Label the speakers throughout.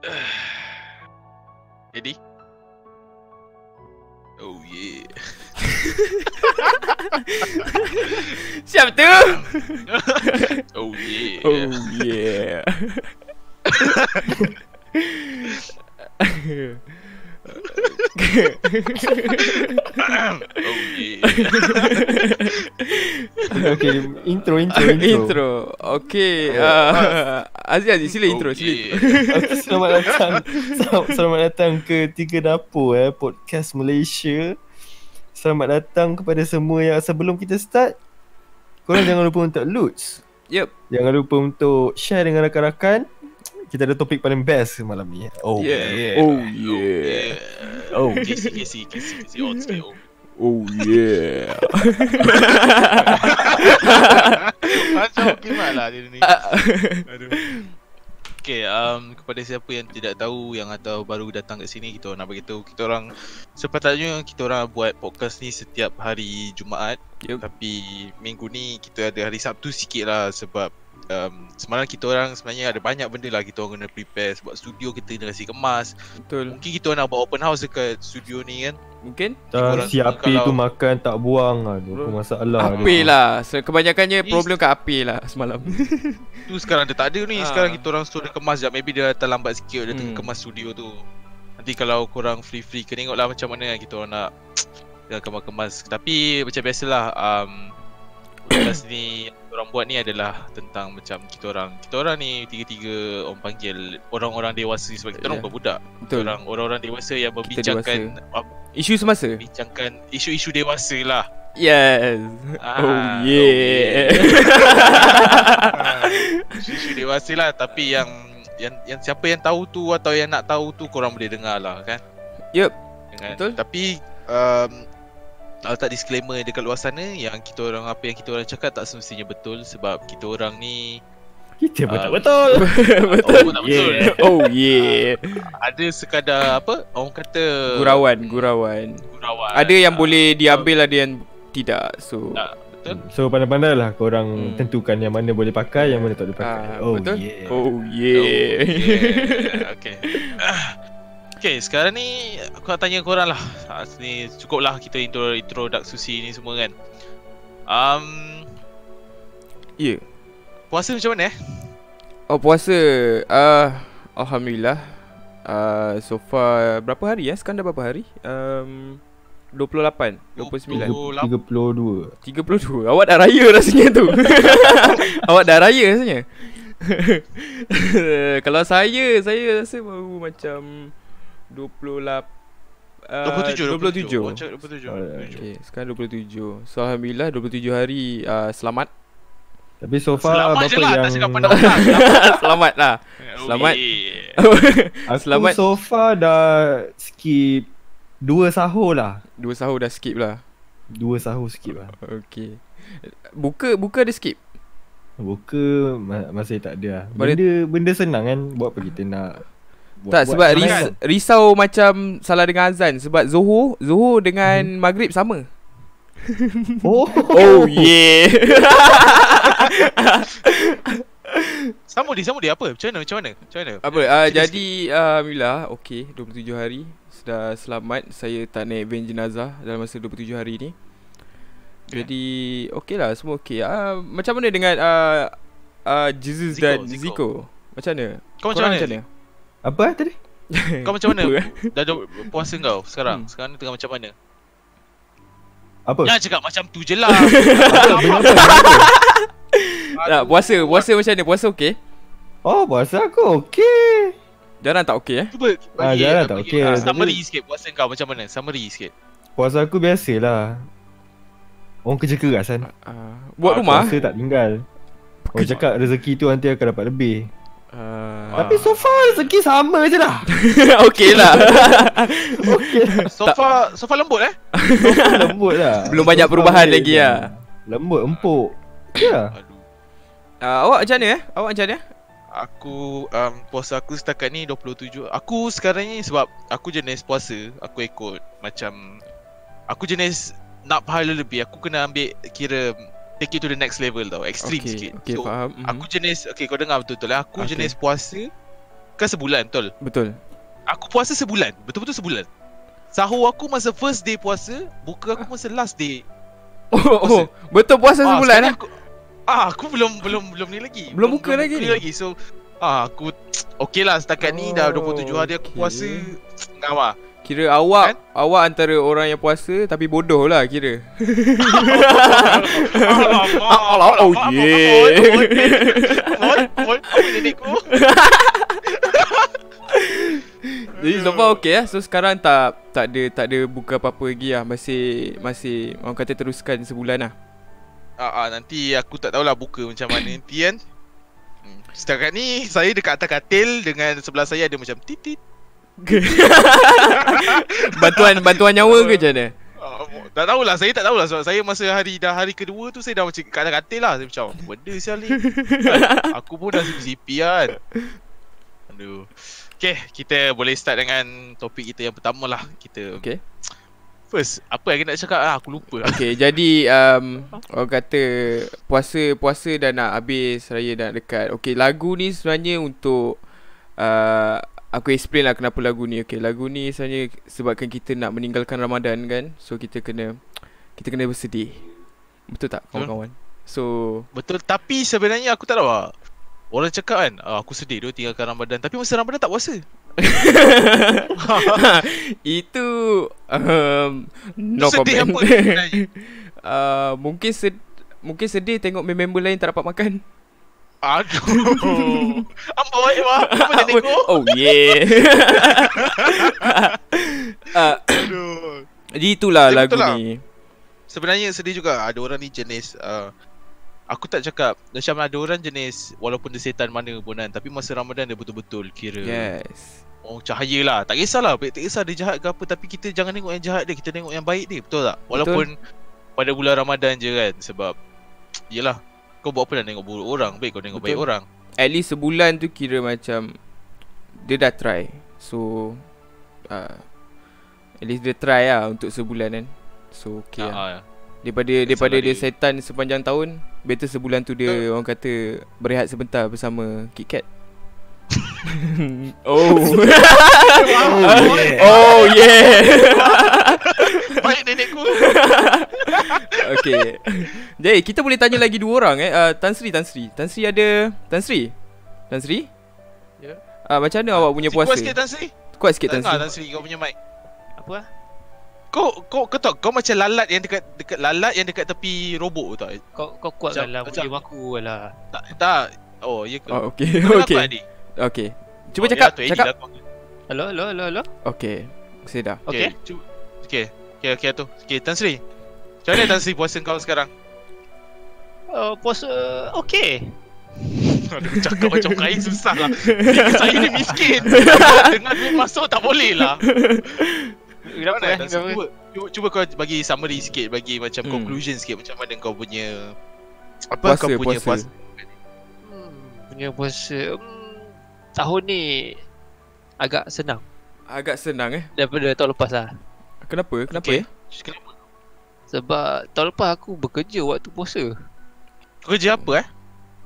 Speaker 1: Ready? Oh yeah.
Speaker 2: Siap tu
Speaker 1: Oh yeah.
Speaker 2: Oh yeah
Speaker 1: oh yeah.
Speaker 3: Okay, intro, intro, intro.
Speaker 2: Intro Okay uh, Aziz Aziz sila intro
Speaker 1: oh,
Speaker 2: sila
Speaker 1: yeah.
Speaker 3: Okay, selamat datang. Sel- Selamat datang ke Tiga Dapur eh, podcast Malaysia. Selamat datang kepada semua yang sebelum kita start, korang jangan lupa untuk loots.
Speaker 2: Yup
Speaker 3: Jangan lupa untuk share dengan rakan-rakan. Kita ada topik paling best malam ni. Oh
Speaker 1: Ya,
Speaker 2: Yeah.
Speaker 3: yeah.
Speaker 1: Oh
Speaker 2: Oh yeah
Speaker 1: yeah.
Speaker 3: Oh.
Speaker 1: Kesi kesi kesi kesi on sekali. Oh.
Speaker 2: Oh yeah
Speaker 1: Macam okey malah dia ni. Aduh. Okay, um, kepada siapa yang tidak tahu yang atau baru datang kat sini kita orang nak beritahu kita orang sepatutnya kita orang buat podcast ni setiap hari Jumaat
Speaker 2: Yup.
Speaker 1: tapi minggu ni kita ada hari Sabtu sikit lah sebab um, semalam kita orang sebenarnya ada banyak benda lah kita orang kena prepare sebab studio kita kena kasi kemas
Speaker 2: Betul
Speaker 1: mungkin kita orang nak buat open house dekat studio ni kan
Speaker 2: Mungkin
Speaker 3: Dah si
Speaker 1: Korang-
Speaker 3: api tu
Speaker 1: kalau- Hmm.
Speaker 3: makan tak buang aduh apa masalah dia.
Speaker 2: Apil lah So,
Speaker 1: Ni-
Speaker 2: Kebanyakannya problem kat Apil lah semalam
Speaker 1: tu sekarang dia tak ada ni
Speaker 2: Ah.
Speaker 1: sekarang kita orang suruh dia kemas jap maybe dia terlambat sikit dia tengah
Speaker 2: Hmm.
Speaker 1: kemas studio tu nanti kalau korang free-free kena tengok lah macam mana kita orang nak dia kemas-kemas tapi macam biasalah um, podcast ni yang kita orang buat ni adalah tentang macam kita orang kita orang ni tiga-tiga orang panggil orang-orang dewasa sebab kita orang
Speaker 2: Ya.
Speaker 1: bukan budak kita
Speaker 2: Betul
Speaker 1: orang orang-orang dewasa yang membincangkan apa,
Speaker 2: Isu semasa
Speaker 1: bincangkan isu-isu dewasa lah
Speaker 2: Yes
Speaker 1: Ah,
Speaker 2: Oh yeah
Speaker 1: isu dewasa lah tapi yang yang yang siapa yang tahu tu atau yang nak tahu tu korang boleh dengar lah kan.
Speaker 2: Yup.
Speaker 1: Dengan,
Speaker 2: Betul.
Speaker 1: Tapi um, kalau tak disclaimer dekat luar sana yang kita orang apa yang kita orang cakap tak semestinya betul sebab kita orang ni
Speaker 3: Kita
Speaker 2: Ya,
Speaker 3: pun
Speaker 1: Ah.
Speaker 3: tak betul.
Speaker 1: betul tak betul.
Speaker 3: yeah.
Speaker 2: Oh yeah
Speaker 1: Ada sekadar apa orang kata
Speaker 2: Gurauan Gurauan
Speaker 1: gurauan.
Speaker 2: Ada yang
Speaker 1: Ah,
Speaker 2: boleh diambil Ada yang tidak So
Speaker 1: Tak, betul.
Speaker 3: So pandai-pandai lah
Speaker 2: Hmm.
Speaker 3: korang tentukan yang mana boleh pakai, yang mana tak boleh pakai.
Speaker 2: Ah,
Speaker 3: oh
Speaker 2: betul?
Speaker 3: yeah.
Speaker 2: Oh yeah
Speaker 1: yeah. Okay. Ah. Okay, sekarang ni aku nak tanya korang lah. Ha, ni cukup lah kita intro, intro Dak Susi ni semua kan. Um,
Speaker 2: Ya.
Speaker 1: Puasa macam mana eh?
Speaker 2: Oh puasa uh, Alhamdulillah uh, So far Berapa hari ya? Sekarang dah berapa hari? Um, 28 29
Speaker 1: 29.
Speaker 2: 32
Speaker 3: 32
Speaker 2: Awak dah raya rasanya tu Awak dah raya rasanya Kalau saya Saya rasa baru macam 28 ah,
Speaker 3: Ah,
Speaker 1: 27,
Speaker 2: 27
Speaker 3: Alright.
Speaker 1: 27. 27.
Speaker 2: Okay, sekarang 27 So Alhamdulillah 27 hari uh, Selamat
Speaker 3: Tapi so far
Speaker 1: Selamat je
Speaker 3: berapa
Speaker 1: lah, tak
Speaker 3: yang
Speaker 1: cakap pandang orang.
Speaker 2: Selamat lah Selamat.
Speaker 1: Yeah.
Speaker 3: Aku
Speaker 2: Selamat.
Speaker 3: so far dah skip Dua sahur lah
Speaker 2: Dua sahur dah skip lah
Speaker 3: Dua sahur skip lah
Speaker 2: Okay Buka buka ada skip
Speaker 3: Buka ma- masih tak ada lah
Speaker 2: Boleh-
Speaker 3: Benda, benda senang kan Buat apa kita nak buat,
Speaker 2: Tak
Speaker 3: buat
Speaker 2: sebab
Speaker 3: senang
Speaker 2: ris-
Speaker 3: kan?
Speaker 2: risau macam salah dengan azan Sebab Zohor Zohor dengan hmm. Maghrib sama
Speaker 3: Oh,
Speaker 2: Oh yeah
Speaker 1: Sama dia, sama dia apa? Macam mana? Macam mana? Macam mana?
Speaker 2: Apa uh,
Speaker 1: Cerita
Speaker 2: jadi alhamdulillah okey 27 hari sudah selamat saya tak naik van jenazah dalam masa 27 hari ni.
Speaker 1: Okay.
Speaker 2: Jadi okey lah semua okey. Uh, macam mana dengan uh, uh, Jesus
Speaker 1: Zico,
Speaker 2: dan
Speaker 1: Zico.
Speaker 2: Zico? Macam mana?
Speaker 1: Kau macam
Speaker 2: Korang
Speaker 1: mana?
Speaker 3: Apa eh tadi?
Speaker 1: Kau macam mana?
Speaker 2: Lupa, eh?
Speaker 1: Dah dah puasa kau sekarang?
Speaker 2: Hmm.
Speaker 1: Sekarang ni tengah macam mana?
Speaker 3: Apa?
Speaker 1: Jangan cakap macam tu je lah.
Speaker 2: Tak, puasa, puasa macam mana? Puasa okey?
Speaker 3: Oh puasa aku okey
Speaker 2: Jarang tak okey eh?
Speaker 1: Cuba
Speaker 3: Ah,
Speaker 1: bagi,
Speaker 3: jalan
Speaker 1: bagi,
Speaker 3: tak
Speaker 1: bagi,
Speaker 3: okey.
Speaker 1: ah,
Speaker 3: Tapi-
Speaker 1: Summary sikit puasa kau macam mana? Summary sikit
Speaker 3: Puasa aku biasalah Orang kerja keras kan
Speaker 2: Uh,
Speaker 1: Ah,
Speaker 2: buat rumah.
Speaker 3: Puasa tak tinggal Orang cakap rezeki tu nanti akan dapat lebih
Speaker 2: Uh,
Speaker 3: Tapi so far rezeki sama je lah
Speaker 2: okey lah.
Speaker 3: Okey lah
Speaker 1: So far, so far lembut eh?
Speaker 3: Lembut lah
Speaker 2: Belum banyak
Speaker 3: So far
Speaker 2: perubahan
Speaker 3: boleh
Speaker 2: lagi
Speaker 3: je.
Speaker 2: lah.
Speaker 3: Lembut empuk Ya
Speaker 1: Aduh
Speaker 2: Uh, awak macam mana eh? Awak macam mana?
Speaker 1: Aku, um, puasa aku setakat ni 27 Aku sekarang ni sebab aku jenis puasa Aku ikut macam Aku jenis nak pahala lebih Aku kena ambil kira Take it to the next level tau Extreme
Speaker 2: Okey,
Speaker 1: sikit
Speaker 2: Okey,
Speaker 1: So
Speaker 2: faham. Mhm.
Speaker 1: aku jenis Okay kau dengar betul-betul eh Aku
Speaker 2: Okey.
Speaker 1: jenis puasa Kan sebulan betul
Speaker 2: betul.
Speaker 1: Aku puasa sebulan Betul-betul sebulan Sahur aku masa first day puasa Buka
Speaker 2: Ah.
Speaker 1: aku masa last day
Speaker 2: Oh, oh. Betul puasa
Speaker 1: Ah,
Speaker 2: sebulan
Speaker 1: sekarang
Speaker 2: eh.
Speaker 1: aku, ah, aku belum belum belum ni lagi
Speaker 2: Belum buka lagi ni?
Speaker 1: lagi So ah, aku Okay lah setakat ni dah
Speaker 2: Oh,
Speaker 1: 27 hari aku
Speaker 2: okay.
Speaker 1: puasa Ngam lah
Speaker 2: Kira awak
Speaker 1: kan?
Speaker 2: awak antara orang yang puasa tapi bodoh lah kira.
Speaker 1: Alamak
Speaker 2: Alamak, oh,
Speaker 1: Alamak,
Speaker 2: yeah.
Speaker 1: Boy, boy, boy, boy, nenekku
Speaker 2: Jadi so far okey lah. So sekarang tak tak ada tak ada buka apa-apa lagi lah. Masih masih orang kata teruskan sebulan lah.
Speaker 1: Ah, ah, nanti aku tak tahulah buka macam mana nanti kan. Hmm, Setakat ni saya dekat atas katil dengan sebelah saya ada macam titit.
Speaker 2: bantuan bantuan nyawa ke macam mana?
Speaker 1: Ah, tak tahulah saya tak tahulah sebab saya masa hari dah hari kedua tu saya dah macam kat atas katil lah saya macam apa benda sial ni. Kan, aku pun dah sipi-sipi kan. Aduh. Okay, kita boleh start dengan topik kita yang pertama lah Kita
Speaker 2: Okey.
Speaker 1: First, apa yang kita nak cakap lah, aku lupa
Speaker 2: Okey, jadi um, orang kata puasa puasa dah nak habis, raya dah nak dekat. Okey, lagu ni sebenarnya untuk uh, aku explain lah kenapa lagu ni. Okey, lagu ni sebenarnya sebabkan kita nak meninggalkan Ramadan kan. So kita kena kita kena bersedih. Betul tak
Speaker 1: Betul.
Speaker 2: kawan-kawan? So
Speaker 1: Betul tapi sebenarnya aku tak tahu lah Orang cakap kan ah, aku sedih dia tinggalkan Ramadan tapi masa Ramadan tak puasa.
Speaker 2: itu um, no
Speaker 1: Tu sedih
Speaker 2: comment.
Speaker 1: apa ni sebenarnya?
Speaker 2: uh, mungkin sed mungkin sedih tengok member lain tak dapat makan.
Speaker 1: Aduh. Apa baik wah. Apa jadi
Speaker 2: Apa-
Speaker 1: kau?
Speaker 2: Oh yeah. uh,
Speaker 1: Aduh.
Speaker 2: jadi itulah
Speaker 1: Tapi
Speaker 2: lagu
Speaker 1: betul lah.
Speaker 2: ni.
Speaker 1: Sebenarnya sedih juga ada orang ni jenis uh, aku tak cakap macam ada orang jenis walaupun dia setan mana pun kan tapi masa Ramadan dia betul-betul kira
Speaker 2: Yes.
Speaker 1: oh cahaya lah tak kisahlah baik tak kisah dia jahat ke apa tapi kita jangan tengok yang jahat dia kita tengok yang baik dia betul tak walaupun pada bulan Ramadan je kan sebab yelah kau buat apa nak tengok buruk orang baik kau tengok
Speaker 2: Betul.
Speaker 1: baik orang
Speaker 2: At least sebulan tu kira macam dia dah try. So uh, at least dia try lah untuk sebulan kan. So okay lah.
Speaker 1: Ha, ha.
Speaker 2: Daripada daripada dia setan sepanjang tahun, better sebulan tu dia orang kata berehat sebentar bersama KitKat. oh.
Speaker 3: Oh, yeah.
Speaker 2: oh yeah.
Speaker 1: baik nenekku
Speaker 2: Okay Jadi kita boleh tanya lagi dua orang eh uh, Tan Sri Tan Sri Tan Sri ada Tan Sri Tan Sri
Speaker 1: Ya.
Speaker 2: Ah uh, macam mana awak punya puasa?
Speaker 1: Kuat sikit Tan Sri
Speaker 2: Kuat sikit Tan
Speaker 1: Tak dengar
Speaker 2: Sri.
Speaker 1: Tan Sri kau punya mic Apa
Speaker 4: ah?
Speaker 1: lah? Kau, kau, kau tahu kau macam lalat yang dekat dekat lalat yang dekat tepi robok tu tak?
Speaker 4: Kau kau kuat
Speaker 1: Macam-
Speaker 4: kan lah
Speaker 1: macam-
Speaker 4: Boleh aku lah
Speaker 1: Tak, tak. Oh, ya ke?
Speaker 2: Oh, okay.
Speaker 1: Kau dengar
Speaker 2: okay.
Speaker 1: aku, Adi?
Speaker 2: Okay. Cuba
Speaker 1: Oh, yelah,
Speaker 2: cakap,
Speaker 1: tu Eddie
Speaker 2: cakap.
Speaker 1: Lah, kau-
Speaker 4: Hello hello hello hello
Speaker 2: Okay. Saya dah.
Speaker 1: okay.
Speaker 4: Okay,
Speaker 1: Cuba. Okay. Okay, okay tu. Okay, Tan Sri. Macam mana Tan Sri puasa kau sekarang?
Speaker 4: uh, Puasa Okay
Speaker 1: Aduh, cakap macam kain susah lah. Saya ni miskin. Dengan duit masuk tak boleh lah.
Speaker 4: Kenapa eh
Speaker 1: Tan Sri? Cuba,
Speaker 4: Kenapa?
Speaker 1: cuba, cuba kau bagi summary sikit. Bagi macam
Speaker 2: Hmm.
Speaker 1: conclusion sikit. Macam mana kau punya... Apa
Speaker 2: Puasa,
Speaker 1: kau punya
Speaker 2: puasa.
Speaker 1: puasa?
Speaker 4: Hmm, Punya puasa hmm, Tahun ni Agak senang
Speaker 2: Agak senang eh.
Speaker 4: Daripada tahun lepas lah
Speaker 2: Kenapa? Kenapa
Speaker 1: Okay.
Speaker 2: eh?
Speaker 1: Kenapa?
Speaker 4: Sebab tahun lepas aku bekerja waktu puasa
Speaker 1: Kau kerja apa eh?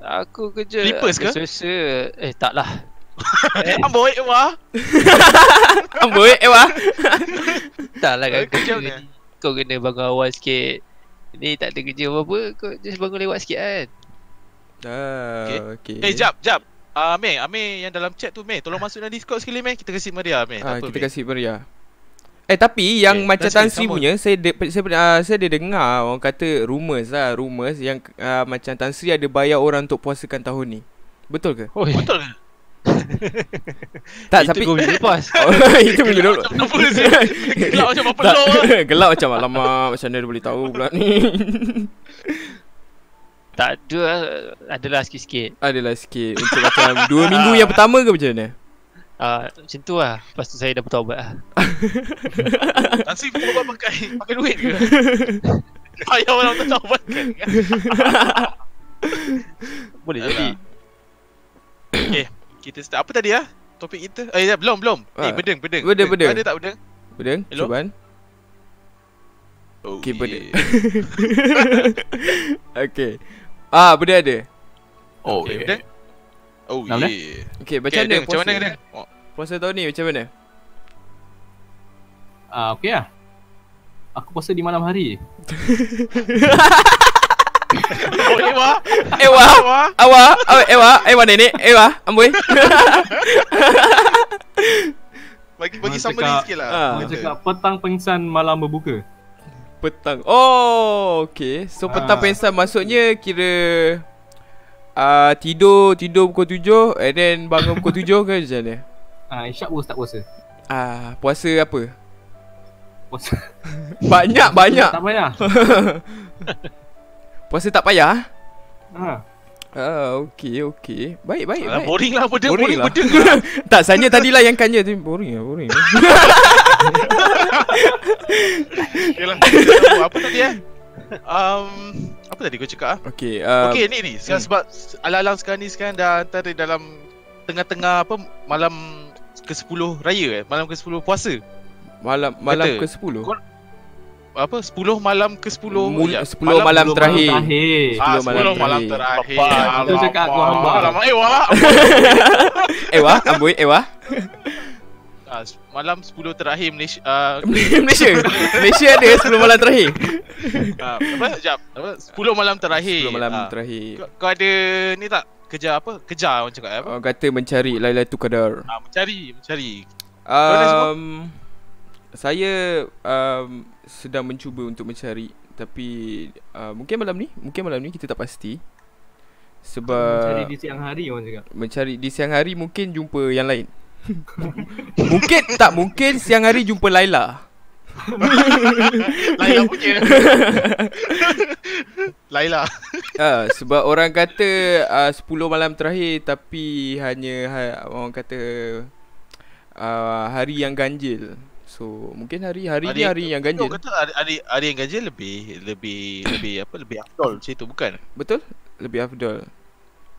Speaker 4: Aku kerja
Speaker 1: Clippers ke?
Speaker 4: Selesa Eh tak lah eh,
Speaker 1: Amboi wah.
Speaker 2: Amboi, eh wah.
Speaker 4: Tak lah kan
Speaker 1: Eh, kerja
Speaker 4: kerja
Speaker 1: mana?
Speaker 4: ni Kau kena bangun awal sikit Ni tak ada kerja apa-apa Kau just bangun lewat sikit kan
Speaker 2: Ah, okay.
Speaker 1: Eh jap jap. Ah uh, Mei, Amir yang dalam chat tu Mei, tolong masuk dalam Discord sekali Mei. Kita kasi Maria Mei. Eh, tak
Speaker 2: Ah,
Speaker 1: apa,
Speaker 2: kita
Speaker 1: Mei.
Speaker 2: kasih Maria. Eh tapi yang
Speaker 1: Okay, Tan
Speaker 2: macam
Speaker 1: Sri,
Speaker 2: Tan Sri
Speaker 1: sambung.
Speaker 2: punya saya de- saya uh, saya ada dengar orang kata rumours lah, rumours yang uh, macam Tan Sri ada bayar orang untuk puasakan tahun ni. Betul ke?
Speaker 4: Oi,
Speaker 1: Betul ke?
Speaker 2: Tak, tapi
Speaker 4: Itu kau boleh lepas
Speaker 2: Oh, itu minggu dulu.
Speaker 1: Macam apa sih? Gelap macam apa lah.
Speaker 2: Tak,
Speaker 1: lo?
Speaker 2: gelap macam alamak macam mana dia boleh tahu pula ni.
Speaker 4: Tak ada lah. Adalah sikit-sikit
Speaker 2: Adalah sikit untuk macam
Speaker 1: Ah.
Speaker 2: 2 minggu yang pertama ke macam mana?
Speaker 4: Ah, macam tu lah. Lepas tu saya dah bertaubat lah.
Speaker 1: Nanti buat pakai pakai duit ke? Payah orang tak tahu kan? pakai.
Speaker 4: Boleh
Speaker 1: Alah.
Speaker 4: jadi.
Speaker 1: Okey, kita start apa tadi ah? Topik kita? Eh ya, belum belum. Eh
Speaker 2: Ah.
Speaker 1: bedeng bedeng.
Speaker 2: Bedeng, bedeng.
Speaker 1: Ada tak bedeng?
Speaker 2: Bedeng,
Speaker 1: Hello?
Speaker 2: cubaan.
Speaker 1: Oh,
Speaker 2: Okey, bedeng.
Speaker 1: yeah.
Speaker 2: Okey. Ah, bedeng ada.
Speaker 1: Oh, eh, bedeng. Oh,
Speaker 4: Nama dia?
Speaker 1: yeah.
Speaker 2: Okey, eh? macam
Speaker 1: Okey,
Speaker 2: mana
Speaker 1: Deng, Macam
Speaker 2: puasa?
Speaker 1: mana Deng? Oh,
Speaker 2: Puasa tahun ni macam mana?
Speaker 5: uh, okay lah. Aku puasa di malam hari je.
Speaker 1: Boleh oh, ya, wah.
Speaker 2: Ah. Ewa,
Speaker 1: Wah.
Speaker 2: awa, awa, ewa, ewa Eh, nenek, ewa, amboi.
Speaker 1: Bagi bagi
Speaker 5: Orang
Speaker 1: summary
Speaker 5: cakap-
Speaker 1: sikit lah.
Speaker 2: Ah.
Speaker 5: Orang
Speaker 1: Kata.
Speaker 5: cakap petang pengsan malam berbuka.
Speaker 2: Petang. Oh, okay. So petang
Speaker 5: Ah.
Speaker 2: pensan maksudnya kira uh, tidur tidur pukul 7 and then bangun pukul 7 ke macam mana?
Speaker 5: Uh, Isyak baru start puasa.
Speaker 2: Ah, puasa apa?
Speaker 5: Puasa.
Speaker 2: Banyak banyak.
Speaker 5: tak payah.
Speaker 2: Puasa tak payah.
Speaker 5: Ha.
Speaker 2: Ah, okey okey. Baik baik
Speaker 1: Alah,
Speaker 2: baik.
Speaker 1: boring lah benda, boring,
Speaker 2: Boring lah.
Speaker 1: benda.
Speaker 2: tak, Sanya tadilah yang kanya tu boring lah, boring.
Speaker 1: Yalah. apa, lah, apa tadi eh? Um, apa tadi kau cakap ah?
Speaker 2: okey, uh,
Speaker 1: Okey
Speaker 2: okay.
Speaker 1: ni ni sekarang sebab alang-alang sekarang ni sekarang dah antara dalam tengah-tengah apa malam ke-10 raya eh malam ke-10 puasa
Speaker 2: malam malam
Speaker 1: Kata.
Speaker 2: ke-10.
Speaker 1: Kau- apa 10 malam ke-10
Speaker 2: Mul-
Speaker 1: ya,
Speaker 2: 10 malam, malam
Speaker 5: Sebelum
Speaker 2: terakhir.
Speaker 5: terakhir.
Speaker 1: Ah,
Speaker 2: 10 malam
Speaker 1: 10 malam
Speaker 2: terakhir.
Speaker 1: terakhir.
Speaker 3: Bapak.
Speaker 5: Betul cakap aku hamba.
Speaker 1: Alamak, eh wah.
Speaker 2: Ewa, amboi, ewa.
Speaker 1: Ah, s- malam 10 terakhir Malaysia ah,
Speaker 2: Malaysia. Malaysia ada 10 malam terakhir.
Speaker 1: ah, apa jap apa 10 malam terakhir.
Speaker 2: 10 malam
Speaker 1: Ah.
Speaker 2: terakhir.
Speaker 1: Kau, kau ada ni tak kerja apa? Kejar orang cakap apa?
Speaker 2: Orang kata mencari Lailatul Qadar.
Speaker 1: Ah, mencari, mencari. ada semua?
Speaker 2: Um, saya um, sedang mencuba untuk mencari tapi uh, mungkin malam ni, mungkin malam ni kita tak pasti.
Speaker 5: Mencari
Speaker 2: Sebab
Speaker 5: di siang hari orang cakap.
Speaker 2: mencari di siang hari mungkin jumpa yang lain. mungkin tak mungkin siang hari jumpa Laila.
Speaker 1: Laila punya. lah. Laila.
Speaker 2: Uh, sebab orang kata uh, 10 malam terakhir tapi hanya ha, orang kata uh, hari yang ganjil. So mungkin hari hari, hari ni hari yang ganjil.
Speaker 1: Kau kata hari, hari, hari yang ganjil lebih lebih lebih apa lebih afdol macam itu bukan?
Speaker 2: Betul? Lebih afdal.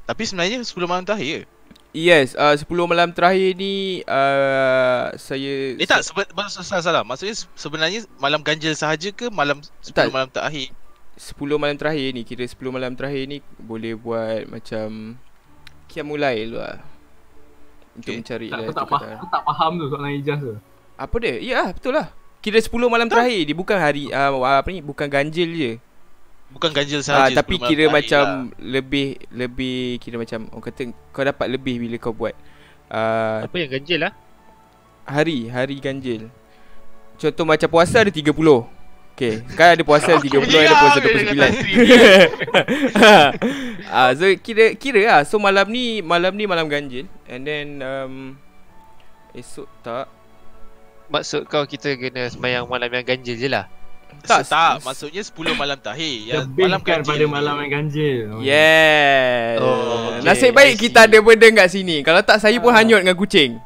Speaker 1: Tapi sebenarnya 10 malam terakhir.
Speaker 2: Yes, uh, 10 malam terakhir ni uh, saya
Speaker 1: Eh tak sebe- maksud- salah salah. Maksudnya se- sebenarnya malam ganjil sahaja ke malam 10
Speaker 2: Tak.
Speaker 1: malam terakhir?
Speaker 2: 10 malam terakhir ni kira 10 malam terakhir ni boleh buat macam Qiyamul Lail lah. Untuk
Speaker 1: Okay.
Speaker 2: mencari
Speaker 5: Tak, aku,
Speaker 2: Lailatul
Speaker 5: tak faham,
Speaker 2: Qadar.
Speaker 5: aku tak faham tu soalan ijaz tu.
Speaker 2: Apa dia? Ya, betul lah. Kira 10 malam terakhir dia bukan hari uh, apa ni bukan ganjil je.
Speaker 1: Bukan ganjil
Speaker 2: Ah,
Speaker 1: sahaja.
Speaker 2: tapi
Speaker 1: 10 malam
Speaker 2: kira
Speaker 1: terakhir lah.
Speaker 2: macam lebih lebih kira macam orang kata kau dapat lebih bila kau buat uh,
Speaker 4: Apa yang ganjil lah
Speaker 2: hari hari ganjil. Contoh macam puasa ada 30. Okay, kan ada puasa 30 ada
Speaker 4: ya,
Speaker 2: puasa 29. Ah, so kira kira lah. So malam ni malam ni malam ganjil and then um esok tak.
Speaker 4: Maksud kau kita kena semayang malam yang ganjil je lah
Speaker 1: tak,
Speaker 2: Tak,
Speaker 1: tak,
Speaker 2: s-
Speaker 1: maksudnya 10 malam terakhir. Ya, malam
Speaker 5: Lebihkan
Speaker 1: ganjil.
Speaker 5: pada malam yang ganjil.
Speaker 2: Ya. Yes.
Speaker 4: Oh,
Speaker 2: Oh,
Speaker 4: okay,
Speaker 2: Nasib
Speaker 4: I
Speaker 2: baik
Speaker 4: see.
Speaker 2: kita ada benda kat sini. Kalau tak saya pun hanyut dengan kucing.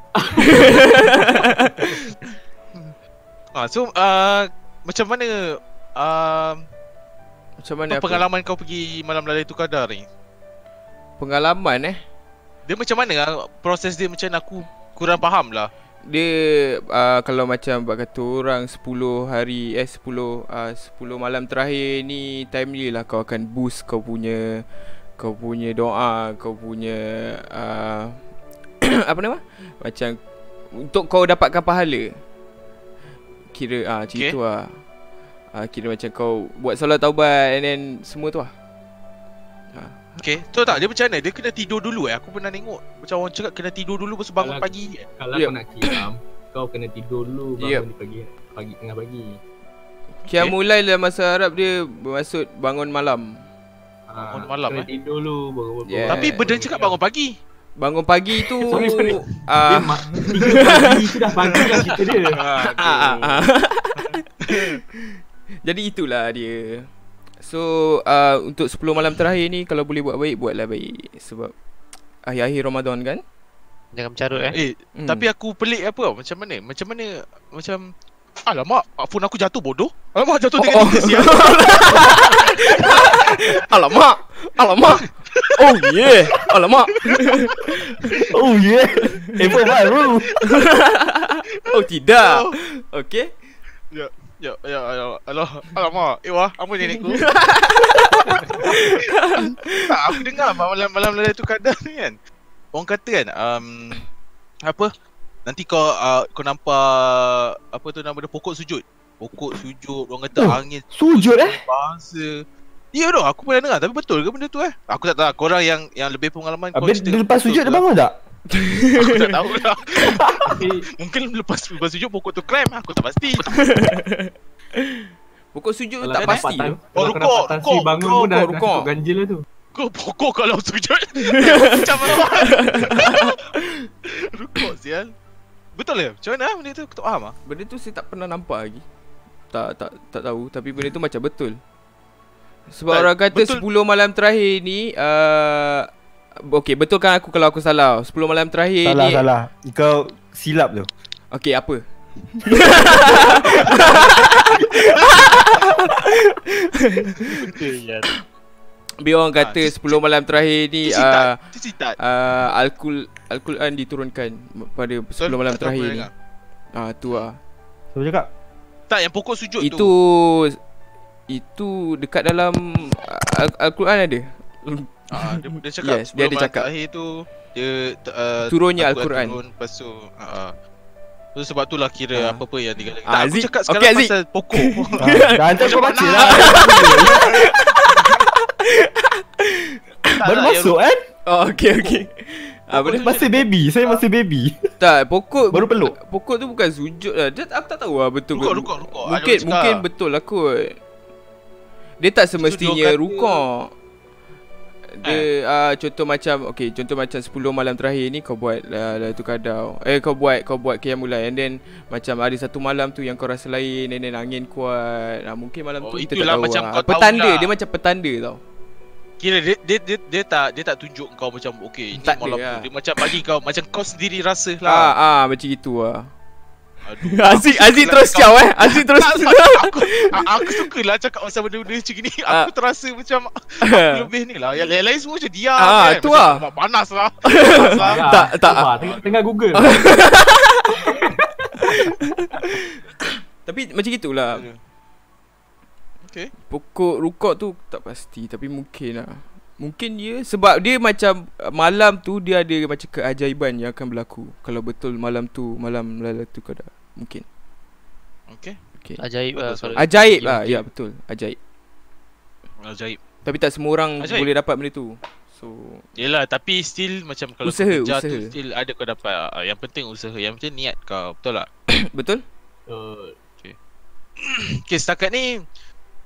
Speaker 1: Ah, so uh, macam mana uh,
Speaker 2: Macam
Speaker 4: Oh,
Speaker 2: mana
Speaker 1: apa
Speaker 2: apa?
Speaker 1: pengalaman kau pergi malam Lailatul Qadar ni?
Speaker 2: Pengalaman eh.
Speaker 1: Dia macam mana ah? proses dia macam mana aku kurang faham lah.
Speaker 2: Dia uh, kalau macam buat kata orang 10 hari eh 10 uh, 10 malam terakhir ni timely lah kau akan boost kau punya kau punya doa, kau punya uh, apa nama? Macam untuk kau dapatkan pahala. Kira ah uh, macam
Speaker 1: Okay.
Speaker 2: okay. tu lah. Uh, kira macam kau buat solat taubat and then semua tu lah.
Speaker 1: Okay, tahu tak dia macam mana? Dia kena tidur dulu eh. Aku pernah tengok macam orang cakap kena tidur dulu lepas tu bangun
Speaker 5: Alah.
Speaker 1: pagi.
Speaker 5: Kalau
Speaker 2: Yep.
Speaker 5: kau nak kiam, kau kena tidur dulu
Speaker 2: Yep.
Speaker 5: bangun di pagi pagi tengah pagi.
Speaker 2: Okay. mulai dalam masa Arab dia bermaksud bangun malam.
Speaker 5: Ha,
Speaker 1: Bangun malam,
Speaker 5: kena
Speaker 1: eh?
Speaker 5: tidur dulu baru baru-
Speaker 2: Yeah.
Speaker 1: Tapi benda cakap bangun pagi.
Speaker 2: Bangun pagi tu
Speaker 5: Sorry, sorry. Dia
Speaker 2: ah,
Speaker 5: mak tiga pagi sudah pagi dah cerita dia.
Speaker 2: Ah, ah, ah. Jadi itulah dia. So uh, untuk 10 malam terakhir ni kalau boleh buat baik buatlah baik sebab akhir-akhir Ramadan kan.
Speaker 4: Jangan mencarut eh
Speaker 1: Eh,
Speaker 2: Hmm.
Speaker 1: tapi aku pelik apa tau. Macam mana? Macam mana? Macam Alamak, phone aku jatuh bodoh. Oh, Alamak, jatuh tiga tiga siap.
Speaker 2: alamak, alamak. Oh yeah, alamak.
Speaker 3: Oh yeah. Apple baru.
Speaker 2: Oh tidak. Okey.
Speaker 1: Ya, ya, ya. Alah, alamak. Eh, wah, apa nenekku? tak, aku lah dengar malam-malam lalai tu kadang ni kan. Orang kata kan, um, apa? Nanti kau uh, kau nampak apa tu nama dia pokok sujud. Pokok sujud orang kata
Speaker 3: Oh,
Speaker 1: angin
Speaker 3: Sujud eh
Speaker 1: bahasa. Ya doh, aku pernah dengar tapi betul ke benda tu eh? Aku tak tahu. Korang yang yang lebih pengalaman korang
Speaker 3: Habis
Speaker 1: cerita
Speaker 3: dia lepas
Speaker 1: betul
Speaker 3: sujud
Speaker 1: ke
Speaker 3: dia bangun tak?
Speaker 1: tak? Aku tak tahu lah.
Speaker 5: Eh,
Speaker 1: Mungkin lepas lepas sujud pokok tu climb lah. aku tak pasti.
Speaker 2: Pokok sujud
Speaker 5: kalau
Speaker 2: tak
Speaker 5: kau
Speaker 2: pasti.
Speaker 5: dapat
Speaker 2: tu.
Speaker 5: tan- Kalau
Speaker 1: Oh,
Speaker 5: kau dapat
Speaker 1: rukuk,
Speaker 5: tansri
Speaker 1: rukuk,
Speaker 5: bangun
Speaker 2: rukuk,
Speaker 5: pun dah dah
Speaker 2: rukuk.
Speaker 5: cukup ganjil lah tu
Speaker 1: Kau pokok kalau sujud. Macam apa? Rukuk sial. Betul ke? Macam mana ah benda tu? Aku tak faham ah.
Speaker 2: Benda tu saya tak pernah nampak lagi. Tak tak tak tahu tapi benda tu macam betul. Sebab
Speaker 1: Tak,
Speaker 2: orang kata
Speaker 1: betul.
Speaker 2: 10 malam terakhir ni uh, Okey betulkan aku kalau aku salah 10 malam terakhir ni
Speaker 3: Salah salah Kau silap tu
Speaker 2: Okey apa Biar orang
Speaker 1: Ah,
Speaker 2: kata
Speaker 1: cik-
Speaker 2: 10 malam terakhir ni uh,
Speaker 1: Cicitat. Cicitat.
Speaker 2: uh, Al-Qur- Al-Quran diturunkan pada 10
Speaker 1: Betul?
Speaker 2: malam
Speaker 1: Tak tahu
Speaker 2: terakhir
Speaker 1: apa
Speaker 2: ni
Speaker 1: dengar.
Speaker 2: Ah tu ah
Speaker 3: Siapa cakap?
Speaker 1: Tak yang pokok sujud tu.
Speaker 2: Itu Itu dekat dalam Al- Al-Quran ada
Speaker 1: Ah, dia, dia cakap yes,
Speaker 2: Yes, dia ada cakap.
Speaker 1: Terakhir tu dia t- uh,
Speaker 2: Turunnya Al-Quran.
Speaker 1: Turun, lepas tu uh, so, sebab tu lah kira
Speaker 2: Ah.
Speaker 1: apa-apa yang digalakkan. tak, aku
Speaker 2: Ah, Aziz-
Speaker 1: cakap
Speaker 2: okay,
Speaker 1: sekarang
Speaker 2: Aziz.
Speaker 1: pasal pokok. Ah.
Speaker 3: Ha, Dah hantar kau baca lah
Speaker 1: Tak, tak,
Speaker 3: Baru
Speaker 1: yang-
Speaker 3: masuk kan?
Speaker 2: Oh okey okey Ah,
Speaker 1: Pokok
Speaker 2: benda
Speaker 1: sujud.
Speaker 3: Masih baby Saya masih baby
Speaker 2: tak pokok
Speaker 3: Baru peluk
Speaker 2: Pokok tu bukan sujud lah Dia, Aku tak tahu lah betul
Speaker 1: Rukuk,
Speaker 2: betul.
Speaker 1: rukuk, rukuk. Ada
Speaker 2: Mungkin
Speaker 1: orang cakap.
Speaker 2: mungkin betul lah kot Dia tak semestinya
Speaker 1: dia kata- Eh.
Speaker 2: rukuk Dia ah, contoh macam Okay contoh macam 10 malam terakhir ni Kau buat uh, Lailatul Qadar Eh kau buat Kau buat Qiyamulai And then Macam ada satu malam tu Yang kau rasa lain And then angin kuat ah, Mungkin malam
Speaker 1: Oh,
Speaker 2: tu kita tak
Speaker 1: itulah
Speaker 2: tahu
Speaker 1: macam
Speaker 2: lah.
Speaker 1: kau tahu
Speaker 2: Petanda
Speaker 1: lah.
Speaker 2: Dia macam petanda tau
Speaker 1: Kira dia, dia, dia, dia tak dia tak tunjuk kau macam okey ini
Speaker 2: Tak
Speaker 1: malam
Speaker 2: ada
Speaker 1: tu.
Speaker 2: lah.
Speaker 1: Dia macam bagi kau macam kau sendiri rasa
Speaker 2: Ah,
Speaker 1: lah.
Speaker 2: ah macam gitu lah
Speaker 1: Aduh.
Speaker 2: Aziz,
Speaker 1: aku
Speaker 2: Aziz
Speaker 1: suka
Speaker 2: terus
Speaker 1: lah
Speaker 2: ciao eh Aziz terus
Speaker 1: Tak, tak, aku, a- aku suka lah cakap pasal benda-benda macam ni
Speaker 2: Ah.
Speaker 1: Aku terasa macam aku lebih ni lah Yang lain-lain semua macam diam
Speaker 2: Ya. Ah,
Speaker 1: kan.
Speaker 2: tu
Speaker 1: Macam
Speaker 2: lah.
Speaker 1: mak Panas lah Panas lah.
Speaker 5: Salah.
Speaker 2: tak, tak.
Speaker 5: Cuba, Ah, tengah- Tengah google
Speaker 2: Tapi macam gitulah
Speaker 1: Okay
Speaker 2: Pokok rukuk tu tak pasti Tapi mungkin lah Mungkin dia Sebab dia macam uh, Malam tu dia ada macam keajaiban yang akan berlaku Kalau betul malam tu Malam Lailatul Qadar Mungkin
Speaker 1: Okay
Speaker 2: okay.
Speaker 4: Ajaib lah
Speaker 1: Betul,
Speaker 4: kalau
Speaker 2: Ajaib lah Ya betul Ajaib
Speaker 1: Ajaib
Speaker 2: Tapi tak semua orang
Speaker 1: Ajaib.
Speaker 2: boleh dapat benda tu So
Speaker 1: Yelah tapi still macam kalau kau
Speaker 2: Usaha,
Speaker 1: kerja
Speaker 2: usaha.
Speaker 1: tu still ada kau dapat Ah, Yang penting usaha Yang penting niat kau Betul tak?
Speaker 2: Betul?
Speaker 5: Uh,
Speaker 1: Okay setakat ni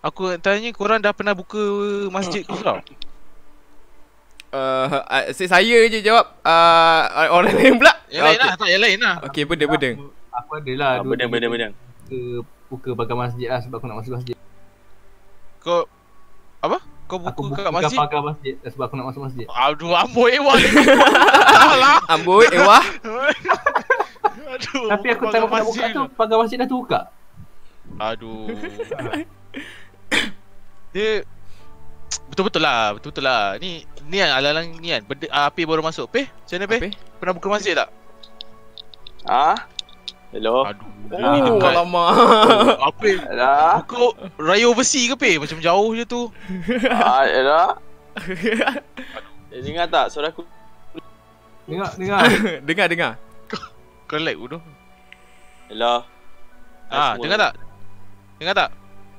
Speaker 1: Aku nak tanya korang dah pernah buka masjid ke tau?
Speaker 2: Uh, uh, saya je jawab uh, Orang lain pula
Speaker 1: Yang lain lah, tak yang lain lah
Speaker 2: Okay benda-benda
Speaker 5: aku- Aku ada lah
Speaker 6: Ah,
Speaker 5: dua-
Speaker 6: Bedeng bedeng bedeng
Speaker 5: Buka, buka pagar masjid lah sebab aku nak masuk masjid
Speaker 1: Kau Apa? Kau buka,
Speaker 5: Aku buka
Speaker 1: kat masjid? Oh,
Speaker 5: pagar masjid lah sebab aku nak masuk masjid
Speaker 1: Aduh amboi wah Salah
Speaker 2: Amboi Ewa
Speaker 1: Aduh
Speaker 5: Tapi aku time aku nak buka tu pagar masjid dah terbuka
Speaker 1: Aduh Dia Betul-betul lah Betul-betul lah Ni Ni kan alang-alang ni kan Benda, ah, Api baru masuk Peh Macam mana Peh?
Speaker 2: Apa?
Speaker 1: Pernah buka masjid tak?
Speaker 6: Ah
Speaker 2: Ha?
Speaker 6: Hello
Speaker 1: Aduh Dia
Speaker 5: Ah.
Speaker 1: ni
Speaker 2: Oh
Speaker 1: dekat
Speaker 2: alamak
Speaker 1: Apa
Speaker 6: Hello
Speaker 1: Buka raya overseas ke Peh? Macam jauh je tu
Speaker 6: Ah Hello Eh, Dengar tak suara aku
Speaker 5: Dengar, dengar
Speaker 2: Oh. Dengar dengar
Speaker 1: Kau lag bodoh
Speaker 6: Hello
Speaker 1: Ah, dengar tak? Dengar tak?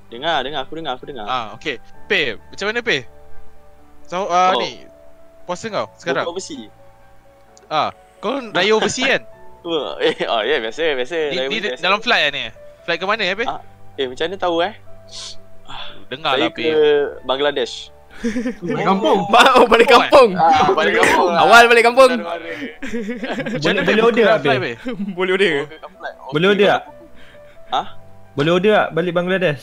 Speaker 6: Dengar dengar aku dengar aku dengar
Speaker 1: Ah, okay Peh, macam mana Peh? So, ah,
Speaker 6: Oh.
Speaker 1: ni Puasa kau sekarang?
Speaker 6: Bukan besi
Speaker 1: Ah, kau raya overseas kan?
Speaker 6: Oh, eh, oh ya yeah, biasa biasa.
Speaker 1: Ni,
Speaker 6: Lagu
Speaker 1: ni
Speaker 6: biasa.
Speaker 1: dalam flight kan ni? Flight ke mana eh Peh?
Speaker 6: Ah, Eh macam mana tahu eh?
Speaker 1: Dengar
Speaker 6: Saya
Speaker 1: lah
Speaker 6: ke
Speaker 1: Peh
Speaker 6: Bangladesh.
Speaker 5: Balik kampung
Speaker 2: Ba- oh, balik kampung.
Speaker 6: Ah, balik kampung. lah.
Speaker 2: Awal balik kampung.
Speaker 6: Baru ada.
Speaker 1: Macam mana Peh?
Speaker 3: Boleh- boleh
Speaker 1: Buka
Speaker 3: order lah,
Speaker 1: dalam
Speaker 3: tak,
Speaker 1: flight
Speaker 3: Peh?
Speaker 1: Peh?
Speaker 2: Boleh order.
Speaker 6: Bukan kampung. Okey,
Speaker 3: Boleh order tak? Ha?
Speaker 6: Hah?
Speaker 3: Boleh order tak balik Bangladesh?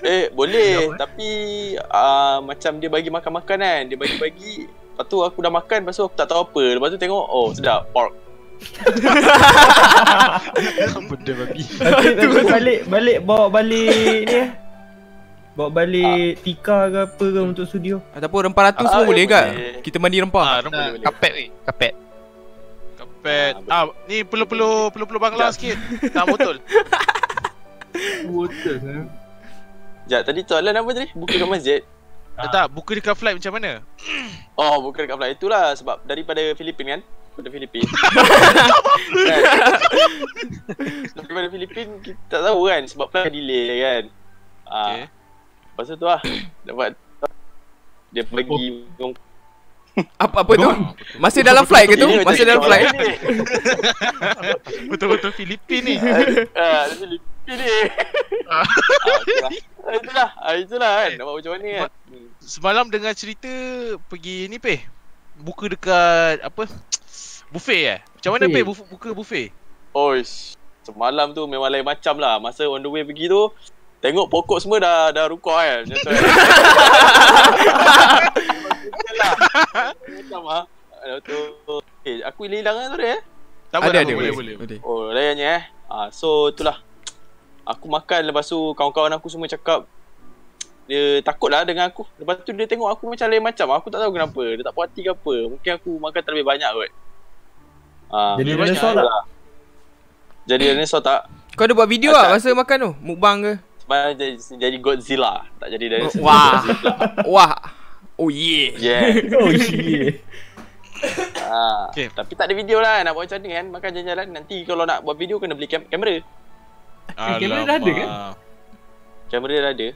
Speaker 6: Eh boleh tapi uh, macam dia bagi makan-makan kan. Dia bagi-bagi Lepas tu aku dah makan Lepas tu aku tak tahu apa Lepas tu tengok Oh sedap Pork
Speaker 1: Benda babi
Speaker 3: Nanti, nanti balik, balik bawa balik ni eh. Bawa balik tikar ke apa ke untuk studio
Speaker 2: Ataupun rempah ratu
Speaker 6: Ah,
Speaker 2: semua
Speaker 6: eh,
Speaker 2: boleh kat.
Speaker 6: boleh.
Speaker 2: Kita mandi rempah.
Speaker 1: Ah, rambut
Speaker 6: boleh.
Speaker 4: Kapet weh Kapet
Speaker 1: Kapet
Speaker 6: Ah,
Speaker 1: Ah, ni perlu-perlu Perlu-perlu bangla sikit Tak botol
Speaker 5: Water eh.
Speaker 6: Sekejap tadi soalan apa tadi? Buka kat masjid Ah.
Speaker 1: Tak, buka dekat flight macam mana?
Speaker 6: Oh buka dekat flight Itulah sebab daripada Filipin kan
Speaker 7: Daripada Filipin kan? Daripada Filipin Kita tak tahu kan Sebab plan delay kan ah,
Speaker 1: Okay.
Speaker 7: Lepas tu tu lah Dapat Dia pergi
Speaker 2: Oh. Apa apa tu? Masih dalam flight ke tu?
Speaker 7: Ini betul-
Speaker 2: Masih dalam
Speaker 7: betul-
Speaker 2: flight.
Speaker 7: ni.
Speaker 1: Betul-betul Filipin ni.
Speaker 7: Ah, dia Filipin ni Ah, itulah. Ah, Itulah Ah, Itulah kan
Speaker 2: Eh.
Speaker 7: Nak buat macam mana kan Hmm.
Speaker 1: Semalam dengar cerita pergi ni peh. Buka dekat apa? Buffet eh. Macam mana
Speaker 3: Buffet.
Speaker 1: peh buf- buka buffet?
Speaker 7: Oish Semalam tu memang lain macam lah Masa on the way pergi tu Tengok pokok semua dah dah rukoh kan Macam tu kan Yelah. lah. Macam ah Lepas tu Eh aku hilang kan tu dia eh
Speaker 1: Tak apa,
Speaker 2: Ada
Speaker 1: tak
Speaker 2: ada
Speaker 1: apa, boleh
Speaker 2: boleh.
Speaker 1: boleh.
Speaker 2: Boleh.
Speaker 7: Oh layannya eh ah, So itulah Aku makan lepas tu kawan-kawan aku semua cakap Dia takut lah dengan aku Lepas tu dia tengok aku macam lain macam Aku tak tahu kenapa Dia tak puas hati ke apa Mungkin aku makan terlebih banyak kot ah,
Speaker 3: Jadi
Speaker 7: lebih
Speaker 3: dinosaur
Speaker 7: banyak lah. Jadi dinosaur tak
Speaker 2: Kau ada buat video
Speaker 7: Macam-
Speaker 2: ah masa makan tu? Mukbang ke?
Speaker 7: Sebenarnya jadi, jadi Godzilla Tak jadi dari
Speaker 2: Oh, Wah. Wah. Oh yeah.
Speaker 7: Yeah
Speaker 3: Oh yeah
Speaker 7: ha.
Speaker 1: Okay.
Speaker 7: Tapi tak ada video lah Nak buat macam ni kan Makan jalan-jalan Nanti kalau nak buat video Kena beli kam- kamera
Speaker 5: Eh, kamera dah ada kan?
Speaker 1: Alamak.
Speaker 7: Kamera dah ada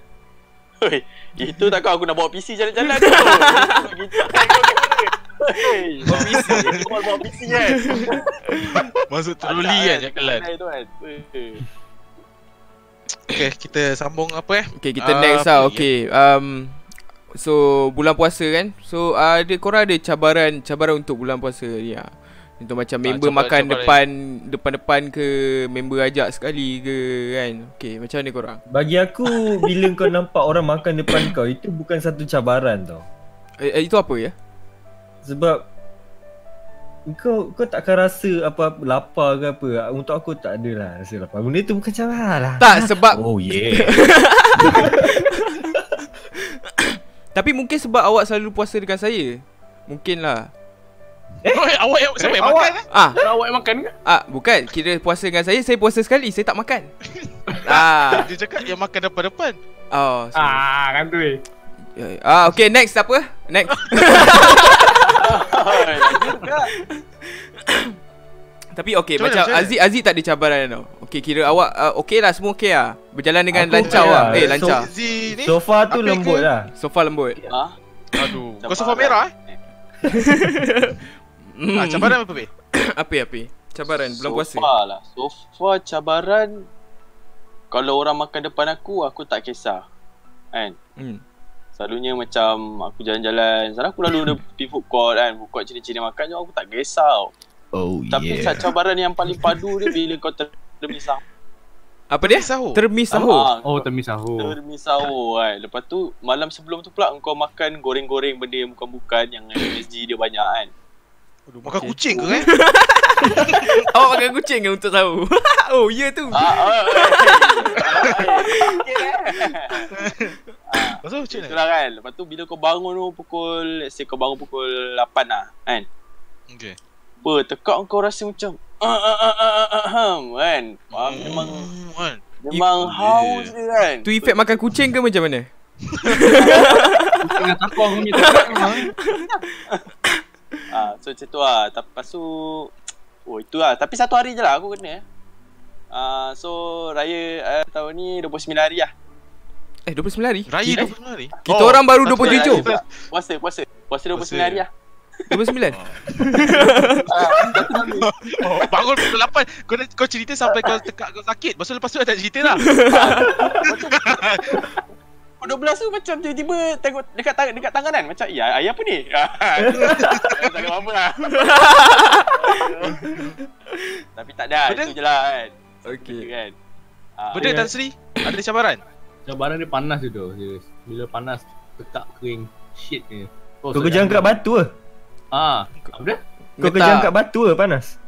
Speaker 7: Hoi, itu tak kau aku nak bawa PC jalan-jalan tu. Gitu, tengok kamera. Hei, bawa PC. Kau bawa PC kan.
Speaker 1: Masuk troli kan jalan.
Speaker 7: Pandai tu kan. Eh.
Speaker 1: Okay, kita sambung apa eh?
Speaker 2: Okay,
Speaker 1: Ah,
Speaker 2: kita next lah.
Speaker 1: apa lagi,
Speaker 2: Okay. Um so bulan puasa kan. So uh, ada korang ada cabaran cabaran untuk bulan puasa ni ah. Untuk macam member
Speaker 1: cabaran-
Speaker 2: makan
Speaker 1: cabaran.
Speaker 2: depan depan-depan ke member ajak sekali ke kan. Okay, macam mana korang?
Speaker 3: Bagi aku Bila kau nampak orang makan depan kau Itu bukan satu cabaran tau
Speaker 2: Eh, eh, itu apa ya?
Speaker 3: Sebab kau kau takkan rasa apa lapar ke apa. Untuk aku tak adalah rasa lapar. Benda tu bukan cabaran lah.
Speaker 2: Tak sebab
Speaker 3: Oh yeah.
Speaker 2: tapi mungkin sebab awak selalu puasa dengan saya. Mungkin lah.
Speaker 1: Eh? awak yang siapa yang
Speaker 5: Awak-
Speaker 1: makan? eh?
Speaker 2: Ah,
Speaker 5: Kalau awak yang makan ke?
Speaker 2: ah bukan kira puasa dengan saya, saya puasa sekali, saya tak makan. ah.
Speaker 1: eh? Dia cakap yang makan depan-depan.
Speaker 2: Oh. So, ah.
Speaker 5: Ah, kan tu eh.
Speaker 2: ah, okay next apa? Next.
Speaker 7: Hoi,
Speaker 2: Tapi okey
Speaker 1: Macam
Speaker 2: macam,
Speaker 1: mana,
Speaker 2: macam
Speaker 1: macam
Speaker 2: Aziz Aziz tak ada cabaran tau. Okey kira awak uh, okey lah semua okey lah. Berjalan dengan
Speaker 3: Aku
Speaker 2: lancar
Speaker 3: okey
Speaker 2: lah.
Speaker 3: lah.
Speaker 2: Eh
Speaker 3: So-
Speaker 2: lancar.
Speaker 1: Z ni.
Speaker 3: so far tu
Speaker 1: Apa
Speaker 3: lembut
Speaker 1: ke?
Speaker 3: lah.
Speaker 2: So far lembut.
Speaker 7: ah,
Speaker 1: Aduh. Kau
Speaker 7: cabaran.
Speaker 1: sofa merah eh?
Speaker 2: Mm. Hmm.
Speaker 1: Ah, cabaran apa peh?
Speaker 2: Apa apa? Cabaran bulan puasa.
Speaker 7: So far lah. So far cabaran kalau orang makan depan aku aku tak kisah. Kan?
Speaker 2: Hmm.
Speaker 7: Selalunya macam aku jalan-jalan Sana aku lalu ada pergi food court kan Food court cina-cina makan je aku tak kisah tau.
Speaker 3: Oh
Speaker 7: Tapi yeah. cabaran yang paling padu dia bila kau ter- terpisah
Speaker 2: Apa dia?
Speaker 1: Sahur.
Speaker 2: Termis sahur.
Speaker 7: Ah,
Speaker 5: Oh, temis sahur.
Speaker 7: Demi sahur kan Lepas tu Malam sebelum tu pula Kau makan goreng-goreng Benda yang bukan-bukan Yang MSG dia banyak kan
Speaker 1: Aduh, makan kucing ke eh?
Speaker 2: awak makan Oh, kucing ke untuk sahur? oh ya yeah, tu.
Speaker 7: Ah, ah, ah,
Speaker 1: Lepas tu macam mana?
Speaker 7: Itulah kan Lepas tu bila kau bangun tu Pukul Let's say kau bangun pukul 8 lah Kan
Speaker 1: Okay.
Speaker 7: Apa Tekak kau rasa macam ah, ah, ah, ah, ah, ah, ah, Kan Faham Memang
Speaker 1: Hmm, kan?
Speaker 7: Memang haus dia kan
Speaker 2: Tu efek makan kucing ke macam mana?
Speaker 5: Tengah takong ni tak memang.
Speaker 7: ah, So macam tu lah Tapi lepas tu Oh itu lah Tapi satu hari je lah aku kena Ah, so Raya uh, tahun ni 29 hari lah
Speaker 2: Eh 29 hari.
Speaker 1: Raya
Speaker 2: Kita,
Speaker 1: dah pernah ni.
Speaker 2: kita orang baru
Speaker 1: satu hari
Speaker 2: 27.
Speaker 1: je.
Speaker 7: Puasa, puasa. Puasa 29
Speaker 1: Puasa.
Speaker 7: hari lah.
Speaker 2: 29.
Speaker 1: Oh, bangun pukul 8. Kau dah- kau cerita sampai kau tekak kau sakit. Lepas tu lepas tu dah tak cerita lah. dah.
Speaker 7: Pukul 12 tu macam tiba-tiba tengok dekat tangan dekat tangan kan macam ya ayah apa ni? Ah, tak ada apa lah. Tapi tak ada,
Speaker 1: Benda-
Speaker 7: itu je lah kan. Itu
Speaker 2: Okey.
Speaker 7: kan. Ah,
Speaker 1: Benda Tan Sri ada cabaran.
Speaker 5: Cabaran dia panas tu tu. Serius. Bila panas, tekak kering. Shit ni.
Speaker 3: Kau
Speaker 5: Oh, sorry,
Speaker 3: kerja angkat batu ke?
Speaker 5: Ah, apa dia?
Speaker 3: Kau kerja angkat batu ke panas?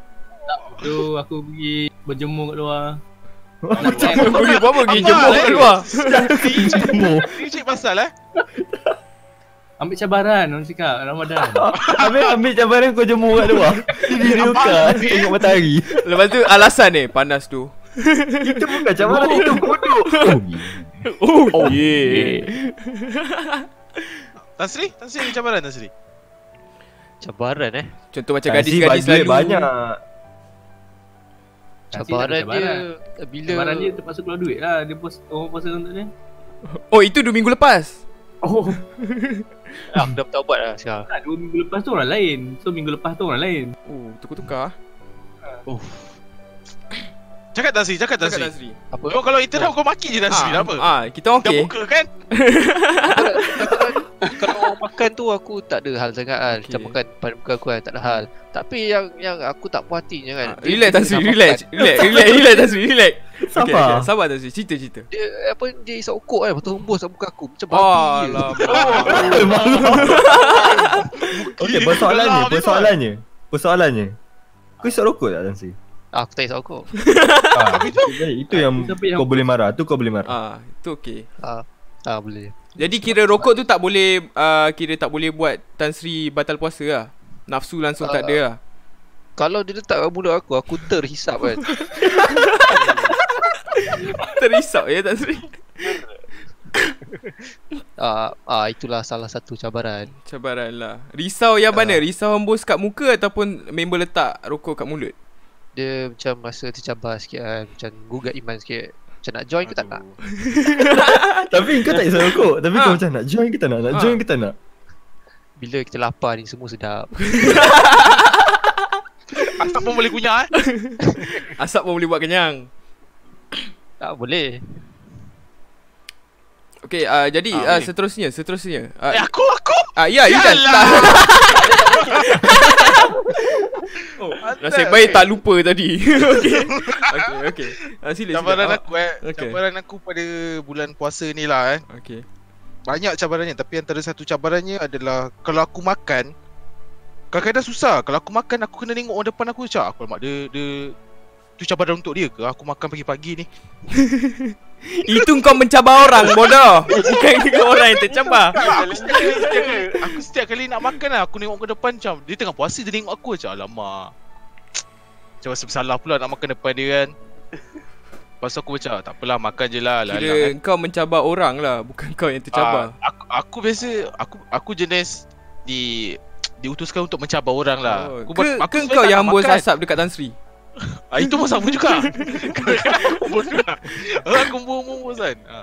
Speaker 5: Tu aku pergi berjemur kat luar.
Speaker 2: macam boleh buat apa
Speaker 1: Apa?
Speaker 2: pergi Eh, jemput kat luar.
Speaker 3: Jemur.
Speaker 1: Ni cik pasal eh?
Speaker 5: Ambil cabaran orang cakap Ramadan.
Speaker 3: Habis ambil cabaran kau jemur kat luar. Jadi dia buka tengok matahari.
Speaker 2: Lepas tu alasan eh panas tu.
Speaker 3: Itu bukan cabaran itu bodoh.
Speaker 2: Oh, oh yeah.
Speaker 1: Tan Sri, Tan Sri ada cabaran Tan Sri.
Speaker 4: Cabaran eh.
Speaker 2: Contoh macam
Speaker 3: Gaji
Speaker 2: gadis-gadis
Speaker 3: budget
Speaker 2: selalu
Speaker 3: banyak
Speaker 5: Kasih tak ada
Speaker 4: Cabaran dia bila
Speaker 5: Cabaran dia terpaksa keluar duit lah Dia pos, orang puasa untuk dia
Speaker 2: Oh itu 2 minggu lepas
Speaker 5: Oh
Speaker 4: aku dah tak buat lah sekarang.
Speaker 5: tak, dua minggu lepas tu orang lain So minggu lepas tu orang lain
Speaker 2: Oh tukar-tukar
Speaker 1: Cakap Nazri, cakap
Speaker 2: Cakap
Speaker 1: Nazri.
Speaker 2: Nazri
Speaker 4: Apa?
Speaker 1: Kau kalau internet kau maki je Nazri lah apa?
Speaker 2: ah, Kita orang
Speaker 1: Dah
Speaker 2: okay
Speaker 1: buka kan?
Speaker 4: kalau orang makan tu aku tak ada hal sangat kan. Kita
Speaker 2: Okey.
Speaker 4: makan pada muka aku kan tak ada hal. Tapi yang yang aku tak puas hatinya kan.
Speaker 2: Ah,
Speaker 4: dia-
Speaker 2: Relax
Speaker 4: dia
Speaker 2: Tasri,
Speaker 4: nak
Speaker 2: relax
Speaker 4: makan.
Speaker 2: Relax, relax, relax Tasri, relax Okay,
Speaker 3: Sabar.
Speaker 2: okay, Sabar Tasri, cerita-cerita
Speaker 4: Dia apa dia isap okok kan. Lepas tu hembus kat muka aku. Macam
Speaker 2: Oh,
Speaker 4: babi je.
Speaker 2: lama
Speaker 3: Okay persoalannya Persoalannya Persoalannya Kau isap rokok tak Tansi?
Speaker 4: Aku tak isap okok.
Speaker 3: Ah, itu yang
Speaker 5: Tapi yang-
Speaker 3: kau boleh marah Tu kau boleh marah
Speaker 2: Ah, itu okay
Speaker 4: Ah boleh.
Speaker 2: Jadi kira rokok tu tak boleh uh, Kira tak boleh buat Tan Sri batal puasa lah Nafsu langsung tak ada lah
Speaker 4: Kalau dia letak kat mulut aku, aku terhisap kan.
Speaker 2: Terisap ya Tan Sri
Speaker 4: Ah, ah itulah salah satu cabaran.
Speaker 2: Cabaran lah Risau yang mana? Risau hembus kat muka ataupun member letak rokok kat mulut?
Speaker 4: Dia macam rasa tercabar sikit kan. Macam gugat iman sikit. Macam nak join ke tak nak?
Speaker 3: Ah, Tapi kau tak isap rokok Tapi kau
Speaker 2: Ah.
Speaker 3: macam nak join ke tak nak Nak
Speaker 2: Ah.
Speaker 3: join ke tak nak
Speaker 4: Bila kita lapar ni semua sedap.
Speaker 1: Asap pun boleh kunyah eh.
Speaker 2: Asap pun boleh buat kenyang
Speaker 4: Tak boleh.
Speaker 2: Okay, uh, jadi
Speaker 1: Ah,
Speaker 2: uh,
Speaker 1: boleh.
Speaker 2: seterusnya, seterusnya
Speaker 1: Eh
Speaker 2: uh,
Speaker 1: aku aku.
Speaker 2: Ah, ya, you kan
Speaker 1: Yalah.
Speaker 2: Oh, nasib baik tak lupa tadi Okay, okay, okay uh, Sila,
Speaker 1: Cabaran
Speaker 2: sila
Speaker 1: aku eh.
Speaker 2: okay.
Speaker 1: Cabaran aku pada bulan puasa ni lah eh.
Speaker 2: Ah, Okay
Speaker 1: Banyak cabarannya tapi antara satu cabarannya adalah kalau aku makan kadang-kadang susah. Kalau aku makan aku kena tengok orang depan aku macam aku mak dia dia tu cabaran untuk dia ke aku makan pagi-pagi ni.
Speaker 2: Itu kau mencabar orang, bodoh Bukan kau orang yang tercabar
Speaker 6: Ah.
Speaker 1: Tak, aku setiap kali, setiap kali, aku setiap kali nak makan lah Aku tengok ke depan macam Dia tengah puasa dia tengok aku macam Alamak Macam rasa bersalah pula nak makan depan dia kan Lepas tu aku macam takpelah makan je lah lalang
Speaker 2: Kira kau mencabar orang lah Bukan kau yang tercabar
Speaker 1: Ah, aku, aku biasa aku aku jenis di diutuskan untuk mencabar orang lah.
Speaker 2: Oh,
Speaker 1: Aku,
Speaker 2: ke,
Speaker 1: aku sebenarnya
Speaker 2: ke kau
Speaker 1: tak
Speaker 2: yang
Speaker 1: nak
Speaker 2: hembus
Speaker 1: makan.
Speaker 2: asap dekat Tan Sri?
Speaker 1: Ah, itu pun sama juga. Kadang-kadang aku pun juga. Ah, Aku pun hembus kan. Ha.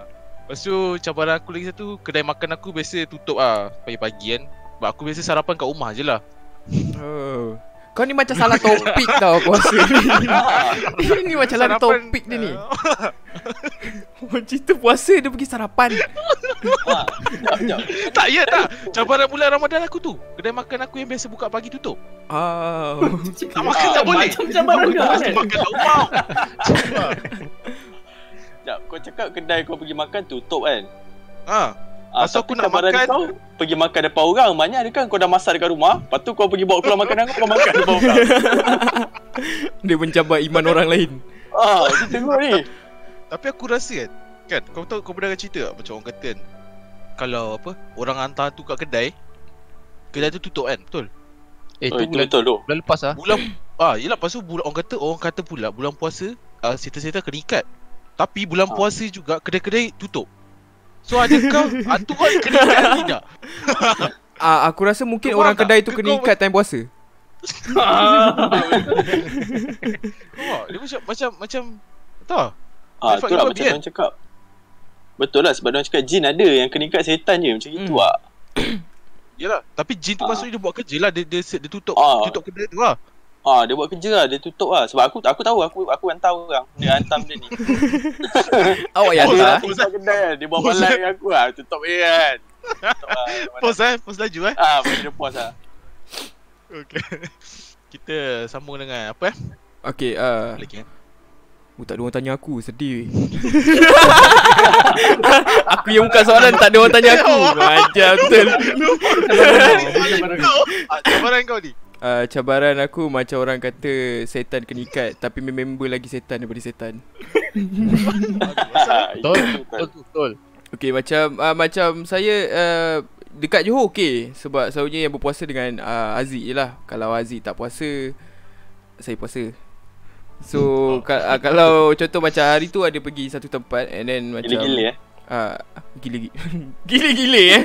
Speaker 1: Lepas tu cabaran aku lagi satu kedai makan aku biasa tutup ah pagi-pagi kan. Sebab aku biasa sarapan kat rumah je lah.
Speaker 2: Oh. Kau ni macam salah topik tau aku rasa ni.
Speaker 6: Ah.
Speaker 2: ni macam salah
Speaker 1: Sarapan,
Speaker 2: topik dia ni.
Speaker 1: ah,
Speaker 2: Oh, cerita puasa dia pergi sarapan.
Speaker 1: tak ya tak. Cabaran bulan Ramadan aku tu. Kedai makan aku yang biasa buka pagi tutup.
Speaker 2: Ah.
Speaker 1: Tak makan tak boleh.
Speaker 5: Macam cabaran
Speaker 1: Aku
Speaker 5: juga
Speaker 1: mesti
Speaker 5: kan
Speaker 1: makan kat rumah.
Speaker 6: Sekejap, kau cakap kedai kau pergi makan tutup kan?
Speaker 1: Ha.
Speaker 6: Ah,
Speaker 1: Lepas
Speaker 6: tapi
Speaker 1: tu aku nak
Speaker 6: cabaran
Speaker 1: makan-
Speaker 6: kau pergi makan depan orang Banyak ada kan kau dah masak dekat rumah Lepas tu kau pergi bawa keluar makanan kau Kau makan depan orang
Speaker 2: Dia mencabar iman orang lain.
Speaker 6: Ah, dia tengok ni
Speaker 1: Tapi aku rasa kan Kan kau tahu kau pernah cerita tak macam orang kata kan Kalau apa orang hantar tu kat kedai Kedai tu tutup kan betul
Speaker 4: Eh
Speaker 6: Oh,
Speaker 4: tu
Speaker 6: itu
Speaker 4: bulan,
Speaker 6: betul tu
Speaker 4: bulan lepas lah.
Speaker 1: Bulan ah yelah lepas tu bulan, orang kata orang kata pula bulan puasa uh, Seta-seta kena ikat Tapi bulan
Speaker 6: Ah.
Speaker 1: puasa juga kedai-kedai tutup So adakah aturan kena ikat atau tidak
Speaker 2: Ah, aku rasa mungkin
Speaker 1: Kau
Speaker 2: orang
Speaker 1: faham tak?
Speaker 2: kedai tu
Speaker 1: Kau-
Speaker 2: kena
Speaker 1: kau-
Speaker 2: ikat time puasa.
Speaker 1: oh, Dia macam macam macam Tak
Speaker 6: Ah,
Speaker 1: Dia
Speaker 6: tu lah
Speaker 1: faham
Speaker 6: macam
Speaker 1: kan?
Speaker 6: orang cakap Betul lah sebab orang cakap jin ada Yang kena ikat setan je Macam itu
Speaker 2: Hmm.
Speaker 6: lah
Speaker 1: Yelah Tapi jin tu
Speaker 6: Ah.
Speaker 1: maksudnya dia buat kerja lah Dia, dia, dia tutup
Speaker 6: Ah.
Speaker 1: tutup kedai tu lah
Speaker 6: Ah, dia buat kerja lah, dia tutup lah Sebab aku aku tahu, aku aku hantar orang Dia hantar benda ni
Speaker 2: Awak yang
Speaker 1: Oh,
Speaker 2: ada.
Speaker 1: lah.
Speaker 2: ah.
Speaker 6: Aku hantar kedai kan, dia buat balai dengan aku lah Tutup dia kan Tutup lah, mana-
Speaker 1: Pos eh Pos laju eh
Speaker 6: Ah, bagi dia puas lah
Speaker 1: Okay Kita sambung dengan apa eh
Speaker 2: Okey, ah.
Speaker 1: Lagi kan
Speaker 2: Oh, tak ada orang tanya aku, sedih. aku yang buka soalan tak ada orang tanya aku.
Speaker 1: Ya
Speaker 2: Ajar betul.
Speaker 1: Ah, cabaran kau ni
Speaker 2: Ah, cabaran aku macam orang kata setan kena ikat tapi member lagi setan daripada setan.
Speaker 6: Ah, itu
Speaker 4: Betul.
Speaker 6: betul.
Speaker 4: Betul betul.
Speaker 2: Okey macam uh, macam saya uh, dekat Johor okey sebab selalunya yang berpuasa dengan uh, Aziz je lah. Kalau Aziz tak puasa saya puasa.
Speaker 6: Hmm.
Speaker 2: ah, So ka- uh, kalau contoh macam hari tu ada pergi satu tempat and then macam
Speaker 6: Gila-gila eh
Speaker 2: Uh, gila-gila Gila-gila eh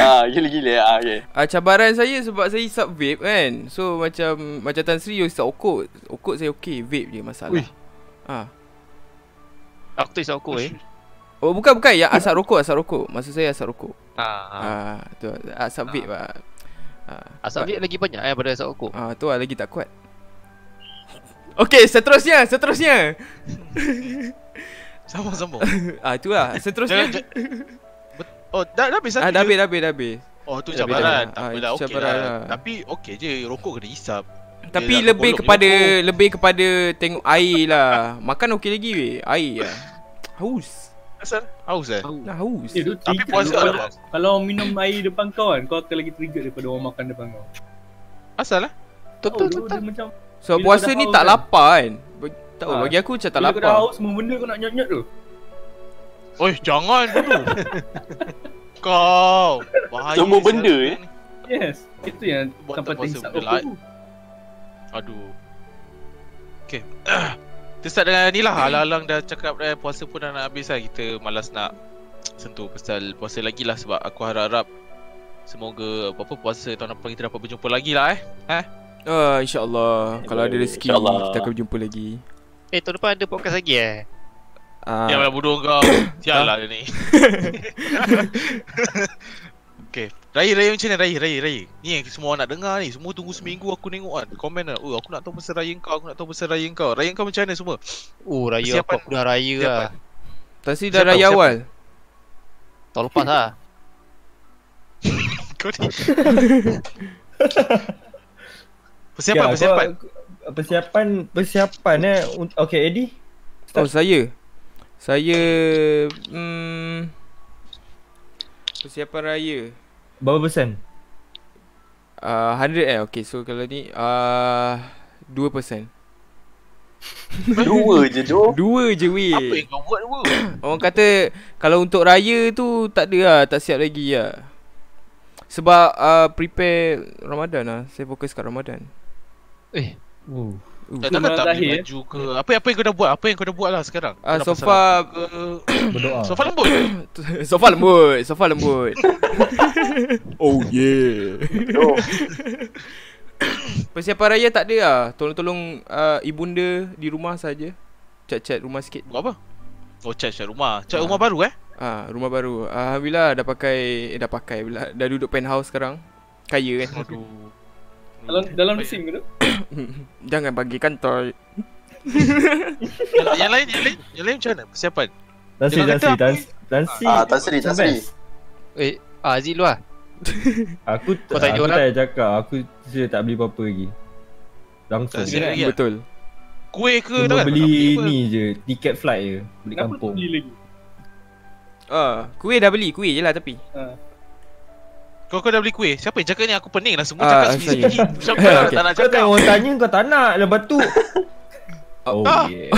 Speaker 6: Ah, gila-gila ah, okay.
Speaker 2: uh, Cabaran saya sebab saya isap vape kan So macam Macam Tan Sri you isap okot Okot saya okey Vape je masalah
Speaker 4: Ui.
Speaker 2: Ah,
Speaker 4: Aku tu isap okok eh
Speaker 2: Oh bukan bukan Yang asap rokok Asap rokok Maksud saya asap rokok
Speaker 4: Ah, ah.
Speaker 2: Ah, tu Asap vape lah Ah,
Speaker 4: Asap vape lagi banyak eh Pada asap okok
Speaker 2: Ah, tu lah lagi tak kuat. Okey, seterusnya, seterusnya.
Speaker 1: Sambung-sambung
Speaker 2: Ah, itulah. Seterusnya.
Speaker 1: Jangan- Oh dah, dah habis satu
Speaker 2: ah, dah
Speaker 1: je?
Speaker 2: habis, dah habis, dah habis.
Speaker 1: Oh tu
Speaker 2: Dah habis
Speaker 1: cabaran
Speaker 2: dah.
Speaker 1: Tak
Speaker 2: Ah,
Speaker 1: apalah
Speaker 2: itu
Speaker 1: okey
Speaker 2: cabaran
Speaker 1: lah
Speaker 2: lah.
Speaker 1: Tapi okey je Rokok kena hisap
Speaker 2: Tapi
Speaker 1: dah
Speaker 2: lebih
Speaker 1: terkolok
Speaker 2: kepada
Speaker 1: je rokok.
Speaker 2: lebih kepada tengok air lah. Makan okey lagi weh. Air lah. Haus.
Speaker 1: Asal Haus eh
Speaker 2: Dah haus.
Speaker 5: Eh, tu
Speaker 1: Tapi
Speaker 5: trigger
Speaker 1: puasa
Speaker 5: tu.
Speaker 1: lah.
Speaker 5: Kalau minum air depan kau kan, kau akan lagi trigger daripada orang makan depan kau.
Speaker 1: Asal lah
Speaker 5: Tahu
Speaker 4: Betul
Speaker 5: tu
Speaker 4: betul
Speaker 5: dia
Speaker 4: betul
Speaker 5: macam
Speaker 2: So
Speaker 5: bila
Speaker 2: puasa
Speaker 5: kau dah
Speaker 2: ni
Speaker 5: haus
Speaker 2: tak
Speaker 5: kan?
Speaker 2: lapar kan. Be- Tahu
Speaker 5: Ah,
Speaker 2: bagi aku macam tak
Speaker 5: bila kau dah
Speaker 2: lapar.
Speaker 5: haus semua benda kau nak nyot-nyot tu.
Speaker 1: Oi jangan dulu Kau Bahaya kan?
Speaker 6: Semua
Speaker 1: sial
Speaker 6: benda,
Speaker 1: sekarang
Speaker 6: eh.
Speaker 1: ni.
Speaker 5: Yes, itu yang
Speaker 1: Buat
Speaker 5: sampai
Speaker 1: tak puasa
Speaker 5: tingsak
Speaker 1: benda lain.
Speaker 5: aku.
Speaker 1: Aduh Okay Kita start dengan ni lah Alang-alang dah cakap eh, Puasa pun dah nak habis lah Kita malas nak Sentuh pasal puasa lagi lah Sebab aku harap-harap Semoga apa-apa puasa tahun depan kita dapat berjumpa lagi lah eh
Speaker 2: Ah, insya-Allah kalau ada rezeki
Speaker 6: InsyaAllah.
Speaker 2: kita akan berjumpa lagi.
Speaker 4: Eh tahun depan ada podcast lagi eh
Speaker 1: Ya
Speaker 2: Ah,
Speaker 1: malah bodoh kau Sial lah dia ni Okay Raya raya macam mana raya raya raya Ni yang semua orang nak dengar ni Semua tunggu seminggu aku tengok kan Komen lah Oh aku nak tahu pasal raya kau Aku nak tahu pasal raya kau Raya kau macam mana semua
Speaker 4: Oh raya
Speaker 1: Persiapan-
Speaker 4: aku, aku dah raya lah
Speaker 1: persiapan.
Speaker 2: Tan Sri dah
Speaker 1: Siapa?
Speaker 2: raya
Speaker 1: Siapa?
Speaker 2: awal.
Speaker 4: Tahun lepas lah
Speaker 1: Kau ni Persiapan
Speaker 3: Ya,
Speaker 1: persiapan
Speaker 3: kau- Persiapan Persiapan eh Unt- Okay Eddie
Speaker 2: Oh saya Saya hmm, Persiapan raya
Speaker 3: Berapa persen?
Speaker 2: uh, 100 eh Okay so kalau ni uh, 2%
Speaker 6: Dua je doh.
Speaker 2: Dua je weh
Speaker 1: Apa yang kau buat dulu
Speaker 2: Orang kata Kalau untuk raya tu Tak ada lah Tak siap lagi lah Sebab uh, Prepare Ramadan lah Saya fokus kat Ramadan
Speaker 4: Eh
Speaker 3: Uh.
Speaker 1: Tak tahu kau tak beli
Speaker 5: Terakhir, eh.
Speaker 1: baju ke Apa apa yang kau dah buat Apa yang kau dah buat lah sekarang
Speaker 2: ya. Ah,
Speaker 1: Kau dah
Speaker 2: so
Speaker 1: pasang
Speaker 2: far-
Speaker 1: rambut ke?
Speaker 3: Berdoa
Speaker 1: So far lembut
Speaker 2: Sofa lembut Sofa lembut Oh yeah
Speaker 6: Doh.
Speaker 2: Persiapan raya tak ada lah Tolong-tolong uh, Ibunda Di rumah saja Cat-cat rumah sikit
Speaker 1: Buat apa Oh cat cat rumah Cat
Speaker 2: Ah.
Speaker 1: rumah baru eh
Speaker 2: Ah, rumah baru. Alhamdulillah dah pakai eh, dah pakai pula. Dah duduk penthouse sekarang. Kaya kan.
Speaker 1: Aduh
Speaker 5: Dalam dalam mesin ke tu?
Speaker 2: Jangan bagi kantor.
Speaker 1: Yang- Yang lain Yang lain Yang lain macam mana Persiapan
Speaker 3: Tansi
Speaker 1: Jangan kata apa
Speaker 3: Tansi Tansi Tansi
Speaker 6: Ah, tak seri, tak seri.
Speaker 4: Eh ah, Aziz dulu lah
Speaker 3: Aku
Speaker 4: Kau
Speaker 3: tak
Speaker 4: tanya
Speaker 3: Aku
Speaker 4: orang.
Speaker 3: tak payah cakap Aku Saya tak beli apa-apa lagi Langsung
Speaker 1: Tak siap lagi lah.
Speaker 2: Betul.
Speaker 1: Kuih ke tak
Speaker 3: Cuma
Speaker 1: kan?
Speaker 3: beli
Speaker 1: Apa?
Speaker 3: ni je Tiket flight je Beli
Speaker 5: Kenapa tu
Speaker 3: kampung
Speaker 5: beli lagi?
Speaker 2: Ah, kuih dah beli, kuih je lah tapi.
Speaker 1: Kau kau dah beli kuih? Siapa yang cakap ni aku pening lah semua
Speaker 2: Ah,
Speaker 1: cakap
Speaker 2: saya.
Speaker 1: sendiri. Siapa lah
Speaker 2: Okay.
Speaker 1: tak nak
Speaker 3: Kau
Speaker 1: cakap.
Speaker 3: tengok orang tanya kau tak nak Lepas tu Oh
Speaker 1: Ah.
Speaker 3: yeah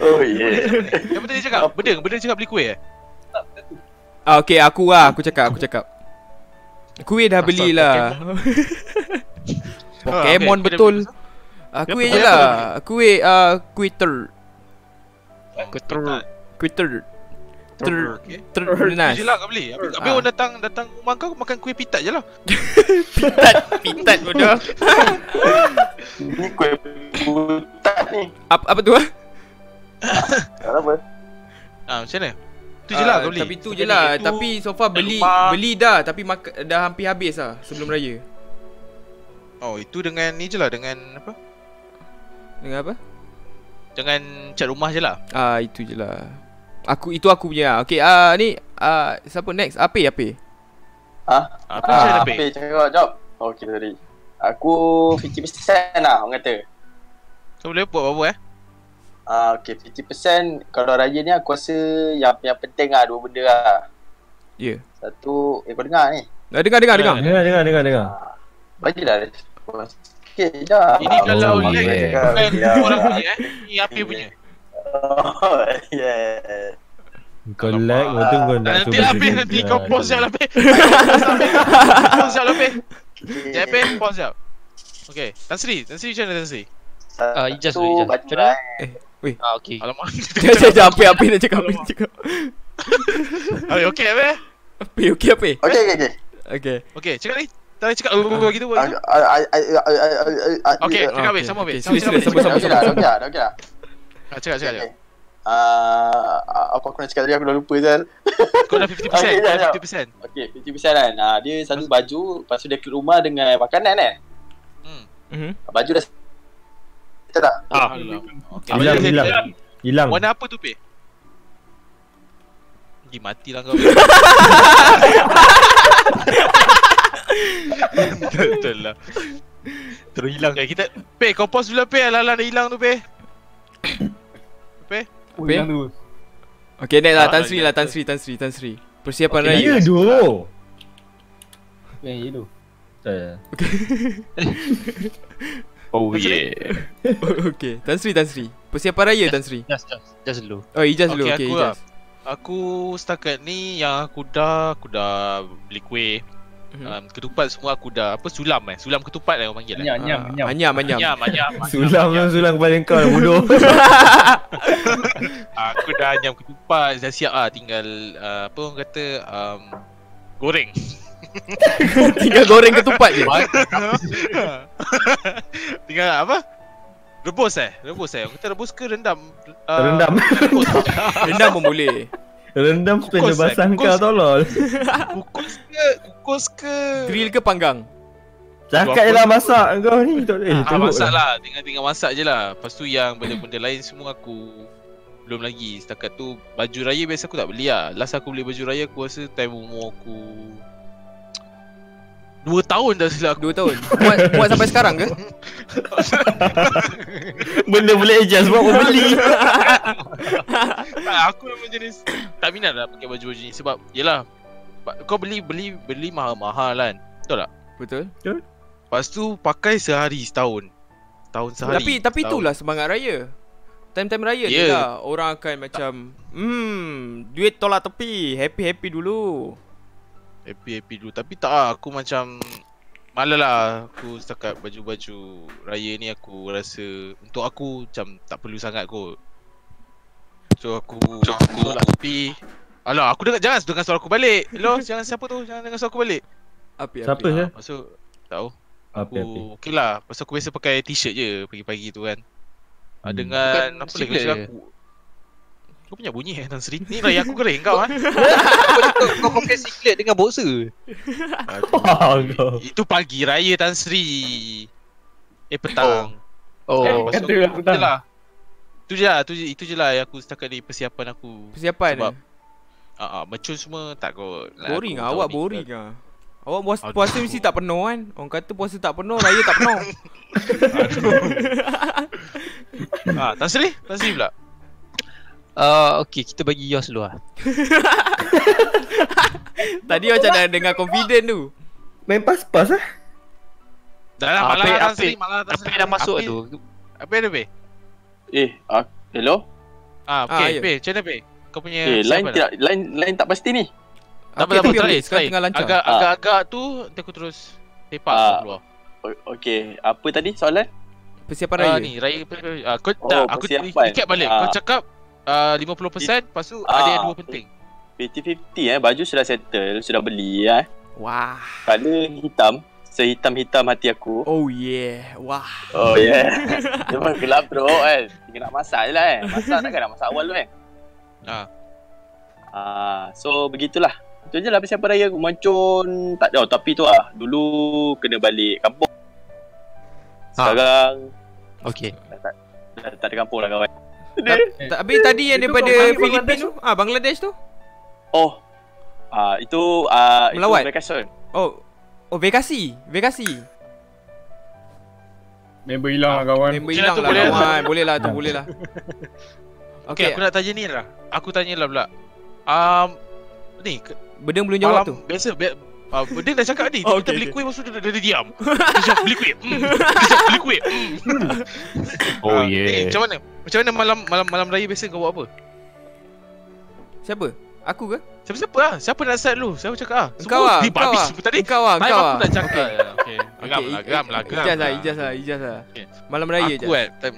Speaker 6: Oh yeah.
Speaker 1: Yang betul dia cakap, benda benda cakap beli kuih eh.
Speaker 2: Ah, okay, aku lah, aku cakap, aku cakap. Kuih dah
Speaker 1: Asal
Speaker 2: beli lah.
Speaker 1: Ah, okay.
Speaker 2: Pokemon
Speaker 1: Kuih dah
Speaker 2: betul.
Speaker 1: beli
Speaker 2: Ah,
Speaker 1: Kenapa
Speaker 2: kuih je
Speaker 1: kuih
Speaker 2: lah.
Speaker 1: dah
Speaker 2: Kuih ah Twitter.
Speaker 1: Oh,
Speaker 4: Aku teruk.
Speaker 1: tak.
Speaker 2: Twitter. Ter
Speaker 1: Okay.
Speaker 2: ter
Speaker 1: Nice.
Speaker 2: nenas.
Speaker 1: Je lah kau beli. Habis, habis
Speaker 2: Ah.
Speaker 1: orang datang datang rumah kau makan kuih pitat je lah.
Speaker 2: Pitat bodoh.
Speaker 6: Ni kuih putat ni.
Speaker 2: Apa apa tu? ah?
Speaker 6: Tak apa.
Speaker 1: Ah macam mana? Tu je lah
Speaker 2: Ah,
Speaker 1: kau beli.
Speaker 2: Tapi tu je lah. Tapi so far
Speaker 1: dan
Speaker 2: beli
Speaker 1: rumah.
Speaker 2: beli dah tapi mak- dah hampir habis lah sebelum raya.
Speaker 1: oh itu dengan ni je lah dengan apa?
Speaker 2: Dengan apa?
Speaker 1: Dengan cat rumah je lah.
Speaker 2: Ah itu je lah. Aku itu aku punya. lah. Okey ah ni ah siapa next? Ape Ape.
Speaker 1: Ah, Apa macam mana
Speaker 6: Ah,
Speaker 1: Pek?
Speaker 6: apa cakap jawab. Okey, sorry. Aku 50% lah orang kata.
Speaker 1: Kau boleh buat apa eh?
Speaker 6: Ah, okay, 50% kalau raya ni aku rasa yang yang penting lah dua benda lah.
Speaker 2: Ya. Yeah.
Speaker 6: Satu, eh kau dengar ni.
Speaker 2: Dah dengar dengar
Speaker 1: Ya.
Speaker 2: dengar.
Speaker 3: Dengar dengar dengar dengar
Speaker 6: Bagilah respon sikit lah. dah.
Speaker 1: Ini kalau
Speaker 3: Oh,
Speaker 1: lag
Speaker 3: yeah.
Speaker 1: bukan
Speaker 6: Yeah.
Speaker 1: orang punya eh. Ni api punya.
Speaker 6: Oh, yeah.
Speaker 3: Kau lag Lepas tu kau nak
Speaker 1: Nanti
Speaker 3: suruh
Speaker 1: habis
Speaker 3: dia
Speaker 1: nanti
Speaker 3: dengar.
Speaker 1: kau pause sekejap lah Pek. Pause sekejap lah Pek. Sekejap Pek, pause sekejap. Okay, Tan Sri, Tan Sri macam mana Tan Sri?
Speaker 4: Ah, Ijaz
Speaker 6: Satu, lah.
Speaker 4: dulu,
Speaker 6: baju
Speaker 4: Ijaz. Macam mana?
Speaker 6: lain.
Speaker 4: Ah, okay.
Speaker 1: Alamak.
Speaker 2: Jangan jangan jangan Apik Apik nak cakap Apik nak
Speaker 1: Alamak.
Speaker 2: cakap
Speaker 1: Abi okey eh?
Speaker 2: Apik okey Apik
Speaker 7: Okay, okay, okay.
Speaker 2: Okay
Speaker 1: Okey, cakap ni. Tak nak cakap
Speaker 7: Ah.
Speaker 1: uh, gitu
Speaker 6: Ah,
Speaker 1: buat
Speaker 7: I,
Speaker 1: gitu.
Speaker 7: I, I, I, I, I, I,
Speaker 1: Okey,
Speaker 7: I,
Speaker 1: cakap
Speaker 2: okay,
Speaker 1: weh, sama weh.
Speaker 2: okay,
Speaker 1: Sama
Speaker 2: serious,
Speaker 1: sama.
Speaker 2: serious,
Speaker 1: sama.
Speaker 7: Okey
Speaker 6: lah,
Speaker 7: dah, okey dah, okey dah.
Speaker 1: Ah, Cakap cakap cakap.
Speaker 7: Okay. Uh,
Speaker 6: Ah,
Speaker 7: apa aku nak cakap tadi aku dah lupa kan.
Speaker 1: Kau dah 50%,
Speaker 7: Okey,
Speaker 1: kau
Speaker 7: Ah, jap,
Speaker 1: dah
Speaker 7: jap.
Speaker 1: 50%.
Speaker 6: Okay, 50% kan. Ah, dia satu baju, lepas tu dia ke rumah dengan makanan kan.
Speaker 1: Hmm.
Speaker 2: Mhm.
Speaker 6: Baju dah
Speaker 7: Kita dah.
Speaker 1: Ah, Alhamdulillah. Okey.
Speaker 3: Hilang,
Speaker 1: boleh,
Speaker 3: hilang.
Speaker 1: boleh.
Speaker 3: Hilang.
Speaker 1: Warna apa tu, Pe? Pergi matilah kau. Betul lah. Terus hilang kan kita. Pe, kau pause dulu lah, Pe. Alah-alah dah hilang tu Pe.
Speaker 2: Apa?
Speaker 5: Oh, hilang tu.
Speaker 2: Okay next
Speaker 1: Ah,
Speaker 2: lah Tan Sri
Speaker 1: okay.
Speaker 2: lah Tan Sri Tan Sri Tan Sri
Speaker 1: Okay,
Speaker 2: Persiapan raya
Speaker 3: Ya, doh. Eh, ya,
Speaker 5: Apa yang hilang tu?
Speaker 6: Oh
Speaker 1: yeah.
Speaker 2: Okay Tan Sri Tan Sri Persiapan raya Tan Sri
Speaker 4: Just, just, just dulu.
Speaker 2: Oh Ijaz dulu
Speaker 1: Okay, aku
Speaker 2: Okay Ijaz
Speaker 1: Aku setakat ni yang aku dah aku dah beli kuih.
Speaker 2: Mhm.
Speaker 1: Um, ketupat semua aku dah apa sulam eh. Sulam ketupat lah orang panggil eh.
Speaker 5: Anyam, anyam,
Speaker 2: Ah, Anyam
Speaker 5: anyam.
Speaker 2: Anyam
Speaker 1: Anyam, anyam. anyam,
Speaker 3: Sulang
Speaker 1: anyam.
Speaker 3: lah, sulang kepala kau lah bodoh.
Speaker 1: Ah, Aku dah anyam ketupat dah siap ah tinggal ah, apa orang kata um, goreng.
Speaker 2: Tinggal goreng ketupat je
Speaker 1: tinggal apa? Rebus eh? Rebus eh? Orang kata rebus ke rendam? Ah,
Speaker 3: Rendam.
Speaker 1: Rebus.
Speaker 2: Rendang pun boleh
Speaker 3: Rendam
Speaker 1: Kukus,
Speaker 3: sepeda basah
Speaker 1: eh, kukus.
Speaker 3: kau tolol.
Speaker 1: kukus ke? Kukus ke?
Speaker 2: Grill ke panggang
Speaker 3: Cakap je lah masak kau ni. Tak boleh.
Speaker 1: Ah,
Speaker 3: teruk
Speaker 1: masak
Speaker 3: lah.
Speaker 1: lah. Tinggal tinggal masak je lah. Lepas tu yang benda-benda lain semua aku belum lagi. Setakat tu baju raya biasa aku tak beli lah. Last aku beli baju raya aku rasa time umur aku 2 tahun dah silap aku.
Speaker 2: Dua tahun Muat, muat sampai sekarang ke?
Speaker 3: Benda boleh adjust buat kau beli.
Speaker 1: Tak, aku memang jenis tak minat lah pakai baju-baju ni sebab yelah ba- kau beli beli beli mahal-mahal kan.
Speaker 2: Betul
Speaker 1: Lepas tu pakai sehari setahun. Tahun sehari.
Speaker 2: Tapi tapi
Speaker 1: setahun.
Speaker 2: itulah semangat raya Time-time raya yeah.
Speaker 1: Ya.
Speaker 2: ni lah Orang akan macam Hmm Duit tolak tepi Happy-happy dulu
Speaker 1: Happy-happy dulu Tapi tak lah Aku macam Malah lah Aku setakat baju-baju Raya ni aku rasa Untuk aku Macam tak perlu sangat kot So aku So aku lah Tapi Alah aku dengar Jangan dengar suara aku balik Hello Jangan siapa tu Jangan dengar suara aku balik
Speaker 2: Api
Speaker 3: Siapa
Speaker 2: api
Speaker 3: je?
Speaker 1: Masuk Tahu
Speaker 3: Apa apa.
Speaker 1: Aku Okay lah Pasal aku biasa pakai t-shirt je Pagi-pagi tu kan hmm.
Speaker 3: Hmm.
Speaker 1: Dengan
Speaker 4: Bukan
Speaker 1: Apa lagi
Speaker 4: singlet
Speaker 1: macam
Speaker 4: je.
Speaker 1: aku Kau punya bunyi eh Tan Sri Ni raya aku kering kau kan
Speaker 4: kau, kau pakai singlet dengan boxer.
Speaker 3: Wah, kau.
Speaker 1: Itu pagi raya Tan Sri Eh petang Eh,
Speaker 2: Eh,
Speaker 4: Oh.
Speaker 1: lepas tu
Speaker 5: kata aku petang.
Speaker 1: tu lah. Tu je lah, tu je, itu je lah yang aku setakat ni persiapan aku
Speaker 2: Persiapan
Speaker 1: Sebab
Speaker 2: Sebab
Speaker 1: Ah, uh, Mercun semua tak kot Lah, aku
Speaker 2: Boring lah
Speaker 1: tahun
Speaker 2: awak
Speaker 1: ni
Speaker 2: boring
Speaker 1: dah-
Speaker 2: lah Awak puas,
Speaker 1: Aduh.
Speaker 2: puasa mesti tak penuh kan Orang kata puasa tak penuh Raya tak penuh
Speaker 1: Ah, Tan Sri? Tan Sri pula?
Speaker 4: Uh, okay, kita bagi yours dulu lah.
Speaker 2: Tadi macam dah dengar confident tu
Speaker 3: Main pas-pas eh?
Speaker 1: Dah lah,
Speaker 4: Ah,
Speaker 1: malah
Speaker 4: Apek,
Speaker 1: Tan Sri,
Speaker 4: Apek.
Speaker 1: malah Tan
Speaker 4: Apa
Speaker 1: Sri
Speaker 4: yang dah masuk tu?
Speaker 1: Apa ada Pe?
Speaker 6: Eh, ah, hello?
Speaker 1: Ah,
Speaker 2: Ah,
Speaker 1: okay,
Speaker 2: ya.
Speaker 1: Pe, macam mana Pe? Kau punya
Speaker 6: Eh, line
Speaker 1: persiapan tak?
Speaker 6: tidak line line tak pasti ni.
Speaker 1: Tak apa,
Speaker 2: Okey,
Speaker 1: tak apa,
Speaker 2: tapi
Speaker 1: try,
Speaker 2: boleh, sekarang
Speaker 1: try.
Speaker 2: tengah lancar
Speaker 1: Agak,
Speaker 6: Ah.
Speaker 1: agak, agak tu, nanti aku terus tepak
Speaker 6: Ah,
Speaker 1: kau keluar
Speaker 6: O- Okey, apa tadi soalan?
Speaker 2: Persiapan
Speaker 1: Ah,
Speaker 2: raya
Speaker 1: ni, raya uh, Kau
Speaker 6: Oh,
Speaker 1: tak, aku
Speaker 6: persiapan.
Speaker 1: recap balik Kau
Speaker 6: Ah.
Speaker 1: cakap ah, 50% Lepas tu ada
Speaker 6: Ah,
Speaker 1: yang dua penting
Speaker 6: 50-50 eh, baju sudah settle, sudah beli eh.
Speaker 2: Wah
Speaker 6: Color hitam, sehitam-hitam hati aku.
Speaker 2: Oh yeah Wah
Speaker 6: Oh yeah. Memang gelap teruk kan. Tinggal nak masak je lah kan. Masak takkan nak masak awal tu kan.
Speaker 1: Ah.
Speaker 6: Ah, so begitulah. Itu je lah persiapan raya aku mancun. Tak ada oh, tapi tu ah. Dulu kena balik kampung. Sekarang
Speaker 4: Okay.
Speaker 6: dah tak ada kampung lah kawan.
Speaker 2: Tapi tadi yang
Speaker 5: Itu
Speaker 2: daripada
Speaker 5: kau panggil
Speaker 2: Filipin
Speaker 5: Bangladesh
Speaker 2: tu Ah Bangladesh tu
Speaker 6: Oh. Ah, itu ah
Speaker 2: Melawat?
Speaker 6: itu vacation.
Speaker 2: Oh Oh Vekasi Vekasi
Speaker 5: Member hilang lah kawan.
Speaker 2: Member
Speaker 1: Macam
Speaker 2: hilang
Speaker 1: tu boleh
Speaker 2: lah boleh
Speaker 1: lah.
Speaker 2: kawan Boleh lah tu boleh lah
Speaker 1: Okay,
Speaker 2: Okay,
Speaker 1: aku nak tanya ni lah. Aku tanya lah pula. Um, ni ke,
Speaker 2: benda belum
Speaker 1: malam
Speaker 2: jawab tu
Speaker 1: biasa be, uh, dia dah cakap ni.
Speaker 2: Oh,
Speaker 1: kita
Speaker 2: okay,
Speaker 1: beli
Speaker 2: okay.
Speaker 1: kuih maksud dia, dia, dia diam. Dia cakap beli kuih. Mm. Dia cakap beli kuih. Mm.
Speaker 6: Oh,
Speaker 1: Ah, Ni, macam mana? Macam mana malam malam malam raya biasa kau buat apa?
Speaker 2: Siapa? Aku ke?
Speaker 1: Siapa-siapa lah. Siapa nak start dulu? Siapa cakap ah?
Speaker 2: Engkau lah
Speaker 1: Dia
Speaker 2: Engkau
Speaker 1: habis
Speaker 2: lah
Speaker 1: semua tadi.
Speaker 2: Engkau lah
Speaker 1: Time
Speaker 2: Engkau
Speaker 1: aku
Speaker 2: lah
Speaker 1: nak cakap. Okay. Geram
Speaker 2: Okay,
Speaker 1: lah,
Speaker 2: i-
Speaker 1: geram lah, geram
Speaker 2: eh, Ijaz lah
Speaker 1: lah.
Speaker 2: Ijaz lah Ijaz lah
Speaker 1: Okay.
Speaker 2: Malam raya je
Speaker 1: Aku eh, time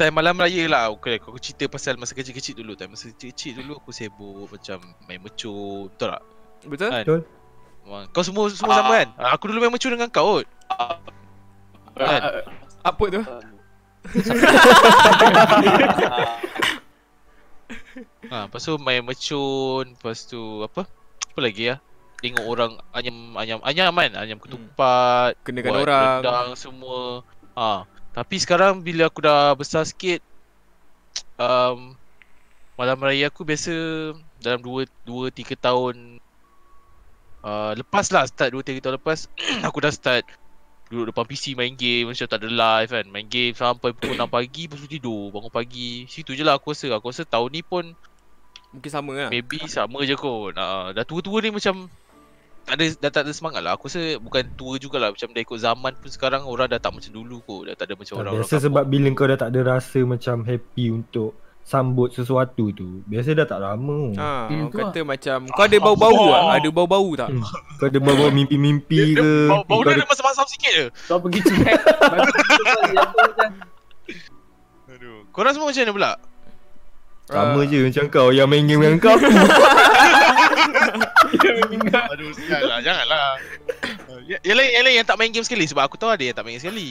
Speaker 1: Time malam raya lah okay, Aku cerita pasal masa kecil-kecil dulu Time masa kecil-kecil dulu aku sibuk Macam main mecur Betul tak?
Speaker 2: Betul?
Speaker 1: Kan?
Speaker 3: Betul.
Speaker 1: Wah, Kau semua semua sama kan? Ah, Aku dulu main mecur dengan kau kot Kan?
Speaker 6: Ah,
Speaker 2: Apa tu?
Speaker 1: Ha, lepas tu main mecun, lepas tu apa? Apa lagi ya? Tengok orang anyam anyam anyam kan, anyam ketupat,
Speaker 2: Kenakan orang.
Speaker 1: rendang semua. Ha, tapi sekarang bila aku dah besar sikit um, malam raya aku biasa dalam 2 2 3 tahun uh, lepas lah start 2 3 tahun lepas aku dah start duduk depan PC main game macam tak ada live kan main game sampai pukul 6 pagi lepas tu tidur bangun pagi situ je lah aku rasa aku rasa tahun ni pun
Speaker 2: Mungkin sama lah.
Speaker 1: Maybe sama je kot. Uh, dah tua-tua ni macam tak ada dah tak ada semangat lah. Aku rasa bukan tua jugalah macam dah ikut zaman pun sekarang orang dah tak macam dulu kot. Dah tak ada macam
Speaker 3: Tak,
Speaker 1: orang-orang.
Speaker 3: biasa sebab bila kau dah tak ada rasa macam happy untuk sambut sesuatu tu Biasa dah tak lama
Speaker 1: Ah.
Speaker 2: Ha,
Speaker 3: ha.
Speaker 2: orang
Speaker 5: Hmm, tu
Speaker 2: kata macam kau ada bau-bau ah? Ada bau-bau tak?
Speaker 3: Hmm. Kau ada bawa mimpi-mimpi
Speaker 1: Dia,
Speaker 3: ke
Speaker 1: bau, bau
Speaker 3: Kau
Speaker 1: dia
Speaker 3: ada
Speaker 1: ada masam-masam sikit je.
Speaker 5: Kau pergi kan? check Batu tu kau lihat tu macam
Speaker 1: Aduh. Korang semua macam mana pula?
Speaker 2: Ah.
Speaker 3: Sama je macam kau yang main game dengan kau
Speaker 1: Aduh, janganlah, janganlah. Uh, ya- yang lain, yang lain yang tak main game sekali sebab aku tahu ada yang tak main game sekali.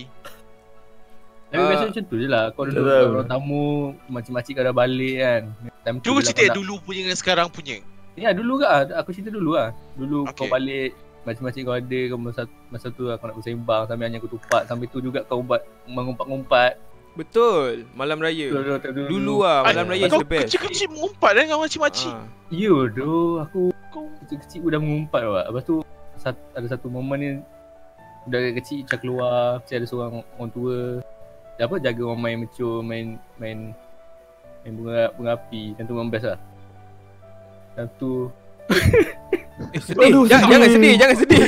Speaker 5: Tapi
Speaker 2: Ah.
Speaker 5: biasa macam tu je lah Kau duduk
Speaker 3: Betul.
Speaker 5: kat orang tamu Macam-macam kau dah balik kan Time tu
Speaker 1: Cuba
Speaker 5: je lah
Speaker 1: cerita
Speaker 5: kau nak-
Speaker 1: dulu punya dengan sekarang punya.
Speaker 5: Ya dulu ke ah. Aku cerita dulu lah Dulu okay. kau
Speaker 1: Okay.
Speaker 5: balik Macam-macam kau ada kau masa, masa tu aku nak bersembang Sambil hanya aku tupat Sambil tu juga kau buat Mengumpat-ngumpat
Speaker 2: Betul. Malam raya. Dulu lah malam
Speaker 5: Ay,
Speaker 2: raya
Speaker 1: Eh,
Speaker 2: is
Speaker 1: Kau
Speaker 2: the best.
Speaker 1: kecil-kecil mengumpat eh, dengan makcik-makcik.
Speaker 2: Ha.
Speaker 5: You doh Ya, aku kecil-kecil udah mengumpat wak. Lepas tu sat, ada satu momen ni udah dari kecil macam keluar, mesti ada seorang orang tua dia apa jaga orang main mecur, main main main bunga, bunga api. Yang tu memang best lah. Yang tu
Speaker 2: Eh, sedih.
Speaker 3: Aduh,
Speaker 2: jangan, jangan
Speaker 3: sedih.
Speaker 2: sedih, jangan sedih.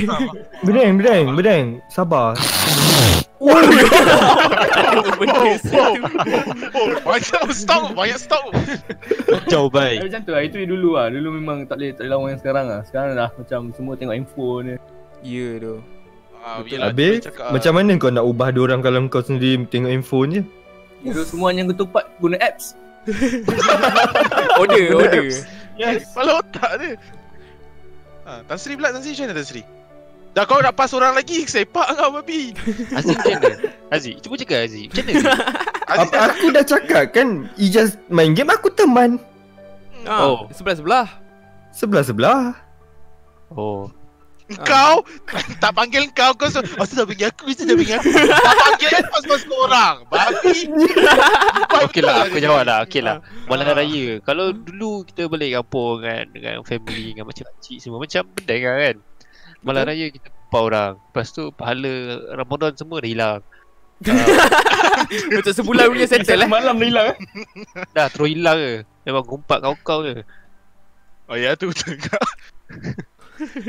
Speaker 3: Bedeng, bedeng, bedeng Sabar
Speaker 2: Benda
Speaker 1: Oh,
Speaker 2: Ah.
Speaker 1: oh, banyak stok, banyak stok.
Speaker 7: Jauh
Speaker 5: eh,
Speaker 7: baik.
Speaker 5: macam tu lah. Itu dulu lah. Dulu memang tak boleh, tak boleh lawan yang sekarang lah. Sekarang dah macam semua tengok handphone je.
Speaker 2: Ya tu.
Speaker 1: Ah,
Speaker 2: Betul.
Speaker 1: yelah,
Speaker 3: Habis,
Speaker 1: dia cakap,
Speaker 3: Macam mana kau nak ubah orang kalau kau sendiri tengok handphone je
Speaker 5: Itu semua yang ketupat guna apps.
Speaker 2: Order, order.
Speaker 1: Kepala otak dia. Ha, Tan Sri pula Tan Sri macam mana Tan Sri? Dah kau nak pas orang lagi, sepak kau babi.
Speaker 4: Aziz macam mana? Aziz, cuba cakap Aziz. Macam mana?
Speaker 1: Aziz dah
Speaker 3: Apa aku dah cakap kan Ijaz main game aku teman
Speaker 2: Ha,
Speaker 4: Oh.
Speaker 2: Sebelah-sebelah.
Speaker 3: Sebelah-sebelah
Speaker 4: Oh.
Speaker 1: kau tak panggil kau kau so, oh, tu dah bagi aku, tu dah bagi aku. tak panggil pas pas orang. Babi.
Speaker 4: Okey lah, aku jawab lah. Okey lah. Malam raya. Kalau dulu kita balik kampung kan dengan family dengan macam cik semua macam bedeng lah kan. Malam raya kita empat orang. Lepas tu pahala Ramadan semua dah hilang.
Speaker 2: Ah, Macam sebulan punya settle eh.
Speaker 5: Malam dah hilang eh.
Speaker 4: Dah terus hilang ke. Memang gumpat kau-kau je.
Speaker 1: Oh ya tu betul kau.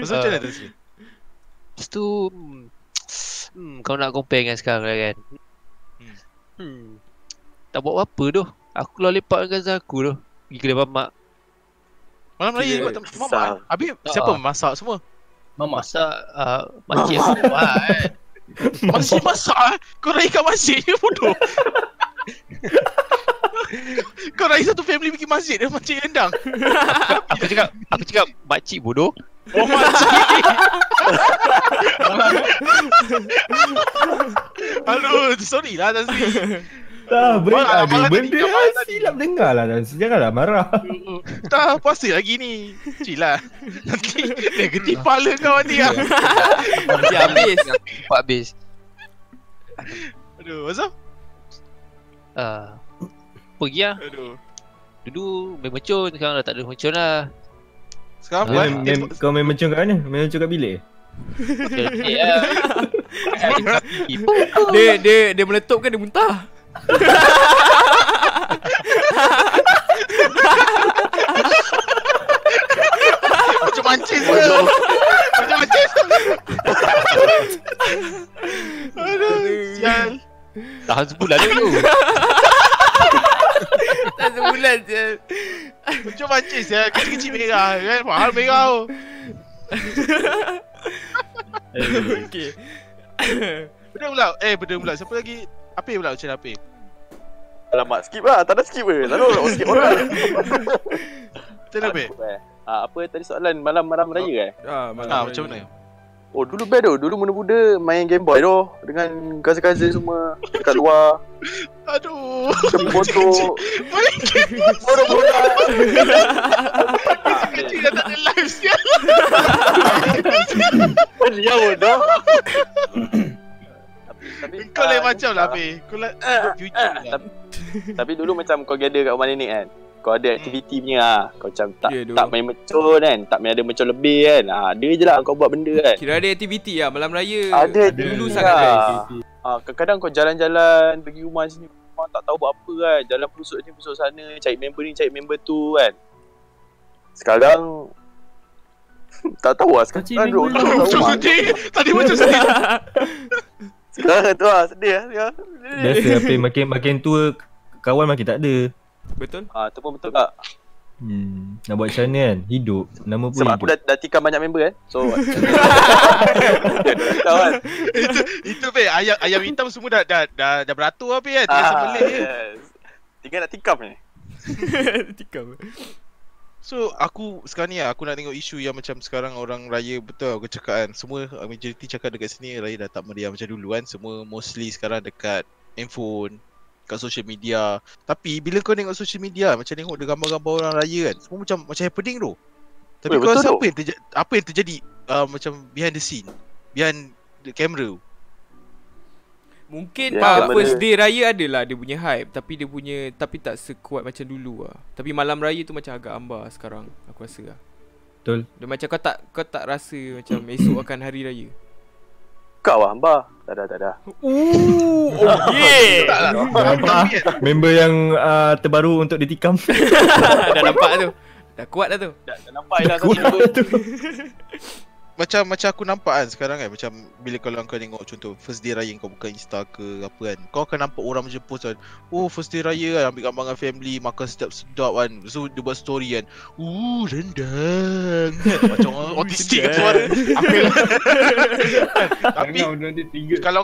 Speaker 1: Pasal macam mana Tan Sri?
Speaker 4: Lepas tu hmm, hmm, Kau nak compare dengan sekarang lah kan
Speaker 1: Hmm.
Speaker 4: hmm. hmm. Tak buat apa tu Aku keluar lepak dengan Zah aku tu Pergi kedai mamak
Speaker 1: Malam raya
Speaker 2: Kira
Speaker 1: kau tak mamak. eh? Habis
Speaker 4: Tak
Speaker 1: siapa
Speaker 4: ah.
Speaker 1: masak semua?
Speaker 5: Mama.
Speaker 4: Masak uh, Makcik aku lah kan
Speaker 1: Masih masak eh? Kau raih kat masjid je bodoh. kau raih satu family pergi masjid dia masjid rendang.
Speaker 4: Aku cakap Aku cakap Makcik bodoh
Speaker 1: Oh makcik. Aduh, sorry lah Tan Sri.
Speaker 3: Dah
Speaker 1: Malam,
Speaker 3: benda
Speaker 1: malam tadi,
Speaker 3: ada benda
Speaker 1: malam
Speaker 3: lah, silap dengar lah Dan Janganlah marah
Speaker 1: Tak puasa lagi ni. Chill lah. Nanti dia geti kepala kau nanti ah.
Speaker 4: Nanti
Speaker 2: habis.
Speaker 4: Nampak habis
Speaker 1: Aduh, Azam.
Speaker 4: uh, Pergi lah
Speaker 1: Aduh.
Speaker 4: Dulu main mercun Sekarang dah tak ada mercun lah
Speaker 1: Sekarang
Speaker 4: Ah.
Speaker 1: buat eh,
Speaker 3: Main- main- Kau main macam kat mana? Main macam kat bilik?
Speaker 4: Dia pelik lah
Speaker 2: Dia dia dia meletup kan dia muntah.
Speaker 1: macam mancing je. Macam mancing. Aduh, sial.
Speaker 4: Tahan sebulan dulu
Speaker 2: Tak sebulan je.
Speaker 1: Macam mancing sial. Kecil-kecil merah kan. Mahal merah tu.
Speaker 2: Okey.
Speaker 1: Benda pula. Eh, benda pula. Siapa lagi? Apir pula macam mana Apir?
Speaker 7: Alamak, skip lah. Tak nak skip ke? Lalu nak skip orang.
Speaker 1: Macam
Speaker 6: lah,
Speaker 1: mana babe?
Speaker 7: Apa, eh? Ah, apa tadi soalan malam malam raya eh?
Speaker 2: Ah, malam
Speaker 1: Ah,
Speaker 2: raya.
Speaker 1: macam mana?
Speaker 7: Oh, dulu best tu. Dulu muda-muda main Game Boy tu dengan cousin-cousin semua dekat luar.
Speaker 1: Aduh.
Speaker 7: Macam foto.
Speaker 1: Main
Speaker 7: Bodoh-bodoh.
Speaker 1: kecil dah tak ada live sial.
Speaker 7: Dia bodoh. Tapi, tapi,
Speaker 1: Kau lain
Speaker 7: ah,
Speaker 1: macam lah
Speaker 7: ah,
Speaker 1: babe. Kau lah. Kau future lah.
Speaker 7: Tapi, tapi dulu macam kau gather kat rumah nenek kan Kau ada aktiviti punya lah Kau macam tak
Speaker 2: Ya, dulu.
Speaker 7: tak main mercon kan Tak main ada mercon lebih kan ha, Ada je lah kau buat benda kan
Speaker 2: Kira ada aktiviti lah malam raya.
Speaker 7: Ada
Speaker 2: Dulu
Speaker 7: aktiviti
Speaker 2: sangat
Speaker 7: lah.
Speaker 2: best.
Speaker 7: ha, Kadang-kadang kau jalan-jalan Pergi rumah sini Rumah tak tahu buat apa kan Jalan pusuk ni pusuk sana Cari member ni cari member tu kan Sekarang Tak tahu lah
Speaker 5: Kau cari
Speaker 7: Sekarang
Speaker 5: member
Speaker 7: duduk
Speaker 5: lah.
Speaker 7: duduk kat
Speaker 1: Macam
Speaker 7: rumah
Speaker 1: sedih. Tadi macam sedih.
Speaker 7: Sekarang tu lah sedih lah sekarang.
Speaker 3: Biasa play makin makin tua kawan makin tak ada.
Speaker 2: Betul?
Speaker 7: Ah, tu pun betul tak?
Speaker 3: Hmm, nak buat macam mana kan? Hidup. Nama pun
Speaker 7: Sebab aku
Speaker 3: hidup.
Speaker 7: dah, dah tikam banyak member kan So Tahu kan
Speaker 1: Itu itu babe. Ayam ayam hitam semua dah dah dah, dah beratur apa kan. Tinggal
Speaker 7: Ah,
Speaker 1: sembelih je.
Speaker 7: yes. Tinggal nak tikam ni.
Speaker 2: Tikam.
Speaker 1: So aku sekarang ni lah, aku nak tengok isu yang macam sekarang orang raya betul aku cakap kan Semua uh, majoriti cakap dekat sini raya dah tak meriah macam dulu kan Semua mostly sekarang dekat handphone Kat social media Tapi bila kau tengok social media macam tengok dia gambar-gambar orang raya kan Semua macam macam happening tu Tapi
Speaker 7: Weh,
Speaker 1: kau
Speaker 7: betul
Speaker 1: rasa
Speaker 7: tu.
Speaker 1: apa yang, terja- apa yang terjadi uh, macam behind the scene Behind the camera tu
Speaker 2: Mungkin
Speaker 7: Ya,
Speaker 2: yeah,
Speaker 7: benda-
Speaker 2: first day raya adalah dia punya hype tapi dia punya tapi tak sekuat macam dulu lah. Tapi malam raya tu macam agak ambar sekarang aku rasa lah.
Speaker 3: Betul.
Speaker 2: Dia macam kau tak kau tak rasa macam esok akan hari raya.
Speaker 7: Kau lah hamba. Tak ada, tak ada.
Speaker 2: Ooh, oh yeah.
Speaker 1: Tak lah
Speaker 3: Dah nampak
Speaker 1: Tapi
Speaker 3: ah, member yang uh, terbaru untuk ditikam.
Speaker 2: dah nampak tu. Dah kuat dah tu.
Speaker 7: Dah, dah nampak lah dah
Speaker 3: Kuat
Speaker 7: satu
Speaker 3: tu.
Speaker 1: macam macam aku nampak kan sekarang kan macam bila kalau kau tengok contoh first day raya kau buka insta ke apa kan kau akan nampak orang macam post kan oh first day raya kan ambil gambar dengan family makan sedap-sedap kan so dia buat story kan uh rendang kan macam orang autistik kan suara Aku tapi
Speaker 5: Tapi nanti tiga
Speaker 1: kalau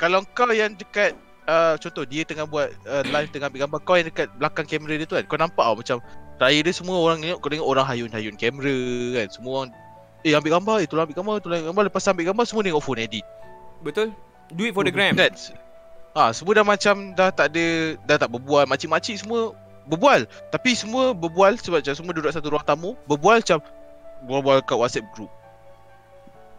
Speaker 1: kalau kau yang dekat uh, contoh dia tengah buat uh, live tengah ambil gambar kau yang dekat belakang kamera dia tu kan kau nampak tau macam raya dia semua orang tengok kau tengok orang hayun-hayun kamera kan semua orang eh ambil gambar eh tolong ambil gambar tolong ambil gambar lepas ambil gambar semua tengok phone edit
Speaker 2: Betul? Do it for the gram.
Speaker 1: kan ah semua dah macam dah tak ada dah tak berbual makcik-makcik semua berbual tapi semua berbual sebab macam semua duduk satu ruang tamu berbual macam berbual kat WhatsApp group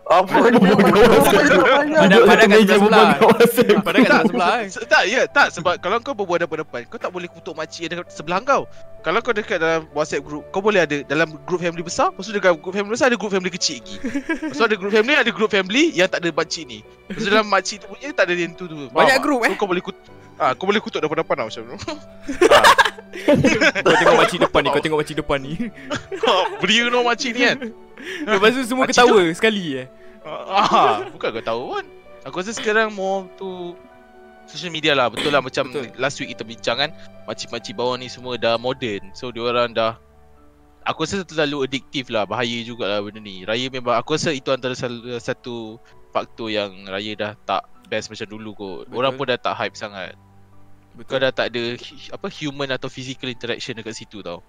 Speaker 7: Apa ni?
Speaker 2: Padahal padahal kat sebelah sebelah.
Speaker 3: sebelah.
Speaker 2: Padahal kat sebelah sebelah eh.
Speaker 1: Se- tak, ya, tak sebab kalau kau berbual depan-depan, kau tak boleh kutuk makcik yang dekat sebelah kau. Kalau kau dekat dalam WhatsApp group, kau boleh ada dalam group family besar, lepas tu dekat group family besar ada group family kecil lagi. Lepas tu ada group family, ada group family yang tak ada makcik ni. Lepas tu dalam makcik tu punya tak ada yang tu tu. Faham
Speaker 2: Banyak
Speaker 1: tak?
Speaker 2: group,
Speaker 1: So,
Speaker 2: eh?
Speaker 1: kau boleh kutuk Ah, kau boleh kutuk depan-depan lah macam tu.
Speaker 2: Kau tengok makcik depan ni, kau tengok makcik depan ni.
Speaker 1: Beri you know makcik ni kan.
Speaker 2: Lepas tu semua
Speaker 1: Makcik tu-
Speaker 2: ketawa sekali eh.
Speaker 1: Ah, bukan kau tahu pun. Aku rasa sekarang more to social media lah. Betul lah macam
Speaker 2: Betul.
Speaker 1: Betul. last week kita bincang kan. Makcik-makcik bawah ni semua dah modern. So diorang dah Aku rasa terlalu addictive lah. Bahaya jugalah benda ni. Raya memang aku rasa itu antara sal- satu faktor yang Raya dah tak best macam dulu kot. Betul. Orang pun dah
Speaker 2: Betul.
Speaker 1: tak hype sangat. Kau dah tak ada hu- apa human atau physical interaction dekat situ tau.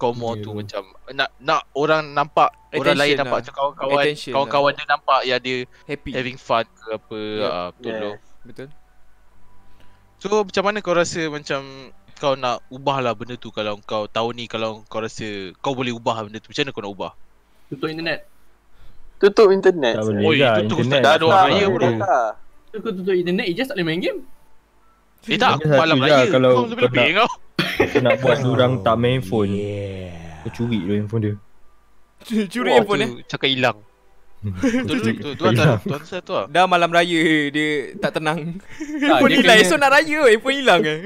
Speaker 1: Kau more
Speaker 3: Ya,
Speaker 1: tu
Speaker 3: bro.
Speaker 1: macam nak nak orang nampak, orang lain
Speaker 2: Attention
Speaker 1: nampak
Speaker 2: lah.
Speaker 1: macam kawan-kawan
Speaker 2: Attention lah.
Speaker 1: kawan-kawan dia nampak yang dia
Speaker 2: Happy.
Speaker 1: having fun ke apa
Speaker 2: Yup.
Speaker 1: ah, betul
Speaker 7: Yeah.
Speaker 1: yeah.
Speaker 2: Betul?
Speaker 1: So macam mana kau rasa macam kau nak ubah lah benda tu kalau kau tahun ni kalau kau rasa kau boleh ubah benda tu macam mana kau nak ubah?
Speaker 5: tutup internet.
Speaker 7: Tutup internet.
Speaker 3: Tak
Speaker 1: Oi,
Speaker 3: boleh lah.
Speaker 1: tutup
Speaker 3: Internet.
Speaker 1: Dah ada
Speaker 7: Dah ada
Speaker 1: orang
Speaker 7: orang
Speaker 1: raya
Speaker 7: raya
Speaker 1: pun.
Speaker 7: pun dah.
Speaker 5: Tu Kau tutup internet, Ijaz tak boleh main game.
Speaker 1: Eh tak aku
Speaker 3: Satu
Speaker 1: malam
Speaker 3: je
Speaker 1: raya
Speaker 3: kalau
Speaker 1: kau lebih-lebih kau.
Speaker 3: Nak buat orang tak main phone. Kau curi tu handphone dia.
Speaker 2: Curi
Speaker 4: Wah,
Speaker 2: handphone eh.
Speaker 4: tu Cakap hilang
Speaker 1: Tu tu tu tu antara
Speaker 3: Hilang.
Speaker 1: tu antara tu lah.
Speaker 2: Dah malam raya dia tak tenang.
Speaker 5: Ah,
Speaker 2: Handphone
Speaker 5: dia
Speaker 2: hilang.
Speaker 5: kena-
Speaker 2: lah, Esok nak raya handphone hilang eh.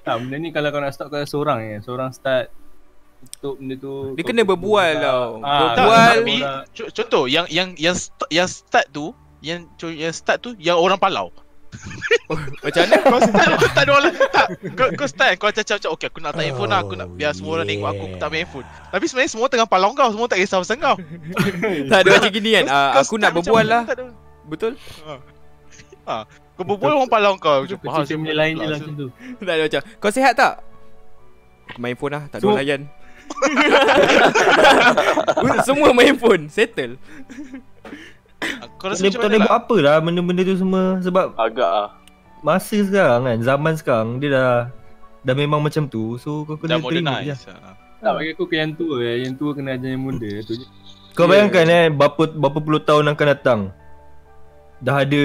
Speaker 5: Tak, Ah, benda ni kalau kau nak start kau seorang je. Seorang start tutup benda tu.
Speaker 2: Dia
Speaker 5: kau
Speaker 2: kena
Speaker 5: tutup
Speaker 2: berbual
Speaker 5: buka.
Speaker 2: tau.
Speaker 5: Ah,
Speaker 2: Berbual.
Speaker 5: kau
Speaker 1: Tapi
Speaker 5: nak berbual.
Speaker 1: co- contoh yang yang yang st- yang start tu yang co- yang start tu yang orang palau.
Speaker 2: Macam mana?
Speaker 1: Kau start aku tak ada orang tak. Kau kau start kau cakap macam okey aku nak tak handphone lah aku
Speaker 3: Oh,
Speaker 1: nak biar semua orang tengok aku aku tak main handphone. Tapi sebenarnya semua tengah palau kau semua tak kisah pasal kau.
Speaker 2: tak ada macam gini kan. Ah,
Speaker 1: Kau start
Speaker 2: aku nak
Speaker 1: macam
Speaker 2: berbual
Speaker 1: mana
Speaker 2: lah.
Speaker 1: tak ada-
Speaker 2: Betul?
Speaker 1: Kau berbual orang palau kau
Speaker 5: Macam
Speaker 1: Macam faham
Speaker 5: Cerita benda lain je lah macam tu
Speaker 2: Tak ada macam Kau sihat tak? Main phone lah Tak ada
Speaker 3: Semua-
Speaker 2: orang layan Semua main phone Settle
Speaker 1: Kau rasa
Speaker 3: Dia
Speaker 1: macam
Speaker 3: tak
Speaker 1: mana
Speaker 3: boleh
Speaker 1: lah
Speaker 3: buat apa lah benda-benda tu semua Sebab
Speaker 6: Agak ah.
Speaker 3: masa sekarang kan Zaman sekarang dia dah Dah memang macam tu So kau
Speaker 1: Dah
Speaker 3: kena terima je lah.
Speaker 1: modernize ah.
Speaker 5: Tak bagi aku ke yang tua eh. Yang tua kena ajar yang muda tu je
Speaker 1: Ya,
Speaker 3: Kau
Speaker 5: Yeah.
Speaker 3: bayangkan eh Berapa, berapa puluh tahun akan datang Dah ada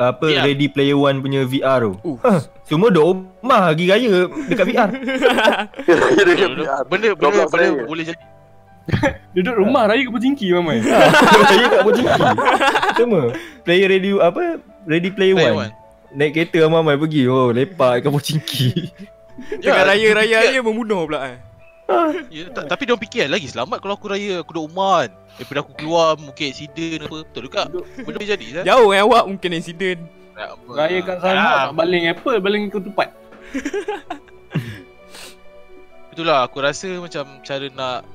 Speaker 3: apa
Speaker 1: Yeah.
Speaker 3: Ready Player One punya VR tu
Speaker 2: Uh.
Speaker 3: huh, Semua duduk rumah pergi raya dekat VR
Speaker 7: Kira-kira dia
Speaker 1: Benda
Speaker 7: punya
Speaker 6: Ah,
Speaker 7: hati.
Speaker 1: benda, benda,
Speaker 7: Goblok
Speaker 1: benda
Speaker 7: saya.
Speaker 1: boleh jadi
Speaker 5: Duduk rumah raya ke berjingki mamai
Speaker 3: Saya kat Bojiki Sama Player ready apa Ready Player
Speaker 1: Player
Speaker 3: One Naik kereta sama Amai pergi Oh lepak kat Bojiki
Speaker 2: Dengan raya-raya dia membunuh pula eh
Speaker 1: Ya, ta- tapi dia fikir lagi selamat kalau aku raya aku duduk rumah kan. Daripada aku keluar mungkin accident apa. Betul juga. Benda boleh jadi kan. Ya,
Speaker 2: Jauh eh awak mungkin insiden
Speaker 5: Ya. Raya
Speaker 1: Ah.
Speaker 5: kat sana tak baling apple Baling ketupat
Speaker 1: Itulah aku rasa macam cara nak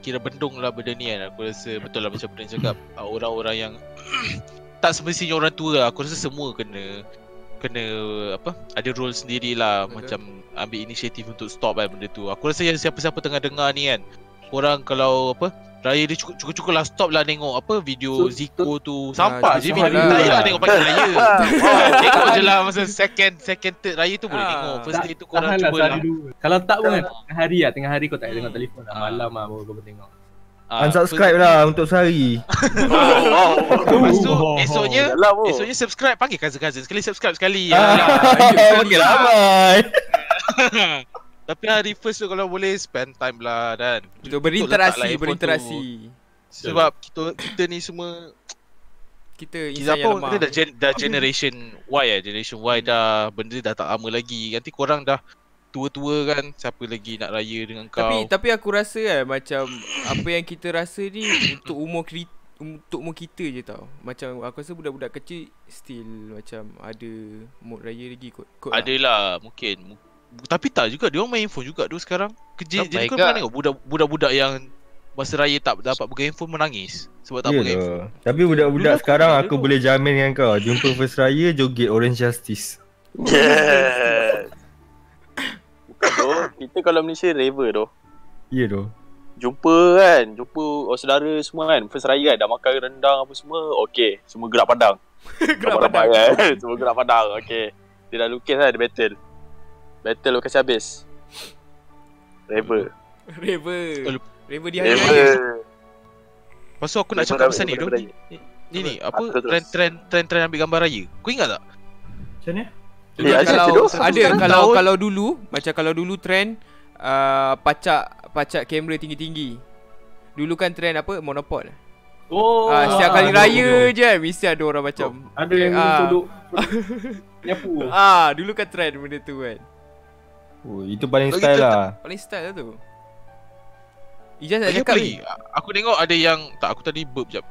Speaker 1: kira bendung lah benda ni kan. Aku rasa betul lah macam pernah cakap ah, orang-orang yang tak semestinya orang tua lah. Aku rasa semua kena kena apa ada role sendirilah
Speaker 2: Betul.
Speaker 1: macam ambil inisiatif untuk stop kan benda tu. Aku rasa yang siapa-siapa tengah dengar ni kan. Korang kalau apa Raya dia cukup- cukup-cukup lah stop lah tengok apa video
Speaker 5: So, Ah,
Speaker 1: Zico tu Sampah
Speaker 2: cukup
Speaker 1: je
Speaker 2: sangat
Speaker 1: video
Speaker 2: lah.
Speaker 1: Tak payah lah tengok panggil Raya Wow, Tengok je lah masa second second third Raya tu boleh
Speaker 2: Ah.
Speaker 1: tengok First
Speaker 5: Tak-
Speaker 1: day tu korang
Speaker 5: Tahan lah
Speaker 1: cuba lah Hmm.
Speaker 5: sehari dua Kalau tak pun kan Tengah hari lah Tengah hari kau tak payah tengok telefon lah Malam lah baru kau tengok
Speaker 1: Ah,
Speaker 3: Unsubscribe lah untuk sehari
Speaker 7: Oh,
Speaker 1: Lepas tu
Speaker 5: Oh.
Speaker 1: esoknya
Speaker 7: Dalam pun
Speaker 1: Esoknya subscribe panggil cousin-cousin sekali subscribe sekali.
Speaker 3: Ah,
Speaker 1: Ah.
Speaker 3: Okey lah Amai
Speaker 1: Tapi hari first tu kalau boleh spend time lah dan
Speaker 2: Untuk
Speaker 1: letak lah
Speaker 2: berinteraksi
Speaker 1: handphone
Speaker 2: Berinteraksi
Speaker 1: sebab kita kita ni semua kita
Speaker 2: Kita insan
Speaker 1: apa
Speaker 2: yang
Speaker 1: orang kata
Speaker 2: lemah
Speaker 1: dah, gen, dah generation Y eh generation Y dah benda dah tak lama lagi. Nanti korang dah tua-tua kan siapa lagi nak raya dengan kau.
Speaker 2: Tapi tapi aku rasa kan macam apa yang kita rasa ni untuk umur kri- untuk umur kita je tau. Macam aku rasa budak-budak kecil still macam ada mood raya lagi kot. kot lah.
Speaker 1: Adalah mungkin Mu- Tapi tak juga Dia orang main handphone juga tu sekarang Kerja
Speaker 4: Oh
Speaker 1: Jadi
Speaker 4: my
Speaker 1: kau pernah
Speaker 4: God.
Speaker 1: tengok budak- Budak-budak yang Masa raya tak dapat pegang handphone Menangis Sebab tak
Speaker 3: Ya
Speaker 1: pegang handphone
Speaker 3: lah. Tapi budak-budak
Speaker 1: Dulu aku
Speaker 3: sekarang
Speaker 1: tak
Speaker 3: aku
Speaker 1: dulu.
Speaker 3: boleh jamin dengan kau Jumpa First Raya joget Orange Justice
Speaker 7: Yes
Speaker 6: Tu, kita kalau Malaysia reva tu.
Speaker 3: Ya tu
Speaker 6: Jumpa kan, jumpa oh, saudara semua kan, first raya kan dah makan rendang apa semua. Okey, semua gerak padang.
Speaker 2: Gerak
Speaker 6: Ramai-ramai
Speaker 2: badan.
Speaker 7: eh?
Speaker 6: Kan? Semua gerak padang. Okey. Dia dah lukis lah, dia battle. Battle lokasi habis. Reva.
Speaker 1: Betul.
Speaker 2: Raver. Raver di hari
Speaker 7: Reva
Speaker 2: raya.
Speaker 1: Lepas tu aku nak
Speaker 7: Reva
Speaker 1: cakap
Speaker 7: dah-
Speaker 1: pasal ni
Speaker 7: Reva
Speaker 1: dong.
Speaker 7: dah-
Speaker 1: Ni ni
Speaker 7: Apa
Speaker 1: apa
Speaker 7: terus?
Speaker 1: trend-trend trend-trend ambil gambar raya. Kau ingat tak?
Speaker 3: Macam mana?
Speaker 7: Eh, ada
Speaker 2: kalau
Speaker 7: tu?
Speaker 2: ada
Speaker 1: Sekarang
Speaker 2: kalau
Speaker 1: tahun-
Speaker 2: kalau dulu macam kalau dulu trend uh, pacak pacak kamera tinggi-tinggi. Dulu kan trend apa monopod.
Speaker 5: Oh
Speaker 2: Ah, setiap kali raya je kan mesti ada orang macam
Speaker 5: Ada yang
Speaker 2: Ah.
Speaker 5: duduk Nyapu
Speaker 2: Ah, dulu kan trend benda tu kan.
Speaker 3: Oh, itu paling
Speaker 1: Bagi
Speaker 3: style
Speaker 1: tu-
Speaker 3: lah
Speaker 2: Paling style lah tu. Ijaz nak
Speaker 1: Lagi
Speaker 2: cakap
Speaker 1: apa
Speaker 2: ni.
Speaker 1: lagi? Aku tengok ada yang tak aku tadi burp jap.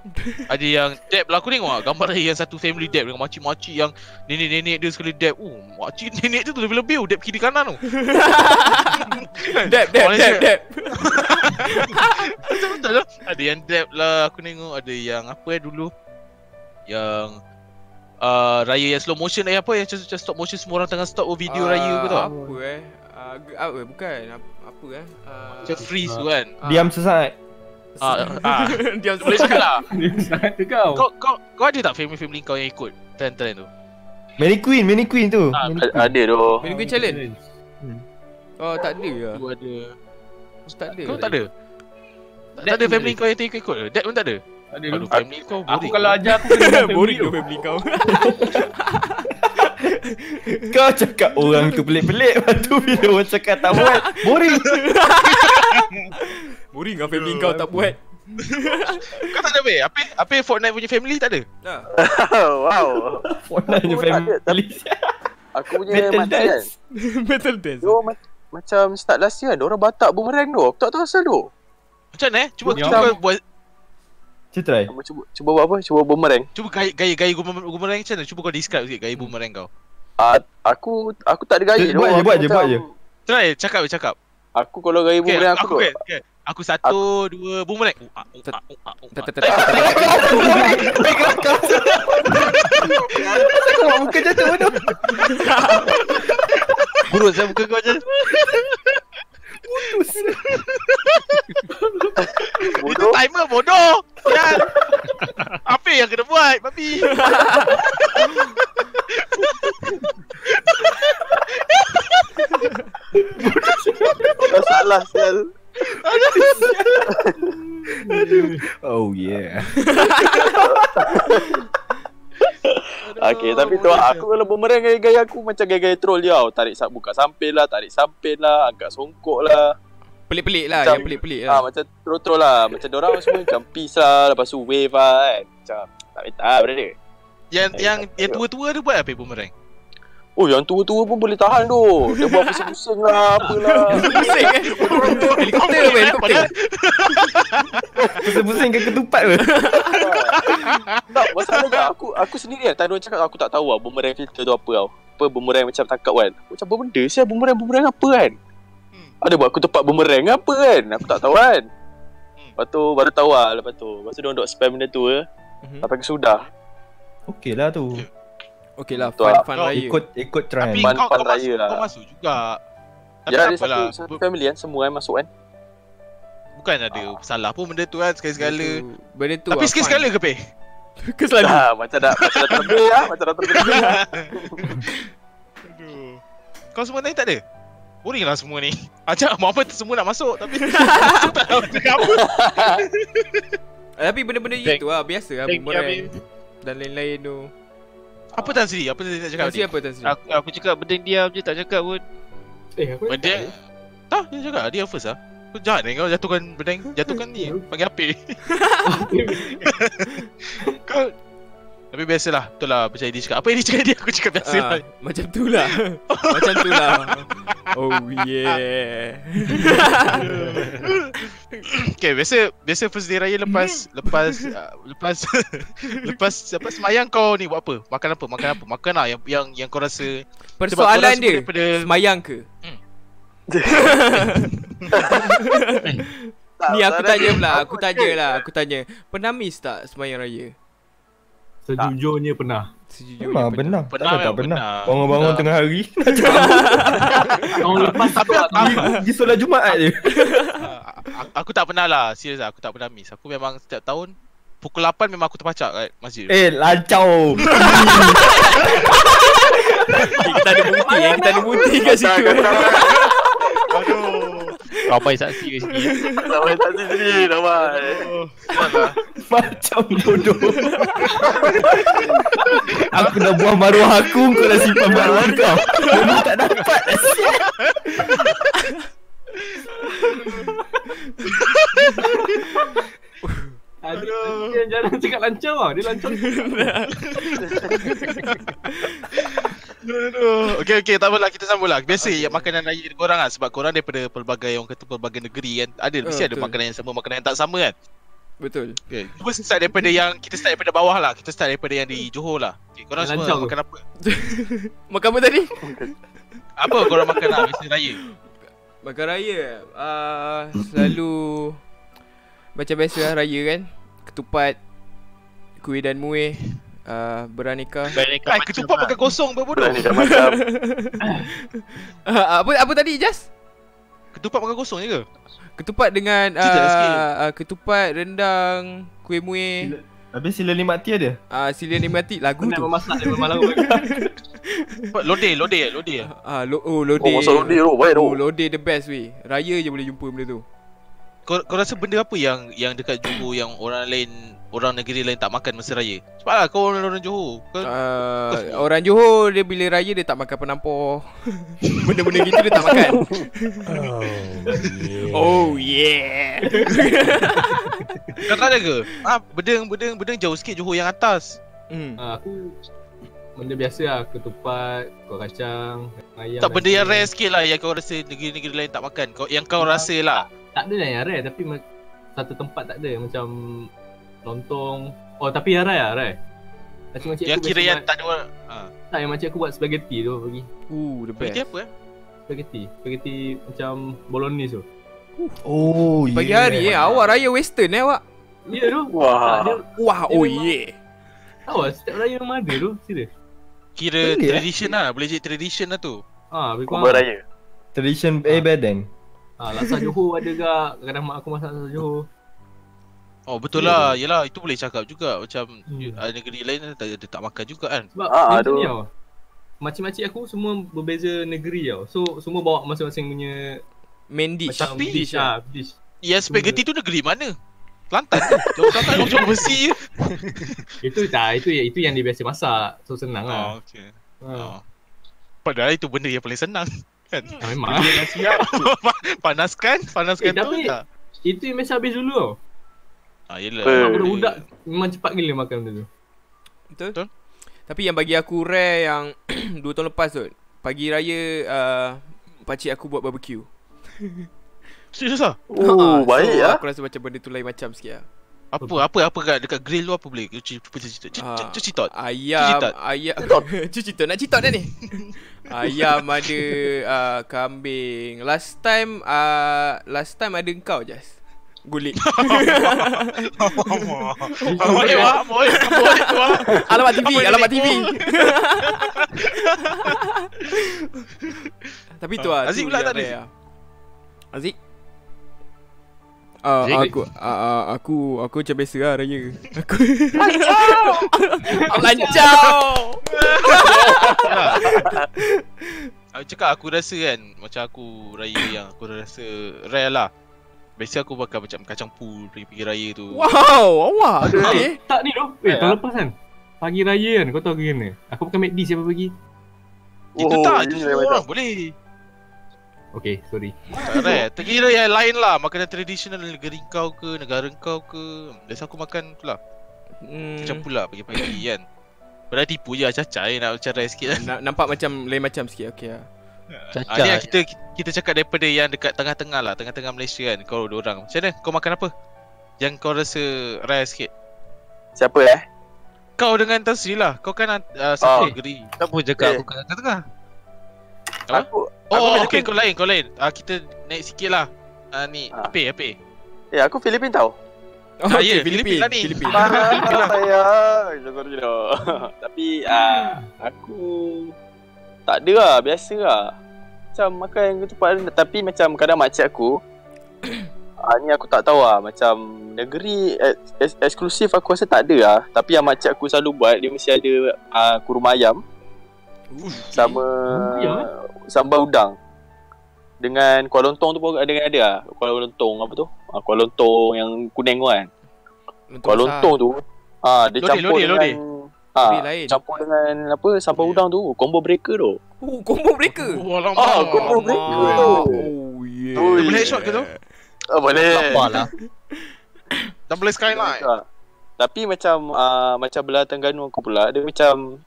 Speaker 1: ada yang dab lah aku tengok lah, gambar raya yang satu family dab dengan makcik-makcik yang nenek-nenek dia sekali dab. Oh, makcik nenek tu tu lebih-lebih oh, dab kiri kanan tu.
Speaker 2: Dab, dab,
Speaker 1: Malaysia.
Speaker 2: dab, dab.
Speaker 1: Betul betul lah. Ada yang dab lah aku tengok ada yang apa eh dulu yang uh, raya yang slow motion eh apa yang macam macam stop motion semua orang tengah stop oh, video
Speaker 2: Ah,
Speaker 1: raya ke tau.
Speaker 2: Apa eh? Ah, ge- Apa bukan Ap- apa eh? Ah,
Speaker 1: Macam freeze tu kan.
Speaker 2: ah.
Speaker 3: Diam sesaat
Speaker 1: Ah, ah.
Speaker 2: Diam
Speaker 1: Boleh cakap lah.
Speaker 5: Sangat tu kau
Speaker 1: Kau kau kau ada tak family-family kau yang ikut trend-trend tu?
Speaker 3: Mary Queen, Mary Queen tu
Speaker 1: Ah,
Speaker 3: Mary Queen.
Speaker 7: Ada tu
Speaker 2: Mini Queen challenge. Oh, tak ada lah.
Speaker 1: Aku ada.
Speaker 2: Tak ada.
Speaker 1: Kau tak ada. Tak,
Speaker 5: Dad
Speaker 1: tak ada
Speaker 5: pun
Speaker 1: family
Speaker 5: ada.
Speaker 1: kau yang ikut ikut. Dad pun tak ada.
Speaker 5: Ada dulu
Speaker 1: Aduh, family kau
Speaker 5: Aku
Speaker 1: boring.
Speaker 5: kalau ajar aku kena buat
Speaker 2: Boring tu
Speaker 5: family
Speaker 2: family kau.
Speaker 3: Kau cakap orang tu pelik-pelik Lepas tu bila orang cakap tak buat Boring
Speaker 2: Boring lah family kau tak buat.
Speaker 1: kau tak ada apa? Apa apa Fortnite punya family tak ada?
Speaker 2: Nah,
Speaker 7: Wow
Speaker 3: Fortnite je
Speaker 7: Aku tak ada,
Speaker 3: family
Speaker 7: Aku punya
Speaker 3: Battle
Speaker 7: makcik kan
Speaker 3: dance
Speaker 2: battle dance.
Speaker 7: Dia orang ma- macam start last year kan, dia orang batak boomerang tu Aku tak tahu asal tu
Speaker 1: Macam mana eh? Cuba
Speaker 5: Yang-
Speaker 1: cuba buat
Speaker 3: Macam try
Speaker 7: Aku cuba, cuba buat apa? Cuba boomerang
Speaker 1: cuba gaya gaya gaya boomerang boomerang macam mana? Cuba kau describe sikit gaya boomerang kau.
Speaker 7: Ah, Aku aku tak ada
Speaker 3: Dia
Speaker 7: gaya
Speaker 3: buat je, buat je, buat je.
Speaker 1: Try cakap cakap.
Speaker 7: Aku kalau gaya
Speaker 1: Okay,
Speaker 7: boomerang aku
Speaker 1: aku
Speaker 7: tu
Speaker 1: okay, okay. Aku satu, dua, Oh, ah, boomerang. Uh, uh, uh, uh, uh, uh.
Speaker 2: Tak tak tak. tak.
Speaker 3: Kenapa nak muka jatuh bodoh?
Speaker 4: Buruk saya muka kau je
Speaker 1: Itu timer bodoh. Sial. Apa yang kena buat, babi?
Speaker 7: Kau salah sel.
Speaker 3: Oh yeah.
Speaker 7: Okay, tapi tu lah, aku kalau bumerang gaya-gaya aku macam gaya-gaya troll je tau. Tarik sa- buka sampil lah, tarik sampil lah, angkat songkok lah.
Speaker 2: Pelik-pelik lah,
Speaker 7: Macam-
Speaker 2: yang pelik-pelik
Speaker 7: Ah,
Speaker 3: Ya.
Speaker 2: lah.
Speaker 7: macam troll-troll lah. Macam dorang semua macam peace lah, lepas tu wave lah kan. Macam tak minta lah benda dia.
Speaker 1: Yang
Speaker 7: Eh,
Speaker 1: yang
Speaker 7: tak
Speaker 1: yang
Speaker 7: tahu.
Speaker 1: tua-tua tu buat apa boomerang?
Speaker 7: Oh, yang tua-tua pun boleh tahan tu. Dia buat pusing-pusing lah, apalah.
Speaker 2: Pusing eh. Helikopter apa? Helikopter.
Speaker 3: Pusing-pusing ke ketupat ke?
Speaker 7: tak, masalah tak. Aku, aku sendiri kan, tadi orang cakap aku tak tahu lah boomerang filter tu apa tau. Apa boomerang macam tangkap kan. Aku Macam apa benda sial boomerang-boomerang apa kan?
Speaker 1: Hmm.
Speaker 7: Ada buat aku tempat boomerang ke apa kan? Aku tak tahu kan.
Speaker 1: Hmm.
Speaker 7: Lepas tu baru tahu lah lepas tu. Lepas tu dia orang dok spam benda tu eh.
Speaker 2: Mhm.
Speaker 7: Sampai ke sudah.
Speaker 3: Okey lah tu.
Speaker 2: Okey lah,
Speaker 7: Betul
Speaker 2: fun,
Speaker 7: lah.
Speaker 2: fun
Speaker 1: Kau
Speaker 2: raya.
Speaker 3: Ikut ikut trend.
Speaker 1: Tapi
Speaker 7: Ban-
Speaker 1: kau
Speaker 7: ban
Speaker 1: kau
Speaker 7: raya
Speaker 1: masuk,
Speaker 7: lah.
Speaker 1: kau masuk juga. Tapi
Speaker 7: Ya, ada
Speaker 1: tak apalah.
Speaker 7: satu, satu family kan semua kan masuk kan.
Speaker 1: Bukan ada salah pun benda tu kan sekali-sekala.
Speaker 2: Itu- Benda tu
Speaker 1: Tapi
Speaker 2: lah,
Speaker 1: sekali-sekala ke Peh?
Speaker 2: fun. Ke selalu.
Speaker 7: Dah, Ah, macam dah macam dah terbeli lah, macam dah terbeli.
Speaker 1: Aduh. Kau semua tadi tak ada? Boring lah semua ni. Ajak apa semua nak masuk tapi tak tahu cakap apa.
Speaker 2: Ah, Tapi benda-benda itu
Speaker 4: Thank-
Speaker 2: lah, biasa lah
Speaker 4: thank you,
Speaker 2: bumerang. Dan lain-lain tu.
Speaker 1: Apa Tan Sri? Apa Tan Sri nak cakap
Speaker 2: Tansi
Speaker 1: tadi?
Speaker 2: apa Tansi?
Speaker 4: Aku aku cakap benda yang diam je tak cakap pun
Speaker 5: Eh aku
Speaker 1: Benda Tak, dia cakap dia first lah. Kau jahat ni kau jatuhkan bedeng, jatuhkan ni panggil api. kau tapi biasalah, betul lah percaya dia cakap. Apa yang dia cakap dia, aku cakap biasa
Speaker 2: Ah,
Speaker 1: lah.
Speaker 2: macam tu lah. macam tu lah. Oh yeah.
Speaker 1: Okay, biasa biasa first day raya lepas lepas uh, lepas lepas lepas semayang kau ni buat apa? Makan apa? Makan apa? Makan lah yang yang yang kau rasa Sebab korang
Speaker 2: Persoalan
Speaker 1: semua
Speaker 2: dia,
Speaker 1: daripada
Speaker 2: semayang ke?
Speaker 7: Tak,
Speaker 2: Ni aku
Speaker 7: masalah
Speaker 2: tanya
Speaker 7: dia,
Speaker 2: pula, aku tanya
Speaker 7: cakap,
Speaker 2: lah, aku tanya. Pernah miss tak semayang raya?
Speaker 5: Sejujurnya pernah
Speaker 2: Sejujurnya
Speaker 3: Memang benar.
Speaker 1: Benar,
Speaker 3: Takkan tak
Speaker 1: memang
Speaker 3: benar.
Speaker 1: benar.
Speaker 3: Bangun-bangun
Speaker 1: Benar.
Speaker 3: tengah hari.
Speaker 5: Tahun lepas
Speaker 1: Tapi aku,
Speaker 3: Pergi solat Jumaat je.
Speaker 1: Ah, aku, aku tak pernah lah Serius lah Aku tak pernah miss Aku memang setiap tahun Pukul 8 memang aku terpacak kat masjid
Speaker 3: Eh, lancau.
Speaker 2: Okay, kita ada bukti eh, kita ada bukti kat situ.
Speaker 1: Aduh
Speaker 4: Ramai saksi kat sini eh.
Speaker 7: Tak boleh tak sendiri, nampak.
Speaker 3: Macam bodoh. aku dah buang maruah aku, kau dah simpan maruah kau. Kau tak dapat.
Speaker 5: Aduh Dia jarang cakap lancar tau Dia lancar
Speaker 1: Aduh Okay okay tak apalah Kita sambung lah Biasa okay. makanan raya korang lah Sebab korang daripada pelbagai Orang kata pelbagai negeri kan Ada mesti
Speaker 2: Ah,
Speaker 1: ada
Speaker 2: betul.
Speaker 1: makanan yang sama Makanan yang tak sama kan
Speaker 2: Betul.
Speaker 1: okay. Cuba start daripada yang Kita start daripada bawah lah Kita start daripada yang di Johor lah okay, Korang
Speaker 5: Yang
Speaker 1: semua
Speaker 5: lancau tu.
Speaker 1: makan apa
Speaker 2: Makan apa tadi?
Speaker 1: Apa korang makan lah Biasa raya
Speaker 2: Makan raya uh, Selalu Macam biasa lah raya kan Ketupat Kuih dan muih uh, Beraneka
Speaker 1: Kan ketupat makan kosong berbodoh
Speaker 7: Berani dah macam.
Speaker 2: uh, apa, apa tadi Jas?
Speaker 1: Ketupat makan kosong je ke
Speaker 2: Ketupat dengan
Speaker 1: Sedap sikit.
Speaker 2: uh, uh, Ketupat, rendang Kuih muih
Speaker 3: Habis sila lima mati ada?
Speaker 2: uh, Silian nematik lagu
Speaker 5: Aku nak
Speaker 2: tu
Speaker 5: memasak Dia malam
Speaker 1: Apa, Lodeh lodeh eh, lodeh eh.
Speaker 2: uh, lo- Oh
Speaker 7: Oh,
Speaker 2: lodeh
Speaker 7: masa rodi tu, baik tu.
Speaker 2: Oh lodeh the best weh Raya je boleh jumpa benda tu
Speaker 1: Kau, kau rasa benda apa yang yang dekat Johor yang orang lain orang negeri lain tak makan masa raya? Cepatlah kau orang orang Johor. Kau
Speaker 2: uh, Orang Johor dia bila raya dia tak makan penampor Benda-benda gitu dia tak makan Oh yeah
Speaker 1: kau tak ada ke? Ah, bedeng bedeng bedeng jauh sikit Johor yang atas.
Speaker 2: Hmm.
Speaker 5: ah, Aku Benda biasa lah Ketupat Kuah kacang Ayam
Speaker 1: tak benda yang rare sikit lah yang kau rasa negeri-negeri lain tak makan. Kau yang kau
Speaker 5: Ah.
Speaker 1: rasa lah.
Speaker 5: Tak ada lah yang rare Tapi ma- Satu tempat tak ada Macam Lontong Oh tapi yang rare lah rare Macam-macam
Speaker 1: yang kira yang tak ada orang. Ha.
Speaker 5: Tak yang macam aku buat spaghetti tu pagi
Speaker 2: Ooh, the
Speaker 1: Bagi
Speaker 2: best.
Speaker 1: apa eh?
Speaker 5: Spaghetti Spaghetti macam Bolognese tu
Speaker 3: Oh,
Speaker 2: Pagi hari eh, awak raya western eh awak.
Speaker 5: Ya tu
Speaker 7: Wah.
Speaker 5: Tak ada
Speaker 2: Wah,
Speaker 5: Dia
Speaker 2: oh
Speaker 5: memang-
Speaker 2: yeah.
Speaker 5: Tahu lah, setiap raya memang ada tu, serius.
Speaker 1: Kira
Speaker 3: Boleh, eh?
Speaker 1: tradition lah Boleh jadi tradition lah tu
Speaker 5: Ha, lebih kurang.
Speaker 7: Kubur raya
Speaker 3: Tradition eh badan.
Speaker 5: Ha, laksa Johor ada gak. Kadang-kadang mak aku masak laksa Johor.
Speaker 1: Oh betul lah Yelah itu boleh cakap juga Macam
Speaker 5: Hmm.
Speaker 1: ah, negeri lain tak, dia tak makan juga kan
Speaker 5: Sebab ah,
Speaker 7: Ah, aduh.
Speaker 5: ni tau. Makcik-makcik aku semua berbeza negeri tau. So semua bawa masing-masing punya
Speaker 2: Main dish
Speaker 5: macam
Speaker 1: Tapi-
Speaker 5: dish ah, dish.
Speaker 1: Yes spaghetti tu negeri mana? Kelantan tu Jauh Kelantan Jauh Johor besi je
Speaker 5: Itu tak, itu itu yang dia biasa masak. So senang
Speaker 1: Oh
Speaker 5: lah.
Speaker 1: okay oh.
Speaker 5: Ha.
Speaker 1: Padahal itu benda yang paling senang
Speaker 5: Ah, memang.
Speaker 1: Dia dah siap Panaskan Panaskan
Speaker 5: Eh,
Speaker 1: tu
Speaker 5: tapi-
Speaker 1: tak
Speaker 5: itu yang biasa habis dulu tau.
Speaker 1: Ah yelah
Speaker 7: Eh.
Speaker 1: Dia-
Speaker 5: Budak-budak memang cepat gila makan benda tu.
Speaker 2: Betul?
Speaker 1: Betul.
Speaker 2: Tapi yang bagi aku rare yang 2 tahun lepas tu Pagi raya uh, Pakcik aku buat barbecue Ha,
Speaker 1: Serius lah
Speaker 7: Oh
Speaker 5: eh.
Speaker 7: baik
Speaker 2: so,
Speaker 7: lah
Speaker 1: ah,
Speaker 2: Aku rasa macam benda tu lain macam sikit lah
Speaker 1: Apa apa apa kat dekat grill tu apa boleh Cuba cerita
Speaker 2: Ah,
Speaker 1: cerita
Speaker 2: Ayam
Speaker 1: Cuci tot.
Speaker 2: Ayam Cuci tot Nak cuci tot dah ni Ayam ada uh, Kambing Last time uh, Last time ada engkau Jas Gulik
Speaker 1: Boleh wah Boleh Boleh wah
Speaker 2: Alamat TV
Speaker 1: Apa yang
Speaker 2: Alamat
Speaker 1: gulik
Speaker 2: TV
Speaker 1: kau?
Speaker 2: Tapi tu lah
Speaker 1: Ah, Aziz
Speaker 2: tu
Speaker 1: pula
Speaker 2: yang
Speaker 1: tak ada,
Speaker 2: rare lah. Aziz Uh,
Speaker 4: Aziz?
Speaker 2: aku uh, uh, aku aku macam biasa lah raya. Aku Lancau.
Speaker 1: Aku cakap aku rasa kan Macam aku raya yang aku rasa rare lah Biasa aku bakal macam kacang pul pergi raya tu
Speaker 2: Wow, awak.
Speaker 5: Eh,
Speaker 2: Okay.
Speaker 5: tak ni tu. Eh,
Speaker 7: Ya.
Speaker 5: tahun lepas kan. Pagi raya kan, kau tahu ke kena. Aku makan McD siapa pagi.
Speaker 1: Itu
Speaker 7: Oh,
Speaker 1: tak,
Speaker 7: ini
Speaker 1: itu
Speaker 7: rare
Speaker 1: semua orang boleh
Speaker 5: Okay, sorry.
Speaker 1: Tak rare, terkira yang lain lah Makanan tradisional negeri kau ke, negara kau ke Biasa aku makan tu lah Kacang
Speaker 2: Hmm,
Speaker 1: pul lah pagi-pagi kan Padahal tipu je cacai nak macam rare sikit kan
Speaker 2: na- nampak macam lain macam sikit. Okay lah.
Speaker 1: Ah, ni lah
Speaker 4: Cacat.
Speaker 1: kita kita cakap daripada yang dekat tengah-tengah lah, tengah-tengah Malaysia kan. Kau dua orang. Macam mana? Kau makan apa? Yang kau rasa rare sikit.
Speaker 7: Siapa eh
Speaker 1: Kau dengan Tan Sri lah. Kau kan uh, satu
Speaker 7: Ah.
Speaker 1: negeri.
Speaker 4: Tak pun cakap
Speaker 7: Eh.
Speaker 4: aku kat tengah.
Speaker 1: Apa?
Speaker 7: Aku
Speaker 1: Oh,
Speaker 7: Aku
Speaker 1: okey
Speaker 7: kena-
Speaker 1: kau lain, kau lain. Ah kita naik sikit lah. Ah ni,
Speaker 7: Ah.
Speaker 1: apa apa?
Speaker 7: Eh aku Filipin tau
Speaker 2: Oh,
Speaker 1: Ah, ya, Filipin lah ni.
Speaker 2: Filipin.
Speaker 7: Parah sayang Jangan gila Tapi ah, Aku Tak ada lah Biasa lah Macam makan yang ketupat Tapi macam kadang makcik aku ah, Ni aku tak tahu lah Macam Negeri ex- ex- Eksklusif aku rasa tak ada lah Tapi yang makcik aku selalu buat Dia mesti ada ah, Kurma ayam Sama
Speaker 5: ayam,
Speaker 7: Sambal udang Dengan Kuala Lontong tu pun ada ada lah Kuala Lontong apa tu ah, Kuala Lontong yang kuning tu kan Kuala Lumpur tu ah dia
Speaker 1: Lodeh,
Speaker 7: campur
Speaker 1: lodeh,
Speaker 7: dengan ah
Speaker 2: Lodeh lain.
Speaker 7: campur dengan apa sambal
Speaker 1: Yeah.
Speaker 7: udang tu combo breaker tu.
Speaker 2: Oh, combo mereka.
Speaker 1: Oh, lama.
Speaker 7: Ah,
Speaker 1: kau
Speaker 7: kau pun-
Speaker 1: boleh.
Speaker 7: breaker
Speaker 2: Alamak.
Speaker 7: tu.
Speaker 2: Oh, yeah.
Speaker 7: Ui.
Speaker 1: Boleh headshot ke tu?
Speaker 7: Ah boleh.
Speaker 4: Apalah.
Speaker 1: Double skyline.
Speaker 7: Ah. Tapi macam ah, macam belah Terengganu aku pula dia macam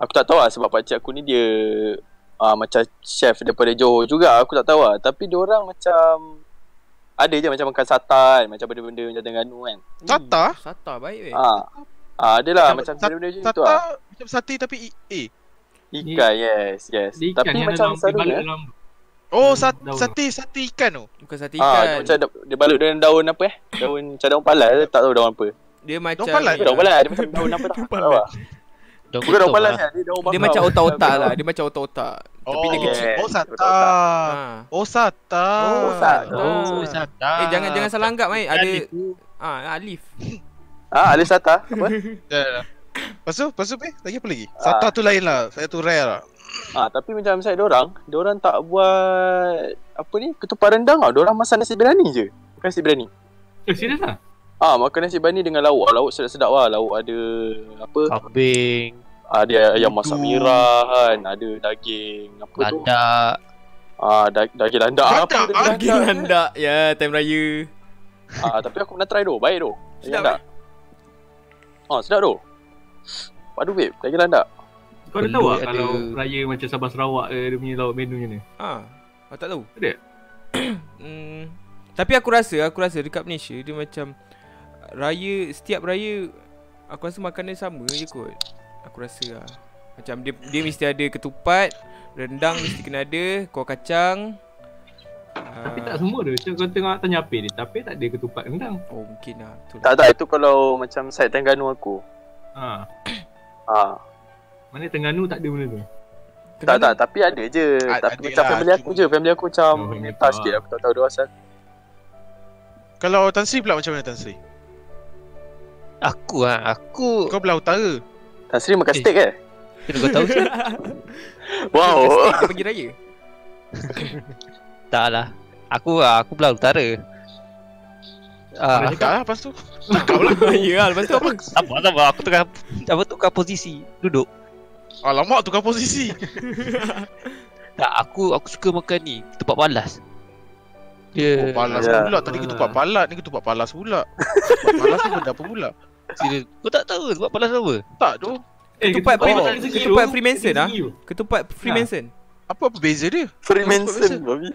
Speaker 7: aku tak tahu lah sebab pak aku ni dia ah, macam chef daripada Johor juga aku tak tahu lah tapi dia orang macam ada je macam makan satan macam benda-benda macam Terengganu kan.
Speaker 1: Tata?
Speaker 2: Sata baik weh.
Speaker 7: Ah. Ah, adalah
Speaker 1: Macam
Speaker 7: macam,
Speaker 1: sat-
Speaker 7: benda-benda macam tu lah.
Speaker 1: Tata macam sate tapi i- eh.
Speaker 7: Ikan, yes, yes.
Speaker 5: Dia ikan
Speaker 7: Tapi
Speaker 5: yang
Speaker 7: macam
Speaker 5: dalam, dia
Speaker 7: ya. selalunya
Speaker 5: balut dalam.
Speaker 1: Oh,
Speaker 5: Hmm,
Speaker 1: sat-
Speaker 5: daun.
Speaker 1: sate sate ikan tu.
Speaker 2: Bukan sate
Speaker 7: Ah, dia
Speaker 2: ikan.
Speaker 7: macam da- dia balut dengan daun apa eh? Daun macam daun palai lah, tak tahu daun apa.
Speaker 2: Dia macam
Speaker 1: Daun palat
Speaker 7: Bukan daun palai, dia macam daun apa tak
Speaker 2: Daun
Speaker 7: tahu. lah.
Speaker 4: Dah
Speaker 7: Bukan daun
Speaker 4: potong
Speaker 7: palai
Speaker 4: lah.
Speaker 7: kan, dia daun bakar.
Speaker 2: Dia macam otak-otak lah. Dia macam otak-otak. Tapi dia
Speaker 1: Oh,
Speaker 2: kecil.
Speaker 1: Oh, sata.
Speaker 7: Otak-otak.
Speaker 2: Ha.
Speaker 1: Oh, sata.
Speaker 7: Oh, sata.
Speaker 4: Oh, cacat.
Speaker 2: Eh jangan jangan salah anggap mai ada
Speaker 4: Itu.
Speaker 2: ah Alif.
Speaker 7: Ah, alis sata. Apa?
Speaker 1: Dah, dah. Ya, Lepas tu, lepas tu eh, lagi apa lagi? Sata tu lain lah, saya tu rare lah
Speaker 7: ah, tapi macam saya orang, dia orang tak buat apa ni? Ketupat rendang tau. Dia orang masak nasi berani je. Makan nasi berani.
Speaker 5: Eh, serius lah?
Speaker 7: Ah, makan nasi berani dengan lauk. Lauk sedap-sedap lah. Lauk ada apa?
Speaker 4: Ah. Kambing,
Speaker 7: Ada ayam masak
Speaker 1: Kutu.
Speaker 7: merah kan, ada daging apa tu?
Speaker 4: landak.
Speaker 7: Ah, da- daging landak
Speaker 1: Landak,
Speaker 7: apa? daging
Speaker 1: ah,
Speaker 2: Lagi landak ya time raya.
Speaker 7: Ah, tapi aku pernah try tu. Baik tu. Lagi
Speaker 2: Sedap,
Speaker 7: landak. Ah, sedap tu. Padu babe, lagi landak.
Speaker 5: Kau dah
Speaker 4: Belut
Speaker 5: tahu lah
Speaker 4: ada.
Speaker 5: kalau raya macam Sabah Sarawak eh, dia punya lauk menu macam mana?
Speaker 2: Ha. Aku tak tahu.
Speaker 5: Ada?
Speaker 2: hmm. Tapi aku rasa aku rasa dekat Malaysia dia macam raya setiap raya aku rasa makanan sama je kot. Aku rasa lah. Macam dia dia mesti ada ketupat, rendang mesti kena ada, kuah kacang.
Speaker 5: Tapi
Speaker 2: Ah,
Speaker 5: tak semua tu. Macam kau tengok tanya apa dia. Tapi tak ada ketupat rendang.
Speaker 2: Oh mungkin lah betul.
Speaker 7: Tak tak itu kalau macam side Terengganu aku.
Speaker 5: Ha. Ha.
Speaker 7: Ha.
Speaker 5: Mana Tengganu tak ada
Speaker 2: Eh,
Speaker 5: benda tu.
Speaker 7: Tak tak tapi ada je.
Speaker 1: A- ada
Speaker 7: tapi macam
Speaker 1: lah,
Speaker 7: family aku
Speaker 1: cuma-
Speaker 7: je. Family aku macam
Speaker 5: Oh, family
Speaker 7: minta
Speaker 5: kau,
Speaker 7: sikit
Speaker 5: ah.
Speaker 7: aku tak tahu dia asal.
Speaker 1: Kalau Tan Sri pula macam mana Tan Sri?
Speaker 4: Aku ah, aku
Speaker 1: Kau belah utara.
Speaker 7: Tan Sri makan
Speaker 4: Eh.
Speaker 7: steak eh?
Speaker 4: kena kau tahu sih.
Speaker 7: Wow.
Speaker 2: Kau pergi raya?
Speaker 4: tak lah. Aku ah, aku belah utara.
Speaker 1: Dah
Speaker 4: Ah,
Speaker 1: cakap lah lepas tu. Kau lah.
Speaker 2: ya lah, lepas tu apa?
Speaker 4: sabar sabar aku tengah apa tukar posisi duduk.
Speaker 1: Alamak tukar posisi.
Speaker 4: Tak aku aku suka makan ni tempat palas. Dia
Speaker 1: Oh, palas
Speaker 7: Ya.
Speaker 1: pula. Tadi ketupat
Speaker 5: Ah.
Speaker 1: palat, ni ketupat palas pula. Ketupat palas ni benda apa pula?
Speaker 4: Sila, kau tak tahu sebab palas apa?
Speaker 1: Tak tu.
Speaker 5: Eh,
Speaker 2: Ketupat
Speaker 1: Free-
Speaker 2: ketupat Freemason, ah? Ketupat Freemason.
Speaker 1: Apa apa beza dia?
Speaker 7: Freemason babi.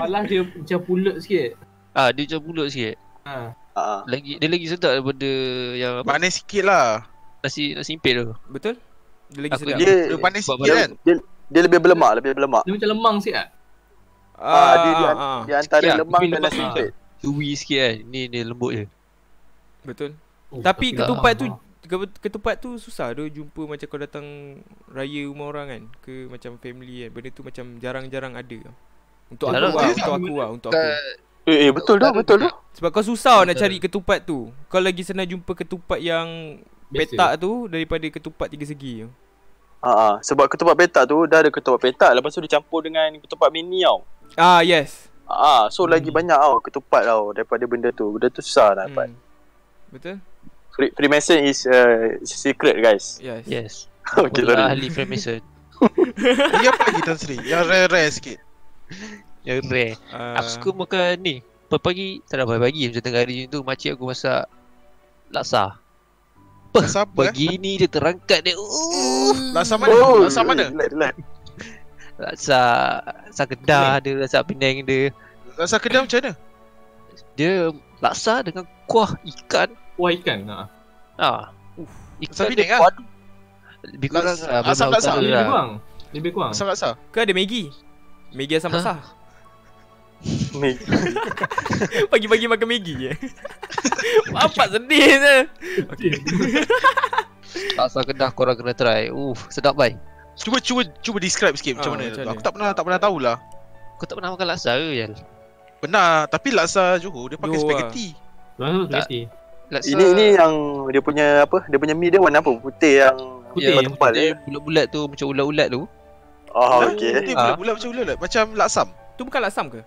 Speaker 5: Palas dia macam pulut sikit.
Speaker 4: Ah dia macam bulat sikit.
Speaker 5: Ha.
Speaker 7: Ha.
Speaker 4: Lagi dia lagi sedap daripada yang apa,
Speaker 1: Manis sikit lah.
Speaker 4: nasi nasi impit tu.
Speaker 2: Betul? Dia lagi
Speaker 4: Aku
Speaker 2: sedap.
Speaker 7: dia-
Speaker 1: Dia manis
Speaker 4: Sebab
Speaker 1: sikit kan?
Speaker 7: Dia lebih berlemak, lebih berlemak.
Speaker 5: Dia macam lemang sikit ah.
Speaker 7: Ah, dia, dia,
Speaker 2: ah, ah.
Speaker 7: dia antara
Speaker 4: Ya,
Speaker 7: lemang
Speaker 4: lebih
Speaker 7: dan
Speaker 4: lemak,
Speaker 7: nasi
Speaker 4: ah.
Speaker 7: impit.
Speaker 4: Chewy sikit kan. Ni dia lembut je.
Speaker 2: Betul.
Speaker 5: Oh,
Speaker 2: Tapi
Speaker 5: tak-
Speaker 2: ketupat
Speaker 5: ha,
Speaker 2: tu
Speaker 5: ha.
Speaker 2: ke- ketupat tu susah tu jumpa macam kau datang raya rumah orang kan ke macam family kan. Benda tu macam jarang-jarang ada. Untuk aku
Speaker 4: Jarang
Speaker 2: lah,
Speaker 4: ada.
Speaker 2: untuk aku lah, untuk aku.
Speaker 7: Eh, eh betul dah, betul dah.
Speaker 2: Sebab kau susah nak
Speaker 4: Betul.
Speaker 2: cari ketupat tu. Kau lagi senang jumpa ketupat yang
Speaker 5: Biasa.
Speaker 2: petak tu daripada ketupat tiga segi tu.
Speaker 7: Ha ah, sebab ketupat petak tu dah ada ketupat petak, lepas tu dicampur dengan ketupat mini tau.
Speaker 2: Ah, yes.
Speaker 7: Ah, so
Speaker 1: Hmm.
Speaker 7: lagi banyak tau ketupat tau daripada benda tu. Benda tu susah nak dapat.
Speaker 2: Hmm. Betul?
Speaker 7: Free, Freemason is uh, secret
Speaker 1: Eh,
Speaker 7: guys.
Speaker 2: Yes.
Speaker 4: Yes.
Speaker 7: okay,
Speaker 4: Betul lah
Speaker 7: sorry.
Speaker 4: ahli Freemason.
Speaker 1: Lagi apa lagi Tan Sri? Yang rare-rare sikit.
Speaker 4: Yang rare.
Speaker 2: Uh,
Speaker 1: Ah.
Speaker 4: Aku suka makan ni. Pagi-pagi, tak ada pagi-pagi macam tengah hari tu makcik aku masak laksa.
Speaker 1: Rasa apa eh?
Speaker 4: Pagi ni dia terangkat dia. Uh,
Speaker 1: Hmm. Rasa mana?
Speaker 3: Oh.
Speaker 1: Rasa mana?
Speaker 7: Oh, Relax, relax.
Speaker 4: laksa laksa kedah dia, laksa Penang dia.
Speaker 1: Rasa kedai macam mana?
Speaker 4: Dia laksa dengan kuah ikan.
Speaker 5: Kuah ikan. Ha.
Speaker 4: Ah. Ikan
Speaker 1: Laksa Penang
Speaker 4: dia
Speaker 1: lah.
Speaker 4: padu. Lebih kurang
Speaker 1: Laksa-
Speaker 4: lah,
Speaker 1: asam
Speaker 4: belah
Speaker 1: laksa.
Speaker 4: utara
Speaker 5: Lebih
Speaker 4: lah.
Speaker 5: kurang. Lebih kurang.
Speaker 1: Rasa laksa?
Speaker 2: Ke ada Maggi? Maggi asam
Speaker 4: Ha?
Speaker 2: basah.
Speaker 7: Ni.
Speaker 2: Pagi-pagi makan Maggi je. Apa sedih je.
Speaker 4: Laksa kedah korang kena try. Uh, sedap bai.
Speaker 1: Cuba cuba cuba describe sikit macam
Speaker 2: Ah,
Speaker 1: mana.
Speaker 2: macam
Speaker 1: Aku
Speaker 2: mana?
Speaker 1: tak pernah tak pernah tahulah.
Speaker 4: Kau tak pernah makan laksa ke, Yal?
Speaker 1: Pernah tapi laksa Johor dia pakai
Speaker 2: Johor lah.
Speaker 1: spaghetti.
Speaker 5: Tuan tu
Speaker 4: Tak.
Speaker 5: spaghetti.
Speaker 4: Laksa
Speaker 7: Ini ini yang dia punya apa? Dia punya mie dia warna apa? Putih yang
Speaker 5: Putih,
Speaker 7: tebal tebal eh.
Speaker 4: dia bulat-bulat tu macam ulat-ulat tu.
Speaker 7: Oh,
Speaker 1: Lah, Dia
Speaker 7: okey.
Speaker 4: Ah.
Speaker 1: bulat-bulat macam bulat macam laksam.
Speaker 2: Tu bukan laksam ke?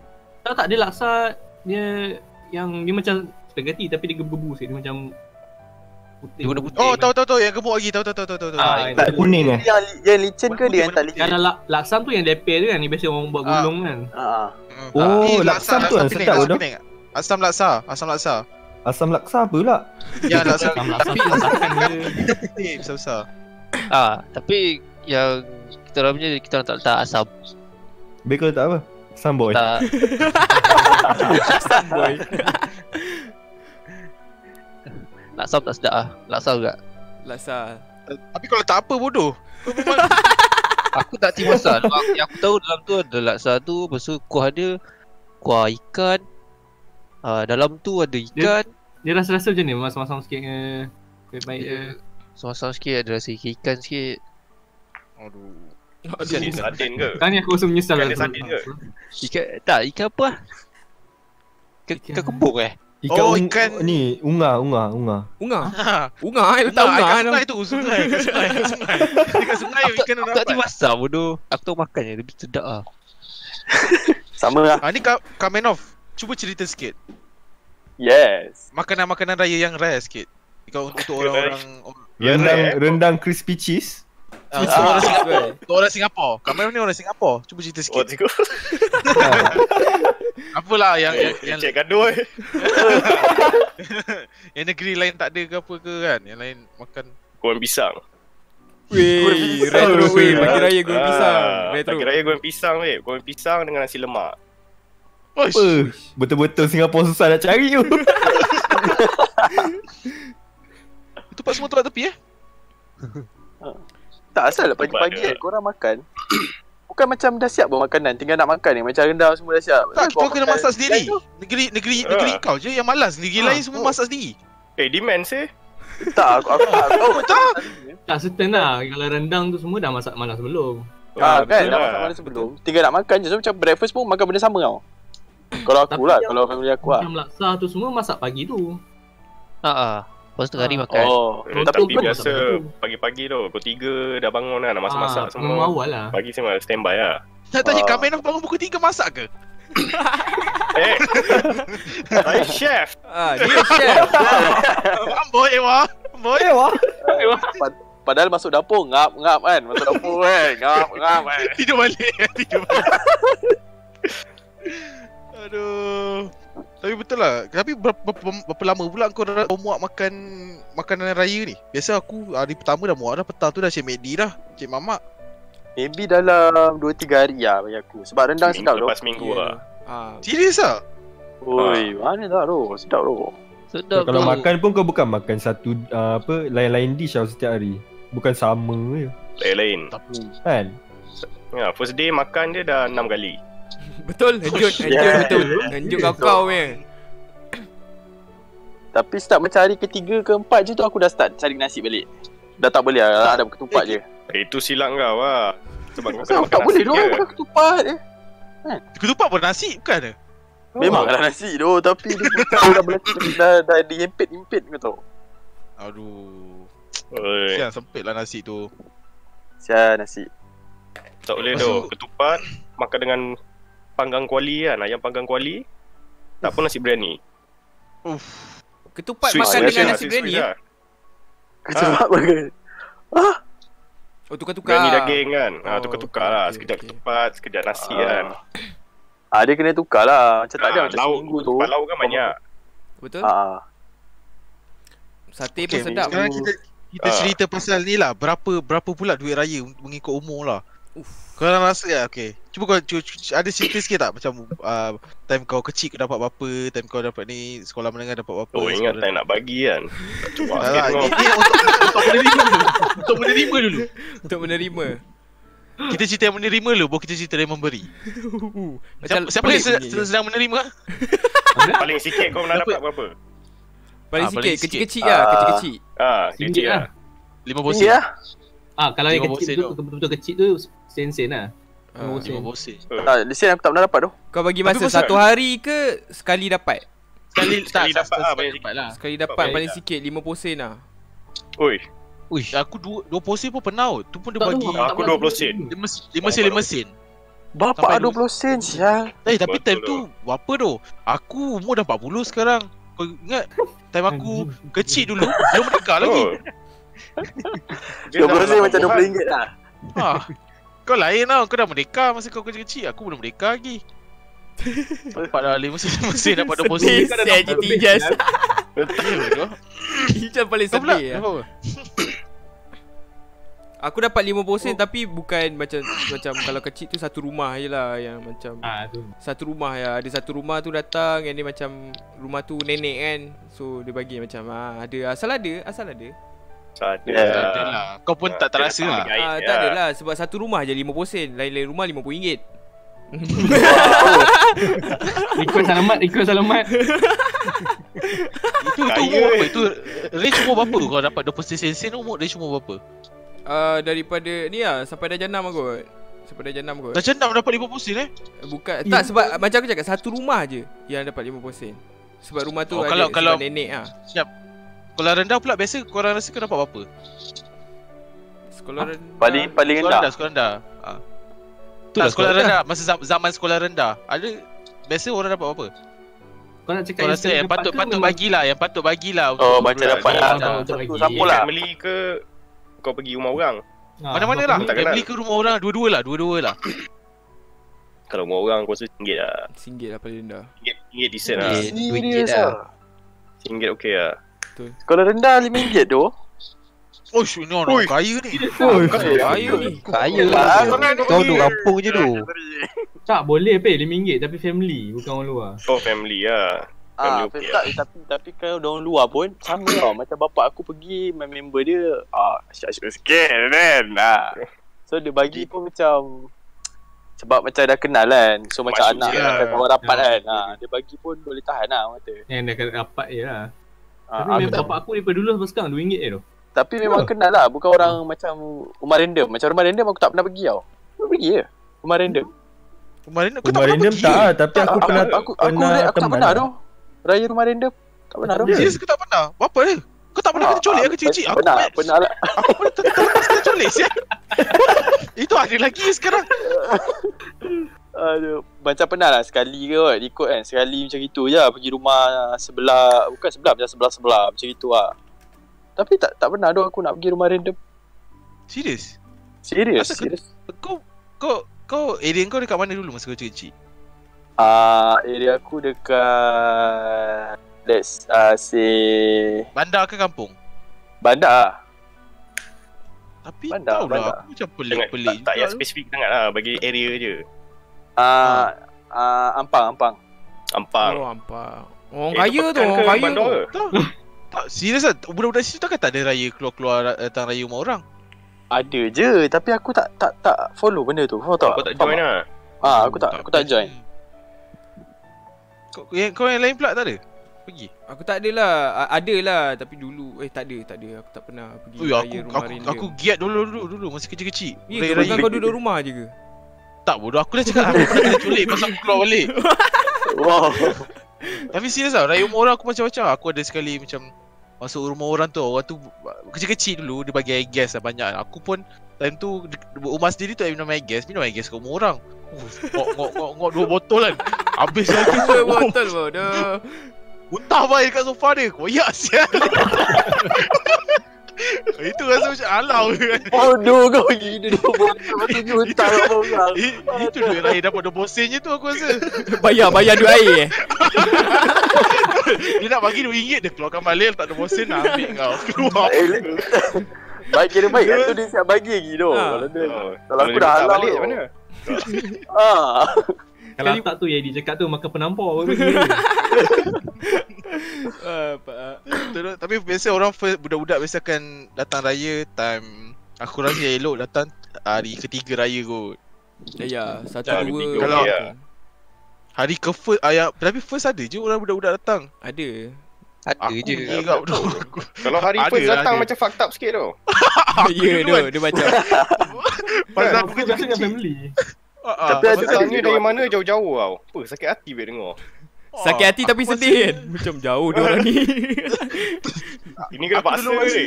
Speaker 5: Tak tak dia laksa dia yang dia macam spaghetti tapi dia gebu sikit dia macam putih.
Speaker 4: Dia warna putih.
Speaker 2: Eh,
Speaker 1: Oh, tahu tahu tahu yang gemuk lagi. Tahu tahu tahu tahu tahu. tahu.
Speaker 5: Ah,
Speaker 3: Tak kuning eh.
Speaker 7: Yang yang licin ke dia yang tak licin?
Speaker 5: yang la- laksam tu yang leper tu kan ni biasa orang buat
Speaker 1: Ah.
Speaker 5: gulung kan.
Speaker 7: Ha.
Speaker 1: Mm.
Speaker 3: Oh,
Speaker 1: Ni
Speaker 3: laksam tu kan,
Speaker 1: Penang,
Speaker 3: sedap
Speaker 1: laksa
Speaker 3: tu.
Speaker 1: Penang. Asam laksa, asam laksa.
Speaker 3: Asam laksa pula.
Speaker 1: Ya, laksa
Speaker 5: Laksam laksam tu masakan dia.
Speaker 1: putih besar-besar.
Speaker 4: Ah, tapi yang kita orang punya kita orang tak letak asam.
Speaker 3: Bagel tak apa. Samboy.
Speaker 4: Tak
Speaker 2: Boy.
Speaker 4: laksa tak sedap ah. Laksa juga.
Speaker 2: Laksa.
Speaker 1: Tapi kalau tak apa bodoh.
Speaker 4: Aku tak tiba asal. Sebab yang aku tahu dalam tu ada laksa tu, lepas tu kuah dia kuah ikan. Ah, dalam tu ada ikan.
Speaker 5: Dia rasa-rasa macam ni masam-masam sikit ke kuih pahit ke.
Speaker 4: Sama-sama sikit ada rasa ikan sikit.
Speaker 1: Aduh.
Speaker 2: Aduh.
Speaker 8: sardin ke?
Speaker 5: Sekarang ni aku rasa menyesal
Speaker 8: Ikan
Speaker 5: lah.
Speaker 8: Ya. Kan dia sardin ke?
Speaker 4: Ikan tak, ikan apa? ah? Ikan,
Speaker 5: Ikan.
Speaker 4: ikan kembung eh?
Speaker 3: Ikan,
Speaker 1: Oh,
Speaker 3: oh, ung-
Speaker 1: ikan-
Speaker 3: Ni, unga, unga, unga.
Speaker 2: Unga.
Speaker 1: Ha.
Speaker 2: Unga eh
Speaker 1: Tak,
Speaker 2: letak unga.
Speaker 1: kat
Speaker 2: eh.
Speaker 1: sungai tu, sungai, kat sungai, kat sungai. Dekat sungai
Speaker 4: Aku tak-
Speaker 1: ikan
Speaker 4: aku
Speaker 1: orang
Speaker 4: tak
Speaker 1: dapat.
Speaker 4: tiba asal bodoh. Aku tahu makan je lebih sedap ah.
Speaker 7: Sama lah.
Speaker 1: Ha, ni Ka- Kamenov, cuba cerita sikit.
Speaker 7: Yes.
Speaker 1: Makanan-makanan raya yang rare sikit. Kau untuk orang-orang orang-
Speaker 8: Ya,
Speaker 3: Rendang,
Speaker 8: rare, eh.
Speaker 3: rendang crispy cheese.
Speaker 1: Ah, untuk orang Singapura. Untuk orang Singapura. Kamenov ni orang Singapura. Cuba cerita
Speaker 8: Oh,
Speaker 1: sikit.
Speaker 8: cikgu.
Speaker 1: Apalah yang yang, yang,
Speaker 8: Cik gaduh eh.
Speaker 1: yang negeri lain tak ada ke apa ke kan? Yang lain makan
Speaker 8: Goreng pisang.
Speaker 2: Weh, retro weh, pagi raya goreng pisang.
Speaker 8: Ah,
Speaker 2: Retro.
Speaker 8: Pagi raya goreng pisang weh. Goreng pisang dengan nasi lemak.
Speaker 3: Apa? Betul-betul Singapura susah nak cari tu.
Speaker 1: Itu pak semua tolak tepi eh?
Speaker 7: Tak asal lah pagi-pagi kan korang makan. Bukan macam dah siap buat makanan, tinggal nak makan ni. Macam rendang semua dah siap.
Speaker 1: Tak, kita
Speaker 7: Korang
Speaker 1: orang kena
Speaker 7: makan.
Speaker 1: masak sendiri. Negeri negeri negeri
Speaker 8: Ah.
Speaker 1: kau je yang malas. Negeri
Speaker 8: Ah,
Speaker 1: lain semua
Speaker 8: betul.
Speaker 1: masak sendiri.
Speaker 8: Eh, demand sih.
Speaker 7: Tak, aku, aku tak tahu. tak?
Speaker 5: Tak certain lah Kalau rendang tu semua dah masak malam sebelum
Speaker 7: Ah, kan,
Speaker 8: betul
Speaker 7: dah
Speaker 8: lah.
Speaker 7: masak malam sebelum. Tinggal nak makan je. So, macam breakfast pun makan benda sama tau. Kalau aku lah,
Speaker 5: Tapi-
Speaker 7: kalau family aku lah.
Speaker 5: Macam laksa tu semua masak pagi tu
Speaker 4: Ha ah. Lepas tu hari
Speaker 5: Ah.
Speaker 4: makan.
Speaker 7: Oh,
Speaker 8: Eh,
Speaker 5: Betul
Speaker 8: tapi
Speaker 5: pun
Speaker 8: biasa
Speaker 5: tak betul.
Speaker 8: pagi-pagi tu Pukul 3 dah bangun lah nak
Speaker 5: Ah,
Speaker 8: masak-masak semua
Speaker 5: Memang awal lah
Speaker 8: Pagi semua standby lah
Speaker 1: Nak tanya
Speaker 7: Ah.
Speaker 1: Kamen bangun pukul 3 masak ke?
Speaker 8: Eh Saya chef
Speaker 2: Ah, dia chef.
Speaker 1: Faham boy Ewa Boy
Speaker 7: Padahal masuk dapur ngap-ngap kan. Masuk dapur kan. Ngap-ngap kan.
Speaker 1: Tidur balik Tidur balik Aduh Tapi betul lah Tapi berapa, berapa, berapa lama pula kau dah muak makan Makanan raya ni Biasa aku hari pertama dah muak dah Petang tu dah cik Medi dah Cik Mamak
Speaker 7: Maybe dalam 2-3 hari lah bagi aku. Sebab rendang
Speaker 8: Minggu
Speaker 7: sedap tu.
Speaker 8: lepas minggu lah
Speaker 2: Ah,
Speaker 1: Serius lah
Speaker 7: Oi, mana tak tu? Sedap tu.
Speaker 4: Sedap
Speaker 3: Kalau
Speaker 4: tu.
Speaker 3: makan pun kau bukan makan satu ah, apa lain-lain dish tau setiap hari. Bukan sama je.
Speaker 8: Lain-lain
Speaker 3: Kan?
Speaker 8: Ya, first day makan dia dah 6 kali
Speaker 2: betul, henjut, henjut betul. Henjut kau kau punya.
Speaker 7: Tapi start macam hari ketiga keempat je tu aku dah start cari nasi balik. Dah tak boleh lah, ada ketupat je.
Speaker 8: Eh, Itu silap kau lah Sebab kau kena
Speaker 7: Kenapa
Speaker 8: makan
Speaker 7: tak boleh
Speaker 8: nasi
Speaker 7: doang
Speaker 8: je
Speaker 7: makan ketupat eh?
Speaker 1: Ketupat pun nasi bukan ke?
Speaker 7: Memanglah lah nasi tu tapi dia pun dah boleh dah dah diimpit-impit kau tahu.
Speaker 1: Aduh
Speaker 8: Oi,
Speaker 1: Sian sempit lah nasi tu
Speaker 7: Sia nasi.
Speaker 8: Tak boleh
Speaker 1: Lepas
Speaker 8: tu
Speaker 1: tu-
Speaker 8: Ketupat Makan dengan Panggang kuali kan Ayam panggang kuali Tak pun nasi biryani
Speaker 2: Ketupat
Speaker 8: Sweet
Speaker 2: makan
Speaker 8: sweet
Speaker 2: dengan
Speaker 8: lah,
Speaker 2: nasi
Speaker 8: sweet
Speaker 2: biryani eh?
Speaker 8: sweet lah.
Speaker 7: Ketupat makan.
Speaker 2: Oh, tukar-tukar.
Speaker 8: Biryani daging kan
Speaker 2: Oh,
Speaker 8: ha, Tukar-tukar lah
Speaker 2: okey,
Speaker 8: Sekejap
Speaker 2: okey.
Speaker 8: ketupat Sekejap nasi
Speaker 7: Ah.
Speaker 8: kan
Speaker 7: Ah dia kena tukar lah. Macam tak ada
Speaker 8: Ah,
Speaker 7: macam
Speaker 8: lauk,
Speaker 7: seminggu tu.
Speaker 8: Tempat lauk kan banyak
Speaker 2: Betul?
Speaker 7: Ah.
Speaker 2: Sate pun
Speaker 1: Okay,
Speaker 2: sedap.
Speaker 1: sekarang kita kita
Speaker 8: Ah.
Speaker 1: cerita pasal ni lah Berapa berapa pula duit raya mengikut umur lah
Speaker 2: Uff.
Speaker 1: Kau orang rasa ya, okay. Cuba kau cu, cu, ada cerita sikit tak macam uh, time kau kecil kau dapat berapa, time kau dapat ni sekolah menengah dapat berapa.
Speaker 8: Oh ingat
Speaker 1: sekolah-
Speaker 8: tak nak bagi kan Cuba
Speaker 1: Tak lah,
Speaker 8: sikit
Speaker 1: ini,
Speaker 8: tengok
Speaker 1: ini untuk, untuk menerima dulu. Untuk menerima dulu.
Speaker 2: Untuk menerima.
Speaker 1: Kita cerita yang menerima dulu, baru kita cerita yang memberi.
Speaker 2: Macam
Speaker 1: Siapa, siapa
Speaker 2: pelik
Speaker 1: yang se-
Speaker 2: bunyi
Speaker 1: se-
Speaker 2: dia.
Speaker 1: sedang menerima?
Speaker 8: Paling sikit kau nak dapat berapa
Speaker 2: Paling
Speaker 1: Ah, paling
Speaker 2: sikit,
Speaker 1: sikit.
Speaker 2: kecil-kecil lah,
Speaker 7: Ah.
Speaker 2: kecil-kecil.
Speaker 8: Ah,
Speaker 5: Ringgit
Speaker 8: sikit
Speaker 5: lah
Speaker 8: lah
Speaker 1: Lima
Speaker 7: Tinggi
Speaker 1: bosing.
Speaker 7: lah.
Speaker 5: Ah kalau yang
Speaker 1: Tengok bosin
Speaker 5: kecil tu
Speaker 1: tu.
Speaker 5: betul-betul kecil tu sen-sen lah
Speaker 2: Ah.
Speaker 5: Lima
Speaker 1: Lima bosing.
Speaker 7: Ah, lesen aku tak pernah dapat tu.
Speaker 2: Kau bagi
Speaker 8: Tapi
Speaker 2: masa
Speaker 8: pasal-
Speaker 2: satu hari ke sekali dapat?
Speaker 1: Sekali,
Speaker 8: Sekali
Speaker 1: tak,
Speaker 8: dapat lah,
Speaker 1: sekali
Speaker 8: banyak
Speaker 1: dapat lah.
Speaker 2: Sekali dapat
Speaker 8: Baik
Speaker 2: paling sikit 5 posen lah.
Speaker 8: Ui
Speaker 4: Uish.
Speaker 1: Aku dua, dua posing pun pernah. kot. Tu pun dia
Speaker 5: Tak
Speaker 1: bagi.
Speaker 5: tahu, tak
Speaker 8: Aku
Speaker 5: tahu.
Speaker 8: 20 sen.
Speaker 1: Lima, lima sen, lima sen.
Speaker 7: Bapak
Speaker 1: Sampai
Speaker 7: ah 20 sen sial.
Speaker 1: Eh tapi
Speaker 8: Betul
Speaker 1: time tu Berapa tu Aku umur dah 40 sekarang Kau ingat Time aku kecil dulu Belum menikah lagi
Speaker 8: Oh. Dia
Speaker 7: 20 sen
Speaker 8: dah
Speaker 7: macam
Speaker 8: lapan
Speaker 7: RM20 lah.
Speaker 1: ha. Kau lain tau Kau dah merdeka Masa kau kecil-kecil Aku belum merdeka lagi Dapat dah 5 sen 5 sen Dapat 20 sen
Speaker 2: Sedih saya je tijas. Macam paling
Speaker 1: Kau pula
Speaker 2: sedih lah.
Speaker 1: Kenapa?
Speaker 2: Aku dapat 5 posen
Speaker 1: Oh.
Speaker 2: tapi bukan macam macam kalau kecil tu satu rumah je lah yang macam
Speaker 5: Ah tu
Speaker 2: satu rumah ya. Ada satu rumah tu datang yang dia macam rumah tu nenek kan. So dia bagi macam ah ada asal ada, asal ada.
Speaker 8: Tak ada
Speaker 7: Ya,
Speaker 1: Tak ada lah. Kau pun tak terasa lah
Speaker 8: ya.
Speaker 2: Ah tak ada lah sebab satu rumah je 5 posen, lain-lain rumah RM50.
Speaker 5: Request alamat Request alamat
Speaker 1: Itu itu
Speaker 8: Kaya
Speaker 1: umur
Speaker 8: eh.
Speaker 1: berapa Itu range umur berapa Kau dapat 20 sen sen Umur range umur berapa
Speaker 2: Ah daripada ni lah sampai dah jenam aku. Sampai dah jenam aku.
Speaker 1: Dah jenam dapat 50 sen eh
Speaker 2: Bukan tak sebab macam aku cakap satu rumah je yang dapat 5 posen. Sebab rumah tu
Speaker 1: Oh,
Speaker 2: ada
Speaker 1: kalau-
Speaker 2: sebab
Speaker 1: kalau-
Speaker 2: nenek ah.
Speaker 1: Siap Kalau rendah pula Biasa korang rasa kau dapat berapa
Speaker 2: Sekolah rendah.
Speaker 5: Ah,
Speaker 7: Paling paling
Speaker 1: Sekolah rendah,
Speaker 7: rendah.
Speaker 1: sekolah rendah. Ha.
Speaker 4: Itulah
Speaker 1: tak, sekolah
Speaker 4: sekolah
Speaker 1: rendah. Masa zam- zaman sekolah rendah, ada biasa orang dapat apa?
Speaker 5: Kau nak
Speaker 1: Kau
Speaker 5: cakap
Speaker 1: rasa yang patut
Speaker 8: kan
Speaker 1: patut bagilah, yang patut bagilah. untuk
Speaker 7: Oh,
Speaker 1: bulan
Speaker 7: macam
Speaker 1: ni.
Speaker 7: dapat
Speaker 8: ni
Speaker 7: lah.
Speaker 5: lah, untuk
Speaker 7: Satu
Speaker 5: bagi.
Speaker 7: sapu lah.
Speaker 8: Family ke Kau pergi rumah orang
Speaker 5: Ah,
Speaker 1: Mana-mana lah.
Speaker 8: Tak kenal.
Speaker 1: Family ke rumah orang, dua-dua lah, dua-dua lah.
Speaker 8: Kalau rumah orang aku rasa RM1 lah
Speaker 2: Singgit lah paling rendah.
Speaker 8: RM1 RM1 decent lah
Speaker 4: Duit- duit
Speaker 7: Serius
Speaker 4: lah.
Speaker 7: ah.
Speaker 8: RM1 okey lah
Speaker 7: Sekolah rendah RM5 tu.
Speaker 1: Oish, ini orang
Speaker 8: Ui.
Speaker 1: kaya ni.
Speaker 3: Oi.
Speaker 2: Kaya ni.
Speaker 4: Kaya
Speaker 7: Ah,
Speaker 4: lah.
Speaker 7: kau nak
Speaker 4: Kau duduk kampung je tu.
Speaker 5: Tak boleh pe RM5 tapi family Bukan orang luar
Speaker 8: Oh family lah
Speaker 7: Ah,
Speaker 8: Family okey
Speaker 7: tak, tapi tapi kalau dia orang luar pun sama tau. Macam bapak aku pergi main member dia ah asyik-asyik sikit kan. Ah. So dia bagi pun macam sebab macam dah kenal kan. So macam
Speaker 8: Masuk
Speaker 7: anak
Speaker 8: je lah.
Speaker 7: macam kawan
Speaker 5: Ya.
Speaker 7: rapat
Speaker 5: Eh,
Speaker 7: kan. Ah, dia bagi pun boleh tahan lah orang kata.
Speaker 5: Yang dah dapat je lah Tapi
Speaker 7: Ah, aku
Speaker 5: memang
Speaker 7: tak-
Speaker 5: bapak aku daripada dulu sampai sekarang RM2 je tau.
Speaker 7: Tapi memang
Speaker 3: Ya.
Speaker 7: kenal lah Bukan orang macam Rumah random Macam rumah random aku tak pernah pergi tau Aku pergi je Rumah random
Speaker 1: Kemarin aku tak
Speaker 3: Rumah
Speaker 1: pernah
Speaker 3: random
Speaker 1: pergi.
Speaker 3: tak lah Tapi aku
Speaker 7: aku,
Speaker 3: pernah
Speaker 7: aku, aku,
Speaker 3: pernah
Speaker 7: aku tak
Speaker 3: teman
Speaker 7: pernah
Speaker 3: lah.
Speaker 7: tu Raya rumah random Tak pernah tu
Speaker 3: Ya.
Speaker 1: Serius aku tak pernah. Apa dia? Kau tak pernah
Speaker 7: Ah,
Speaker 1: kena colik
Speaker 7: ah,
Speaker 1: aku kecil-kecil. Aku
Speaker 7: Pernah
Speaker 1: pernah.
Speaker 7: Pernah lah
Speaker 1: Aku pernah tak tak pernah kena colik siap. Itu ada lagi sekarang.
Speaker 7: Aduh, macam pernah lah sekali ke kot ikut kan Sekali macam gitu je lah, pergi rumah sebelah Bukan sebelah macam sebelah-sebelah macam gitu lah Tapi tak tak pernah tu aku nak pergi rumah random
Speaker 1: Serius.
Speaker 7: Serius,
Speaker 1: Asal kau-
Speaker 7: serius
Speaker 1: Kau kau kau area kau dekat mana dulu masa kau kecil-kecil?
Speaker 7: Ah, area aku dekat Let's uh, say
Speaker 1: Bandar ke kampung?
Speaker 7: Bandar lah.
Speaker 1: Tapi
Speaker 7: Bandar,
Speaker 1: tahu lah
Speaker 7: bandar.
Speaker 1: aku macam
Speaker 8: Sangat, tak,
Speaker 1: pelik-pelik.
Speaker 8: tak payah
Speaker 1: juga.
Speaker 8: spesifik sangat lah Bagi area je
Speaker 7: Ah, ah, Ampang, Ampang
Speaker 8: Ampang
Speaker 2: Oh hampa. Orang
Speaker 8: Eh,
Speaker 2: kaya tu,
Speaker 8: Pekan ke
Speaker 2: orang kaya
Speaker 8: Bandar
Speaker 2: tu.
Speaker 8: ke?
Speaker 1: Tak. Tak serius lah Budak-budak situ takkan tak ada raya Keluar-keluar datang raya rumah orang
Speaker 7: Ada je tapi aku tak tak tak follow benda tu. Kau tahu
Speaker 8: Kau tak join lah
Speaker 7: Ah, aku tak aku tak join.
Speaker 1: Kau yang, kau yang lain pula tak ada? Pergi
Speaker 2: Aku tak adalah, A- ada lah tapi dulu eh tak ada, tak ada. Aku tak pernah pergi
Speaker 1: Ui, aku, aku, aku giat dulu dulu dulu masa kecil-kecil.
Speaker 2: Ya,
Speaker 1: Raya-
Speaker 2: kau bukan
Speaker 1: raya-
Speaker 2: kau duduk rumah je ke?
Speaker 1: Tak bodoh aku dah cakap aku pernah kena culik pasal aku keluar balik.
Speaker 7: Wow.
Speaker 1: Tapi serius tau, raya rumah orang aku macam-macam. Aku ada sekali macam masuk rumah orang tu, orang tu kecil-kecil dulu dia bagi air gas lah banyak. Aku pun time tu de- de- rumah sendiri tu air minum air gas, minum air gas kat rumah orang. Uh, ngok ngok ngok ngok dua botol kan. Habis lagi
Speaker 2: Dua botol bodoh.
Speaker 1: Muntah baik dekat sofa dia. Koyak sial. Itu rasa macam alau kan.
Speaker 7: Bodoh kau pergi Oh, dia dua botol lepas tu juntang apa orang.
Speaker 1: I- Itu duit raya dapat dua bosing je tu aku rasa.
Speaker 2: Bayar, bayar duit air eh.
Speaker 1: Dia nak bagi RM2 dia keluarkan balik tak ada bosin nak ambil kau. Keluar.
Speaker 7: Eh, Baik kira baik kan tu dia siap bagi lagi tu.
Speaker 2: Ha.
Speaker 7: Kalau dia
Speaker 8: Oh,
Speaker 7: kalau aku
Speaker 8: dia
Speaker 7: dah
Speaker 8: tak
Speaker 7: halau
Speaker 8: balik
Speaker 7: tu.
Speaker 8: mana
Speaker 7: Ah.
Speaker 5: Kalau
Speaker 2: Kali-
Speaker 5: tak tu yang dia cakap tu makan penampor apa pergi.
Speaker 2: Ah, apa, ah.
Speaker 1: Terus- Tapi biasa orang first, budak-budak biasa akan datang raya time aku rasa yang elok datang hari ketiga raya kot.
Speaker 2: Ya, ya, satu
Speaker 8: Jangan
Speaker 2: dua.
Speaker 8: ketiga,
Speaker 1: Kalau-
Speaker 8: ya.
Speaker 1: Hari ke first ayah, tapi first ada je orang budak-budak datang.
Speaker 2: Ada.
Speaker 4: Ada
Speaker 1: Aku
Speaker 4: je.
Speaker 1: je kat budak aku.
Speaker 8: Kalau hari
Speaker 1: Ada,
Speaker 8: first datang
Speaker 1: ada.
Speaker 8: macam fucked up sikit tu
Speaker 2: Ya, dia,
Speaker 1: duluan.
Speaker 2: dia macam
Speaker 1: Pasal aku
Speaker 5: Aku
Speaker 1: kerja
Speaker 5: biasa dengan family.
Speaker 1: Ah, ah.
Speaker 7: Tapi ada-
Speaker 8: Pasal
Speaker 7: ada-
Speaker 8: ni dari mana jauh-jauh tau Apa sakit hati bila dengar
Speaker 2: sakit hati
Speaker 1: Aku
Speaker 2: tapi
Speaker 1: masa-
Speaker 2: sedih kan. Macam jauh dia orang ni.
Speaker 8: Ini kena
Speaker 1: Aku
Speaker 8: paksa
Speaker 1: dulu masa-
Speaker 8: ni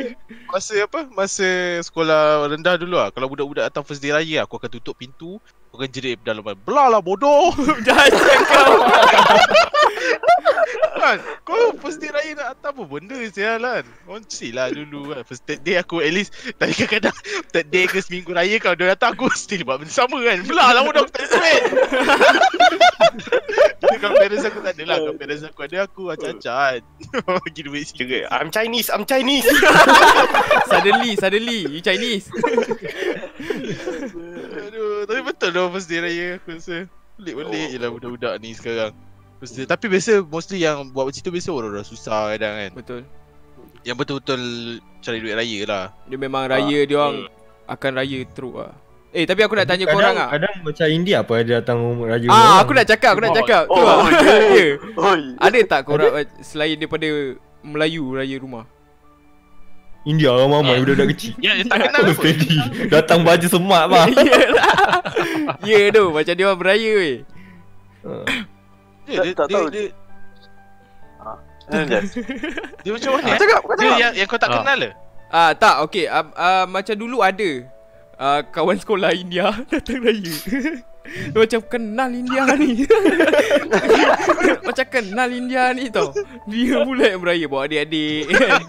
Speaker 1: Masa apa? Masa sekolah rendah dulu lah. Kalau budak-budak datang first day raya, aku akan tutup pintu. Aku akan jerit dalam Belah lah bodoh.
Speaker 2: Jahat kau.
Speaker 1: kan? Kau first day raya nak hantar apa benda sial kan? Kau chill lah dulu kan. First third day aku at least tapi kadang-kadang third day ke seminggu raya kau dia datang aku still buat benda sama kan. Belah lah bodoh aku tak ada duit. Kalau parents aku tak ada lah. Kalau parents aku ada aku acah-acah kan. Bagi duit sikit.
Speaker 8: Cerai I'm Chinese I'm Chinese
Speaker 2: Suddenly, suddenly you Chinese.
Speaker 1: Aduh, tapi betul lah first day raya aku rasa. Pelik-pelik oh. je lah budak-budak ni sekarang. First day. Tapi biasa mostly yang buat macam tu biasa orang-orang susah kadang kan.
Speaker 2: Betul.
Speaker 1: Yang betul-betul cari duit raya lah.
Speaker 2: Dia memang raya dia orang akan raya teruk ah. Eh, tapi aku nak tanya kau
Speaker 3: Kadang-
Speaker 2: orang ah.
Speaker 3: Kadang macam India apa Dia datang rumah raja rumah
Speaker 2: Ah,
Speaker 3: orang.
Speaker 2: aku nak cakap, aku nak
Speaker 7: Oh,
Speaker 2: cakap. Tu
Speaker 7: oh,
Speaker 2: ah.
Speaker 7: ya.
Speaker 2: Ya.
Speaker 7: Oi.
Speaker 2: Ada tak kau orang selain daripada Melayu raya rumah?
Speaker 3: India ramai-ramai Budak-budak kecil
Speaker 1: Ya, dia tak kenal
Speaker 3: Oh,
Speaker 1: pun.
Speaker 3: steady Datang baju semak bah
Speaker 2: Yelah. Ya tu, macam dia orang beraya weh.
Speaker 1: Dia, dia,
Speaker 7: Tak- tak
Speaker 1: dia,
Speaker 7: tahu.
Speaker 1: dia,
Speaker 7: Eh, Jas.
Speaker 1: dia macam mana?
Speaker 7: Kau
Speaker 1: eh?
Speaker 7: Cakap, kau
Speaker 1: Dia
Speaker 7: cakap.
Speaker 1: yang, yang kau tak
Speaker 4: Ah.
Speaker 1: kenal lah.
Speaker 2: Ah tak, okey. Um, uh, macam dulu ada uh, kawan sekolah India datang raya. Dia macam kenal India ni. macam kenal India ni tau. Dia pula yang beraya bawa adik-adik. kan.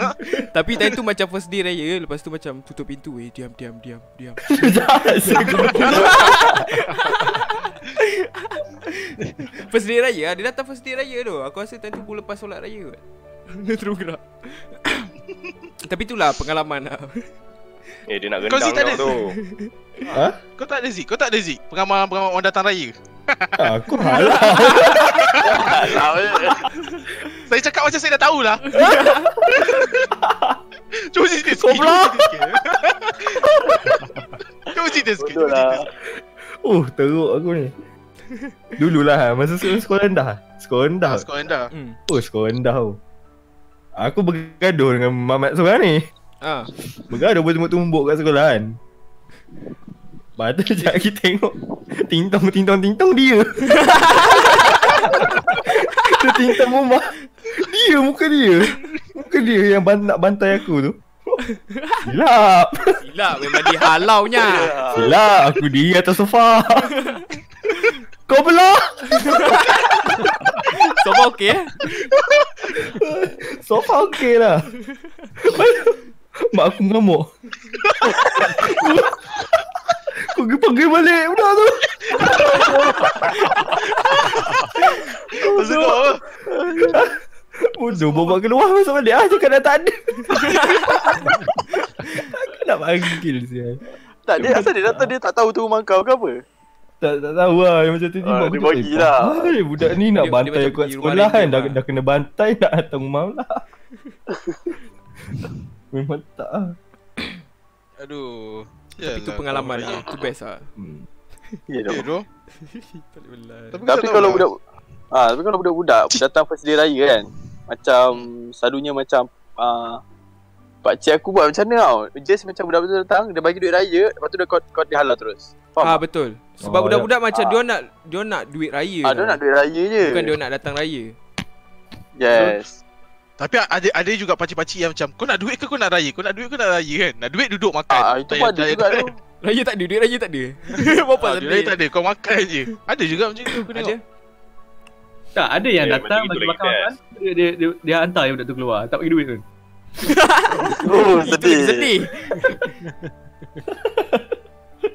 Speaker 2: Tapi time tu macam first day raya, lepas tu macam tutup pintu. Eh diam diam diam diam. First day raya, ah. dia datang first day raya tu. Aku rasa time tu pun lepas solat raya kot. Dia terus gerak. Tapi itulah pengalaman lah.
Speaker 8: Eh dia nak
Speaker 1: Kau si
Speaker 8: rendang
Speaker 1: tak ada.
Speaker 8: tau tu
Speaker 1: Kau tak ada Zik? Kau tak ada Zik? Pengamalan-pengamalan orang datang raya?
Speaker 3: Ah, Aku halau
Speaker 1: Saya cakap macam saya dah tahulah. Cuba cerita sikit. Kau pula. Cuba cerita sikit.
Speaker 7: Bodoh lah.
Speaker 3: Oh teruk aku ni Dululah Masa sekolah sekolah rendah Sekolah rendah
Speaker 1: Sekolah rendah.
Speaker 2: Hmm.
Speaker 3: Oh sekolah rendah tu Aku bergaduh dengan mamat seorang ni
Speaker 2: Ah.
Speaker 3: Bergaduh bertumbuk-tumbuk kat sekolah kan Lepas tu sekejap lagi tengok Tintong-tintong-tintong dia Dia tintong rumah Dia muka dia Muka dia yang ban- nak bantai aku tu Silap
Speaker 2: Silap memang dihalaunya.
Speaker 3: Silap aku di atas sofa Kau pula
Speaker 2: Semua okey eh?
Speaker 3: So far okay lah Mak aku ngamuk Kau pergi panggil balik budak tu
Speaker 1: Pasal kau apa?
Speaker 3: Bodoh bawa keluar masuk balik ah Cakap dah tak ada Aku nak panggil sial
Speaker 7: Tak dia asal dia datang dia tak tahu tu rumah kau ke apa?
Speaker 3: tak, tak tahu lah yang macam tu tiba
Speaker 7: Ah, dia bagi lah.
Speaker 3: Hai, budak ni
Speaker 2: Dia-
Speaker 3: nak
Speaker 2: dia macam
Speaker 3: bantai aku
Speaker 2: pergi
Speaker 3: kat
Speaker 2: rumah
Speaker 3: sekolah kan
Speaker 2: random
Speaker 3: dah,
Speaker 2: lah.
Speaker 3: dah kena bantai nak datang rumah lah Memang tak lah
Speaker 1: Aduh.
Speaker 2: Tapi tu pengalaman lah. Tu best lah.
Speaker 3: hmm.
Speaker 7: Ya,
Speaker 1: Ya, doh.
Speaker 2: Tak boleh belai.
Speaker 7: Tapi kalau budak ah tapi kalau budak-budak datang first day raya kan macam selalunya macam ah pak cik aku buat macam mana tau. Just macam budak tu datang dia bagi duit raya lepas tu dia kau kau dia halal terus.
Speaker 2: Ah
Speaker 7: Faham?
Speaker 2: betul. Sebab
Speaker 3: Oh,
Speaker 2: budak-budak macam
Speaker 7: Ah.
Speaker 2: dia nak dia nak duit raya.
Speaker 7: Ah, dia nak duit raya je.
Speaker 2: Bukan dia nak datang raya.
Speaker 7: Yes.
Speaker 1: Tapi ada ada juga pakcik-pakcik yang macam kau nak duit ke kau nak raya? Kau nak duit ke nak raya kan? Nak duit duduk makan.
Speaker 7: Ah, itu
Speaker 1: Tak
Speaker 7: pun
Speaker 1: payah-
Speaker 7: ada
Speaker 1: tak
Speaker 7: juga
Speaker 1: payah-
Speaker 7: tu.
Speaker 2: Raya tak ada, duit raya tak ada. Berapa
Speaker 1: Ah,
Speaker 2: tak
Speaker 1: duit raya tak
Speaker 2: ada?
Speaker 1: ada, kau makan je. Ada juga macam tu aku
Speaker 2: Ada?
Speaker 1: tengok.
Speaker 5: Tak, ada yang
Speaker 8: Ya,
Speaker 5: datang bagi
Speaker 8: macam itu lagi
Speaker 5: makan makan dia, dia, dia, dia hantar yang budak tu keluar Tak bagi duit pun
Speaker 7: Oh,
Speaker 2: Itu lagi
Speaker 7: sedih.
Speaker 2: sedih.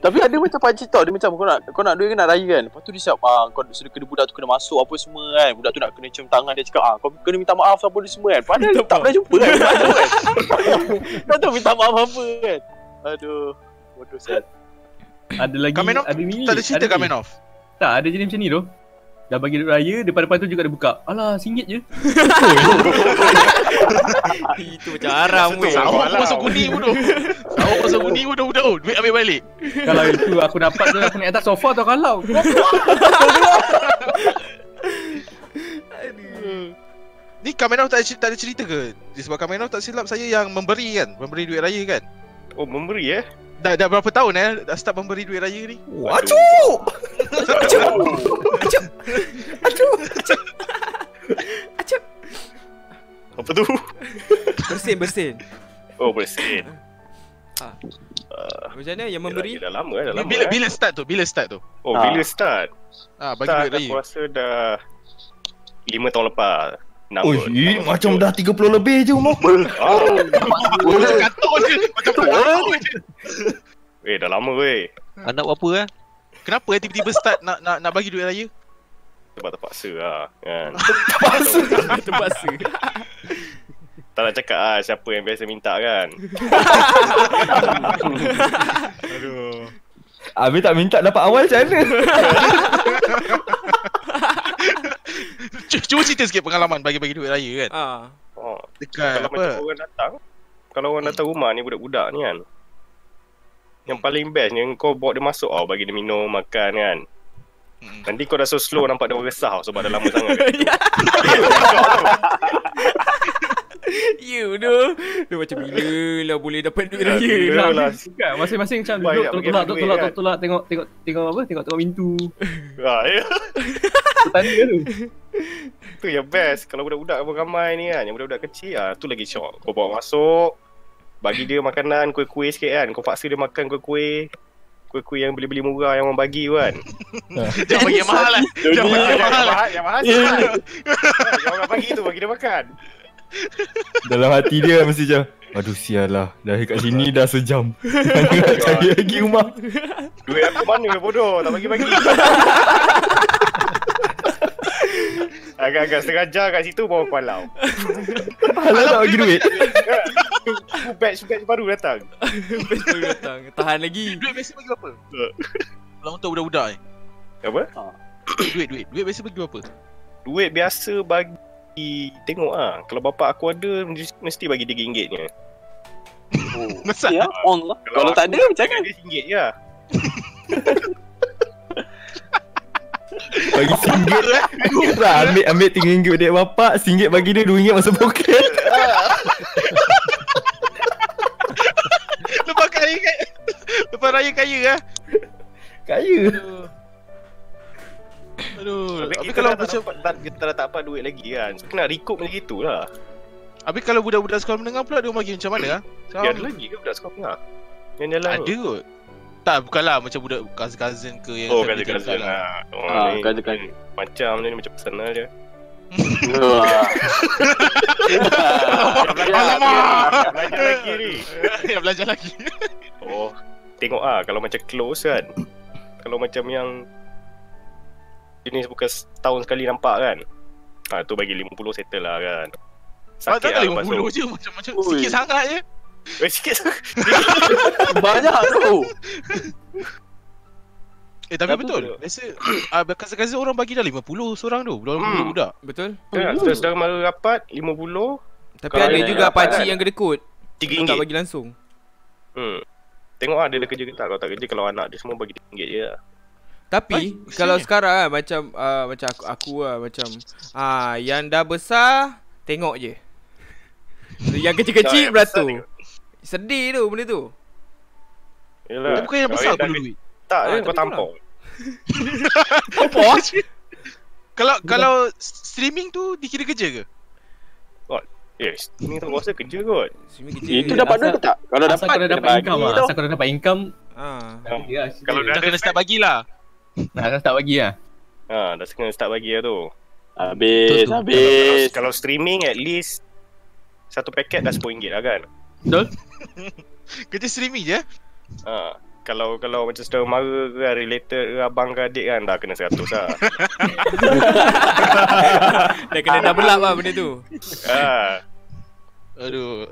Speaker 7: Tapi ada macam pakcik tau, dia macam kau nak kau nak duit ke nak raya kan. Lepas tu dia siap ah kau suruh kena budak tu kena masuk apa semua kan. Budak tu nak kena cium tangan dia cakap ah kau kena minta maaf apa dia semua kan. Padahal
Speaker 2: Minta
Speaker 7: tak
Speaker 2: maaf.
Speaker 7: pernah jumpa kan. Tak tahu kan. Tak tahu minta maaf apa kan. Aduh. Bodoh sial.
Speaker 5: Ada lagi,
Speaker 1: Kamen off?
Speaker 5: ada mini
Speaker 1: Tak ada cerita
Speaker 5: ni.
Speaker 1: Kamen off.
Speaker 5: Tak, ada jenis macam ni tu Dah bagi duit raya, depan-depan tu juga dia buka Alah, RM1 je
Speaker 2: Itu macam haram
Speaker 1: Tu,
Speaker 2: weh.
Speaker 1: Sawak pun masuk guni pun tu. Sawak masuk guni pun tu budak tu. Duit ambil balik.
Speaker 5: Kalau itu aku dapat tu aku naik atas sofa tau kalau
Speaker 1: Ni Kamenov tak ada, cer- tak ada cerita ke? Dia Sebab Kamenov tak silap saya yang memberi kan? Memberi duit raya kan?
Speaker 8: Oh memberi eh
Speaker 1: Dah, dah berapa tahun eh? Dah start memberi duit raya ni?
Speaker 3: Wacuk
Speaker 8: Apa tu?
Speaker 2: Bersin bersin.
Speaker 8: Oh bersin
Speaker 2: Macam mana yang memberi?
Speaker 8: Dah lama eh dah lama
Speaker 1: Bila,
Speaker 8: eh.
Speaker 1: bila start tu? Bila start tu?
Speaker 8: Oh
Speaker 7: Ah.
Speaker 8: bila start?
Speaker 1: Ah, bagi
Speaker 8: Start
Speaker 1: duit raya.
Speaker 8: aku rasa dah 5 tahun lepas 6
Speaker 3: Oh, ih, macam dah 30 lebih je umur
Speaker 8: oh.
Speaker 1: Macam katok je. Macam katok
Speaker 3: lah.
Speaker 1: je.
Speaker 8: Eh dah lama weh
Speaker 4: Anak buat apa eh?
Speaker 1: Kenapa eh tiba-tiba start nak nak nak bagi duit raya?
Speaker 8: Sebab terpaksa lah kan.
Speaker 2: Terpaksa.
Speaker 8: Tak nak cakap lah siapa yang biasa minta kan
Speaker 1: Aduh.
Speaker 3: Habis tak minta dapat awal macam mana
Speaker 1: C- Cuba cerita sikit pengalaman bagi-bagi duit raya kan?
Speaker 2: Ah.
Speaker 8: oh,
Speaker 1: Dekat
Speaker 3: Kan,
Speaker 8: Kalau
Speaker 1: apa?
Speaker 8: macam orang datang Kalau orang datang rumah ni budak-budak ni kan Yang paling bestnya kau bawa dia masuk tau Bagi dia minum, makan kan
Speaker 1: Hmm.
Speaker 8: Nanti kau dah so slow nampak dia orang resah tau Sebab dah lama sangat kat
Speaker 2: Ya.
Speaker 8: situ.
Speaker 2: You tu. Dia macam bila lah boleh dapat duit raya.
Speaker 8: Bila lah
Speaker 5: Bukan, masing-masing macam
Speaker 8: Banyak
Speaker 5: duduk
Speaker 8: bagi
Speaker 5: tolak-tolak,
Speaker 8: duit
Speaker 5: tolak-tolak,
Speaker 8: kan.
Speaker 5: tolak-tolak Tengok, tengok, tengok apa, tengok tengok pintu
Speaker 8: ah, ya.
Speaker 5: Tanya tu
Speaker 8: Tu yang best Kalau budak-budak pun ramai ni kan Yang budak-budak kecil ah, Tu lagi syok Kau bawa masuk Bagi dia makanan Kuih-kuih sikit kan Kau paksa dia makan kuih-kuih Kuih-kuih yang beli-beli murah Yang orang bagi tu kan
Speaker 1: Jangan bagi yang mahal lah. Jangan bagi yang mahal lah.
Speaker 8: Yang mahal Ya. Yang orang bagi tu Bagi dia makan
Speaker 3: Dalam hati dia mesti macam Aduh sial lah Dah kat sini dah sejam Mana nak cari lagi rumah
Speaker 8: Duit aku mana bodoh Tak bagi-bagi Agak-agak setengah jam kat situ bawa palau
Speaker 3: Alah tak bagi duit
Speaker 8: Tu batch-batch baru datang
Speaker 2: Best baru datang. Tahan lagi.
Speaker 1: Duit biasa bagi berapa? Kalau untuk budak-budak ni.
Speaker 8: Apa?
Speaker 1: Duit, duit. Duit biasa bagi berapa?
Speaker 8: Duit biasa bagi Tengok ah Kalau bapak aku ada Mesti bagi dia ringgit je
Speaker 1: Besar.
Speaker 7: Ya, on lah. Kalau tak
Speaker 8: ah.
Speaker 7: ada macam
Speaker 8: kan? Dia ringgit je lah
Speaker 3: Bagi singgit Dah ambil, ambil tiga ringgit dari bapak Singgit bagi dia dua ringgit masuk poket
Speaker 1: Lepas kaya kaya Lepas raya kaya lah
Speaker 3: Kaya
Speaker 1: Aduh
Speaker 8: Tapi
Speaker 1: Habis
Speaker 8: kita
Speaker 1: kalau
Speaker 8: dah tak
Speaker 1: macam
Speaker 8: dapat, tak- kita dah tak dapat duit lagi kan So kena recoup lah. macam itulah
Speaker 1: Habis kalau budak-budak sekolah menengah pula Dia bagi macam mana lah
Speaker 8: Dia ada lagi lah. ke budak sekolah tengah? Yang jalan
Speaker 1: Ada
Speaker 8: tu?
Speaker 1: kot Tak bukanlah macam budak cousin-cousin ke yang
Speaker 8: Oh
Speaker 1: family
Speaker 8: kata kata
Speaker 1: dekat
Speaker 8: lah Orang
Speaker 7: Ah,
Speaker 8: ni
Speaker 7: kata-kata.
Speaker 8: Macam ni macam personal je
Speaker 7: Ya.
Speaker 1: Alamak
Speaker 8: Belajar lagi ni
Speaker 1: Nak belajar lagi
Speaker 8: Oh Tengok ah kalau macam close kan Kalau macam yang Jenis bukan setahun sekali nampak kan Ha tu bagi 50 settle lah kan
Speaker 1: Sakit tak
Speaker 8: lepas tu.
Speaker 1: lah 50 je Macam-macam
Speaker 7: Ui.
Speaker 1: Sikit sangat je
Speaker 8: Eh sikit
Speaker 7: Banyak tu
Speaker 1: Eh tapi
Speaker 7: Kenapa
Speaker 1: betul
Speaker 7: tu?
Speaker 1: Biasa ah, Kasa-kasa orang bagi dah 50 seorang tu
Speaker 8: Hmm.
Speaker 1: Budak-budak
Speaker 2: Betul?
Speaker 8: Ya, Terus saudara mara rapat 50
Speaker 2: Tapi
Speaker 7: Kalau
Speaker 2: ada
Speaker 7: yang
Speaker 2: juga
Speaker 7: dapat
Speaker 2: pakcik
Speaker 7: kan.
Speaker 2: yang kedekut. Kau tak
Speaker 8: RM3
Speaker 2: bagi langsung.
Speaker 8: hmm. Tengok ah dia ada kerja ke tak Kalau tak kerja kalau anak dia semua bagi RM3 je lah
Speaker 2: Tapi
Speaker 1: Baik,
Speaker 2: kalau
Speaker 1: sini.
Speaker 2: sekarang kan macam uh, macam aku aku lah macam ah yang dah besar tengok je. So, yang
Speaker 8: Yang
Speaker 2: kecil-kecil
Speaker 8: besar
Speaker 2: beratur. Sedih tu benda tu.
Speaker 8: Yelah
Speaker 1: Dia bukan yang
Speaker 8: kalau
Speaker 1: besar
Speaker 8: dah
Speaker 1: perlu
Speaker 8: kerja-
Speaker 1: duit
Speaker 8: Tak
Speaker 2: Ah,
Speaker 8: dia
Speaker 2: tapi
Speaker 8: kau tampau
Speaker 1: Apa? Kalau kalau streaming tu dikira kerja ke?
Speaker 8: Yes Ni tak rasa kerja kot
Speaker 2: Streaming kecil.
Speaker 7: Itu dapat duit ke tak? Kalau
Speaker 5: Asal
Speaker 7: dapat
Speaker 5: kau dah dapat
Speaker 7: bagi
Speaker 5: income lah
Speaker 7: tau.
Speaker 5: Asal kau dah dapat income
Speaker 2: Ah.
Speaker 5: tak ada lah, cerita
Speaker 8: Kalau
Speaker 5: dia.
Speaker 1: Dah kena start bagilah.
Speaker 5: Nah kan tak bagi lah
Speaker 8: Ha dah kena start bagi lah tu
Speaker 7: Habis,
Speaker 4: Betul tu.
Speaker 7: habis.
Speaker 8: Kalau streaming at least Satu paket dah RM10 lah kan
Speaker 1: Kerja streaming je. eh.
Speaker 8: Ha, kalau kalau macam saudara mara ke kan, related ke abang ke adik kan dah kena 100 lah.
Speaker 2: Dah kena double up lah benda tu.
Speaker 8: ha.
Speaker 1: Aduh.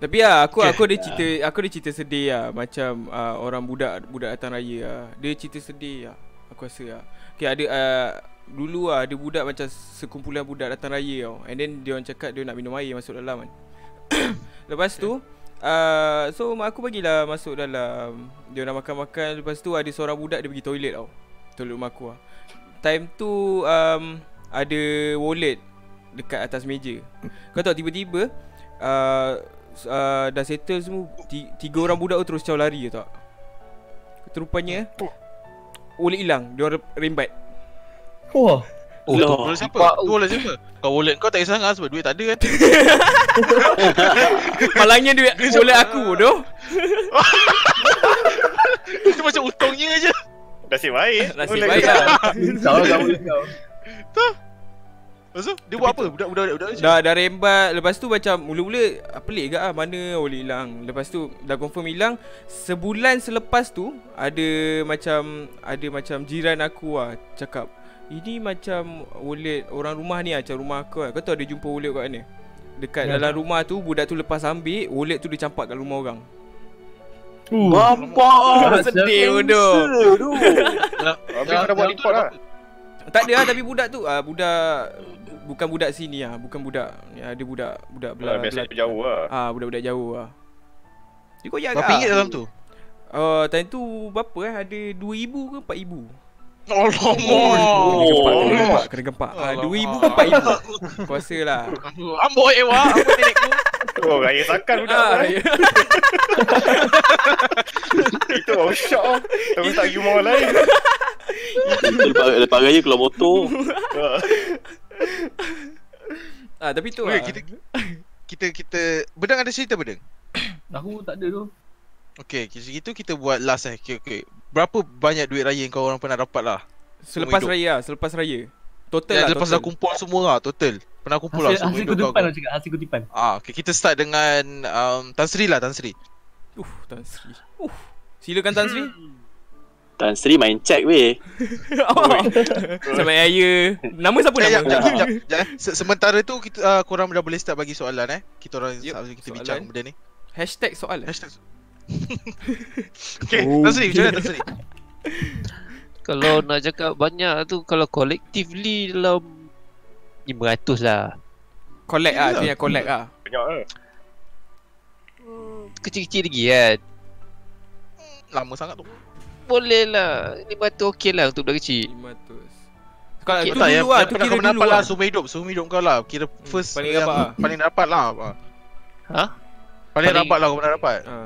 Speaker 2: Tapi ah aku
Speaker 1: Okay.
Speaker 2: aku ada cerita aku ada cerita sedih ah macam ah, orang budak budak datang raya ah. Dia cerita sedih ah. Aku rasa ah. Okay, ada ah, dulu ah ada budak macam sekumpulan budak datang raya tau. And then dia orang cakap dia nak minum air masuk dalam kan. lepas tu ah so mak aku bagilah masuk dalam. Dia nak makan-makan lepas tu ada seorang budak dia pergi toilet tau. Toilet rumah aku ah. Time tu um, ada wallet dekat atas meja. Kau tahu tiba-tiba uh, s- uh, dah settle semua ti- tiga orang budak tu terus caw lari je tak. Terupanya wallet hilang, dia orang rembat.
Speaker 5: Wah
Speaker 4: Oh,
Speaker 1: Tu
Speaker 4: tu.
Speaker 1: wallet siapa? Tu wallet siapa? Kau wallet kau tak kisah sangat sebab duit tak ada kan.
Speaker 2: Malangnya duit wallet aku bodoh.
Speaker 1: Itu macam untungnya je.
Speaker 8: Nasib baik.
Speaker 2: Nasib baik lah.
Speaker 5: Salah kau boleh kau
Speaker 1: Lepas tu dia buat apa? Budak-budak budak
Speaker 2: Dah dah rembat, lepas tu macam mula-mula ah, pelik gak ah mana wallet hilang. Lepas tu dah confirm hilang, sebulan selepas tu ada macam ada macam jiran aku ah cakap ini macam wallet orang rumah ni ah, macam rumah aku ah. Kau tahu ada jumpa wallet kat mana? Dekat
Speaker 5: Ya.
Speaker 2: dalam rumah tu budak tu lepas ambil, wallet tu dia campak kat rumah orang.
Speaker 7: Bapak.
Speaker 2: Sedih bodoh.
Speaker 8: Habis kau dah buat report lah.
Speaker 2: Tak ada lah tapi budak tu ah budak bukan budak sini ah, bukan budak. Ya, ada budak budak
Speaker 8: Lah,
Speaker 2: belah.
Speaker 8: biasa
Speaker 2: belah-
Speaker 8: jauh lah.
Speaker 2: Ah budak-budak jauh ah. Dia koyak
Speaker 1: Berapa ringgit dalam tu?
Speaker 2: Uh, time tu berapa eh? Ada 2,000 ke 4,000?
Speaker 1: Oh, Alamak.
Speaker 2: Kena
Speaker 8: Oh.
Speaker 2: gempak, kena gempak. Ah,
Speaker 1: Alamak.
Speaker 2: 2,000 ke 4,000? Kuasa lah.
Speaker 1: Amboi eh, ewa, apa nenekku?
Speaker 8: Oh, raya sakan budak
Speaker 2: Ah,
Speaker 8: ah,
Speaker 2: ya.
Speaker 8: Itu baru shock lah. Terus tak humor lain.
Speaker 7: Lepas, lepas raya keluar motor.
Speaker 8: Ah.
Speaker 2: ah, tapi tu
Speaker 1: Okey,
Speaker 2: lah.
Speaker 1: kita kita kita bedang ada cerita bedang.
Speaker 5: Aku tak ada tu
Speaker 1: Okey, kisah itu kita buat last eh. Okey, okey. Berapa banyak duit raya yang kau orang pernah dapat lah?
Speaker 2: Selepas
Speaker 1: hidup.
Speaker 2: raya lah, selepas raya.
Speaker 1: Ya,
Speaker 2: Total lah,
Speaker 1: lepas dah
Speaker 2: total.
Speaker 1: kumpul semua lah total. Pernah kumpul lah
Speaker 5: Hasil,
Speaker 1: semua
Speaker 5: hasil
Speaker 1: hidup kau.
Speaker 5: kutipan aku cakap Hasil kutipan
Speaker 1: Ah, okay, kita start dengan um, Tan Sri lah, Tan Sri.
Speaker 2: Uh, Tan Sri. Uh, silakan Tan Sri.
Speaker 7: Tan Sri main check weh.
Speaker 2: Selamat raya. Nama siapa
Speaker 1: Eh,
Speaker 2: nama?
Speaker 1: jap, jap, jap, jap. Se- Sementara tu kita uh, korang dah boleh start bagi soalan eh. Kita orang
Speaker 2: Yup,
Speaker 1: yep, kita
Speaker 2: soalan.
Speaker 1: bincang benda ni.
Speaker 2: Hashtag soal eh?
Speaker 1: Hashtag. okay, Tan Sri, macam mana Tan Sri?
Speaker 4: Kalau nak cakap banyak tu Kalau collectively dalam 500 lah
Speaker 2: Collect ah, tu yang collect ah.
Speaker 8: Banyak lah.
Speaker 4: Kecil-kecil lagi kan
Speaker 1: Lama sangat tu.
Speaker 4: boleh lah. RM500 okey lah untuk budak kecil.
Speaker 2: 500
Speaker 1: Kau
Speaker 2: Okey,
Speaker 1: okay,
Speaker 2: tu
Speaker 1: tak yang,
Speaker 2: dulu lah,
Speaker 1: yang pernah
Speaker 2: tu kira
Speaker 1: kau
Speaker 2: dulu
Speaker 1: mendapat lah
Speaker 2: lah. Hmm,
Speaker 1: seumur hidup, seumur hidup kau lah. Kira first
Speaker 2: paling
Speaker 1: yang
Speaker 2: rapat lah.
Speaker 1: paling rapat lah. apa.
Speaker 4: Ha?
Speaker 1: Paling,
Speaker 4: Paling-
Speaker 1: rapat lah kau pernah rapat.
Speaker 2: ha.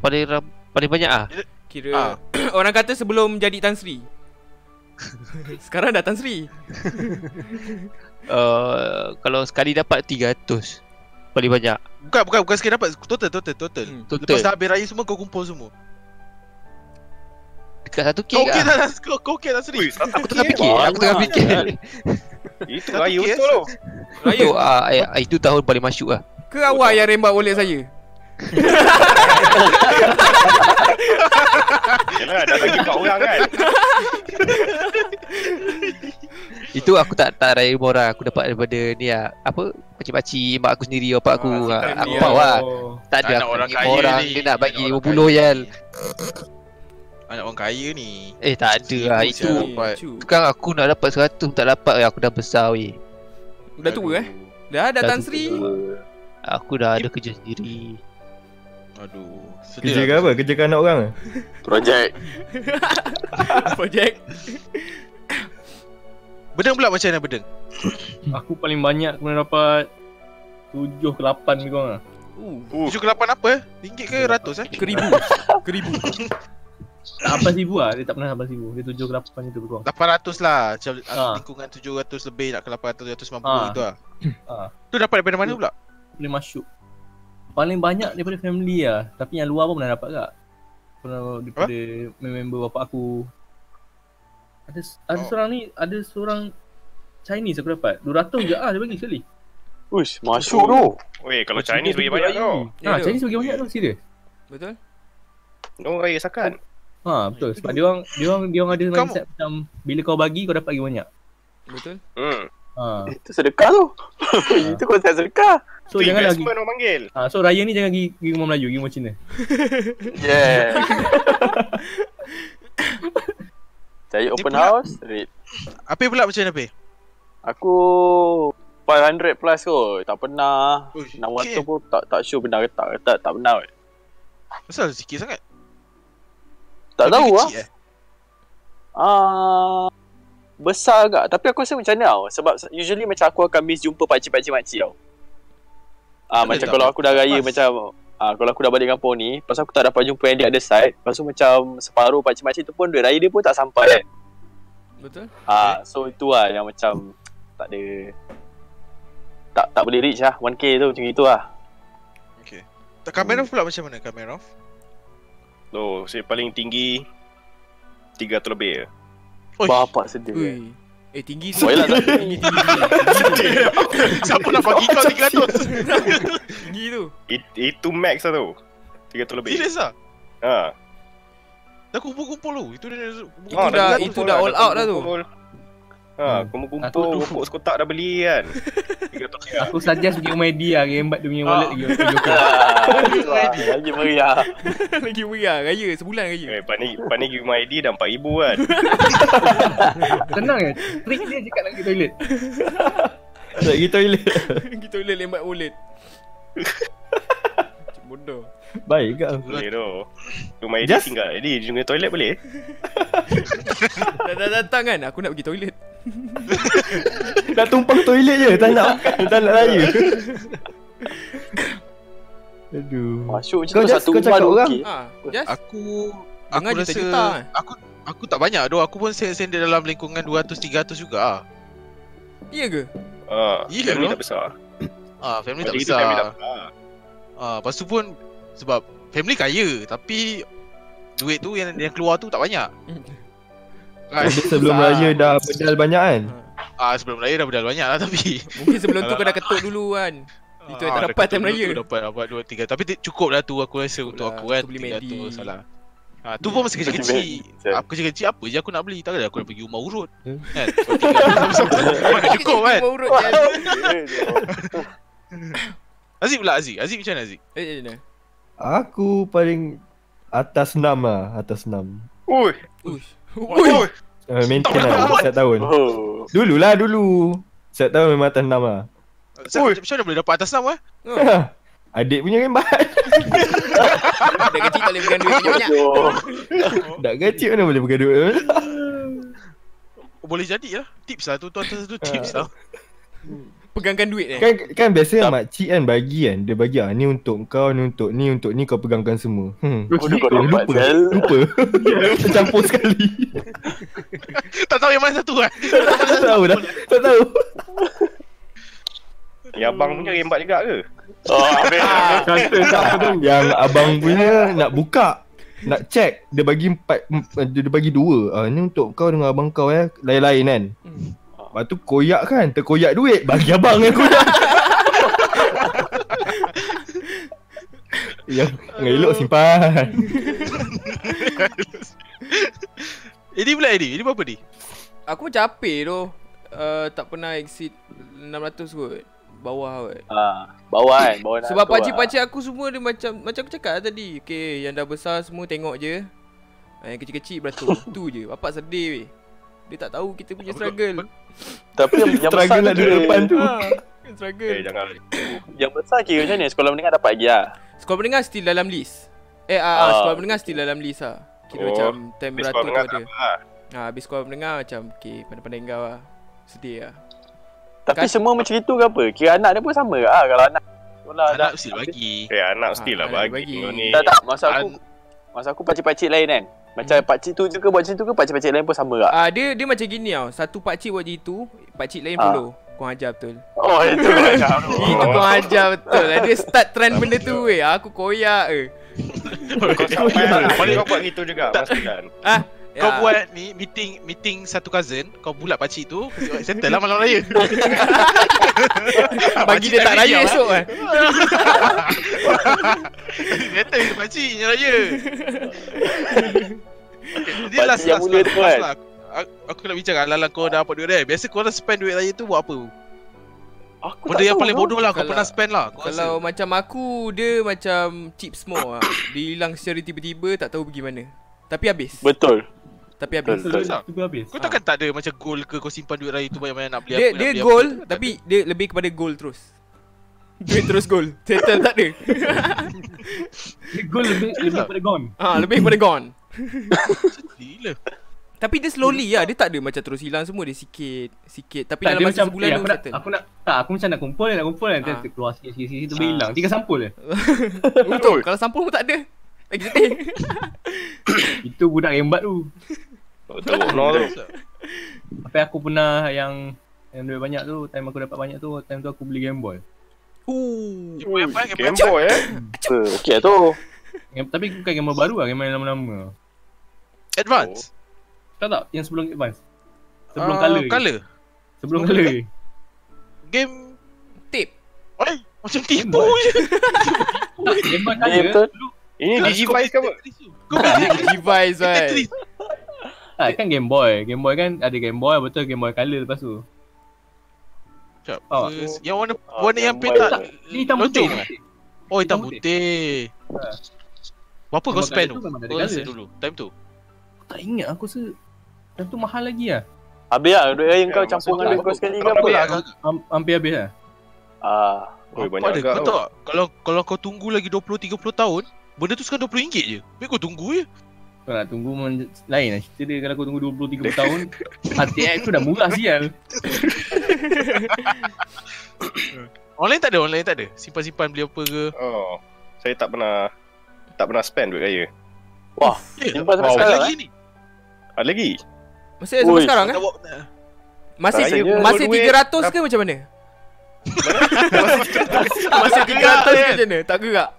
Speaker 4: Paling ram, paling banyak ah.
Speaker 2: Kira
Speaker 1: Ah.
Speaker 2: Orang kata sebelum jadi Tan Sri Sekarang dah Tan Sri
Speaker 4: Uh, kalau sekali dapat 300. Paling banyak.
Speaker 1: Bukan bukan bukan sekali dapat total total total.
Speaker 2: Hmm,
Speaker 1: total.
Speaker 4: total.
Speaker 1: Lepas dah habis raya semua kau kumpul semua.
Speaker 4: Dekat 1k
Speaker 1: Kau okey
Speaker 4: lah.
Speaker 1: tak Nas? kau kau okey tak
Speaker 8: Ui,
Speaker 1: serius?
Speaker 4: Aku tengah fikir, aku tengah fikir.
Speaker 8: Itu
Speaker 1: Satu
Speaker 8: raya
Speaker 1: kes.
Speaker 8: betul tu.
Speaker 4: Itu
Speaker 2: Raya
Speaker 4: ah ay- ay- itu tahun paling masyuk lah.
Speaker 2: Ke awak yang rembat wallet saya
Speaker 8: Yalah, dah bagi empat orang kan.
Speaker 4: Itu aku tak tak raya rumah orang. Aku dapat daripada ni lah. Apa? Pakcik-pakcik, mak aku sendiri, bapak aku.
Speaker 2: Ah,
Speaker 4: Ah, aku
Speaker 2: family
Speaker 4: bawa lah.
Speaker 3: Oh.
Speaker 4: Tak
Speaker 1: Tak
Speaker 4: ada
Speaker 1: nak
Speaker 4: aku
Speaker 1: orang
Speaker 4: bagi
Speaker 1: kaya
Speaker 4: orang.
Speaker 1: ni.
Speaker 4: Dia nak bagi
Speaker 1: Tak nak orang
Speaker 4: RM50
Speaker 1: kaya.
Speaker 4: yal.
Speaker 1: Anak orang kaya ni.
Speaker 4: Eh tak ada lah.
Speaker 1: Seribu
Speaker 4: Itu
Speaker 1: sia. dapat.
Speaker 2: Eh, Cu.
Speaker 4: Sekarang aku nak dapat 100 pun tak dapat eh. Aku dah besar weh.
Speaker 2: Dah tua eh Dah dah
Speaker 4: Dah
Speaker 2: Tan
Speaker 4: tua.
Speaker 2: Sri
Speaker 4: Aku dah ada kerja sendiri.
Speaker 1: Aduh. Sedih
Speaker 3: Kerja
Speaker 1: lah.
Speaker 3: ke apa? Kerja ke anak orang? eh?
Speaker 7: Projek
Speaker 2: Projek
Speaker 1: Bedeng pula macam mana bedeng?
Speaker 5: Aku paling banyak aku pernah dapat 7 ke 8 lebih kurang lah
Speaker 2: uh,
Speaker 1: Uh. 7 ke 8 apa eh? Ringgit ke ratus eh?
Speaker 2: Keribu Keribu
Speaker 5: Tak 8 ribu lah, dia tak pernah 8 ribu Dia 7 ke 8 itu lebih kurang
Speaker 1: 800 lah. Macam ha.
Speaker 5: Ah.
Speaker 1: lingkungan 700 lebih nak ke 800 190 ha.
Speaker 5: Ah.
Speaker 1: gitu lah.
Speaker 5: Ah.
Speaker 1: Tu dapat daripada mana pula?
Speaker 5: Boleh masuk Paling banyak daripada family lah Tapi yang luar pun pernah dapat kak Pernah daripada member bapak aku Ada ada
Speaker 1: Oh.
Speaker 5: seorang ni, ada seorang Chinese aku dapat 200 je ah dia bagi sekali
Speaker 7: Uish Masuk tu
Speaker 8: Uh, Weh, kalau Chinese bagi banyak tau.
Speaker 2: Ya,
Speaker 5: Ha, Chinese bagi banyak tu, serius
Speaker 2: Betul
Speaker 8: No raya sakan.
Speaker 5: Ha betul sebab dia orang dia orang dia orang ada
Speaker 1: Kamu-
Speaker 5: mindset macam bila kau bagi kau dapat lagi banyak.
Speaker 2: Betul
Speaker 8: Hmm.
Speaker 5: Ha.
Speaker 7: Itu sedekah tu Itu konsep sedekah
Speaker 5: So
Speaker 8: Itu
Speaker 5: jangan lagi
Speaker 8: investment orang panggil.
Speaker 5: ha, so raya ni jangan pergi, pergi rumah Melayu, pergi rumah Cina.
Speaker 7: Yeah Saya
Speaker 1: Dia
Speaker 7: open
Speaker 1: pula-
Speaker 7: house Rate
Speaker 1: Apa pula macam mana apa?
Speaker 7: Aku 500 plus kot Tak pernah
Speaker 1: Uish,
Speaker 7: Nak
Speaker 1: sikit
Speaker 7: waktu pun tak tak sure benar ke tak Tak, tak benar kot.
Speaker 1: eh. Asal sikit sangat?
Speaker 7: Tak
Speaker 1: Lebih
Speaker 7: tahu lah
Speaker 1: kecil eh?
Speaker 7: Ah, besar agak tapi aku rasa macam mana tau sebab usually macam aku akan miss jumpa pakcik pakcik makcik tau.
Speaker 1: Ada
Speaker 7: Ah macam
Speaker 1: tak
Speaker 7: kalau aku dah raya
Speaker 1: lepas?
Speaker 7: macam ah kalau aku dah balik kampung ni, pasal aku tak dapat jumpa yang dia ada side, pasal macam separuh pakcik makcik tu pun duit raya dia pun tak sampai kan.
Speaker 2: Betul
Speaker 7: Ah so itu lah yang macam tak ada tak tak boleh reach lah 1k tu macam itu lah.
Speaker 1: Okay. Tak Kamerov pula macam mana Kamerov?
Speaker 8: Oh, saya paling tinggi 300 lebih je.
Speaker 1: Oi.
Speaker 7: Bapak sedih.
Speaker 2: Ui. Eh tinggi
Speaker 7: Oh, yelah, tak-
Speaker 2: Tinggi, tinggi, tinggi.
Speaker 1: Siapa nak bagi kau 300?
Speaker 2: Tinggi tu
Speaker 8: It, itu max lah tu. 300 lebih.
Speaker 1: Serius lah?
Speaker 8: Ha.
Speaker 1: Dah kumpul-kumpul tu. Itu dia kumpul
Speaker 2: Ah, dah-
Speaker 8: kumpul
Speaker 2: itu dah all out lah tu.
Speaker 8: kumpul. Ha,
Speaker 5: Hmm. Aku
Speaker 8: kumpul-kumpul
Speaker 5: tu-
Speaker 8: rokok sekotak dah beli kan. 300 ya.
Speaker 5: Aku suggest pergi rumah Eddie lah, rembat dia punya wallet
Speaker 1: Ah.
Speaker 5: lagi. lagi okey.
Speaker 7: Ah, itu lah. lagi meriah.
Speaker 2: Lagi meriah Raya sebulan raya
Speaker 8: Eh, Pani, Pani give my ID dah 4000 kan.
Speaker 5: Tenang je. eh. Trick dia cakap nak pergi toilet.
Speaker 3: Tak pergi toilet.
Speaker 2: Pergi toilet lembat wallet Macam bodoh
Speaker 3: Baik ke?
Speaker 8: Boleh tu. Rumah ID
Speaker 3: Just-
Speaker 8: tinggal. Jadi, di toilet boleh?
Speaker 2: Dah dah datang kan Aku nak pergi toilet
Speaker 3: Dah tumpang toilet je. Tak nak tak nak raya. Aduh.
Speaker 7: Masuk
Speaker 3: Kau
Speaker 7: macam tu
Speaker 3: just-
Speaker 7: satu
Speaker 3: kau cakap
Speaker 7: rumah
Speaker 3: orang.
Speaker 7: okey.
Speaker 2: Ha Just
Speaker 1: Aku aku
Speaker 2: Dengar
Speaker 1: rasa
Speaker 2: juta-juta eh.
Speaker 1: aku aku tak banyak doh. Aku pun sendiri dalam lingkungan 200 300 juga ah.
Speaker 2: Iya ke
Speaker 8: Ha.
Speaker 1: Gila
Speaker 8: family
Speaker 1: tu.
Speaker 8: tak besar.
Speaker 1: Ah, family tak
Speaker 8: Pada kita
Speaker 1: besar.
Speaker 8: family tak besar.
Speaker 1: Ah, lepas tu pun sebab family kaya tapi duit tu yang yang keluar tu tak banyak.
Speaker 2: Hmm.
Speaker 1: Kan?
Speaker 3: Dia sebelum raya dah bedal banyak kan?
Speaker 1: Ah,
Speaker 2: ha.
Speaker 1: sebelum raya dah berdal banyak lah tapi.
Speaker 2: Mungkin sebelum tu kau dah ketuk dulu kan Itu yang tak
Speaker 1: Ah,
Speaker 2: dapat
Speaker 1: dekat
Speaker 2: time
Speaker 1: dulu
Speaker 2: raya.
Speaker 1: tu Dapat dapat 2 3 tapi ti- cukup lah tu aku rasa untuk
Speaker 2: lah.
Speaker 1: aku kan.
Speaker 2: Aku beli Medi.
Speaker 1: 300 salah. Ha, tu pun masa kecil-kecil Aku kecil-kecil apa je aku nak beli Takkan aku nak pergi rumah urut
Speaker 3: Hmm.
Speaker 1: Kan Sama-sama Mana cukup kan
Speaker 2: Mau urut je
Speaker 7: Eh,
Speaker 1: Aziz pula Aziz Aziz macam mana Aziz?
Speaker 2: Eh eh, nah.
Speaker 3: Aku paling atas 6 lah, atas 6.
Speaker 8: Ui,
Speaker 2: Ush Ui
Speaker 3: Uh,
Speaker 1: Tak
Speaker 3: maintain lah setiap tahun.
Speaker 7: Oh.
Speaker 3: Dulu lah dulu. Setiap tahun memang atas 6 lah.
Speaker 1: Macam macam mana boleh dapat atas nama eh?
Speaker 2: Oh.
Speaker 3: Adik punya rembat
Speaker 2: Dah Oh, kecil tak boleh pegang duit banyak-banyak
Speaker 3: Dak kecil mana boleh bergaduh
Speaker 1: Boleh jadi lah Tips lah tu tuan satu tips lah
Speaker 2: Pegangkan duit eh
Speaker 3: Kan kan biasanya makcik kan bagi kan Dia bagi ah ni untuk kau, ni untuk ni, untuk ni kau pegangkan semua hmm.
Speaker 7: Bodoh kau
Speaker 3: Lupa,
Speaker 7: nampak
Speaker 3: lupa,
Speaker 7: Zal
Speaker 3: lupa. Tercampur sekali
Speaker 1: Tak tahu yang mana satu kan
Speaker 3: Tak tahu dah, tak tahu
Speaker 8: Yang abang punya rembat juga ke?
Speaker 7: Oh habis
Speaker 3: Kata tak Yang abang punya nak buka nak check dia bagi empat em- dia dia bagi dua ah ni untuk kau dengan abang kau eh lain-lain kan lepas tu koyak kan terkoyak duit bagi abang yang koyak yang ngelok simpan
Speaker 1: Ini pula ini Ini berapa ni
Speaker 2: Aku macam capek tu uh, Tak pernah exceed 600 kot Bawah kot
Speaker 7: Ah, Bawah kan Bawah nak
Speaker 2: Sebab
Speaker 7: tu lah.
Speaker 2: pakcik-pakcik aku semua dia macam Macam aku cakap lah tadi Okay yang dah besar semua tengok je Ah, Yang kecil-kecil beratur Tu je Bapak sedih weh Dia tak tahu kita punya struggle
Speaker 7: Tapi yang, yang besar
Speaker 3: struggle nak
Speaker 7: tu
Speaker 3: duduk
Speaker 7: kira-
Speaker 3: depan tu
Speaker 2: Ha
Speaker 8: Eh
Speaker 2: Struggle
Speaker 8: jangan
Speaker 7: Yang besar kira macam ni Sekolah menengah dapat lagi lah
Speaker 2: Sekolah menengah still dalam list Eh ah, ah,
Speaker 7: Ah,
Speaker 2: Sekolah menengah still dalam list lah Kira
Speaker 8: Oh,
Speaker 2: macam Time
Speaker 8: Habis
Speaker 2: beratur
Speaker 8: kau
Speaker 2: tu
Speaker 8: dengar
Speaker 2: ada
Speaker 8: tak apa lah
Speaker 2: ha, Habis sekolah menengah macam Okay pandai-pandai kau lah Sedih lah
Speaker 7: Tapi
Speaker 2: Kan-
Speaker 7: semua macam itu ke apa Kira anak dia pun sama lah Kalau anak Sekolah dah
Speaker 1: Anak mesti bagi
Speaker 8: Eh anak
Speaker 2: Ah,
Speaker 8: still lah
Speaker 2: anak
Speaker 8: bagi
Speaker 2: bagi.
Speaker 8: kau ni
Speaker 7: Tak tak Masa aku Masa aku pakcik-pakcik lain kan Macam
Speaker 3: Hmm.
Speaker 7: pakcik tu je ke Buat macam tu ke Pakcik-pakcik lain pun sama lah
Speaker 2: Ah dia dia macam gini tau. Satu pak cik buat gitu, pak cik lain
Speaker 7: Ah.
Speaker 2: follow. Kau ajar betul.
Speaker 7: Oh itu macam tu.
Speaker 8: Oh.
Speaker 2: Itu kau ajar betul. lah. Dia start trend benda tu weh. Aku koyak eh.
Speaker 8: Kau sampai Balik kau buat gitu juga Mas Dilan
Speaker 2: Ah.
Speaker 1: Kau buat ni meeting meeting satu cousin, kau bulat pakcik tu, settle lah malam raya.
Speaker 2: bagi dia tak raya esok eh.
Speaker 1: Settle je pakcik yang raya. Dia
Speaker 7: Pakcik
Speaker 1: last
Speaker 7: yang
Speaker 1: last
Speaker 7: mulia
Speaker 1: last,
Speaker 7: tu
Speaker 1: last
Speaker 7: kan?
Speaker 1: lah. Aku, aku nak bincang lah lah kau dah dapat duit raya. Biasa kau orang spend duit raya tu buat apa?
Speaker 7: Aku
Speaker 1: Benda yang paling bodoh lah kau
Speaker 2: Kalau-
Speaker 1: pernah spend lah. Kau
Speaker 2: Kalau
Speaker 1: rasa.
Speaker 2: macam aku dia macam chips more ah. Dia hilang secara tiba-tiba tak tahu pergi mana. Tapi habis.
Speaker 7: Betul.
Speaker 2: Tapi habis.
Speaker 7: Betul.
Speaker 5: Betul Tu pun habis
Speaker 1: kau takkan tak ada macam goal ke kau simpan duit raya tu banyak-banyak nak beli
Speaker 2: Ah. Dia
Speaker 1: apa, nak
Speaker 2: dia
Speaker 1: beli apa,
Speaker 2: goal
Speaker 1: tak
Speaker 2: tapi dia lebih kepada goal terus. Duit terus goal. Settle tak ada.
Speaker 5: Dia goal lebih Lebih pada gone
Speaker 2: Ah lebih kepada gone.
Speaker 1: ada. Gila.
Speaker 2: Tapi dia slowly lah Dia tak ada macam terus hilang semua Dia sikit Sikit Tapi
Speaker 5: Tak
Speaker 2: dalam
Speaker 5: dia
Speaker 2: masa
Speaker 5: macam
Speaker 2: sebulan
Speaker 5: eh,
Speaker 2: tu
Speaker 5: aku nak,
Speaker 2: settle
Speaker 5: aku nak Tak aku macam nak kumpul Nak kumpul kan
Speaker 2: Ah.
Speaker 5: Nanti keluar sikit-sikit Tu
Speaker 2: Ah.
Speaker 5: hilang Tiga sampul je
Speaker 2: Betul Kalau sampul pun tak ada Eh, Lagi sedih
Speaker 5: Itu budak rembat tu
Speaker 8: Teruk no tu
Speaker 5: Tapi aku pernah yang Yang duit banyak tu Time aku dapat banyak tu Time tu aku beli Game Boy
Speaker 2: Ooh.
Speaker 1: Dia main apa kan?
Speaker 8: Game Boy eh
Speaker 7: Okey tu.
Speaker 5: game, Tapi bukan Game Boy baru lah Game Boy lama-lama
Speaker 1: Advance.
Speaker 5: Tak tak Yang sebelum Advance Oh. Sebelum
Speaker 1: Ah,
Speaker 5: color
Speaker 1: Colour.
Speaker 5: Sebelum color
Speaker 1: Game
Speaker 2: Tip
Speaker 1: Oi, macam tipu
Speaker 5: Boy.
Speaker 1: je.
Speaker 5: Tak, Game Boy
Speaker 7: Ya
Speaker 5: color
Speaker 7: betul.
Speaker 8: Ini Digivice ke apa?
Speaker 1: Kau beli
Speaker 2: Device kan
Speaker 1: Tetris.
Speaker 5: Tak kan Game Boy Game Boy kan ada Game Boy Betul Game Boy color lepas tu
Speaker 1: Sekejap.
Speaker 5: Oh.
Speaker 1: First, Yang warna
Speaker 7: Oh,
Speaker 8: Ah,
Speaker 1: warna yang
Speaker 7: yang
Speaker 1: petak
Speaker 7: buat-
Speaker 5: Ni hitam putih
Speaker 1: lonjong eh? Oh hitam
Speaker 5: Hitam
Speaker 1: putih.
Speaker 5: Ha.
Speaker 1: Berapa kau
Speaker 5: Memang
Speaker 1: spend
Speaker 5: colour
Speaker 1: tu?
Speaker 5: tu memang kan ada
Speaker 1: Kau rasa
Speaker 5: colour.
Speaker 1: dulu time tu.
Speaker 5: Tak ingat aku se Time tu mahal lagi lah
Speaker 7: Habis lah duit raya kau
Speaker 8: Ya,
Speaker 7: campur dengan
Speaker 8: masa tu
Speaker 7: duit kau
Speaker 8: aku-
Speaker 7: sekali ke
Speaker 8: aku
Speaker 7: apa?
Speaker 8: tak
Speaker 1: Kau-
Speaker 5: Am- Hampir habis lah
Speaker 7: Ah.
Speaker 8: Oi,
Speaker 1: lah? Apa
Speaker 8: banyak
Speaker 1: ada?
Speaker 8: agak
Speaker 1: Kau
Speaker 8: tau.
Speaker 1: tahu tak? Kalau kalau kau tunggu lagi 20 30 tahun, benda tu sekarang RM20 je. Biar kau tunggu je.
Speaker 5: Kau nak tunggu men- Lain lah cerita dia Kalau kau tunggu 20-30 tahun RTX tu dah murah sial
Speaker 1: Online tak ada, online tak ada. Simpan-simpan beli apa ke.
Speaker 8: Oh Saya tak pernah Tak pernah spend duit raya
Speaker 1: Ya,
Speaker 7: Simpan sampai
Speaker 1: ada
Speaker 7: sekarang,
Speaker 1: lagi ni.
Speaker 8: Ada lagi?
Speaker 2: Masih sama
Speaker 7: Ui,
Speaker 2: sekarang kan
Speaker 1: Nak bawa-
Speaker 2: Masih
Speaker 8: saya pun
Speaker 2: masih
Speaker 8: duit.
Speaker 2: 300 ke macam mana Masih 300 ke macam mana Tak gerak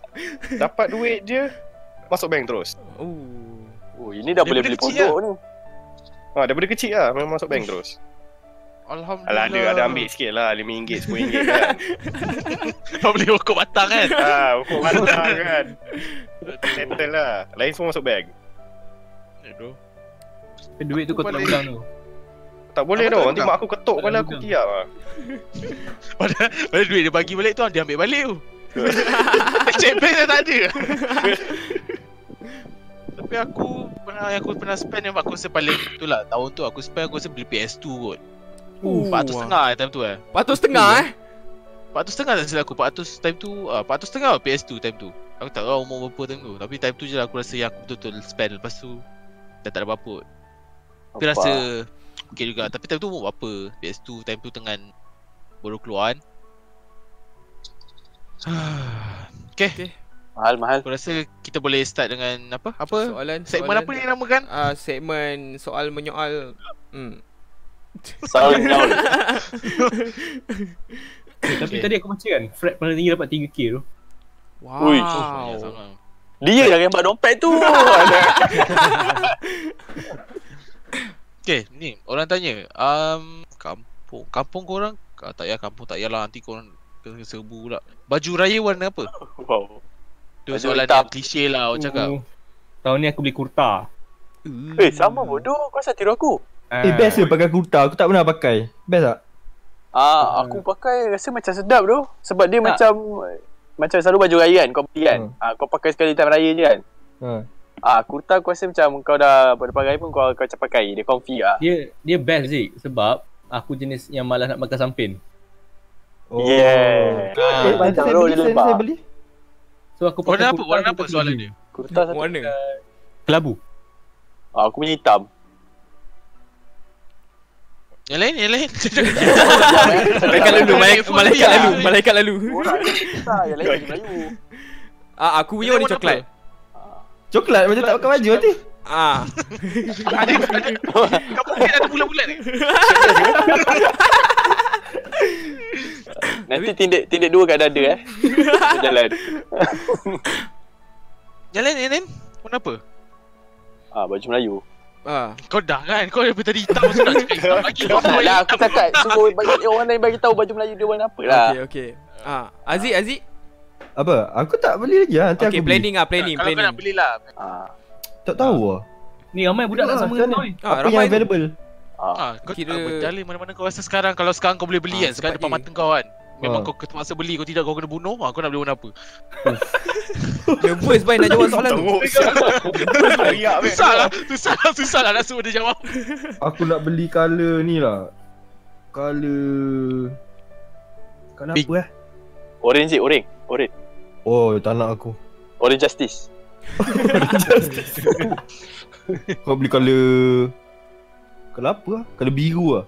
Speaker 8: Dapat duit je Masuk bank terus
Speaker 2: Ooh.
Speaker 7: Oh, ini dah
Speaker 1: Dia
Speaker 7: boleh
Speaker 1: benda
Speaker 7: beli
Speaker 1: kecil lah.
Speaker 7: pondok ni.
Speaker 8: Ha, daripada kecil lah memang masuk bank terus.
Speaker 1: Alhamdulillah.
Speaker 8: Alah ada ada ambil sikit lah RM5, RM10 kan.
Speaker 1: Kau beli rokok batang kan.
Speaker 8: ha, hukum hantar kan. Settle lah. Lain semua masuk bank.
Speaker 1: Aduh.
Speaker 5: Duit tu kau tak
Speaker 1: Boleh.
Speaker 5: ulang tu
Speaker 8: Tak boleh
Speaker 1: Apa
Speaker 8: tau.
Speaker 1: tak
Speaker 8: Nanti
Speaker 1: buka?
Speaker 8: mak aku ketuk
Speaker 5: Tak
Speaker 8: kepala
Speaker 5: ada
Speaker 8: aku
Speaker 5: buka.
Speaker 8: tiap lah.
Speaker 1: Padahal padahal duit dia bagi balik tu dia ambil balik tu. Cek bank dah tak ada. Tapi aku pernah yang aku pernah spend yang aku rasa paling tu lah tahun tu aku spend aku rasa beli PS2 kot.
Speaker 2: Ooh.
Speaker 1: RM400 setengah eh time tu eh.
Speaker 2: Patut setengah eh
Speaker 1: 400 setengah tak silap aku 400 time tu uh, 400 setengah lah PS2 time tu Aku tak tahu lah umur berapa time tu Tapi time tu je lah aku rasa yang aku betul-betul spend Lepas tu Dah tak ada apa-apa kot. Tapi
Speaker 7: Apa?
Speaker 1: rasa Okay juga Tapi time tu umur berapa PS2 time tu tengah Baru keluar kan okay. okay
Speaker 7: Mahal mahal
Speaker 1: Aku rasa kita boleh start dengan apa Apa
Speaker 2: Soalan
Speaker 1: Segmen
Speaker 2: soalan,
Speaker 1: apa ni namakan
Speaker 2: Ah, segmen soal menyoal. Hmm.
Speaker 7: Sound down
Speaker 5: Tapi tadi aku baca kan Fred paling tinggi dapat 3k tu
Speaker 2: Wow.
Speaker 7: Ui.
Speaker 1: Ya, sama.
Speaker 7: Dia yang rembat dompet tu Alah.
Speaker 1: Okay ni Orang tanya um, Kampung Kampung korang ah, Tak payah kampung Tak payahlah Nanti korang kena serbu pula Baju raya warna apa?
Speaker 7: Wow
Speaker 1: Tu
Speaker 7: Baju
Speaker 1: soalan
Speaker 7: hitam.
Speaker 1: yang klise lah orang cakap
Speaker 5: Oh, Tahun ni aku beli kurta
Speaker 7: Eh sama bodoh Kau asal tiru aku
Speaker 5: Ah,
Speaker 3: Eh best je pakai kurta Aku tak pernah pakai Best tak?
Speaker 7: Ah, aku pakai rasa macam sedap tu Sebab dia macam Macam selalu baju raya kan Kau beli kan ah, Kau pakai sekali time raya je kan
Speaker 3: Ha.
Speaker 7: Ah, kurta aku rasa macam kau dah pada pagi pun kau kau macam pakai. Dia comfy ah.
Speaker 5: Dia dia best je Sebab Aku jenis yang malas nak makan sampin
Speaker 3: Oh.
Speaker 7: Yeah.
Speaker 3: Eh,
Speaker 7: Ah,
Speaker 3: pantas saya
Speaker 7: taruh
Speaker 3: beli,
Speaker 7: dia
Speaker 3: saya,
Speaker 7: lebar.
Speaker 3: saya beli.
Speaker 5: So aku
Speaker 1: Warna
Speaker 5: pakai
Speaker 1: apa?
Speaker 5: kurta
Speaker 1: Warna
Speaker 5: aku
Speaker 1: apa
Speaker 5: pakai
Speaker 1: soalan
Speaker 5: baju.
Speaker 1: dia?
Speaker 7: Kurta satu.
Speaker 2: Warna.
Speaker 5: Kelabu
Speaker 7: Ah, aku punya hitam.
Speaker 1: Yang lain? Yang lain?
Speaker 7: kan
Speaker 2: Malaikat lalu, malaikat, malaikat lalu, malaikat lalu.
Speaker 7: Orang kita yang lain baju Melayu.
Speaker 2: Ah, aku punya warna
Speaker 1: Warna
Speaker 2: coklat.
Speaker 3: Coklat macam tak pakai baju nanti.
Speaker 2: Ah.
Speaker 1: Ada, ada. Kau mungkin ada bulat-bulat ni.
Speaker 7: Nanti tindik tindik dua kat dada eh. Jalan.
Speaker 1: Yang lain? Yang lain? Warna apa?
Speaker 7: Ah, baju Melayu.
Speaker 2: Ah.
Speaker 1: Kau dah kan? Kau daripada tadi hitam Masa nak cakap hitam lagi Kau
Speaker 7: Tak
Speaker 1: boleh
Speaker 7: lah, aku cakap suruh bagi, eh, orang lain bagi tahu baju Melayu dia warna apa lah.
Speaker 2: Okey, okey. Ah, Aziz, Aziz.
Speaker 3: Apa? Aku tak beli lagi lah. Nanti
Speaker 2: Okey,
Speaker 3: aku beli.
Speaker 2: planning ah, planning,
Speaker 1: Kalau kau nak
Speaker 2: planning.
Speaker 1: beli lah
Speaker 7: Ah,
Speaker 3: Tak tahu lah.
Speaker 5: Ni ramai budak nak
Speaker 3: Tengok
Speaker 5: sama
Speaker 3: lah,
Speaker 5: dengan kau ni
Speaker 2: Ah,
Speaker 3: Apa yang
Speaker 2: ramai.
Speaker 3: available?
Speaker 7: ah.
Speaker 1: ha, Kau
Speaker 2: Kira-
Speaker 1: Kira... berjalan mana-mana kau rasa sekarang Kalau sekarang kau boleh beli
Speaker 2: Ah,
Speaker 1: kan Sekarang
Speaker 2: sebab
Speaker 1: depan
Speaker 2: dia-
Speaker 1: mata kau kan Memang
Speaker 3: Ah.
Speaker 1: kau terpaksa beli Kau tidak kau kena bunuh ha, Kau nak beli warna apa
Speaker 2: Nervous baik nak jawab soalan tu.
Speaker 8: Riak weh.
Speaker 1: Susah lah Susah lah Susah lah nak suruh dia jawab
Speaker 3: Aku nak beli colour ni lah. Colour... Colour
Speaker 1: Pink.
Speaker 3: apa eh?
Speaker 7: Orange je, orange. Orange.
Speaker 3: Oh, tak nak aku.
Speaker 7: Orange Justice.
Speaker 3: Kau beli colour... Colour apa lah? Colour biru lah.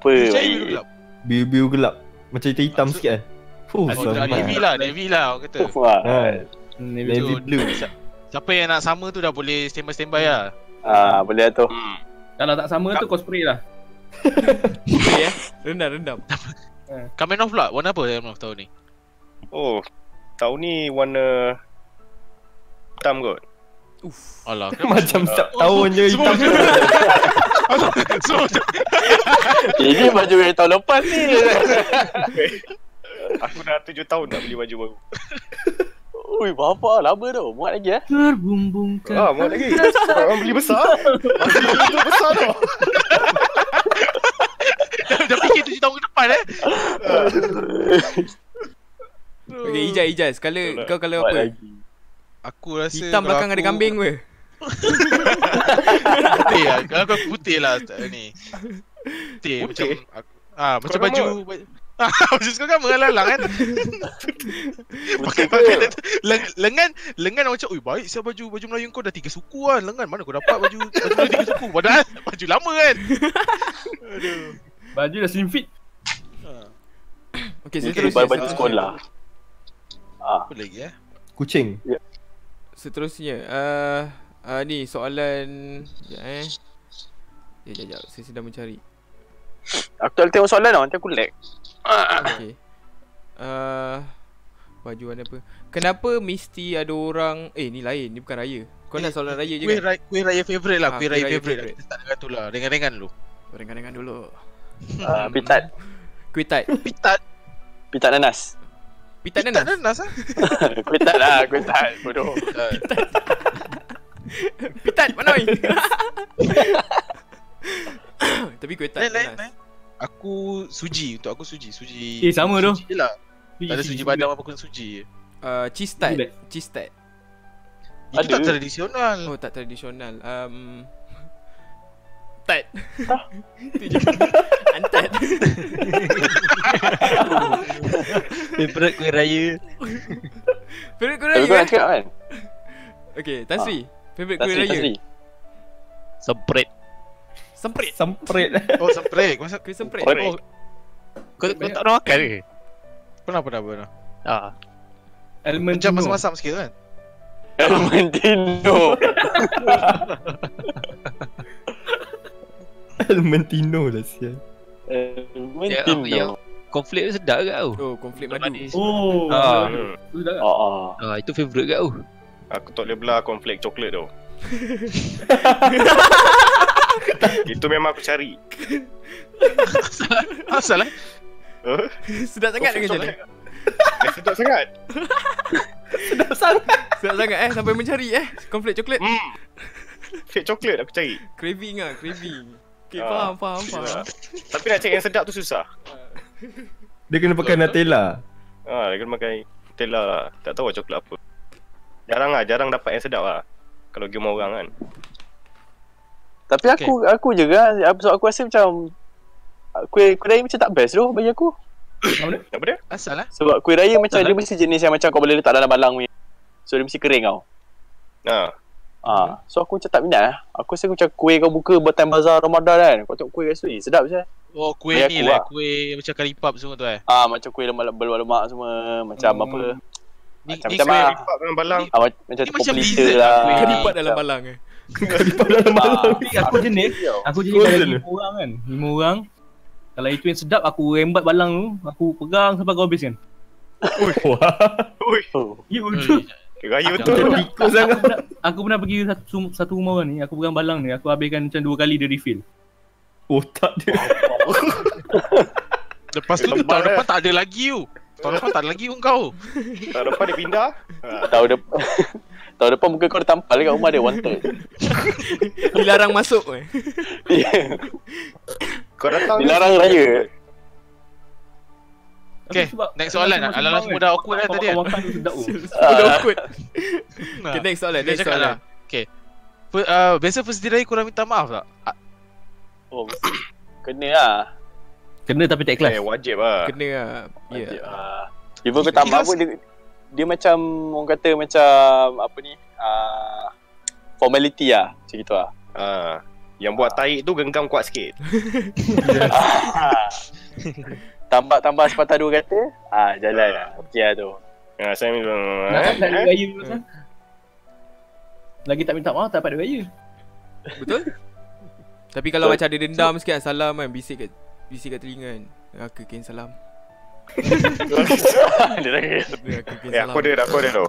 Speaker 7: Apa?
Speaker 1: Macam
Speaker 7: bagi?
Speaker 1: you lah.
Speaker 3: Biru-biru gelap. Macam hitam-hitam
Speaker 1: Ah, so-
Speaker 3: sikit kan. Fuh,
Speaker 1: Oh, dah Navy
Speaker 3: selamat.
Speaker 1: lah Navy lah orang kata
Speaker 7: Wah.
Speaker 3: Ha,
Speaker 5: Navy
Speaker 3: Navy
Speaker 1: tu-
Speaker 3: blue.
Speaker 1: si- Siapa yang nak sama tu dah boleh standby-standby lah
Speaker 7: Ah, boleh lah tu.
Speaker 8: Hmm.
Speaker 5: Kalau tak sama tu cosplay lah
Speaker 2: Okey eh. Rendam, rendam.
Speaker 1: Kamen Off pula Warna apa Kamen Off tahun ni
Speaker 8: Oh. Tahun ni warna hitam kot.
Speaker 2: Uff.
Speaker 1: Alah kenapa
Speaker 3: Macam
Speaker 1: semua-
Speaker 3: setiap tahun je
Speaker 2: Eh,
Speaker 1: Semua
Speaker 3: hitam.
Speaker 1: Semua macam
Speaker 7: Ini baju yang tahun lepas ni.
Speaker 8: Aku dah 7 tahun nak beli baju baru.
Speaker 7: Ui, bapa lama tu. Muat lagi eh.
Speaker 5: Terbumbungkan
Speaker 8: Ah, muat lagi. Sebab Orang beli besar. Baju tu besar tau.
Speaker 1: dah, dah fikir 7 tahun ke depan eh
Speaker 2: Okey, Ijaz, Ijaz. Kala kau kalau
Speaker 7: Muat
Speaker 2: apa?
Speaker 7: lagi.
Speaker 1: Aku rasa
Speaker 2: Hitam
Speaker 1: kalau
Speaker 2: belakang
Speaker 1: aku-
Speaker 2: ada kambing ke?
Speaker 1: Putih lah Kalau aku putih lah tak- ni Putih macam
Speaker 8: Putih?
Speaker 1: aku, ah, Macam
Speaker 8: nama?
Speaker 1: baju baju- Ah, Macam kau kan melalang kan Pakai pakai leng- lengan lengan orang cakap, "Ui, baik siap baju baju Melayu kau dah tiga suku kan. Lengan mana kau dapat baju baju Melayu tiga suku? Padahal baju lama kan." Aduh.
Speaker 5: Baju dah slim fit
Speaker 2: Okey,
Speaker 7: Mungkin
Speaker 2: seterusnya.
Speaker 7: baju sekolah.
Speaker 1: Apa lagi eh?
Speaker 3: Kucing.
Speaker 2: Seterusnya uh, uh, Ni soalan Sekejap eh Sekejap sekejap Saya sedang mencari
Speaker 7: Aku tak boleh tengok soalan tau. Nanti aku lag.
Speaker 2: Okay uh, Baju warna apa Kenapa mesti ada orang Eh ni lain Ni bukan raya Kau nak soalan raya je
Speaker 1: Kuih
Speaker 2: kan
Speaker 1: raya, kuih raya favorite
Speaker 2: Ah,
Speaker 1: lah, kuih raya,
Speaker 2: kuih raya
Speaker 1: favorite.
Speaker 2: favourite.
Speaker 1: Lah. Kita start dengan tu lah, ringan-ringan dulu.
Speaker 2: Ringan-ringan dulu
Speaker 7: Ah, pitat.
Speaker 2: Kuih tart
Speaker 1: Pitat,
Speaker 7: Pitat nanas.
Speaker 2: Pitat
Speaker 1: pitat
Speaker 2: nanas
Speaker 1: nanas ah.
Speaker 7: Kuitat lah, kuitat. Bodoh.
Speaker 2: Pitat Manoi Tapi kuih tart
Speaker 1: Lain, lain, lain.
Speaker 2: nanas
Speaker 1: Aku suji, untuk aku suji, suji.
Speaker 5: Eh, sama tu.
Speaker 1: Suji je lah. Tak ada suji badam apa aku nak suji je.
Speaker 2: uh, Cheese tart
Speaker 5: Gulai.
Speaker 2: Cheese tart
Speaker 1: Itu tak
Speaker 7: Ada.
Speaker 1: tradisional.
Speaker 2: Oh tak tradisional um, Antat Itu je Antat
Speaker 4: Favorite kuih raya
Speaker 2: Favorite kuih raya
Speaker 7: Tapi kau
Speaker 2: kan?
Speaker 7: nak cakap kan
Speaker 2: Okay Tasri Favorite kuih
Speaker 7: Tasri,
Speaker 2: raya
Speaker 7: Tasri
Speaker 4: Semprit
Speaker 2: Semprit
Speaker 3: Semprit
Speaker 1: Oh semprit Kau
Speaker 2: Kuih semprit
Speaker 7: Korek.
Speaker 2: Oh
Speaker 4: Kau, kau tak pernah makan ke?
Speaker 1: pernah pernah pernah
Speaker 4: Ah,
Speaker 5: Elemen
Speaker 1: Macam
Speaker 5: penuh.
Speaker 1: masam-masam sikit kan
Speaker 7: Mantino
Speaker 3: Elementino lah sial
Speaker 4: yang, Ya, yang
Speaker 7: Mantino
Speaker 4: konflik tu sedap ke tau
Speaker 2: Oh konflik madu
Speaker 4: Manis.
Speaker 5: Oh
Speaker 4: Ah.
Speaker 8: Hmm.
Speaker 5: Tu dah
Speaker 7: Oh oh
Speaker 4: Ah, itu favourite kat aku
Speaker 8: Aku tak boleh belah cornflake coklat tu Itu memang aku cari
Speaker 1: Asal eh
Speaker 8: huh?
Speaker 2: Sedap sangat dengan macam ni
Speaker 8: Eh, sedap sangat
Speaker 2: Sedap sangat eh Sampai mencari eh Konflik coklat
Speaker 8: Hmm Flake coklat aku cari
Speaker 2: Craving lah Craving Okay
Speaker 8: Ah,
Speaker 2: faham faham faham
Speaker 8: Tapi nak cari yang sedap tu susah
Speaker 3: Dia kena pakai Nutella
Speaker 8: Ha, dia kena makan Nutella lah Tak tahu lah coklat apa Jarang lah, jarang dapat yang sedap lah Kalau pergi rumah orang kan
Speaker 7: Tapi aku aku je kan Sebab aku rasa macam Kuih, kuih raya macam tak best tu bagi aku
Speaker 8: Apa dia?
Speaker 1: Asal eh
Speaker 7: Sebab kuih raya macam
Speaker 4: Betul
Speaker 7: dia mesti jenis yang macam kau boleh letak dalam balang ni So dia mesti kering tau
Speaker 8: Ha,
Speaker 7: Ah, so aku macam tak minat lah. Aku rasa macam kuih kau buka buat time bazar Ramadan kan. Kau tengok kuih kat situ, eh sedap je.
Speaker 1: Oh kuih ni
Speaker 7: Bagi aku
Speaker 1: lah
Speaker 7: lah.
Speaker 1: Kuih macam karipap semua tu eh
Speaker 7: Ah, macam kuih lemak berlemak semua, macam
Speaker 2: Hmm.
Speaker 7: apa.
Speaker 1: Ni,
Speaker 7: Macam-
Speaker 1: ni
Speaker 7: macam
Speaker 1: kuih-
Speaker 7: ah.
Speaker 8: lipat dengan balang
Speaker 7: Ah, ma- macam
Speaker 1: Ni
Speaker 7: tepung
Speaker 1: macam
Speaker 7: pelita
Speaker 1: dessert
Speaker 7: lah. Ah,
Speaker 1: lah kuih.
Speaker 2: Keripat dalam balang eh
Speaker 3: Karipan dalam malam
Speaker 5: Tapi aku jenis
Speaker 7: ya.
Speaker 5: Aku jenis
Speaker 3: Frozen
Speaker 5: ada lima orang kan Lima orang Kalau itu yang sedap aku rembat balang tu Aku pegang sampai kau habis kan
Speaker 3: Wah
Speaker 7: Oh.
Speaker 5: Ya betul
Speaker 1: Ui,
Speaker 8: Raya
Speaker 1: Macam-
Speaker 8: betul
Speaker 3: Tikus sangat
Speaker 5: Aku pernah pergi satu, satu rumah orang ni Aku pegang balang ni Aku habiskan macam dua kali dia refill
Speaker 3: Otak dia
Speaker 1: Lepas tu
Speaker 8: Lemak
Speaker 1: tahun
Speaker 8: eh.
Speaker 1: depan tak ada lagi you Tahun depan tak ada lagi pun kau
Speaker 8: Tak depan dia pindah ha.
Speaker 7: Tahu depan Tahu depan muka kau dah tampal dekat rumah dia wanted.
Speaker 2: Dilarang masuk eh
Speaker 8: Kau datang
Speaker 7: Dilarang raya.
Speaker 1: Okay, next soalan lah. Alam-alam semua dah awkward dah tadi kan?
Speaker 5: Makan tu sedap tu
Speaker 2: Semua dah awkward
Speaker 1: Nah.
Speaker 2: Okay next soalan
Speaker 1: Dia
Speaker 2: Next
Speaker 1: cakap
Speaker 2: soalan
Speaker 1: lah Okay P- uh, Biasa first day raya korang minta maaf tak? Ah,
Speaker 7: Oh, mesti. Kena lah.
Speaker 5: Kena tapi tak ikhlas
Speaker 8: Eh, wajib lah
Speaker 2: Kena lah
Speaker 7: Wajib
Speaker 2: Ya
Speaker 7: lah. Even kau tak
Speaker 1: Because-
Speaker 7: maaf pun dia, dia macam orang kata macam apa ni? Ah, formality lah. Macam gitu lah.
Speaker 8: ha. Yang buat taik tu genggam kuat sikit
Speaker 7: Tambah-tambah sepatah dua kata ah Jalan lah Okey lah tu
Speaker 8: ha, Saya minta
Speaker 5: Nak tak ada
Speaker 8: eh?
Speaker 5: raya tu pasal. Lagi tak minta maaf tak dapat duit raya
Speaker 2: Betul Tapi kalau macam
Speaker 7: Betul.
Speaker 2: ada dendam sikit kan, Salam kan Bisik kat Bisik kat telinga kan Neraka kain salam
Speaker 7: Dia raya
Speaker 2: Neraka kain
Speaker 8: Eh,
Speaker 2: salam
Speaker 8: aku ada, aku ada tau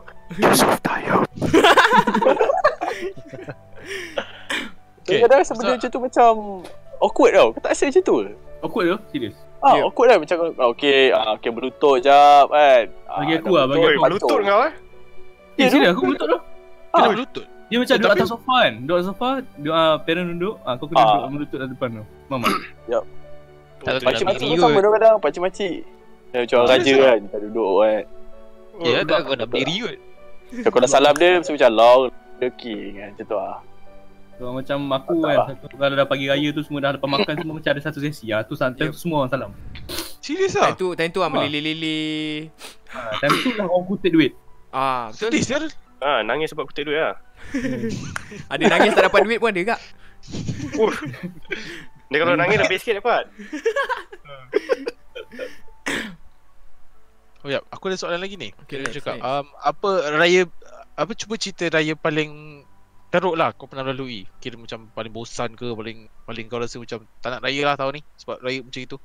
Speaker 1: Okay.
Speaker 7: Kadang-kadang rasa benda
Speaker 1: So-
Speaker 7: macam tu macam Awkward tau Kau tak rasa macam tu ke?
Speaker 5: Awkward tu Serius
Speaker 7: Ah,
Speaker 2: Yeah.
Speaker 7: awkward lah macam ah, Okay, ah, okay berlutut jap kan ah,
Speaker 5: Bagi aku
Speaker 7: dah
Speaker 5: lah, bagi
Speaker 8: Oi,
Speaker 5: aku.
Speaker 7: patut.
Speaker 8: lutut kau eh
Speaker 5: Ya serius aku betul tu
Speaker 1: Kena
Speaker 7: Ah.
Speaker 1: berlutut
Speaker 5: Dia macam
Speaker 1: Eh,
Speaker 5: duduk
Speaker 1: tapi-
Speaker 5: atas sofa kan Duduk atas sofa Dua uh, parent duduk ah, Kau kena
Speaker 7: Ah.
Speaker 5: duduk melutut atas depan tu Mama
Speaker 4: Tak tahu kenapa
Speaker 7: Pakcik-pakcik
Speaker 4: diri
Speaker 7: pun
Speaker 4: kot.
Speaker 7: sama kadang-kadang Pakcik-pakcik Dia macam orang raja kan Tak duduk kan
Speaker 4: Ya tak kau nak berdiri kot
Speaker 7: Macam kau dah salam dia Mesti macam long Deki kan Macam tu lah
Speaker 5: so, Macam aku
Speaker 7: Tak
Speaker 5: kan
Speaker 7: lah.
Speaker 5: satu, Kalau dah pagi raya tu Semua dah lepas makan Semua macam ada satu sesi ah, Tu santai
Speaker 2: Yep.
Speaker 5: tu semua orang salam
Speaker 1: Serius
Speaker 2: Time
Speaker 1: lah
Speaker 2: tu Time tu lah meleleh-leleh
Speaker 5: ah, Time tu lah orang kutip duit
Speaker 2: Ah betul
Speaker 1: Sedih sial
Speaker 8: Ha, nangis sebab kutip duit lah
Speaker 2: Ada nangis tak dapat duit pun ada kak
Speaker 8: Uh. Dia kalau nangis lebih sikit dapat
Speaker 1: Oh ya, aku ada soalan lagi ni
Speaker 2: Okay,
Speaker 1: Okay, dia
Speaker 2: next,
Speaker 1: cakap
Speaker 2: next.
Speaker 1: um, Apa raya Apa cuba cerita raya paling Teruk lah kau pernah lalui Kira macam paling bosan ke Paling paling kau rasa macam Tak nak raya lah tahun ni Sebab raya macam itu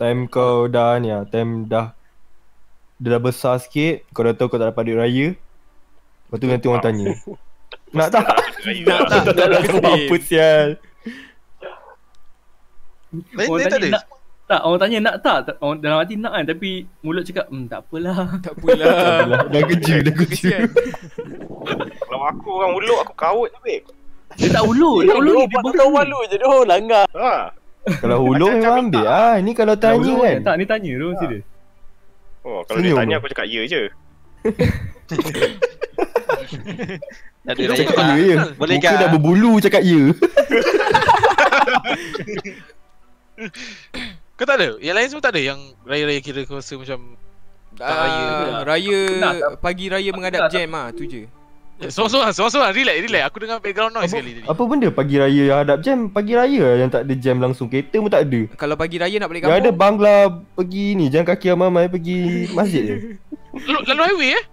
Speaker 3: Time kau dah ni lah Time dah Dia dah besar sikit Kau dah tahu kau tak dapat duit raya Lepas tu nanti orang tanya Nak tak?
Speaker 8: Raya lah.
Speaker 3: Tak nak kau buat apa sial
Speaker 1: Lain
Speaker 5: Orang
Speaker 1: lain tak ada
Speaker 5: tanya nak tak, orang tanya nak tak? tak orang, dalam hati nak kan Tapi mulut cakap hmm, tak apalah
Speaker 2: eh. Tak apalah
Speaker 3: Dah kerja Dah kerja
Speaker 2: Kesian
Speaker 8: Kalau aku orang uluk, aku kawut je babe
Speaker 5: Dia tak ulur,
Speaker 7: Dia
Speaker 5: tak ulur
Speaker 7: dulu
Speaker 5: ni dia
Speaker 7: Dia malu je Dia orang langgar
Speaker 8: Ha,
Speaker 3: Kalau hulung
Speaker 8: Macam-macam
Speaker 3: memang ambil ah. Ni kalau tanya
Speaker 5: ulur
Speaker 3: kan
Speaker 5: Tak, Ah. ni tanya tu serius
Speaker 8: Oh, kalau dia
Speaker 3: Senyum
Speaker 8: tanya
Speaker 3: tu.
Speaker 8: aku cakap ya je.
Speaker 4: Tak ada
Speaker 3: Dia
Speaker 4: raya
Speaker 3: cakap ya je
Speaker 4: Boleh
Speaker 3: Muka
Speaker 4: kan
Speaker 3: dah berbulu cakap ya
Speaker 1: Kau tak ada? Yang lain semua tak ada yang raya-raya kira kau rasa macam raya ke
Speaker 2: Ah,
Speaker 5: lah.
Speaker 2: raya
Speaker 5: Penat tak?
Speaker 2: pagi raya menghadap
Speaker 5: tak?
Speaker 2: jam ah tu je.
Speaker 1: Eh, Sorang-sorang, sorang-sorang, relax, relax Aku dengar background noise sekali tadi
Speaker 3: Apa benda pagi raya yang hadap jam? Pagi raya lah yang tak ada jam langsung. Kereta pun tak ada.
Speaker 2: Kalau pagi raya nak balik
Speaker 3: Yang ada
Speaker 2: kampung.
Speaker 3: bangla pergi ni, jalan kaki amai-amai pergi masjid je.
Speaker 1: Lalu, lalu highway eh?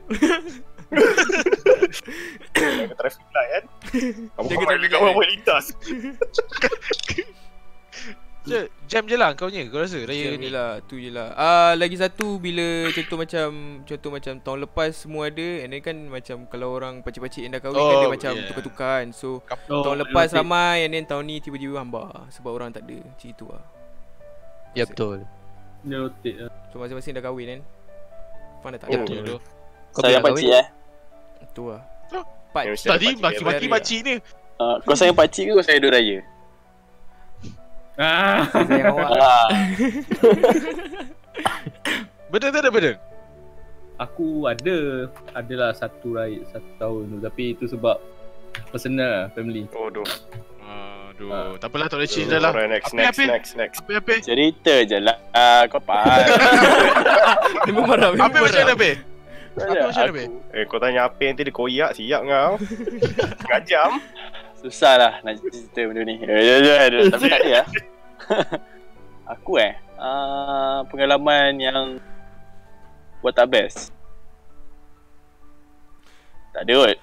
Speaker 8: Jaga traffic light kan Kamu
Speaker 2: Jaga
Speaker 8: ramai
Speaker 2: traffic
Speaker 8: dekat
Speaker 2: light.
Speaker 8: orang boleh lintas
Speaker 1: Je, jam je lah kau punya, kau rasa raya
Speaker 2: Jam je
Speaker 1: ni
Speaker 2: lah, tu je lah. Ah, lagi satu bila contoh macam contoh macam tahun lepas semua ada and then kan macam kalau orang pacik-pacik yang dah kahwin kan
Speaker 1: Oh,
Speaker 2: dia macam
Speaker 1: yeah.
Speaker 2: tukar-tukar kan. So
Speaker 5: Oh,
Speaker 2: tahun lepas
Speaker 5: rotate.
Speaker 2: ramai and then tahun ni tiba-tiba hambar sebab orang tak ada. Macam itu lah.
Speaker 4: Ya betul
Speaker 5: Dia rotate lah.
Speaker 2: So masing-masing dah kahwin kan. Faham dah tak
Speaker 4: Oh,
Speaker 8: Ya,
Speaker 2: ada.
Speaker 8: betul.
Speaker 1: Jodoh.
Speaker 4: Kau
Speaker 7: Sayang
Speaker 4: bilang
Speaker 7: pakcik eh
Speaker 2: Tu lah.
Speaker 1: Oh,
Speaker 2: Pak
Speaker 8: Yang
Speaker 1: Tadi
Speaker 8: macam
Speaker 1: maki-maki
Speaker 2: raya.
Speaker 1: makcik ni
Speaker 7: Ah, Kau sayang pakcik ke kau sayang duk raya?
Speaker 5: Ah.
Speaker 2: sayang awak.
Speaker 7: Ah,
Speaker 1: Benda tak ada benda?
Speaker 5: Aku ada Adalah satu raya Satu tahun tu Tapi itu sebab Personal lah Family
Speaker 8: Oh doh
Speaker 1: Aduh,
Speaker 5: Ah.
Speaker 1: tak apalah tak boleh change dah lah
Speaker 8: Alright, next,
Speaker 1: Apa,
Speaker 8: next,
Speaker 1: apa?
Speaker 8: next, next
Speaker 1: Apa-apa?
Speaker 7: cerita je lah Ah, Kau faham
Speaker 2: Dia memarah.
Speaker 1: Apa macam mana Apa? Apa macam mana, Beh?
Speaker 7: Aku-
Speaker 8: Eh kau tanya apa nanti dia koyak siap kau Gajam
Speaker 7: Susah lah nak cerita benda ni Eh, ya, ya, ya, Tapi tak ada lah Aku eh ah, Pengalaman yang Buat tak best Tak ada kot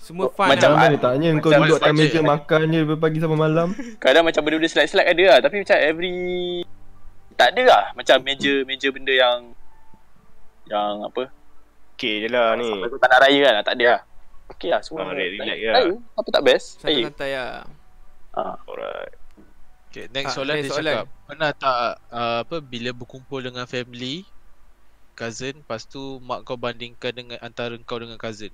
Speaker 2: Semua fun
Speaker 7: Macam
Speaker 2: lah.
Speaker 3: Macam mana tanya kau
Speaker 7: Macam
Speaker 3: duduk atas
Speaker 1: budget.
Speaker 3: meja makan je daripada pagi sampai malam.
Speaker 7: Kadang macam benda-benda slide-slide ada lah Tapi macam every Tak ada lah Macam major Major benda yang Yang apa
Speaker 8: Okay je lah ni
Speaker 7: Sampai kau tak nak raya kan Tak ada lah Okay lah semua
Speaker 8: Ah, relax- relax je lah.
Speaker 7: Raya Apa tak best Eh, Raya
Speaker 2: Santai-santai lah.
Speaker 8: Alright
Speaker 1: Okay, next
Speaker 2: Ah,
Speaker 1: soalan
Speaker 2: next
Speaker 1: dia
Speaker 2: soalan.
Speaker 1: cakap Pernah tak uh, apa bila berkumpul dengan family Cousin, lepas tu mak kau bandingkan dengan antara kau dengan cousin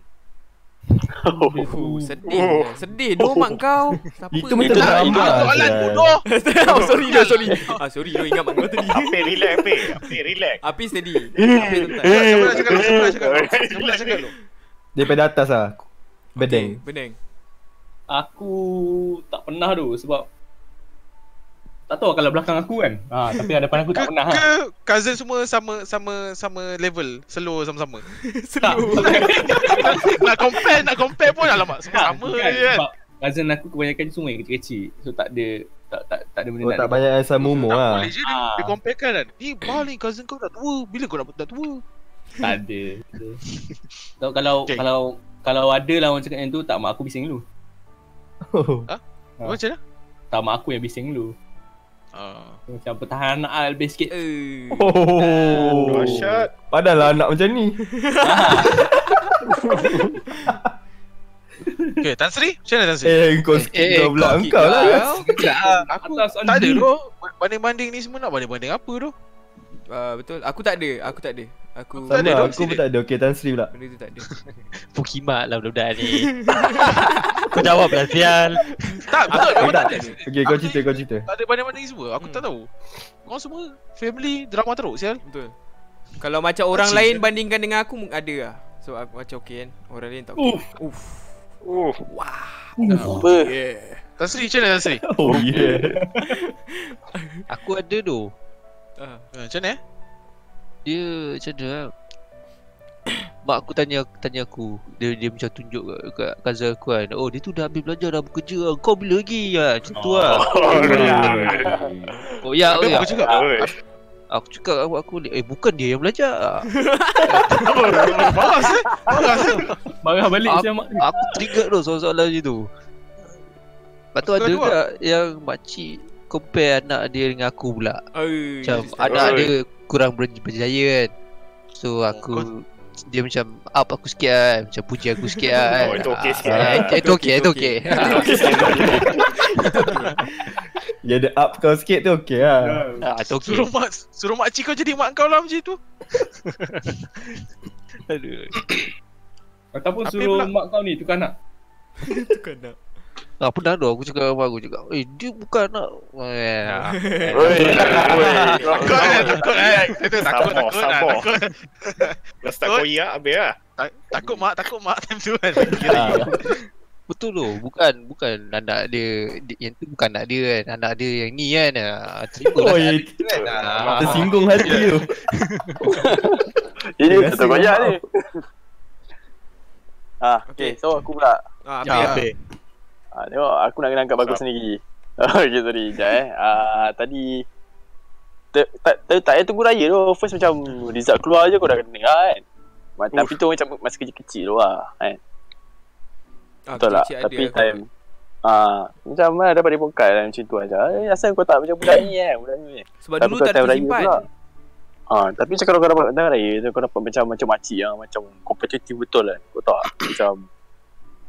Speaker 2: Oh, sedih. lah. Sedih. Doh mak kau. Siapa
Speaker 3: Itu
Speaker 2: ni?
Speaker 3: macam
Speaker 2: Ah,
Speaker 3: drama.
Speaker 1: Ah,
Speaker 3: lah,
Speaker 1: soalan
Speaker 3: Azlan.
Speaker 1: bodoh
Speaker 2: oh, sorry doh, sorry. Ah, sorry doh ingat mak kau tadi.
Speaker 8: Apa relax apa Apa relax
Speaker 2: Api steady.
Speaker 1: Eh,
Speaker 2: Api tentai.
Speaker 1: Siapa nak cakap dulu? Siapa nak
Speaker 8: Eh.
Speaker 1: cakap dulu? Siapa nak cakap dulu?
Speaker 3: Daripada atas lah. Bedeng.
Speaker 2: Beneng.
Speaker 5: Aku Tak pernah tu Sebab Tak tahu kalau belakang aku kan ha, Tapi hadapan aku
Speaker 1: Ke,
Speaker 5: tak pernah ha.
Speaker 1: ke cousin semua sama sama sama level Slow sama-sama
Speaker 5: Tak
Speaker 1: Nak compare nak compare pun alamak Semua sama
Speaker 5: bukan.
Speaker 1: je kan
Speaker 5: Sebab Cousin aku kebanyakan semua yang kecil-kecil So tak ada Tak tak, tak ada benda
Speaker 3: Oh
Speaker 5: nak
Speaker 3: tak banyak yang sama
Speaker 1: Tak
Speaker 3: umur lah.
Speaker 1: boleh je dia,
Speaker 5: Ah.
Speaker 1: dia compare kan Ni balik cousin kau dah tua Bila kau nak dah tua
Speaker 5: Tak ada Tahu kalau
Speaker 1: Okay.
Speaker 5: Kalau Kalau ada lah orang cakap yang tu Tak mak aku bising dulu Ah.
Speaker 1: Macam mana?
Speaker 5: Tak mak aku yang bising dulu
Speaker 1: Ah.
Speaker 5: Macam pertahanan anak lah lebih sikit
Speaker 2: Eh.
Speaker 3: Oh.
Speaker 8: Masyat
Speaker 3: Padahal lah anak macam ni.
Speaker 1: Okay, Tan Sri? Macam mana Tan Sri?
Speaker 3: Eh kau
Speaker 4: eh,
Speaker 3: kau pula engkau lah.
Speaker 1: Aku
Speaker 5: ah. Atas
Speaker 1: tak ada
Speaker 5: Aldi.
Speaker 1: tu. Banding-banding ni semua nak banding-banding apa tu?
Speaker 2: Ah, betul. Aku tak ada. Aku tak ada. Aku
Speaker 1: tak ada,
Speaker 3: Sama
Speaker 1: dorang
Speaker 3: aku pun
Speaker 1: sini.
Speaker 3: tak ada. Okay Tan Sri pula.
Speaker 2: Benda tu tak ada.
Speaker 4: Pukimak lah budak-budak ni Kau jawab lah sial
Speaker 1: Tak, betul.
Speaker 3: Kau
Speaker 1: Memang tak
Speaker 3: Eh, tak.
Speaker 1: ada.
Speaker 3: Okay kau cerita kau cerita.
Speaker 1: Tak ada banding-banding semua. Aku
Speaker 2: Hmm.
Speaker 1: tak tahu. Kau semua family drama teruk sial.
Speaker 2: Betul. Kalau macam orang
Speaker 1: Kecil.
Speaker 2: lain bandingkan dengan aku mung- ada lah. So aku macam okey kan. Orang lain tak okey. Uff.
Speaker 8: Oh
Speaker 7: Apa
Speaker 2: Yeah.
Speaker 1: Tan Sri, macam mana Tan Sri?
Speaker 3: Oh yeah.
Speaker 4: Aku ada tu
Speaker 2: Ah.
Speaker 1: Ha, Macam mana eh?
Speaker 4: Dia macam mana lah Mak aku tanya tanya aku Dia dia macam tunjuk kat, kat cousin aku kan Oh dia tu dah habis belajar dah bekerja lah. Kau bila lagi lah Macam tu lah Oh ya
Speaker 1: Dia
Speaker 4: oh ya
Speaker 1: aku cakap.
Speaker 8: Oi.
Speaker 4: Aku cakap aku, aku ni, Eh bukan dia yang belajar
Speaker 1: Bawas eh? Bawas eh?
Speaker 5: Marah balik
Speaker 4: Ap-
Speaker 5: macam mak
Speaker 4: Aku trigger tu soalan-soalan macam tu Lepas tu
Speaker 1: Kau
Speaker 4: ada
Speaker 1: dua.
Speaker 4: juga yang makcik Compare anak dia dengan aku pula
Speaker 2: Eh.
Speaker 4: Macam
Speaker 2: interesting.
Speaker 4: anak
Speaker 8: Oi.
Speaker 4: dia kurang ber- berjaya kan So aku Dia macam up aku sikit kan Macam puji aku sikit kan
Speaker 8: Oh, itu okey sikit
Speaker 4: Ah,
Speaker 8: lah.
Speaker 4: eh, Itu okey, itu okey
Speaker 3: Dia ada up kau sikit tu okay lah.
Speaker 4: Ah, Itu okey
Speaker 1: Suruh mak suruh mak cik kau jadi mak kau lah macam tu.
Speaker 5: Ataupun
Speaker 1: Tapi
Speaker 5: suruh
Speaker 1: pula-
Speaker 5: mak kau ni tukar anak
Speaker 4: Ah, pernah tu aku cakap dengan mak aku cakap Eh dia bukan anak Eh, ah.
Speaker 1: Takut eh, takut eh. Dia tu takut, takut
Speaker 8: Sabar,
Speaker 1: lah,
Speaker 8: sabar.
Speaker 1: takut.
Speaker 8: Lepas tak koyak habis lah
Speaker 1: Ta- Takut mak, takut mak time tu kan.
Speaker 3: Ah,
Speaker 4: Betul tu. Bukan bukan anak dia, dia yang tu bukan anak dia kan. Anak dia yang ni kan. Ah, terima
Speaker 3: Oh,
Speaker 4: lah
Speaker 3: ya,
Speaker 4: anak dia kan. Ah.
Speaker 3: Tersinggung hati
Speaker 2: Ya.
Speaker 3: tu
Speaker 7: Ini
Speaker 3: Terima
Speaker 7: betul
Speaker 3: kasih,
Speaker 7: banyak
Speaker 3: Mak.
Speaker 7: ni. Ah, okay, so aku pula.
Speaker 2: Ah,
Speaker 1: Ya,
Speaker 2: apa?
Speaker 1: Abel.
Speaker 7: Ah, tengok aku nak kena angkat bagus sendiri. okay, sorry. Sekejap eh. Ah, tadi te- tak tak tak payah tunggu raya tu. First macam result keluar je kau dah kena dengar kan. Ma- Tapi tu macam masa kecil-kecil tu lah kan.
Speaker 2: Ah,
Speaker 7: Betul lah.
Speaker 2: kecil ada
Speaker 7: Tapi
Speaker 2: aku.
Speaker 7: time Ah, macam mana dapat dipokat lah macam tu aja. Eh, asal kau tak macam budak ni eh, budak ni.
Speaker 2: Sebab
Speaker 7: Tapi
Speaker 2: dulu
Speaker 7: kau
Speaker 2: tak
Speaker 7: time raya
Speaker 2: tersimpan.
Speaker 7: pula. Ah, tapi macam kalau kau dapat tengah raya tu kau dapat macam macam makcik yang macam kompetitif betul lah. Kau tahu tak? macam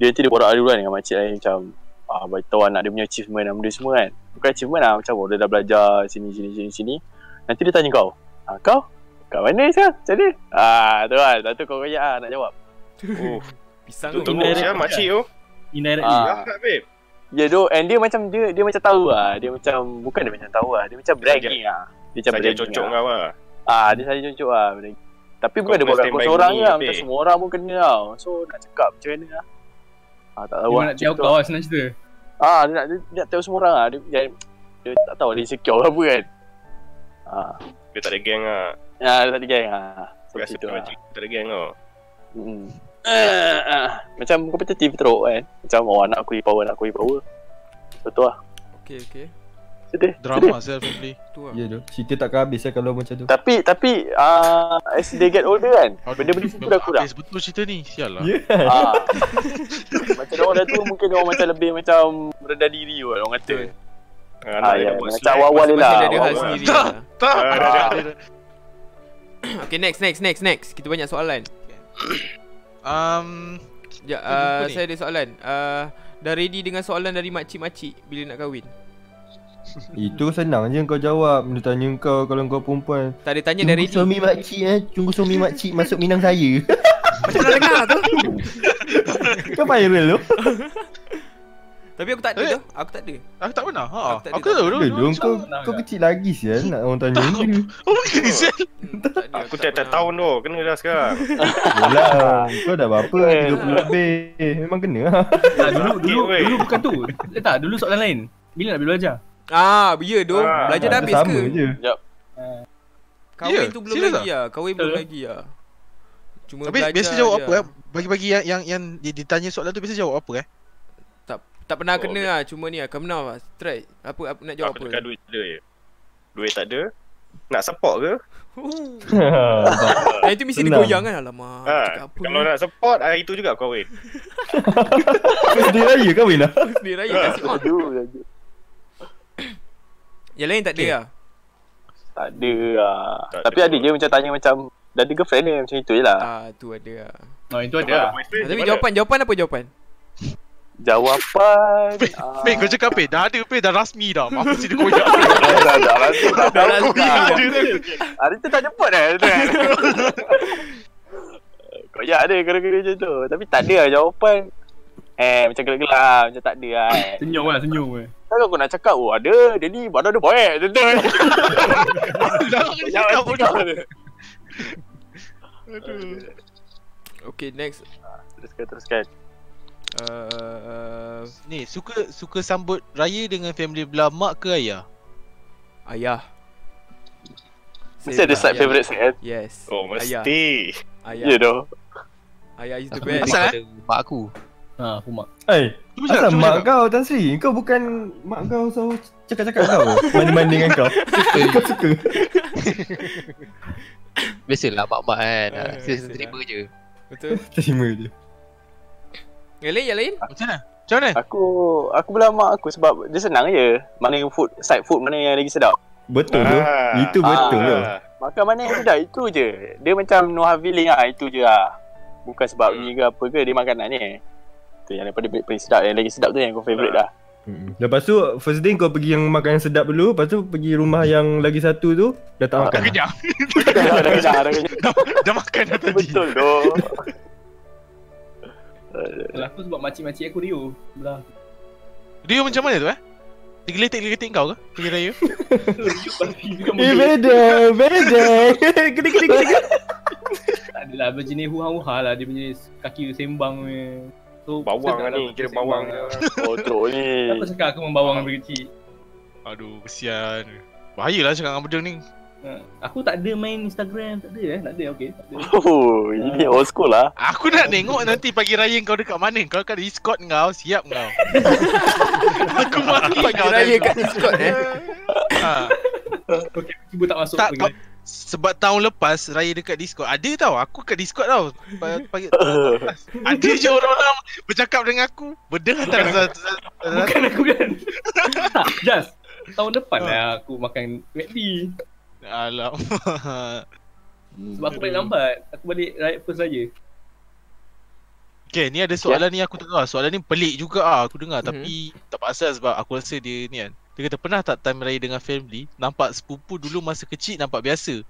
Speaker 7: dia nanti dia borak aluran dengan makcik lain macam ah bagi tahu anak dia punya achievement dan benda semua kan. Bukan achievement lah macam oh, dia dah belajar sini sini sini sini. Nanti dia tanya kau. Ah kau? Kat mana sekarang? Macam ni? Ah tu lah. Lepas tu kau koyak lah nak jawab. Oh,
Speaker 2: Pisang
Speaker 8: Tu
Speaker 2: tu.
Speaker 8: tengok siapa makcik
Speaker 2: kan?
Speaker 8: tu.
Speaker 5: Indirectly.
Speaker 7: ah,
Speaker 8: Akak babe.
Speaker 7: Ya yeah, doh and dia macam dia dia macam tahu lah. Dia macam bukan dia macam tahu lah. Dia macam bragging ah. Dia macam
Speaker 8: Saja
Speaker 7: bragging
Speaker 8: cocok
Speaker 7: lah.
Speaker 8: kau lah.
Speaker 7: Ah, dia saja cocok ah. bragging. Tapi
Speaker 8: Kau
Speaker 7: bukan dia
Speaker 8: kena
Speaker 7: buat kat kau
Speaker 8: standby
Speaker 7: seorang
Speaker 8: bunyi,
Speaker 7: je lah.
Speaker 8: tapi.
Speaker 7: Macam semua orang pun kena tau. So nak cakap macam mana lah. Ah, tak tahu
Speaker 5: Dia
Speaker 7: lah.
Speaker 5: nak jauh
Speaker 7: macam tu.
Speaker 5: kau lah senang cerita.
Speaker 7: Ah, dia nak dia, dia nak tahu semua orang ah. Dia, dia, dia tak tahu dia secure ke apa kan. Ah,
Speaker 8: Dia tak ada geng ah.
Speaker 7: ah dia tak digeng ah. So,
Speaker 8: Rasa
Speaker 7: gitu lah.
Speaker 8: macam tak ada geng tau.
Speaker 7: Hmm. Ah, ah. Macam kompetitif teruk kan. Macam oh nak aku power nak aku power. Betul lah.
Speaker 2: Okey, okey.
Speaker 7: Sedih.
Speaker 1: Drama saya family.
Speaker 2: Tu lah.
Speaker 3: Ya tu Cerita takkan habis lah kalau macam tu
Speaker 7: Tapi tapi uh, as they get older kan benda-benda tu dah kurang.
Speaker 1: Habis betul cerita ni. Sial lah.
Speaker 3: Yeah
Speaker 7: Ah. macam orang dah tua mungkin orang macam lebih macam rendah diri kot orang kata. Ah,
Speaker 8: Anak
Speaker 7: ya,
Speaker 8: dia buat
Speaker 7: macam
Speaker 8: slack.
Speaker 7: awal-awal dia lah.
Speaker 2: Masih ada hal
Speaker 7: awal-awal.
Speaker 2: sendiri.
Speaker 1: Tak.
Speaker 2: lah.
Speaker 1: Tak.
Speaker 8: Ah, dah, dah.
Speaker 2: Okey, next, next, next, next. Kita banyak soalan.
Speaker 1: Um,
Speaker 2: Sekejap,
Speaker 1: Kita jumpa
Speaker 2: uh,
Speaker 1: ni.
Speaker 2: saya ada soalan. Uh, dah ready dengan soalan dari makcik-makcik bila nak kahwin?
Speaker 3: Itu senang je kau jawab Dia tanya kau kalau kau perempuan
Speaker 2: Tak ada tanya dah ready.
Speaker 3: suami makcik eh Tunggu suami makcik masuk minang saya
Speaker 2: Macam nak dengar tu.
Speaker 3: Kau viral tu
Speaker 2: Tapi aku tak ada
Speaker 1: Eh?
Speaker 2: tu. Aku tak ada.
Speaker 1: aku tak pernah. Ha.
Speaker 2: Aku tak ada,
Speaker 1: Aku
Speaker 2: tak
Speaker 1: tahu dulu.
Speaker 3: Aduh dong
Speaker 1: macam-
Speaker 3: kau, kau kecil lagi sial nak orang tanya ni
Speaker 1: Oh my god. sial.
Speaker 2: Hmm, tak ada.
Speaker 8: Aku tiap-tiap tahun tu kena dah sekarang.
Speaker 3: Yelah kau dah berapa 30 lebih Memang kena lah
Speaker 5: Tak, dulu, dulu,
Speaker 8: Sakit, weh.
Speaker 5: dulu bukan tu. Eh, tak, dulu soalan lain. Bila nak belajar?
Speaker 2: Ah, ya doh.
Speaker 8: Ah,
Speaker 2: Belajar dah
Speaker 3: Dia
Speaker 2: habis
Speaker 3: sama
Speaker 2: ke?
Speaker 3: je
Speaker 2: Kahwin
Speaker 1: Ya,
Speaker 2: tu belum
Speaker 1: serius
Speaker 2: lagi ah. Kahwin belum
Speaker 5: Betul.
Speaker 2: lagi ah. Cuma
Speaker 1: Tapi
Speaker 2: belajar
Speaker 1: biasa jawab
Speaker 2: je
Speaker 1: apa eh?
Speaker 2: ah.
Speaker 1: Bagi-bagi yang yang yang di- ditanya soalan tu biasa jawab apa eh?
Speaker 2: Tak tak pernah
Speaker 8: Oh,
Speaker 2: kena ah. Cuma ni ah, kau pernah ah. Try. Apa, apa nak jawab
Speaker 8: Aku
Speaker 2: apa?
Speaker 8: cakap duit ada je. Duit tak ada. Nak support ke?
Speaker 2: Yang itu mesti dia
Speaker 3: Senang.
Speaker 2: goyang kan. Alamak.
Speaker 8: Ha,
Speaker 2: Cakap apa?
Speaker 8: kalau nak support hari itu juga aku kahwin.
Speaker 3: First day raya kahwin lah
Speaker 2: Dia raya kasi on.
Speaker 7: Aduh,
Speaker 2: Yang lain tak ada ah.
Speaker 7: tak ada lah.
Speaker 8: Tak
Speaker 7: Tapi
Speaker 8: ada.
Speaker 7: ada je macam tanya macam dah ada girlfriend dia macam itu je lah.
Speaker 2: Ah, tu ada ah.
Speaker 5: Oh, itu
Speaker 8: Kalau
Speaker 5: ada lah.
Speaker 8: boyfriend,
Speaker 2: Tapi
Speaker 8: macam Eh, mana?
Speaker 2: jawapan jawapan apa jawapan?
Speaker 7: Jawapan ah,
Speaker 1: Pei, kau cakap Pei, dah ada Pei, dah rasmi dah. Apa sih dia koyak?
Speaker 7: dah dah dah dah, dah, dah,
Speaker 2: Dah
Speaker 7: dah.
Speaker 2: lagi.
Speaker 7: Hari tu tak jemput dah tu kan. Koyak dia kena-kena macam tu. Tapi tak ada lah jawapan. Eh macam gelak-gelak lah. Macam tak ada lah. eh.
Speaker 5: Senyum lah, senyum lah.
Speaker 7: Kalau aku nak cakap, oh ada, dia ni badan dia baik, macam tu.
Speaker 1: Dah kena cakap pun dah.
Speaker 2: Okay, next.
Speaker 7: Teruskan, teruskan.
Speaker 2: Uh,
Speaker 1: Ni, suka suka sambut raya dengan family belah mak ke ayah?
Speaker 2: ayah.
Speaker 7: Mesti
Speaker 5: lah,
Speaker 7: ada side favourite side kan?
Speaker 2: Yes.
Speaker 8: Oh,
Speaker 2: Ayah.
Speaker 8: mesti.
Speaker 2: Ayah.
Speaker 7: Ya doh.
Speaker 2: Ayah is the
Speaker 4: Aku
Speaker 2: best.
Speaker 4: lupa ada mak aku.
Speaker 5: Ha, aku mak.
Speaker 3: Eh
Speaker 1: Tu macam-
Speaker 3: Asal
Speaker 1: tu
Speaker 3: mak
Speaker 1: macam-
Speaker 3: kau Tan Sri Kau bukan Mak kau so Cakap-cakap kau Mana-mana dengan kau Kau suka
Speaker 4: Biasalah mak-mak kan.
Speaker 2: Ah,
Speaker 8: Eh,
Speaker 4: Ah, Sila
Speaker 2: biasalah.
Speaker 4: terima je.
Speaker 2: Betul.
Speaker 3: Terima je
Speaker 2: Yang lain, yang lain.
Speaker 1: Macam mana? Macam mana?
Speaker 7: Aku aku belah mak aku sebab dia senang je. Mana yang food side food mana yang lagi sedap.
Speaker 3: Betul tu
Speaker 8: Ah.
Speaker 3: Itu betul tu
Speaker 8: Ah.
Speaker 7: Makan mana yang sedap itu je. Dia macam no have feeling ah itu je ah. Bukan sebab
Speaker 5: Hmm.
Speaker 7: ni ke apa ke dia makanannya. Tu yang daripada paling sedap yang lagi sedap tu yang aku favourite dah.
Speaker 3: Mm-mm. Lepas tu first day kau pergi yang makan yang sedap dulu Lepas tu pergi rumah yang lagi satu tu Dah tak makan Eh,
Speaker 1: Dah kenyang.
Speaker 7: Dah dah kenyang, dah kenyang.
Speaker 1: Dah makan dah tadi.
Speaker 7: Betul doh.
Speaker 5: Kalau
Speaker 8: lah.
Speaker 5: aku sebab makcik-makcik aku Rio. Belah.
Speaker 1: Dia macam mana tu eh? Dia geletik-geletik kau ke? Pergi raya?
Speaker 5: Rio pasti juga
Speaker 3: Eh
Speaker 5: mungkin.
Speaker 3: beda Beda Kena kena kena
Speaker 5: Tak adalah, macam ni huha-huha lah. Dia punya kaki sembang punya. So,
Speaker 8: Bawang
Speaker 5: sedap
Speaker 8: lah Ah.
Speaker 5: lah
Speaker 8: ni, kira
Speaker 5: sembang
Speaker 8: bawang
Speaker 5: lah.
Speaker 8: dia.
Speaker 7: Oh teruk ni
Speaker 5: Aku cakap aku membawang dari kecil
Speaker 1: Aduh, kesian. Bahayalah cakap dengan benda ni.
Speaker 5: Ha. Aku tak ada main Instagram Tak ada eh Tak ada okay tak ada.
Speaker 7: Oh ini old school lah
Speaker 1: Aku nak tengok nanti pagi raya kau dekat mana. Kau kat Discord kau, siap kau. aku mati
Speaker 2: Pagi
Speaker 1: kau.
Speaker 2: raya kat Discord eh
Speaker 1: Ha.
Speaker 5: Okay aku cuba tak masuk
Speaker 1: Tak,
Speaker 5: pergi.
Speaker 1: tak. Sebab tahun lepas Raya dekat Discord Ada tau Aku kat Discord tau Pa- Pagi tahun lepas. Ada je orang-orang Bercakap dengan aku Berdengar tak
Speaker 5: Bukan aku kan Tak Just Tahun depan
Speaker 1: Ah.
Speaker 5: lah aku makan McD
Speaker 1: Alamak
Speaker 5: Sebab aku
Speaker 8: Hmm.
Speaker 5: balik lambat Aku balik raya first raya
Speaker 1: Okay ni ada soalan ni aku dengar Soalan ni pelik juga ah Aku dengar
Speaker 2: Mhm.
Speaker 1: Tapi tak pasal sebab Aku rasa dia ni kan Dia kata pernah tak time raya dengan family Nampak sepupu dulu masa kecil Nampak biasa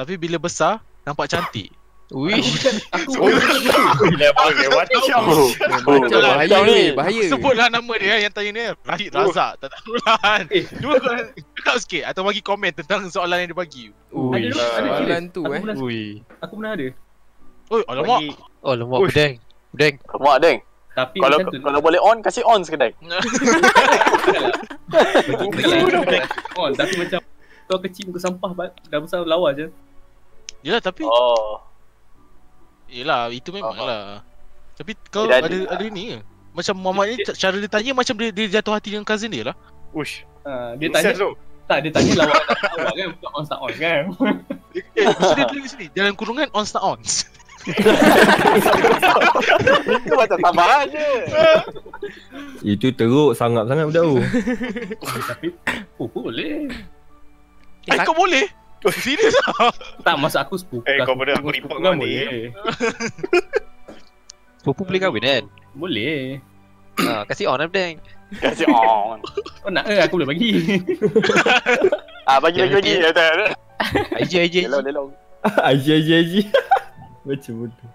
Speaker 1: Tapi bila besar Nampak cantik
Speaker 4: Wish
Speaker 5: Aku
Speaker 8: Gila banget, what the
Speaker 7: Oh, oh,
Speaker 2: Macam bahaya ni Bahaya
Speaker 1: Sebutlah nama dia yang tanya ni Rahid Razak Tak tahu lah kan
Speaker 5: Eh.
Speaker 1: Cuba kau cakap sikit Atau bagi komen tentang soalan yang dia bagi
Speaker 2: Ui,
Speaker 5: Ada dulu, ada
Speaker 2: Soalan tu
Speaker 5: Aku
Speaker 2: eh
Speaker 5: pernah-
Speaker 4: Ui
Speaker 5: Aku pernah ada
Speaker 1: Oi alamak
Speaker 8: Bagi-
Speaker 4: Oh lemak bedeng Bedeng
Speaker 7: Mak Deng
Speaker 5: Tapi
Speaker 7: Kalau
Speaker 5: macam tu lah.
Speaker 7: kalau boleh on Kasih on sekedai
Speaker 5: Bukan lah Oh tapi macam Kau kecil muka sampah ba- Dah besar lawa je
Speaker 1: Yelah tapi
Speaker 7: Oh
Speaker 1: Yelah itu memang
Speaker 7: Faham.
Speaker 1: lah Tapi kau
Speaker 7: Dia ada-
Speaker 1: ada ada ni ke? Macam Muhammad ni ca- cara dia tanya macam dia, dia jatuh hati dengan cousin dia lah
Speaker 8: Ush,
Speaker 5: ha, Dia
Speaker 8: dia
Speaker 5: tanya
Speaker 8: tanya tu.
Speaker 5: Tak dia tanya lawa tak lawa kan Bukan on tak on kan
Speaker 1: Eh so dia tulis sini Dalam kurungan on start on
Speaker 7: Itu macam tambahan je
Speaker 3: Itu teruk sangat-sangat budak tu
Speaker 5: Tapi Oh boleh
Speaker 1: Eh kau boleh? Serius lah
Speaker 5: Tak masa aku sepupu
Speaker 8: Eh, kau
Speaker 5: aku-
Speaker 8: boleh aku
Speaker 5: sepupu
Speaker 8: report
Speaker 5: kan
Speaker 8: kau eh. ni.
Speaker 5: boleh
Speaker 4: Sepupu boleh kahwin kan
Speaker 5: Boleh
Speaker 4: ha, Kasih on lah bedeng
Speaker 7: Kasih on
Speaker 5: Kau nak eh aku boleh bagi
Speaker 7: Ah bagi lagi lagi
Speaker 4: IG IG
Speaker 7: Lelong lelong
Speaker 3: Aji aji aji Macam bodoh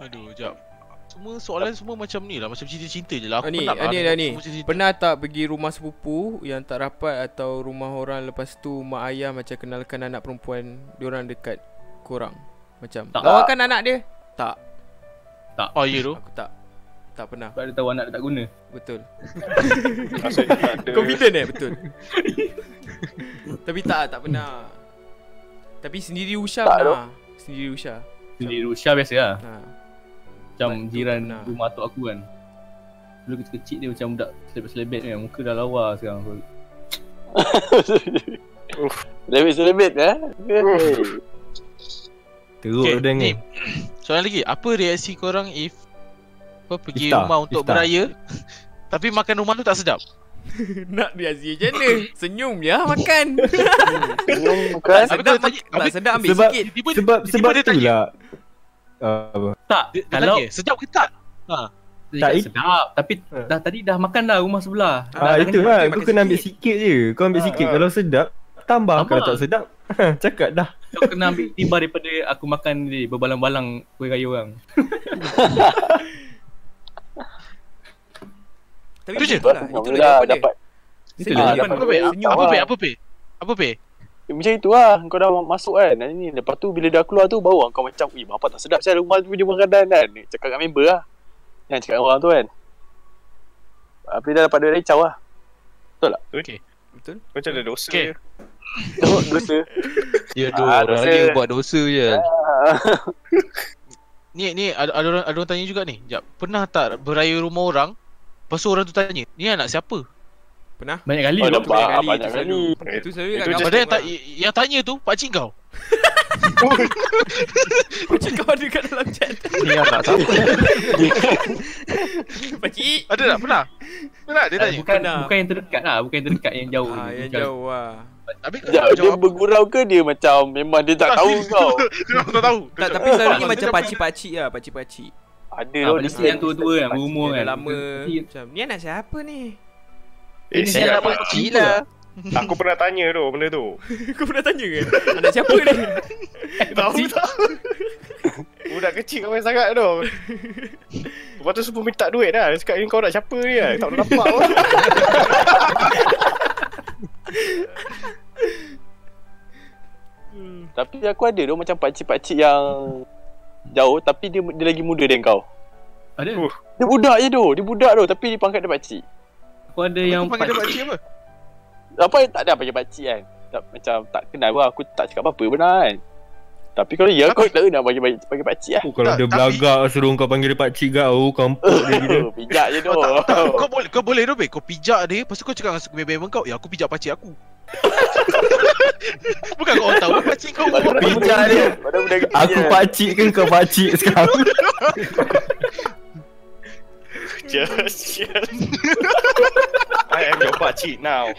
Speaker 1: Aduh jap Semua soalan semua macam ni lah Macam cinta-cinta je lah Aku
Speaker 2: Ah, ni,
Speaker 1: penat lah
Speaker 2: ah, ni,
Speaker 1: tengok
Speaker 2: ah, ni.
Speaker 1: semua cinta-cinta.
Speaker 2: Pernah tak pergi rumah sepupu yang tak rapat atau rumah orang lepas tu mak ayah macam kenalkan anak perempuan diorang dekat korang? Macam
Speaker 5: Tak.
Speaker 2: lawakan anak dia? Tak.
Speaker 1: Oh ya tu
Speaker 2: Aku tak. Tak pernah.
Speaker 5: Sebab dia tahu anak dia tak guna
Speaker 2: Betul.
Speaker 8: Maksud tak ada.
Speaker 2: Confident eh betul. Tapi tak tak pernah. Tapi sendiri Usha
Speaker 7: Tak,
Speaker 2: pernah. Sendiri Usha.
Speaker 5: Jadi Rusya biasa lah
Speaker 2: Ha.
Speaker 5: Macam
Speaker 2: Betul,
Speaker 5: jiran
Speaker 2: benar.
Speaker 5: rumah atuk aku kan Dulu kecil-kecil dia macam budak selebet-selebet kan Muka dah lawa sekarang so,
Speaker 7: Lebih selebih eh Hey.
Speaker 3: Teruk
Speaker 1: Okay,
Speaker 3: okay, dia ni
Speaker 1: ni. Soalan lagi Apa reaksi korang if Kau pergi
Speaker 3: Iftar,
Speaker 1: rumah untuk
Speaker 3: iftar.
Speaker 1: beraya Tapi makan rumah tu tak sedap
Speaker 2: Nak reaksi je mana? Senyum ya makan.
Speaker 7: Senyum kan
Speaker 1: Habis
Speaker 2: tak sedap,
Speaker 1: kau tanya-
Speaker 2: tak
Speaker 1: habis-
Speaker 2: sedap ambil
Speaker 3: sebab-
Speaker 2: sikit.
Speaker 1: Tiba-tiba
Speaker 3: Sebab
Speaker 1: tiba-tiba
Speaker 3: sebab
Speaker 1: dia
Speaker 3: tu
Speaker 1: tanya.
Speaker 3: lah uh, apa?
Speaker 5: Tak,
Speaker 1: Dia, dia
Speaker 5: kalau
Speaker 1: tanya Sedap ke tak?
Speaker 5: dia
Speaker 3: Tak,
Speaker 5: cakap
Speaker 3: it-
Speaker 5: sedap Tapi
Speaker 3: Ha.
Speaker 5: dah tadi dah makan dah rumah sebelah
Speaker 3: Ah,
Speaker 2: dah
Speaker 3: itu
Speaker 2: kena-
Speaker 3: lah
Speaker 2: kena
Speaker 3: Kau
Speaker 2: makan
Speaker 3: kena ambil
Speaker 2: sikit.
Speaker 3: sikit je Kau ambil
Speaker 5: Ah,
Speaker 3: sikit
Speaker 8: ah.
Speaker 3: Kalau sedap Tambah
Speaker 5: Tambah.
Speaker 3: Kalau tak sedap Cakap dah
Speaker 5: Kau kena ambil tiba daripada aku makan ni Berbalang-balang kuih raya orang
Speaker 2: Tapi
Speaker 1: Itu je.
Speaker 2: itulah, itulah
Speaker 7: Dah
Speaker 2: jawapan dia.
Speaker 7: dapat
Speaker 2: Itulah
Speaker 7: Ah,
Speaker 2: jawapan
Speaker 7: dapat
Speaker 2: dia.
Speaker 7: apa,
Speaker 2: Senyum.
Speaker 1: Apa
Speaker 7: Awal.
Speaker 1: pe? Apa pe? Apa pe?
Speaker 7: Eh, Macam itu lah Kau dah masuk kan Hari ni Lepas tu bila dah keluar tu Baru lah kau macam Eh apa tak sedap Saya rumah tu punya makanan kan Cakap kat member lah Yang cakap dengan orang tu kan Tapi dah dapat duit recau lah
Speaker 2: Betul?
Speaker 8: Macam ada dosa
Speaker 1: Okay.
Speaker 8: okay.
Speaker 7: Tengok dosa
Speaker 4: Ya tu
Speaker 7: Ah,
Speaker 4: Orang
Speaker 7: dosa.
Speaker 4: dia buat dosa Ah, je
Speaker 1: Ni ni ada ada orang, ada orang tanya juga ni. Jap, pernah tak beraya rumah orang? Lepas tu orang tu tanya, ni anak siapa?
Speaker 5: Banyak kali
Speaker 7: Oh
Speaker 5: tu.
Speaker 7: nampak
Speaker 2: banyak kali,
Speaker 7: Banyak
Speaker 2: tu
Speaker 7: kali
Speaker 2: selalu.
Speaker 8: dia.
Speaker 2: Itu selalu kat
Speaker 8: Itu
Speaker 2: kampung.
Speaker 1: Padahal yang, ta- yang tanya tu pakcik kau.
Speaker 2: Pakcik kau ada kat dalam chat
Speaker 4: Ni anak siapa
Speaker 2: Pakcik
Speaker 1: Ada tak? Pernah? Pernah dia
Speaker 5: Ah,
Speaker 1: tanya.
Speaker 5: bukan,
Speaker 2: Pernah.
Speaker 5: bukan yang terdekat lah Bukan yang terdekat Yang jauh
Speaker 2: Ah,
Speaker 5: tu.
Speaker 2: yang jauh lah
Speaker 1: Tapi kau
Speaker 7: Sekejap,
Speaker 1: tak
Speaker 7: Dia
Speaker 1: jawab.
Speaker 7: bergurau ke Dia macam Memang dia tak tahu kau
Speaker 1: Dia orang tak tahu.
Speaker 2: Tak, tapi selalunya macam pakcik-pakcik lah Pakcik-pakcik
Speaker 7: Ada
Speaker 5: Ah,
Speaker 7: lah
Speaker 5: pada
Speaker 7: dia-
Speaker 5: yang tua-tua yang berumur
Speaker 2: Yang
Speaker 5: kan
Speaker 2: dah lama
Speaker 5: Dia-
Speaker 2: Macam, ni anak siapa ni?
Speaker 8: Eh,
Speaker 1: Ini
Speaker 8: sial
Speaker 1: anak
Speaker 8: lah.
Speaker 1: pakcik lah.
Speaker 8: Aku pernah tanya tu benda tu.
Speaker 2: Kau pernah tanya kan? Anak siapa ni?
Speaker 8: Tahu tak? Budak kecil kau main sangat tu. Lepas tu semua minta duit dah. Dia cakap ni kau nak siapa ni kan? Tak boleh nampak pun.
Speaker 7: Tapi aku ada tu Macam pakcik-pakcik yang Jauh Tapi dia dia lagi muda dari kau
Speaker 5: Ada.
Speaker 8: Oh.
Speaker 7: Dia budak je tu. Dia budak tu tapi dia pangkat dia pakcik.
Speaker 5: Aku ada yang
Speaker 1: Kau panggil dia
Speaker 5: part-
Speaker 1: pakcik apa?
Speaker 7: Apa tak ada panggil pakcik kan. Tak, macam tak kenal pun aku tak cakap apa-apa pun kan. Tapi kalau ya kau tak nak bagi bagi pakcik lah.
Speaker 3: Oh, kalau
Speaker 1: Tak,
Speaker 3: dia
Speaker 1: tapi-
Speaker 3: belagak suruh kau panggil dia pakcik kau, kampung dia gila.
Speaker 7: Oh, pijak je tu.
Speaker 1: Kau tak, tak, kau boleh kau boleh tu babe. Kau pijak dia, lepas tu kau cakap dengan memang kau, "Ya, aku pijak pakcik aku." Bukan kau orang tahu pakcik kau.
Speaker 3: Pijak dia.
Speaker 7: Pada budak kecil
Speaker 3: Aku
Speaker 7: je.
Speaker 3: pakcik ke kau pakcik sekarang?
Speaker 8: Just, just. I am your pakcik now.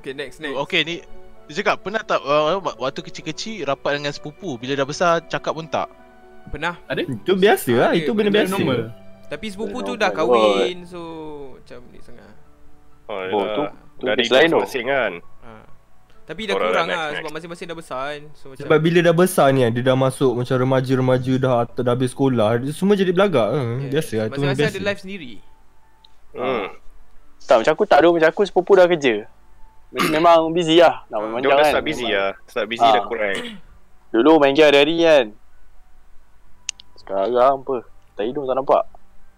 Speaker 2: Okay next next.
Speaker 1: Okay ni dia cakap pernah tak uh, waktu kecil-kecil rapat dengan sepupu bila dah besar cakap pun tak.
Speaker 2: Pernah.
Speaker 3: Itu biasa lah, itu benda
Speaker 2: Benda
Speaker 3: biasa.
Speaker 5: normal.
Speaker 2: Tapi sepupu
Speaker 7: Oh
Speaker 2: tu
Speaker 7: my
Speaker 2: dah
Speaker 7: God.
Speaker 2: kahwin so macam ni sangat.
Speaker 8: Oh,
Speaker 7: Oh, tu tu
Speaker 8: Dari
Speaker 7: selain tu.
Speaker 8: masing kan.
Speaker 2: Ha. Tapi dah
Speaker 8: Alright,
Speaker 2: kurang
Speaker 8: next,
Speaker 2: lah
Speaker 8: next.
Speaker 2: sebab masing-masing dah besar kan. So macam
Speaker 3: Sebab bila dah besar ni kan, dia dah masuk macam remaja-remaja dah, dah habis sekolah, dia semua jadi belagak. Yeah. Biasa lah,
Speaker 2: ya.
Speaker 3: tu
Speaker 2: Masing-masing
Speaker 3: biasa.
Speaker 2: ada live sendiri.
Speaker 7: Ah,
Speaker 8: Hmm.
Speaker 7: Tak macam aku tak ada macam aku sepupu dah kerja. Memang busy lah. Nak main
Speaker 8: Dia orang dah
Speaker 7: kan.
Speaker 8: start busy
Speaker 7: Memang.
Speaker 8: lah. Start busy
Speaker 7: Ah.
Speaker 8: dah kurang.
Speaker 7: Dulu main game hari-hari kan. Sekarang apa? Tak hidung tak nampak.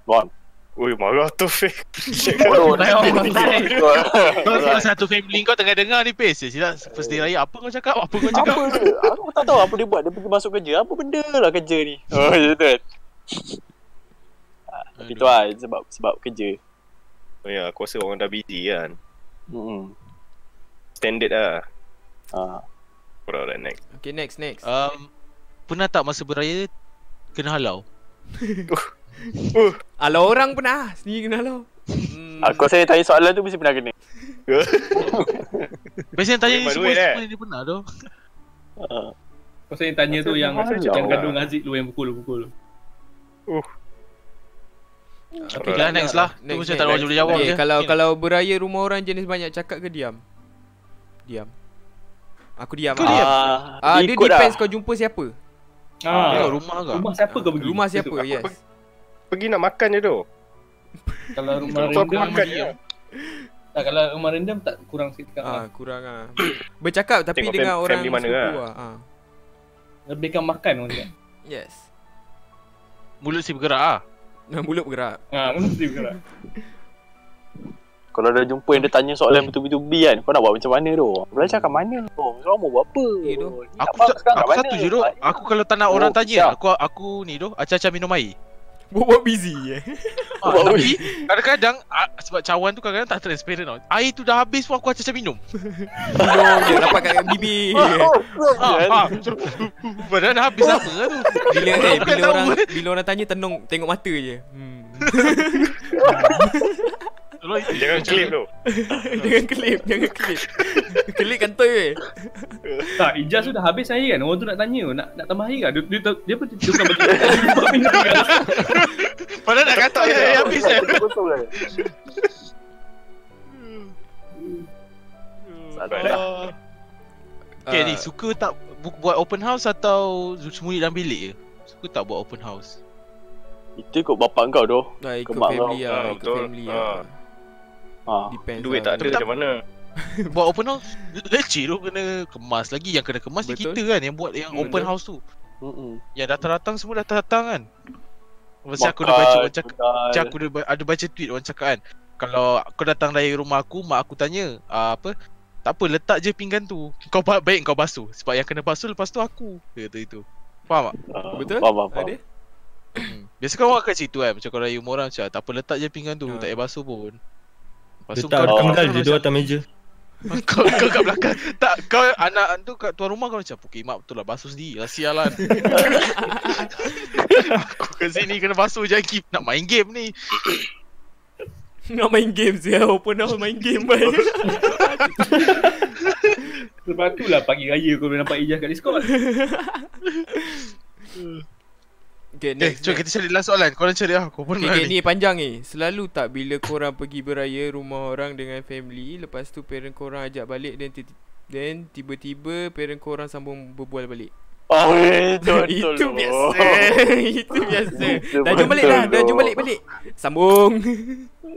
Speaker 7: Gone.
Speaker 8: Ui, marah tu Fik.
Speaker 7: Bodoh.
Speaker 5: Pantai orang pantai.
Speaker 1: Kau salah satu family kau tengah dengar ni Pes. Eh, Silap first day raya apa kau cakap? Apa kau
Speaker 7: Apa
Speaker 1: cakap?
Speaker 7: dia? Aku tak tahu apa dia buat. Dia pergi masuk kerja. Apa benda lah kerja ni? Oh, macam tu kan. Tapi tu lah sebab, sebab kerja.
Speaker 8: Oh, ya, aku rasa orang dah busy kan.
Speaker 7: Hmm.
Speaker 8: Standard lah.
Speaker 7: Ha.
Speaker 8: Kurang lah next.
Speaker 2: Okay next next.
Speaker 1: Um, pernah tak masa beraya kena halau?
Speaker 2: Alah orang pernah sendiri kenal lo. Hmm.
Speaker 7: Aku rasa dia tanya soalan tu mesti pernah kena.
Speaker 1: Biasanya yang tanya ni
Speaker 8: Memang
Speaker 1: semua
Speaker 8: duit, eh?
Speaker 1: semua ni dia pernah tu.
Speaker 7: Ha.
Speaker 5: Kau saya tanya tu yang
Speaker 7: Macam
Speaker 5: yang
Speaker 7: mana?
Speaker 5: gaduh dengan Aziz lu yang pukul-pukul.
Speaker 1: Okay, lah next lah. Tu
Speaker 2: Next,
Speaker 1: macam
Speaker 2: next,
Speaker 1: tak ada orang
Speaker 2: next.
Speaker 1: boleh jawab
Speaker 2: okay,
Speaker 1: je.
Speaker 2: Kalau kalau beraya rumah orang jenis banyak cakap ke diam? Diam. Aku diam.
Speaker 1: Kau
Speaker 2: ah.
Speaker 1: diam?
Speaker 7: Ah,
Speaker 2: Ah, dia
Speaker 7: ikut lah.
Speaker 2: depends kau jumpa siapa.
Speaker 1: Kau
Speaker 5: Ah,
Speaker 1: rumah lah. kau.
Speaker 5: rumah siapa kau pergi?
Speaker 2: Rumah siapa?
Speaker 8: Aku
Speaker 2: Yes.
Speaker 8: pergi- Pergi nak makan je tu.
Speaker 5: Kalau rumah
Speaker 8: So, aku
Speaker 5: rendam
Speaker 8: makan je.
Speaker 5: tak kalau rumah rendam tak kurang sikit kan? cakap.
Speaker 2: Ah, kurang ah. Bercakap tapi
Speaker 8: Tengok
Speaker 2: dengan
Speaker 8: fam-
Speaker 2: orang
Speaker 8: family mana
Speaker 2: sepupu
Speaker 8: lah.
Speaker 2: lah. Ah.
Speaker 5: Lebihkan makan orang cakap.
Speaker 2: Yes.
Speaker 1: Mulut si bergerak ah.
Speaker 2: Nah, mulut bergerak.
Speaker 5: Ah, mesti bergerak.
Speaker 7: Kalau dah jumpa yang dia tanya
Speaker 1: Hmm.
Speaker 7: soalan bertubi-tubi kan. Kau nak buat macam mana tu? Belajar kat mana tu? Kau mau buat apa?
Speaker 2: Eh, tu.
Speaker 7: Ni nak
Speaker 1: Aku
Speaker 7: buat
Speaker 1: tak-
Speaker 7: sekarang
Speaker 1: aku satu
Speaker 7: kat
Speaker 1: Ah,
Speaker 7: mana?
Speaker 1: je tu. Aku kalau tak nak
Speaker 7: Oh,
Speaker 1: orang
Speaker 7: siap.
Speaker 1: tanya, aku aku ni tu acah-acah minum air.
Speaker 2: Buat-buat busy eh.
Speaker 1: Ah,
Speaker 7: Buat apa?
Speaker 1: tapi kadang-kadang ah, sebab cawan tu kadang-kadang tak transparent tau. Air tu dah habis pun aku acah-acah minum.
Speaker 2: Minum je dapat kat bibir.
Speaker 8: Oh,
Speaker 7: Ya,
Speaker 1: Ha, ha. Padahal dah habis apa lah tu.
Speaker 2: Bila eh,
Speaker 1: Orang bukan
Speaker 2: bila
Speaker 1: tahu,
Speaker 2: orang
Speaker 1: eh.
Speaker 2: bila orang tanya tenung tengok mata je. Hmm.
Speaker 1: Tolong itu
Speaker 8: Jangan
Speaker 1: macam-
Speaker 8: clip tu.
Speaker 2: jangan klip, jangan klip. klip kentoi weh.
Speaker 5: Tak, Ijaz sudah habis air kan. Orang tu nak tanya, nak nak tambah air kan. Dia dia, dia pun dia bukan bagi. Dia bukan minum kan.
Speaker 1: Padahal dah kata
Speaker 8: Tak,
Speaker 1: ya,
Speaker 8: tak,
Speaker 1: ya, habis eh.
Speaker 7: Betul lah.
Speaker 2: lah.
Speaker 7: Salah.
Speaker 1: Ah. Okay
Speaker 2: Ah,
Speaker 7: Ah.
Speaker 1: ni suka tak bu- buat open house atau sembunyi dalam bilik je? Suka tak buat open house?
Speaker 7: Itu ikut bapak kau tu.
Speaker 2: Dah ikut
Speaker 7: Kemak
Speaker 2: family
Speaker 8: kau.
Speaker 2: lah,
Speaker 8: Ah,
Speaker 2: ikut
Speaker 8: betul.
Speaker 2: family
Speaker 8: Ah.
Speaker 2: lah.
Speaker 7: Ha.
Speaker 2: Depends
Speaker 8: Duit
Speaker 2: lah.
Speaker 8: tak ada macam mana.
Speaker 1: buat open house leceh tu kena kemas lagi yang kena kemas ni
Speaker 2: Betul.
Speaker 1: kita kan yang buat yang
Speaker 5: Hmm,
Speaker 1: open
Speaker 5: betul.
Speaker 1: house tu.
Speaker 7: Mm-mm.
Speaker 1: Yang datang-datang semua datang-datang kan. Masa aku dah baca orang cakap macam
Speaker 7: cakap.
Speaker 1: aku ada, ba- ada baca tweet orang cakap kan. Kalau kau datang dari rumah aku mak aku tanya ah, apa tak apa letak je pinggan tu. Kau ba- baik kau basuh sebab yang kena basuh lepas tu aku. Dia kata itu. Faham tak? Hmm.
Speaker 2: Betul?
Speaker 7: ah. Faham, faham, faham.
Speaker 2: Ada?
Speaker 1: Biasa kau orang akan situ kan macam kau rayu rumah orang macam tak apa letak je pinggan tu
Speaker 2: Ha.
Speaker 1: tak payah basuh pun. Lepas tu
Speaker 3: Letak
Speaker 1: kau-
Speaker 3: tinggal
Speaker 1: kau
Speaker 3: je
Speaker 1: macam-
Speaker 3: dua atas meja.
Speaker 1: kau, kau kat belakang Tak kau anak tu kat tuan rumah kau macam Pukul mak betul lah basuh sendiri lah sialan Aku kat sini kena basuh je Kip Nak main game ni
Speaker 2: Nak main game je Open house main game bye
Speaker 5: Sebab tu lah pagi raya kau boleh nampak Ijaz kat Discord.
Speaker 2: Okay
Speaker 1: Eh
Speaker 2: next,
Speaker 1: jom
Speaker 2: next.
Speaker 1: kita cari last soalan Korang cari lah Aku pun
Speaker 2: Okay,
Speaker 1: nak
Speaker 2: okay ni panjang ni Selalu tak bila korang pergi beraya rumah orang dengan family Lepas tu parent korang ajak balik Dan ti- then tiba-tiba parent korang sambung berbual balik
Speaker 7: Oh, betul, betul.
Speaker 2: Itu
Speaker 7: tu.
Speaker 2: biasa Itu biasa
Speaker 7: Betul,
Speaker 2: Dah jom balik dah
Speaker 7: betul
Speaker 2: Dah
Speaker 7: tu.
Speaker 2: jum balik balik Sambung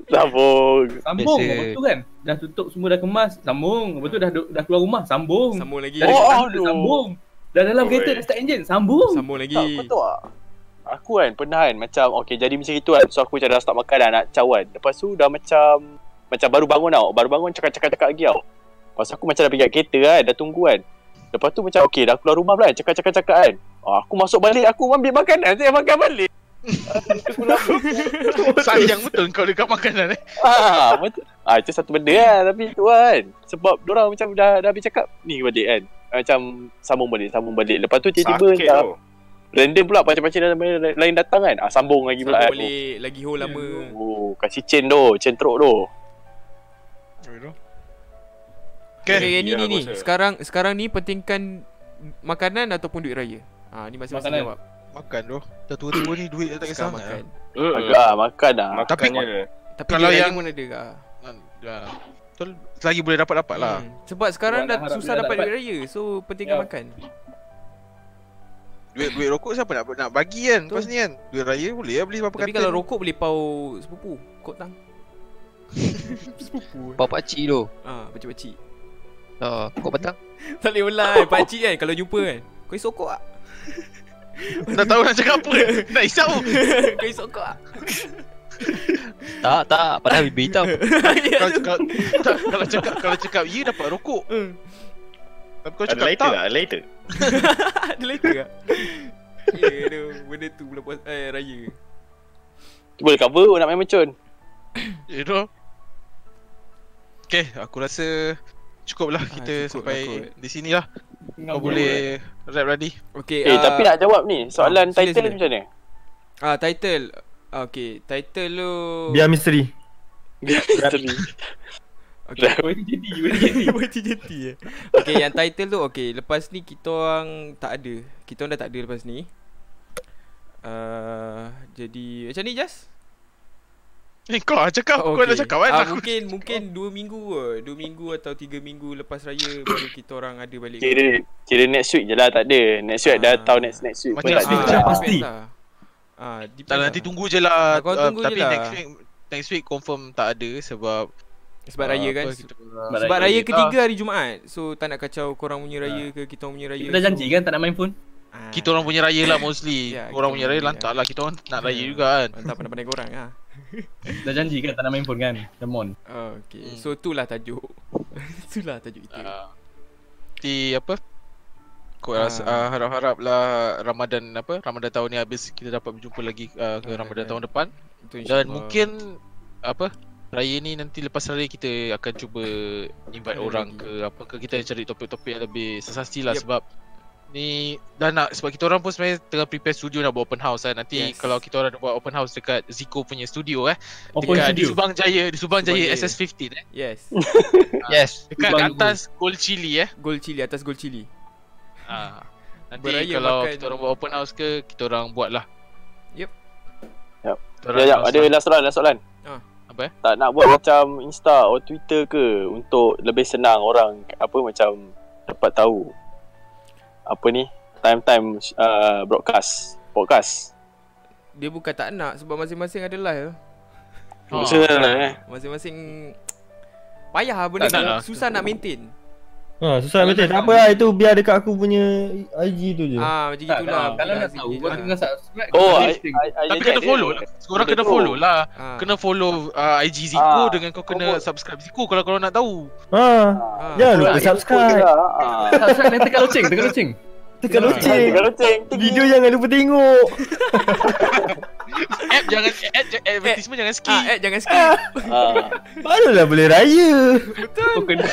Speaker 7: Sambung.
Speaker 5: Sambung
Speaker 4: Biasa.
Speaker 5: apa tu kan. dah tutup semua dah kemas, sambung. Lepas tu dah duk- dah keluar rumah, sambung.
Speaker 2: Sambung lagi.
Speaker 5: Dah dekat
Speaker 7: Oh,
Speaker 5: tangga,
Speaker 7: aduh.
Speaker 5: sambung. Dah dalam
Speaker 8: Oi.
Speaker 5: kereta dah start enjin, sambung.
Speaker 2: Sambung lagi.
Speaker 7: Tak, kau tahu tak? Aku kan pernah kan macam okay jadi macam itu kan So aku macam dah start makan dah nak caw kan Lepas tu dah macam Macam baru bangun tau Baru bangun cakap-cakap-cakap lagi tau Lepas tu aku macam dah pergi kat kereta kan Dah tunggu kan Lepas tu macam okay dah keluar rumah pula kan Cakap-cakap-cakap kan ah, Aku masuk balik aku ambil makanan Saya makan balik
Speaker 1: Sayang betul kau dekat makanan eh.
Speaker 7: ah, betul. ah, Itu satu benda kan Tapi tu kan Sebab dorang macam dah, dah habis cakap Ni balik kan Macam sambung balik Sambung balik Lepas tu tiba-tiba
Speaker 8: Sakit
Speaker 7: dah,
Speaker 8: tau.
Speaker 7: Random pula Pakcik-pakcik dah- lain datang kan ah, Sambung lagi
Speaker 2: Sambung
Speaker 7: pula kan.
Speaker 2: balik lagi ho lama.
Speaker 7: Oh, kasi chain tu, chain teruk tu.
Speaker 1: Okay.
Speaker 2: Okay, ni
Speaker 8: ya,
Speaker 2: ni ni.
Speaker 8: aku rasa.
Speaker 2: Sekarang sekarang ni pentingkan makanan ataupun duit raya. Ha ni masing-masing
Speaker 5: Makanan.
Speaker 2: jawab.
Speaker 1: Makan tu. Dah tua-tua ni duit dah tak kisah eh.
Speaker 2: Sekarang
Speaker 1: sangat.
Speaker 2: makan.
Speaker 8: Mm-mm.
Speaker 7: Agak ah, makan ah.
Speaker 8: Makannya
Speaker 1: Tapi-
Speaker 8: dia.
Speaker 2: Tapi
Speaker 1: Kalau
Speaker 2: kalau yang
Speaker 1: yang-
Speaker 2: pun ada ke?
Speaker 1: Ah, dah. Betul. Selagi boleh dapat dapat lah.
Speaker 2: Hmm. Sebab sekarang
Speaker 5: Sebab
Speaker 2: dah
Speaker 5: nak harap
Speaker 2: susah
Speaker 5: dia
Speaker 2: dapat
Speaker 5: dapat.
Speaker 2: duit raya. So pentingkan
Speaker 5: Ya.
Speaker 2: makan.
Speaker 1: Duit duit rokok siapa nak nak bagi kan? Lepas
Speaker 2: Betul.
Speaker 1: ni kan. Duit raya boleh lah beli apa-apa
Speaker 2: Tapi kalau rokok boleh pau sepupu. Kok tang.
Speaker 4: Bapak cik tu.
Speaker 2: Ah, pacik-pacik.
Speaker 4: Ha, kau petang.
Speaker 2: Tak boleh ulang Pak cik kan kalau jumpa kan. Kau isok kok ah.
Speaker 1: Tak tahu nak cakap apa. Nak isap pun.
Speaker 2: Kau isok kok ah.
Speaker 4: Tak, tak. Padahal bibir hitam.
Speaker 2: Ya
Speaker 1: kalau
Speaker 2: tu.
Speaker 1: cakap tak, kalau cakap kalau cakap ya dapat rokok.
Speaker 2: Hmm.
Speaker 1: Tapi kau
Speaker 8: Ada
Speaker 1: cakap
Speaker 8: lighter
Speaker 1: tak.
Speaker 7: lah,
Speaker 8: tak? Ada lighter?
Speaker 2: Ada later ah. Ya tu benda tu bulan puasa eh raya.
Speaker 7: Tu Boleh cover oh, nak main mencun.
Speaker 1: You know. Okay, aku rasa cukup lah kita
Speaker 2: cukup
Speaker 1: sampai
Speaker 2: lah kot.
Speaker 1: di sini lah.
Speaker 5: Tengah
Speaker 1: Kau
Speaker 5: buat.
Speaker 1: boleh rap ready.
Speaker 2: Okey.
Speaker 7: Eh, tapi nak jawab ni. Soalan
Speaker 2: Ya. ah, sila,
Speaker 7: title
Speaker 2: sila.
Speaker 7: ni macam mana?
Speaker 2: Ah title. Ah, Okey, title lu.
Speaker 3: Biar misteri.
Speaker 7: Misteri.
Speaker 2: Okey.
Speaker 5: Kau itu jadi, kau itu jadi.
Speaker 2: Macam jeti eh. Okey, yang title tu okey, lepas ni kita orang tak ada. Kita orang dah tak ada lepas ni. Uh, jadi macam ni Jas?
Speaker 1: Eh, kau lah cakap.
Speaker 2: Oh,
Speaker 1: Kau dah
Speaker 2: okey.
Speaker 1: cakap kan.
Speaker 2: Ah,
Speaker 1: Aku
Speaker 2: mungkin mungkin 2 minggu ke. 2 minggu atau 3 minggu lepas raya baru kita orang ada balik.
Speaker 7: Kira kira next week je lah tak ada. Next week dah
Speaker 2: Ah.
Speaker 7: tahu next next week.
Speaker 1: Macam
Speaker 7: Macam tak
Speaker 1: ah,
Speaker 7: ada.
Speaker 2: depends
Speaker 3: pasti.
Speaker 2: lah. Ah, depends
Speaker 1: tak
Speaker 2: lah.
Speaker 1: nanti tunggu je lah.
Speaker 2: Ah, kau
Speaker 1: Ah,
Speaker 2: tunggu je
Speaker 1: tapi
Speaker 2: lah.
Speaker 1: next week next week confirm tak ada sebab
Speaker 2: sebab
Speaker 1: ah,
Speaker 2: raya kan.
Speaker 1: apa, kita-
Speaker 2: Sebab
Speaker 5: raya
Speaker 2: raya
Speaker 5: kita-
Speaker 2: ketiga hari Jumaat. So tak nak kacau korang punya raya ke kita orang punya raya.
Speaker 5: Kita dah janji kan tak nak main phone?
Speaker 2: Ah,
Speaker 1: Kita orang punya raya lah mostly.
Speaker 2: Ya,
Speaker 1: orang
Speaker 2: kita
Speaker 1: punya
Speaker 2: orang
Speaker 1: raya
Speaker 2: punya
Speaker 1: lantak
Speaker 2: raya.
Speaker 1: lah. Kita orang nak raya
Speaker 2: Ya.
Speaker 1: juga kan.
Speaker 2: Entah pandai-pandai korang ah.
Speaker 5: Dah janji kan tak nak main phone kan? Come on.
Speaker 2: Oh, okay.
Speaker 1: Hmm.
Speaker 2: So itulah tajuk. itulah tajuk kita.
Speaker 1: Ah. Di apa? Kau
Speaker 2: Ah.
Speaker 1: rasa ah, harap-haraplah Ramadan apa? Ramadan tahun ni habis kita dapat berjumpa lagi ah, ke
Speaker 2: Ah,
Speaker 1: Ramadan
Speaker 2: ya.
Speaker 1: tahun depan.
Speaker 2: Itu
Speaker 1: Dan
Speaker 2: insyaAllah.
Speaker 1: mungkin apa raya ni nanti lepas raya kita akan cuba invite
Speaker 2: Ada
Speaker 1: orang
Speaker 2: lagi.
Speaker 1: ke apa ke kita cari topik-topik yang lebih sensasi lah
Speaker 2: Yep.
Speaker 1: sebab ni dah nak sebab kita orang pun sebenarnya tengah prepare studio nak buat open house kan. Nanti
Speaker 2: Yes.
Speaker 1: kalau kita orang nak buat open house dekat Zico punya studio eh
Speaker 5: Open
Speaker 1: dekat di
Speaker 5: studio.
Speaker 1: Subang Jaya, di Subang,
Speaker 2: Subang
Speaker 1: Jaya,
Speaker 2: Jaya.
Speaker 1: SS15 eh.
Speaker 2: Yes.
Speaker 4: Yes.
Speaker 1: Dekat
Speaker 5: Subang
Speaker 1: atas Gold Chili eh.
Speaker 2: Gol cili atas gol cili.
Speaker 1: Ha. Nanti
Speaker 2: Beraya
Speaker 1: kalau
Speaker 2: makan-
Speaker 1: kita orang buat open house ke kita orang buat lah.
Speaker 2: Yep.
Speaker 7: Yep.
Speaker 1: Kita orang
Speaker 7: Ya, ya,
Speaker 1: announce
Speaker 7: ada last soalan, last soalan.
Speaker 2: Ah.
Speaker 1: Apa, eh?
Speaker 7: Tak nak buat macam Insta atau Twitter ke untuk lebih senang orang apa macam dapat tahu apa ni time-time uh, broadcast podcast.
Speaker 2: Dia bukan tak nak sebab masing-masing ada live.
Speaker 1: Oh.
Speaker 7: Macam mana lah eh?
Speaker 2: Masing-masing payah lah benda
Speaker 1: Tak nak
Speaker 2: ni.
Speaker 1: lah.
Speaker 2: Susah nak maintain.
Speaker 3: Ha, susah betul. Tak apa lah, itu biar dekat aku punya IG tu je.
Speaker 2: Ah macam
Speaker 5: Tak,
Speaker 2: itulah. Ah.
Speaker 5: kalau kalau nak tahu, kau kena subscribe.
Speaker 7: Oh,
Speaker 5: Kau
Speaker 7: I,
Speaker 5: posting.
Speaker 7: I, I,
Speaker 1: Tapi kena
Speaker 7: jadi
Speaker 1: follow
Speaker 7: ada.
Speaker 1: lah. Korang
Speaker 7: Ada
Speaker 1: kena
Speaker 7: tu.
Speaker 1: follow lah.
Speaker 2: Ah,
Speaker 1: Kena follow uh, IG Zico
Speaker 7: Ah,
Speaker 1: dengan kau
Speaker 7: kau
Speaker 1: kena
Speaker 7: buat-
Speaker 1: subscribe Zico kalau korang nak tahu.
Speaker 3: Ha.
Speaker 2: ah.
Speaker 3: Jangan lupa
Speaker 7: Ah,
Speaker 3: subscribe.
Speaker 7: ikut je lah, ah.
Speaker 5: Subscribe dan tekan loceng, tekan loceng.
Speaker 3: Tekan
Speaker 7: Cing,
Speaker 3: loceng.
Speaker 7: kalau cing, ting.
Speaker 3: Video jangan lupa tengok.
Speaker 1: App jangan app j- advertisement jangan skip.
Speaker 2: Ah, eh jangan skip.
Speaker 7: Ah.
Speaker 3: Barulah boleh raya.
Speaker 5: Kau kena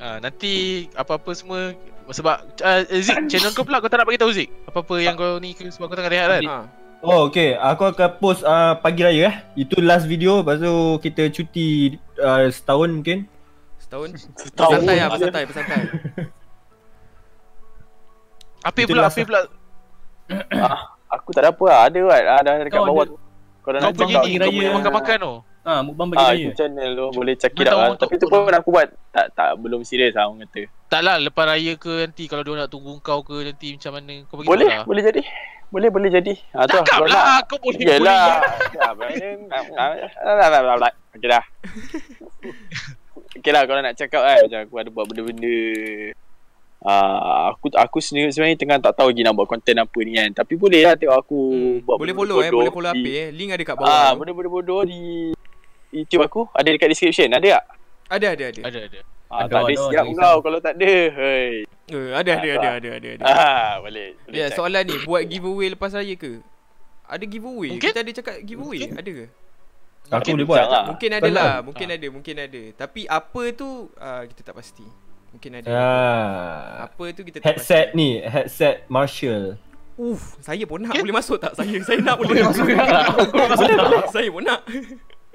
Speaker 1: Ah, nanti apa-apa semua sebab uh, Zik channel kau pula kau tak nak bagi tahu Zik. Apa-apa yang kau ni ke sebab kau tengah rehat kan.
Speaker 2: Ah.
Speaker 3: Oh, okay. Aku akan post uh, pagi raya eh. Itu last video. Lepas tu kita cuti uh, setahun mungkin.
Speaker 2: Setahun.
Speaker 7: Setahun.
Speaker 2: Bersantai ah, bersantai, bersantai.
Speaker 1: Apa
Speaker 3: Itu
Speaker 1: pula
Speaker 7: lah
Speaker 3: last
Speaker 1: apa pula
Speaker 7: Aku tak ada apa lah. Ada kan. Ah, dah dekat
Speaker 5: Kau
Speaker 7: bawah
Speaker 5: ada-
Speaker 7: tu. Kau dah
Speaker 1: kau
Speaker 7: nak
Speaker 1: punya ni
Speaker 7: cakap.
Speaker 5: bagi
Speaker 1: kau
Speaker 5: raya.
Speaker 1: punya makan-makan tu.
Speaker 5: Ah, mukbang bagi
Speaker 7: Ah,
Speaker 5: raya.
Speaker 7: itu channel tu. Boleh check it
Speaker 1: Kau tahu
Speaker 7: out lah.
Speaker 1: untuk-
Speaker 7: Tapi tu pun aku buat. Tak, tak. Belum serius lah orang kata.
Speaker 1: Tak lah lepas raya ke nanti kalau dia nak tunggu kau ke nanti macam mana kau bagi
Speaker 7: Boleh.
Speaker 1: tahu lah.
Speaker 7: Boleh jadi. Boleh, boleh jadi. Ah, tu
Speaker 1: Cakap
Speaker 7: Kau nak-
Speaker 1: lah kau boleh
Speaker 7: Yelah. Ya, benda- ah, ah, ah, ah, ah, ah.
Speaker 6: Okey dah. Okey lah kalau nak cakap kan macam aku ada buat benda-benda Uh, aku aku sendiri sebenarnya tengah tak tahu lagi nak buat konten apa ni kan tapi boleh lah tengok aku
Speaker 2: Hmm,
Speaker 6: buat
Speaker 2: boleh
Speaker 6: benda
Speaker 2: follow eh,
Speaker 6: bodoh
Speaker 2: boleh follow
Speaker 6: di-
Speaker 2: apa eh. Link ada kat bawah.
Speaker 6: Ah,
Speaker 2: tu.
Speaker 6: benda-benda bodoh di YouTube aku ada dekat description. Ada tak?
Speaker 2: Ada ada ada.
Speaker 1: Ada ada.
Speaker 6: Ah,
Speaker 5: Ada,
Speaker 6: tak ada
Speaker 5: ada,
Speaker 6: siap
Speaker 5: ada.
Speaker 6: kau kalau tak ada. Hei.
Speaker 2: Eh, Ada ada ada ada ada. ada.
Speaker 6: Ah, boleh. boleh
Speaker 2: Ya,
Speaker 6: check.
Speaker 2: soalan ni buat giveaway lepas raya ke? Ada giveaway?
Speaker 1: Mungkin.
Speaker 2: Kita ada cakap giveaway? Ada ke?
Speaker 3: Aku boleh
Speaker 6: bincang
Speaker 3: buat
Speaker 7: Ah,
Speaker 6: lah.
Speaker 2: Mungkin ada lah, mungkin ada, mungkin ada. Tapi apa tu ah, kita tak pasti. Mungkin ada.
Speaker 3: ah.
Speaker 2: Apa tu kita tak
Speaker 3: Ya. Headset
Speaker 2: pasti.
Speaker 3: ni Headset Marshall
Speaker 2: Uf, saya pun nak boleh masuk tak saya? Saya nak boleh masuk. boleh, boleh. Saya pun nak.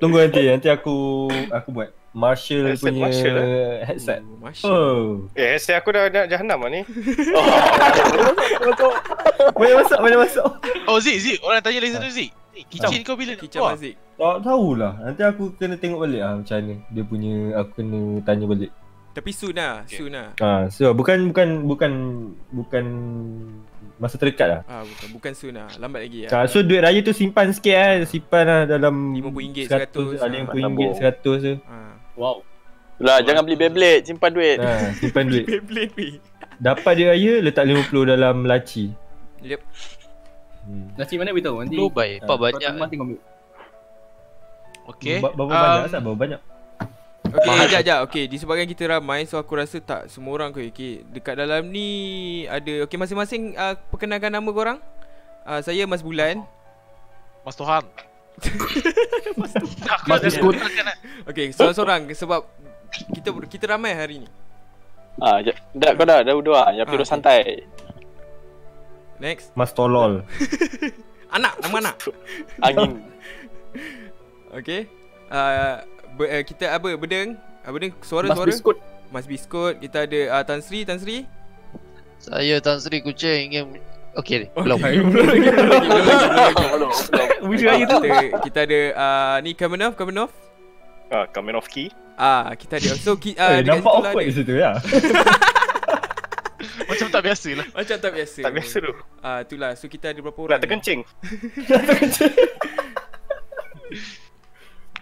Speaker 3: Tunggu nanti Nanti aku Aku buat Marshall
Speaker 8: Headset
Speaker 3: punya
Speaker 8: Marshall,
Speaker 3: Headset
Speaker 2: Oh, Masya.
Speaker 3: Oh
Speaker 8: Eh, headset aku dah nak jahanam lah ni.
Speaker 3: Boleh masuk Boleh masuk
Speaker 1: Oh Zik, Zik. Orang tanya lagi satu Zik. Zik, Kitchen kau bila nak
Speaker 2: Kicap
Speaker 1: keluar?
Speaker 2: Mazik.
Speaker 3: Tak tahulah Nanti aku kena tengok balik lah Macam mana Dia punya Aku kena tanya balik
Speaker 2: Tapi soon lah,
Speaker 1: Okay.
Speaker 2: soon lah.
Speaker 3: Ah, so bukan bukan bukan bukan masa terdekat lah.
Speaker 2: Ah, bukan, bukan soon lah. Lambat lagi lah.
Speaker 3: Ah, so duit raya tu simpan sikit kan, simpan lah dalam
Speaker 2: RM50,
Speaker 3: RM100, ada yang
Speaker 2: ah.
Speaker 3: RM1 100 tu.
Speaker 2: Ah.
Speaker 5: Wow.
Speaker 6: Lah jangan beli Beyblade, simpan duit.
Speaker 3: Ha, simpan duit.
Speaker 2: Beyblade ni.
Speaker 3: Dapat duit raya letak 50 dalam laci.
Speaker 2: Yep.
Speaker 3: Hmm.
Speaker 5: Nasi mana kita nanti. Ah,
Speaker 4: Lu baik. Pak
Speaker 5: kau
Speaker 4: banyak.
Speaker 5: tengok tengok ambil.
Speaker 1: Okay.
Speaker 3: Ba- Berapa
Speaker 1: Um,
Speaker 3: banyak Asal? Berapa banyak?
Speaker 2: Okay, jap jap. Okay, disebabkan kita ramai so aku rasa tak semua orang ke. Okay, dekat dalam ni ada okay masing-masing uh, perkenalkan nama korang. Uh, saya Mas Bulan.
Speaker 1: Mas Toham.
Speaker 4: Mas Biskut.
Speaker 2: Okay, seorang-seorang sebab kita kita ramai hari ni.
Speaker 6: Ah, jap. dah kau dah, dah dua. Yang perlu
Speaker 2: Ah,
Speaker 6: santai.
Speaker 2: Next.
Speaker 3: Mas Tolol.
Speaker 2: Anak, nama anak.
Speaker 6: Angin.
Speaker 2: Okay. Uh, ber, uh, kita apa bedeng? Uh, bedeng
Speaker 5: Mas
Speaker 2: suara-suara.
Speaker 5: biskut.
Speaker 2: Mas Biskut. Kita ada uh, Tan Sri, Tan Sri.
Speaker 4: Saya Tan Sri Kucing ingin Okey, belum.
Speaker 2: Wujud raya tu. Kita, kita ada uh, ni Kamenov, Kamenov.
Speaker 8: Ah, Kamen of Key.
Speaker 2: Ah, kita ada. So ki,
Speaker 3: Eh,
Speaker 2: uh, dekat
Speaker 3: nampak
Speaker 2: situ lah
Speaker 3: awkward
Speaker 2: ada.
Speaker 3: di situ ya.
Speaker 1: Macam tak biasa lah.
Speaker 2: Macam tak biasa.
Speaker 8: Tak biasa tu.
Speaker 2: Ah, itulah. So kita ada berapa orang?
Speaker 8: Nak terkencing.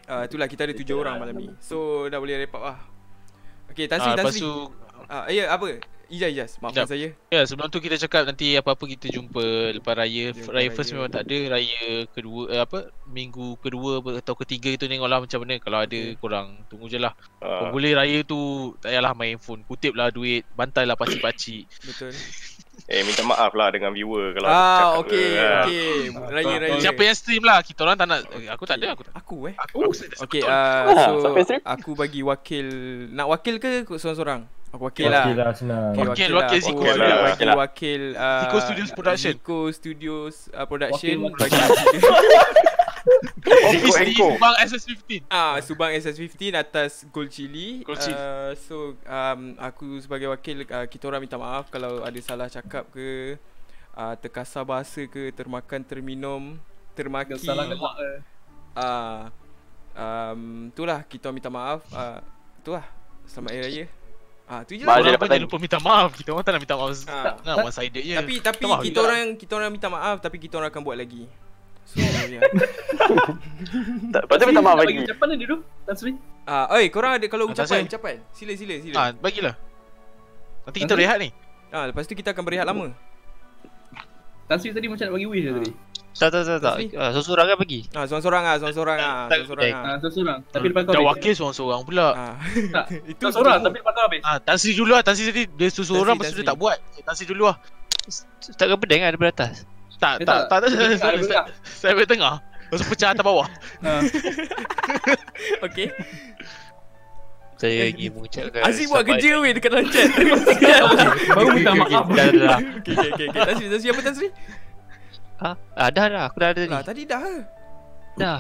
Speaker 2: Ah, itulah kita ada tujuh orang malam ni. So dah boleh wrap up lah. Okay, Tan Sri,
Speaker 1: Ah,
Speaker 2: Tan
Speaker 1: lepas
Speaker 2: Sri.
Speaker 1: tu
Speaker 2: Ah, ya apa? Ijaz, Ijaz. Maafkan saya.
Speaker 1: Ya, sebelum tu kita cakap nanti apa-apa kita jumpa lepas raya.
Speaker 2: Jumpa
Speaker 1: raya first
Speaker 2: raya.
Speaker 1: memang tak ada, raya kedua eh, apa minggu kedua apa- atau ketiga tu tengoklah macam mana kalau ada
Speaker 2: Okay.
Speaker 1: korang tunggu je lah.
Speaker 7: Oh,
Speaker 8: Ah,
Speaker 1: Kalau boleh raya tu tak payahlah main phone, kutip lah duit, bantai lah pakcik-pakcik.
Speaker 2: Betul.
Speaker 8: eh, minta maaf lah dengan viewer kalau
Speaker 2: Ah,
Speaker 8: aku cakap
Speaker 2: okey,
Speaker 8: ke. Ah,
Speaker 2: okey. Raya, raya.
Speaker 1: Siapa yang stream lah, kita orang tak nak eh, aku tak ada, aku tak
Speaker 2: Aku
Speaker 8: Ah,
Speaker 2: eh.
Speaker 1: aku, aku sedar
Speaker 2: Okay,
Speaker 1: betul.
Speaker 2: ah,
Speaker 6: Ah,
Speaker 2: so
Speaker 6: siapa yang stream?
Speaker 2: aku bagi wakil. Nak wakil ke kau seorang-seorang? Aku wakil lah.
Speaker 3: Okey lah senang.
Speaker 2: Okay,
Speaker 1: Wakil,
Speaker 2: lah.
Speaker 1: wakil
Speaker 2: Aku
Speaker 1: Ziko
Speaker 2: wakil,
Speaker 8: lah.
Speaker 2: Wakil,
Speaker 6: Okey lah.
Speaker 2: wakil ah,
Speaker 1: Ziko Studios Production.
Speaker 2: Ziko Studios ah, Production
Speaker 5: Wakil, wakil.
Speaker 2: bagi
Speaker 1: Office di
Speaker 8: Engko.
Speaker 1: Subang SS15.
Speaker 2: Ah, Subang SS15 atas Gold Chili.
Speaker 1: Gold Chili.
Speaker 2: Uh, so um, aku sebagai wakil uh, kita orang minta maaf kalau ada salah cakap ke uh, terkasar bahasa ke termakan terminum termaki.
Speaker 5: Salah Eh, gelak ke.
Speaker 2: Ah um, itulah kita orang minta maaf. Ah itulah. Selamat Hari Raya. Ah tu je.
Speaker 6: Baik.
Speaker 2: Lah.
Speaker 6: Ada dapat
Speaker 1: Orang pun jangan
Speaker 6: tanya.
Speaker 1: lupa minta maaf. Kita orang tak nak minta maaf.
Speaker 2: Ah.
Speaker 1: Tak nak one sided je.
Speaker 2: Tapi tapi
Speaker 1: Minta maaf
Speaker 2: kita
Speaker 1: juga.
Speaker 2: orang kita orang minta maaf tapi kita orang akan buat lagi. So ya.
Speaker 6: Tak, patut minta maaf
Speaker 5: Bagi
Speaker 6: lagi.
Speaker 5: ucapan dia dulu. Tan Sri.
Speaker 2: Ah oi korang ada kalau
Speaker 1: Ah, tak
Speaker 2: ucapan
Speaker 1: saya.
Speaker 2: ucapan. Sila sila sila.
Speaker 1: Ah, bagilah. Nanti kita
Speaker 5: Nanti-
Speaker 1: rehat ni.
Speaker 2: Ah lepas tu kita akan berehat lama.
Speaker 5: Tan Sri tadi macam nak bagi wish dah tadi.
Speaker 4: Tak tak tak tak.
Speaker 2: Sri.
Speaker 4: Ah, seorang kan pergi.
Speaker 2: Ah seorang-seorang ah seorang-seorang ah
Speaker 4: Tak,
Speaker 2: seorang-seorang ah.
Speaker 5: Ah, seorang-seorang. Tapi lepas kau
Speaker 1: Dah
Speaker 5: habis.
Speaker 1: Hmm. wakil seorang-seorang pula.
Speaker 2: Ah.
Speaker 5: Tak.
Speaker 2: Itu
Speaker 5: Tak seorang tapi lepas kau habis.
Speaker 1: Ah, Tansi dulu lah. Tansi tadi dia suruh
Speaker 2: Tansi,
Speaker 1: orang lepas tu dia
Speaker 2: Tansi.
Speaker 1: tak buat. Eh, Tansi dulu lah.
Speaker 4: Tak ke pedang kan daripada atas.
Speaker 1: Tak,
Speaker 5: Eh,
Speaker 1: tak, tak. tak,
Speaker 5: Dia tak ada
Speaker 1: tak,
Speaker 5: berak.
Speaker 1: Saya ambil tengah. Lepas tu pecah atas bawah.
Speaker 5: Ah.
Speaker 2: okey.
Speaker 4: Saya
Speaker 1: Eh,
Speaker 4: ingin mengucapkan
Speaker 2: Eh, Aziz buat
Speaker 4: selamat-
Speaker 2: kerja weh dekat dalam chat.
Speaker 5: Baru minta maaf.
Speaker 4: Dah dah dah.
Speaker 2: Okey okey okey. Tan Sri, Tan Sri apa Tan Sri?
Speaker 4: Ha? Ah, dah dah. Aku dah ada ni.
Speaker 2: Lah Oh. tadi dah. ke?
Speaker 4: Dah.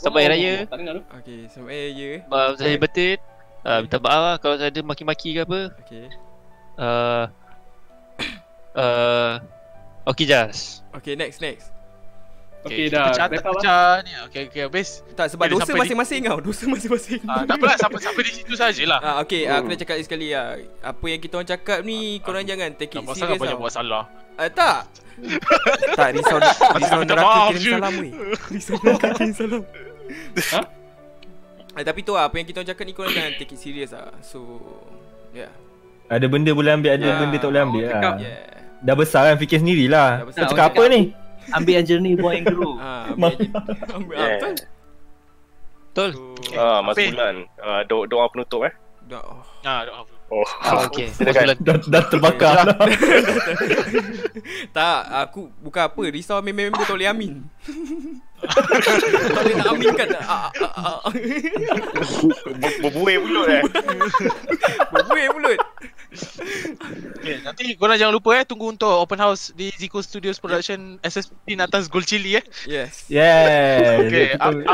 Speaker 4: Selamat Hari Raya.
Speaker 5: Tak dengar tu.
Speaker 2: Okey, sama eh ya.
Speaker 4: Maaf saya betul. Ah, minta maaf lah kalau saya ada maki-maki ke apa.
Speaker 2: Okey.
Speaker 4: Uh, uh, okay Jas
Speaker 2: Okey, next next.
Speaker 5: Okey
Speaker 1: kita
Speaker 5: dah.
Speaker 1: Pecah,
Speaker 5: Wrap
Speaker 1: tak
Speaker 5: up lah.
Speaker 1: pecah ni. Okey, okey. Habis.
Speaker 2: Tak
Speaker 1: Okey,
Speaker 2: sebab
Speaker 1: dah
Speaker 2: dosa
Speaker 1: sampai ni.
Speaker 2: masing-masing kau, dosa masing-masing.
Speaker 1: Ah, tak Oh. apalah. Siapa-siapa di situ sajalah.
Speaker 2: Ah okey, aku nak cakap lagi sekali ah. Apa yang kita orang cakap ni, korang jangan take
Speaker 1: Tak
Speaker 2: it
Speaker 1: pasal
Speaker 2: serious.
Speaker 1: kau banyak buat
Speaker 2: tau.
Speaker 1: salah.
Speaker 2: Ah tak. tak risau risau
Speaker 1: minta
Speaker 2: neraka eh.
Speaker 1: maaf
Speaker 2: kirim
Speaker 1: je. Ha?
Speaker 2: salam weh. Risau neraka kirim salam. Ah, tapi tu lah, apa yang kita orang cakap ni korang jangan take it serious lah. So, yeah.
Speaker 3: Ada benda boleh ambil, ada
Speaker 2: Ya,
Speaker 3: benda tak boleh
Speaker 5: orang
Speaker 3: ambil
Speaker 5: cakap,
Speaker 1: Ah.
Speaker 3: lah.
Speaker 2: Yeah.
Speaker 3: Dah besar kan
Speaker 2: Dah
Speaker 3: fikir sendirilah.
Speaker 2: besar,
Speaker 3: Kau cakap
Speaker 5: orang
Speaker 3: apa ni?
Speaker 5: Ambil yang journey boy and grow
Speaker 2: Ha,
Speaker 3: Ma-
Speaker 2: ambil je. Ambil, ah, betul.
Speaker 4: Betul.
Speaker 2: So,
Speaker 8: Ah, mas
Speaker 1: Apa?
Speaker 8: bulan. Ah, do- doa penutup eh.
Speaker 2: dah, oh.
Speaker 1: Ah, doa.
Speaker 4: Ah, okay.
Speaker 7: Silakan.
Speaker 3: Dah, dah terbakar lah.
Speaker 2: Tak, aku bukan apa. Risau member-member tak boleh amin. tak boleh nak aminkan. Ah, ah, ah, ah.
Speaker 8: Ber- Berbuih mulut eh.
Speaker 2: Berbuih mulut.
Speaker 1: Okay, nanti korang jangan lupa eh tunggu untuk open house di Zico Studios Production SS15 atas Gold Chili eh.
Speaker 2: Yes.
Speaker 3: Yeah.
Speaker 1: Okay.
Speaker 3: Betul.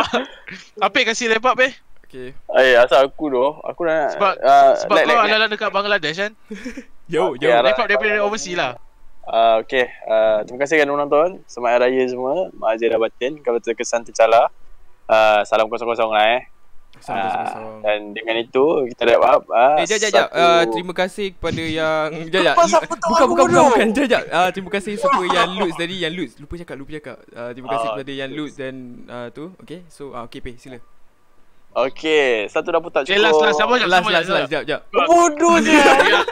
Speaker 1: Apa kasih lepak eh?
Speaker 2: Okay.
Speaker 7: Eh, asal aku tu, aku dah
Speaker 1: Sebab-
Speaker 2: Uh,
Speaker 7: ah,
Speaker 1: Sebab
Speaker 7: lag,
Speaker 1: kau
Speaker 7: lag, lag.
Speaker 1: adalah dekat Bangladesh
Speaker 2: Ya,
Speaker 1: kan.
Speaker 2: Yo, yo.
Speaker 7: Ya,
Speaker 1: Yeah,
Speaker 7: lah.
Speaker 1: lepak daripada overseas lah.
Speaker 7: Ah, okay, Ah, terima kasih kerana menonton. Selamat Hari Raya semua. Maaf Azir dan batin. Kalau terkesan tercala, ah, salam kosong-kosong lah eh. Ah,
Speaker 2: Sama-sama.
Speaker 7: dan dengan itu, kita wrap up. Ah,
Speaker 2: Eh, jap, jap, jap.
Speaker 7: satu-
Speaker 2: Uh, terima kasih kepada yang... Jap, jap.
Speaker 7: Lepas apa tu
Speaker 2: Bukan,
Speaker 7: aku
Speaker 2: bukan, bukan,
Speaker 7: bodoh?
Speaker 2: bukan. Jap, jap. Uh, terima kasih siapa yang Lutz tadi. Yang Lutz. Lupa cakap, lupa cakap. Uh, terima kasih
Speaker 7: Ah,
Speaker 2: kepada yang Lutz dan uh, tu. Okay. So, uh, okay, Peh. Sila.
Speaker 7: Okay, satu dah pun tak
Speaker 1: Okay, Eh,
Speaker 7: cukup.
Speaker 1: last, last. Sabar jap,
Speaker 2: Last,
Speaker 1: sabar jap,
Speaker 2: last,
Speaker 1: sabar
Speaker 2: last.
Speaker 1: jap.
Speaker 2: Jap, jap.
Speaker 7: Bodoh dia.
Speaker 1: Yang-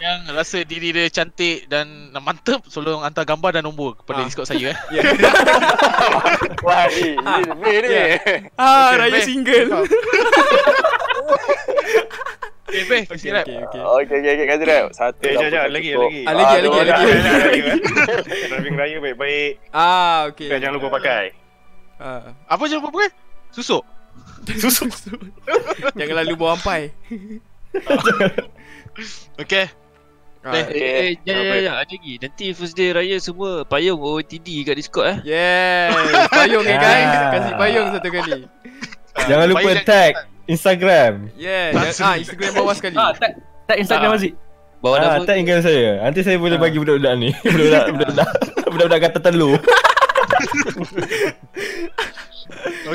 Speaker 1: Yang rasa diri dia cantik dan mantap, tolong hantar gambar dan nombor kepada
Speaker 2: Ah.
Speaker 1: Discord saya eh.
Speaker 2: Yeah.
Speaker 7: Wah, eh, ini lebih ni.
Speaker 2: Ya. Ah,
Speaker 1: Okay,
Speaker 2: Raya
Speaker 1: Peh.
Speaker 2: single.
Speaker 1: Okay, Beh, kasih rap.
Speaker 2: Okay, okay.
Speaker 7: Okay, okay, okay, Kazirap. Satu
Speaker 8: Eh,
Speaker 7: dah
Speaker 8: jap,
Speaker 7: pun
Speaker 8: jap.
Speaker 7: tak
Speaker 8: Lagi,
Speaker 7: cukup.
Speaker 8: lagi.
Speaker 2: Ah, lagi,
Speaker 7: Ah,
Speaker 2: lagi,
Speaker 7: dua
Speaker 2: lagi.
Speaker 7: dah.
Speaker 8: Driving raya baik-baik.
Speaker 2: Ah, okay.
Speaker 8: Dan jangan lupa pakai.
Speaker 2: Ah.
Speaker 1: Apa je apa pakai? Susuk.
Speaker 8: Susu.
Speaker 2: Jangan lalu bawa ampai.
Speaker 1: Okay.
Speaker 2: Ah,
Speaker 7: Okay.
Speaker 4: Eh, eh, ya, ya, ya, ada lagi. Nanti first day raya semua payung OOTD kat Discord eh.
Speaker 2: Yes. Payung eh guys.
Speaker 3: Ah.
Speaker 2: Kasih payung satu kali.
Speaker 3: Jangan lupa
Speaker 1: Uh, Baik,
Speaker 3: tag Instagram.
Speaker 2: Yeah. dan- Ah, Instagram bawah sekali.
Speaker 5: Ah, tak tak Instagram
Speaker 4: Ah.
Speaker 5: Aziz
Speaker 4: Bawa
Speaker 3: Ah,
Speaker 4: nama.
Speaker 3: tag Instagram saya. Nanti saya boleh
Speaker 2: Ah.
Speaker 3: bagi budak-budak ni. Budak-budak budak-budak budak-budak kata telur.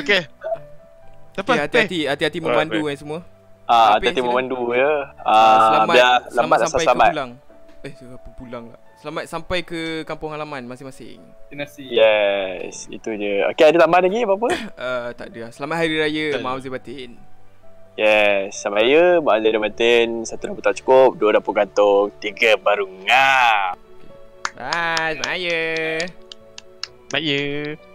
Speaker 1: Okay.
Speaker 2: Okay,
Speaker 1: Siapa? Beh.
Speaker 2: hati-hati hati-hati memandu eh semua.
Speaker 7: Ah,
Speaker 2: Apa yang
Speaker 7: hati-hati
Speaker 2: sila?
Speaker 7: memandu ya. Ah,
Speaker 2: selamat
Speaker 7: biar
Speaker 2: selamat
Speaker 7: lambat tak
Speaker 2: sampai
Speaker 7: selamat.
Speaker 2: ke pulang. Eh, apa pulang lah. Selamat sampai ke kampung halaman masing-masing.
Speaker 5: Terima kasih
Speaker 7: Yes, itu je. Okay, ada tambahan lagi apa-apa?
Speaker 2: Uh, tak ada. lah. Selamat Hari Raya Maaf Zul Batin.
Speaker 7: Yes, sama raya, mak Azir dan batin. Satu dah pun tak cukup, dua dah pun gantung, tiga baru ngam.
Speaker 2: Bye. Selamat Hari Raya.
Speaker 4: Bye.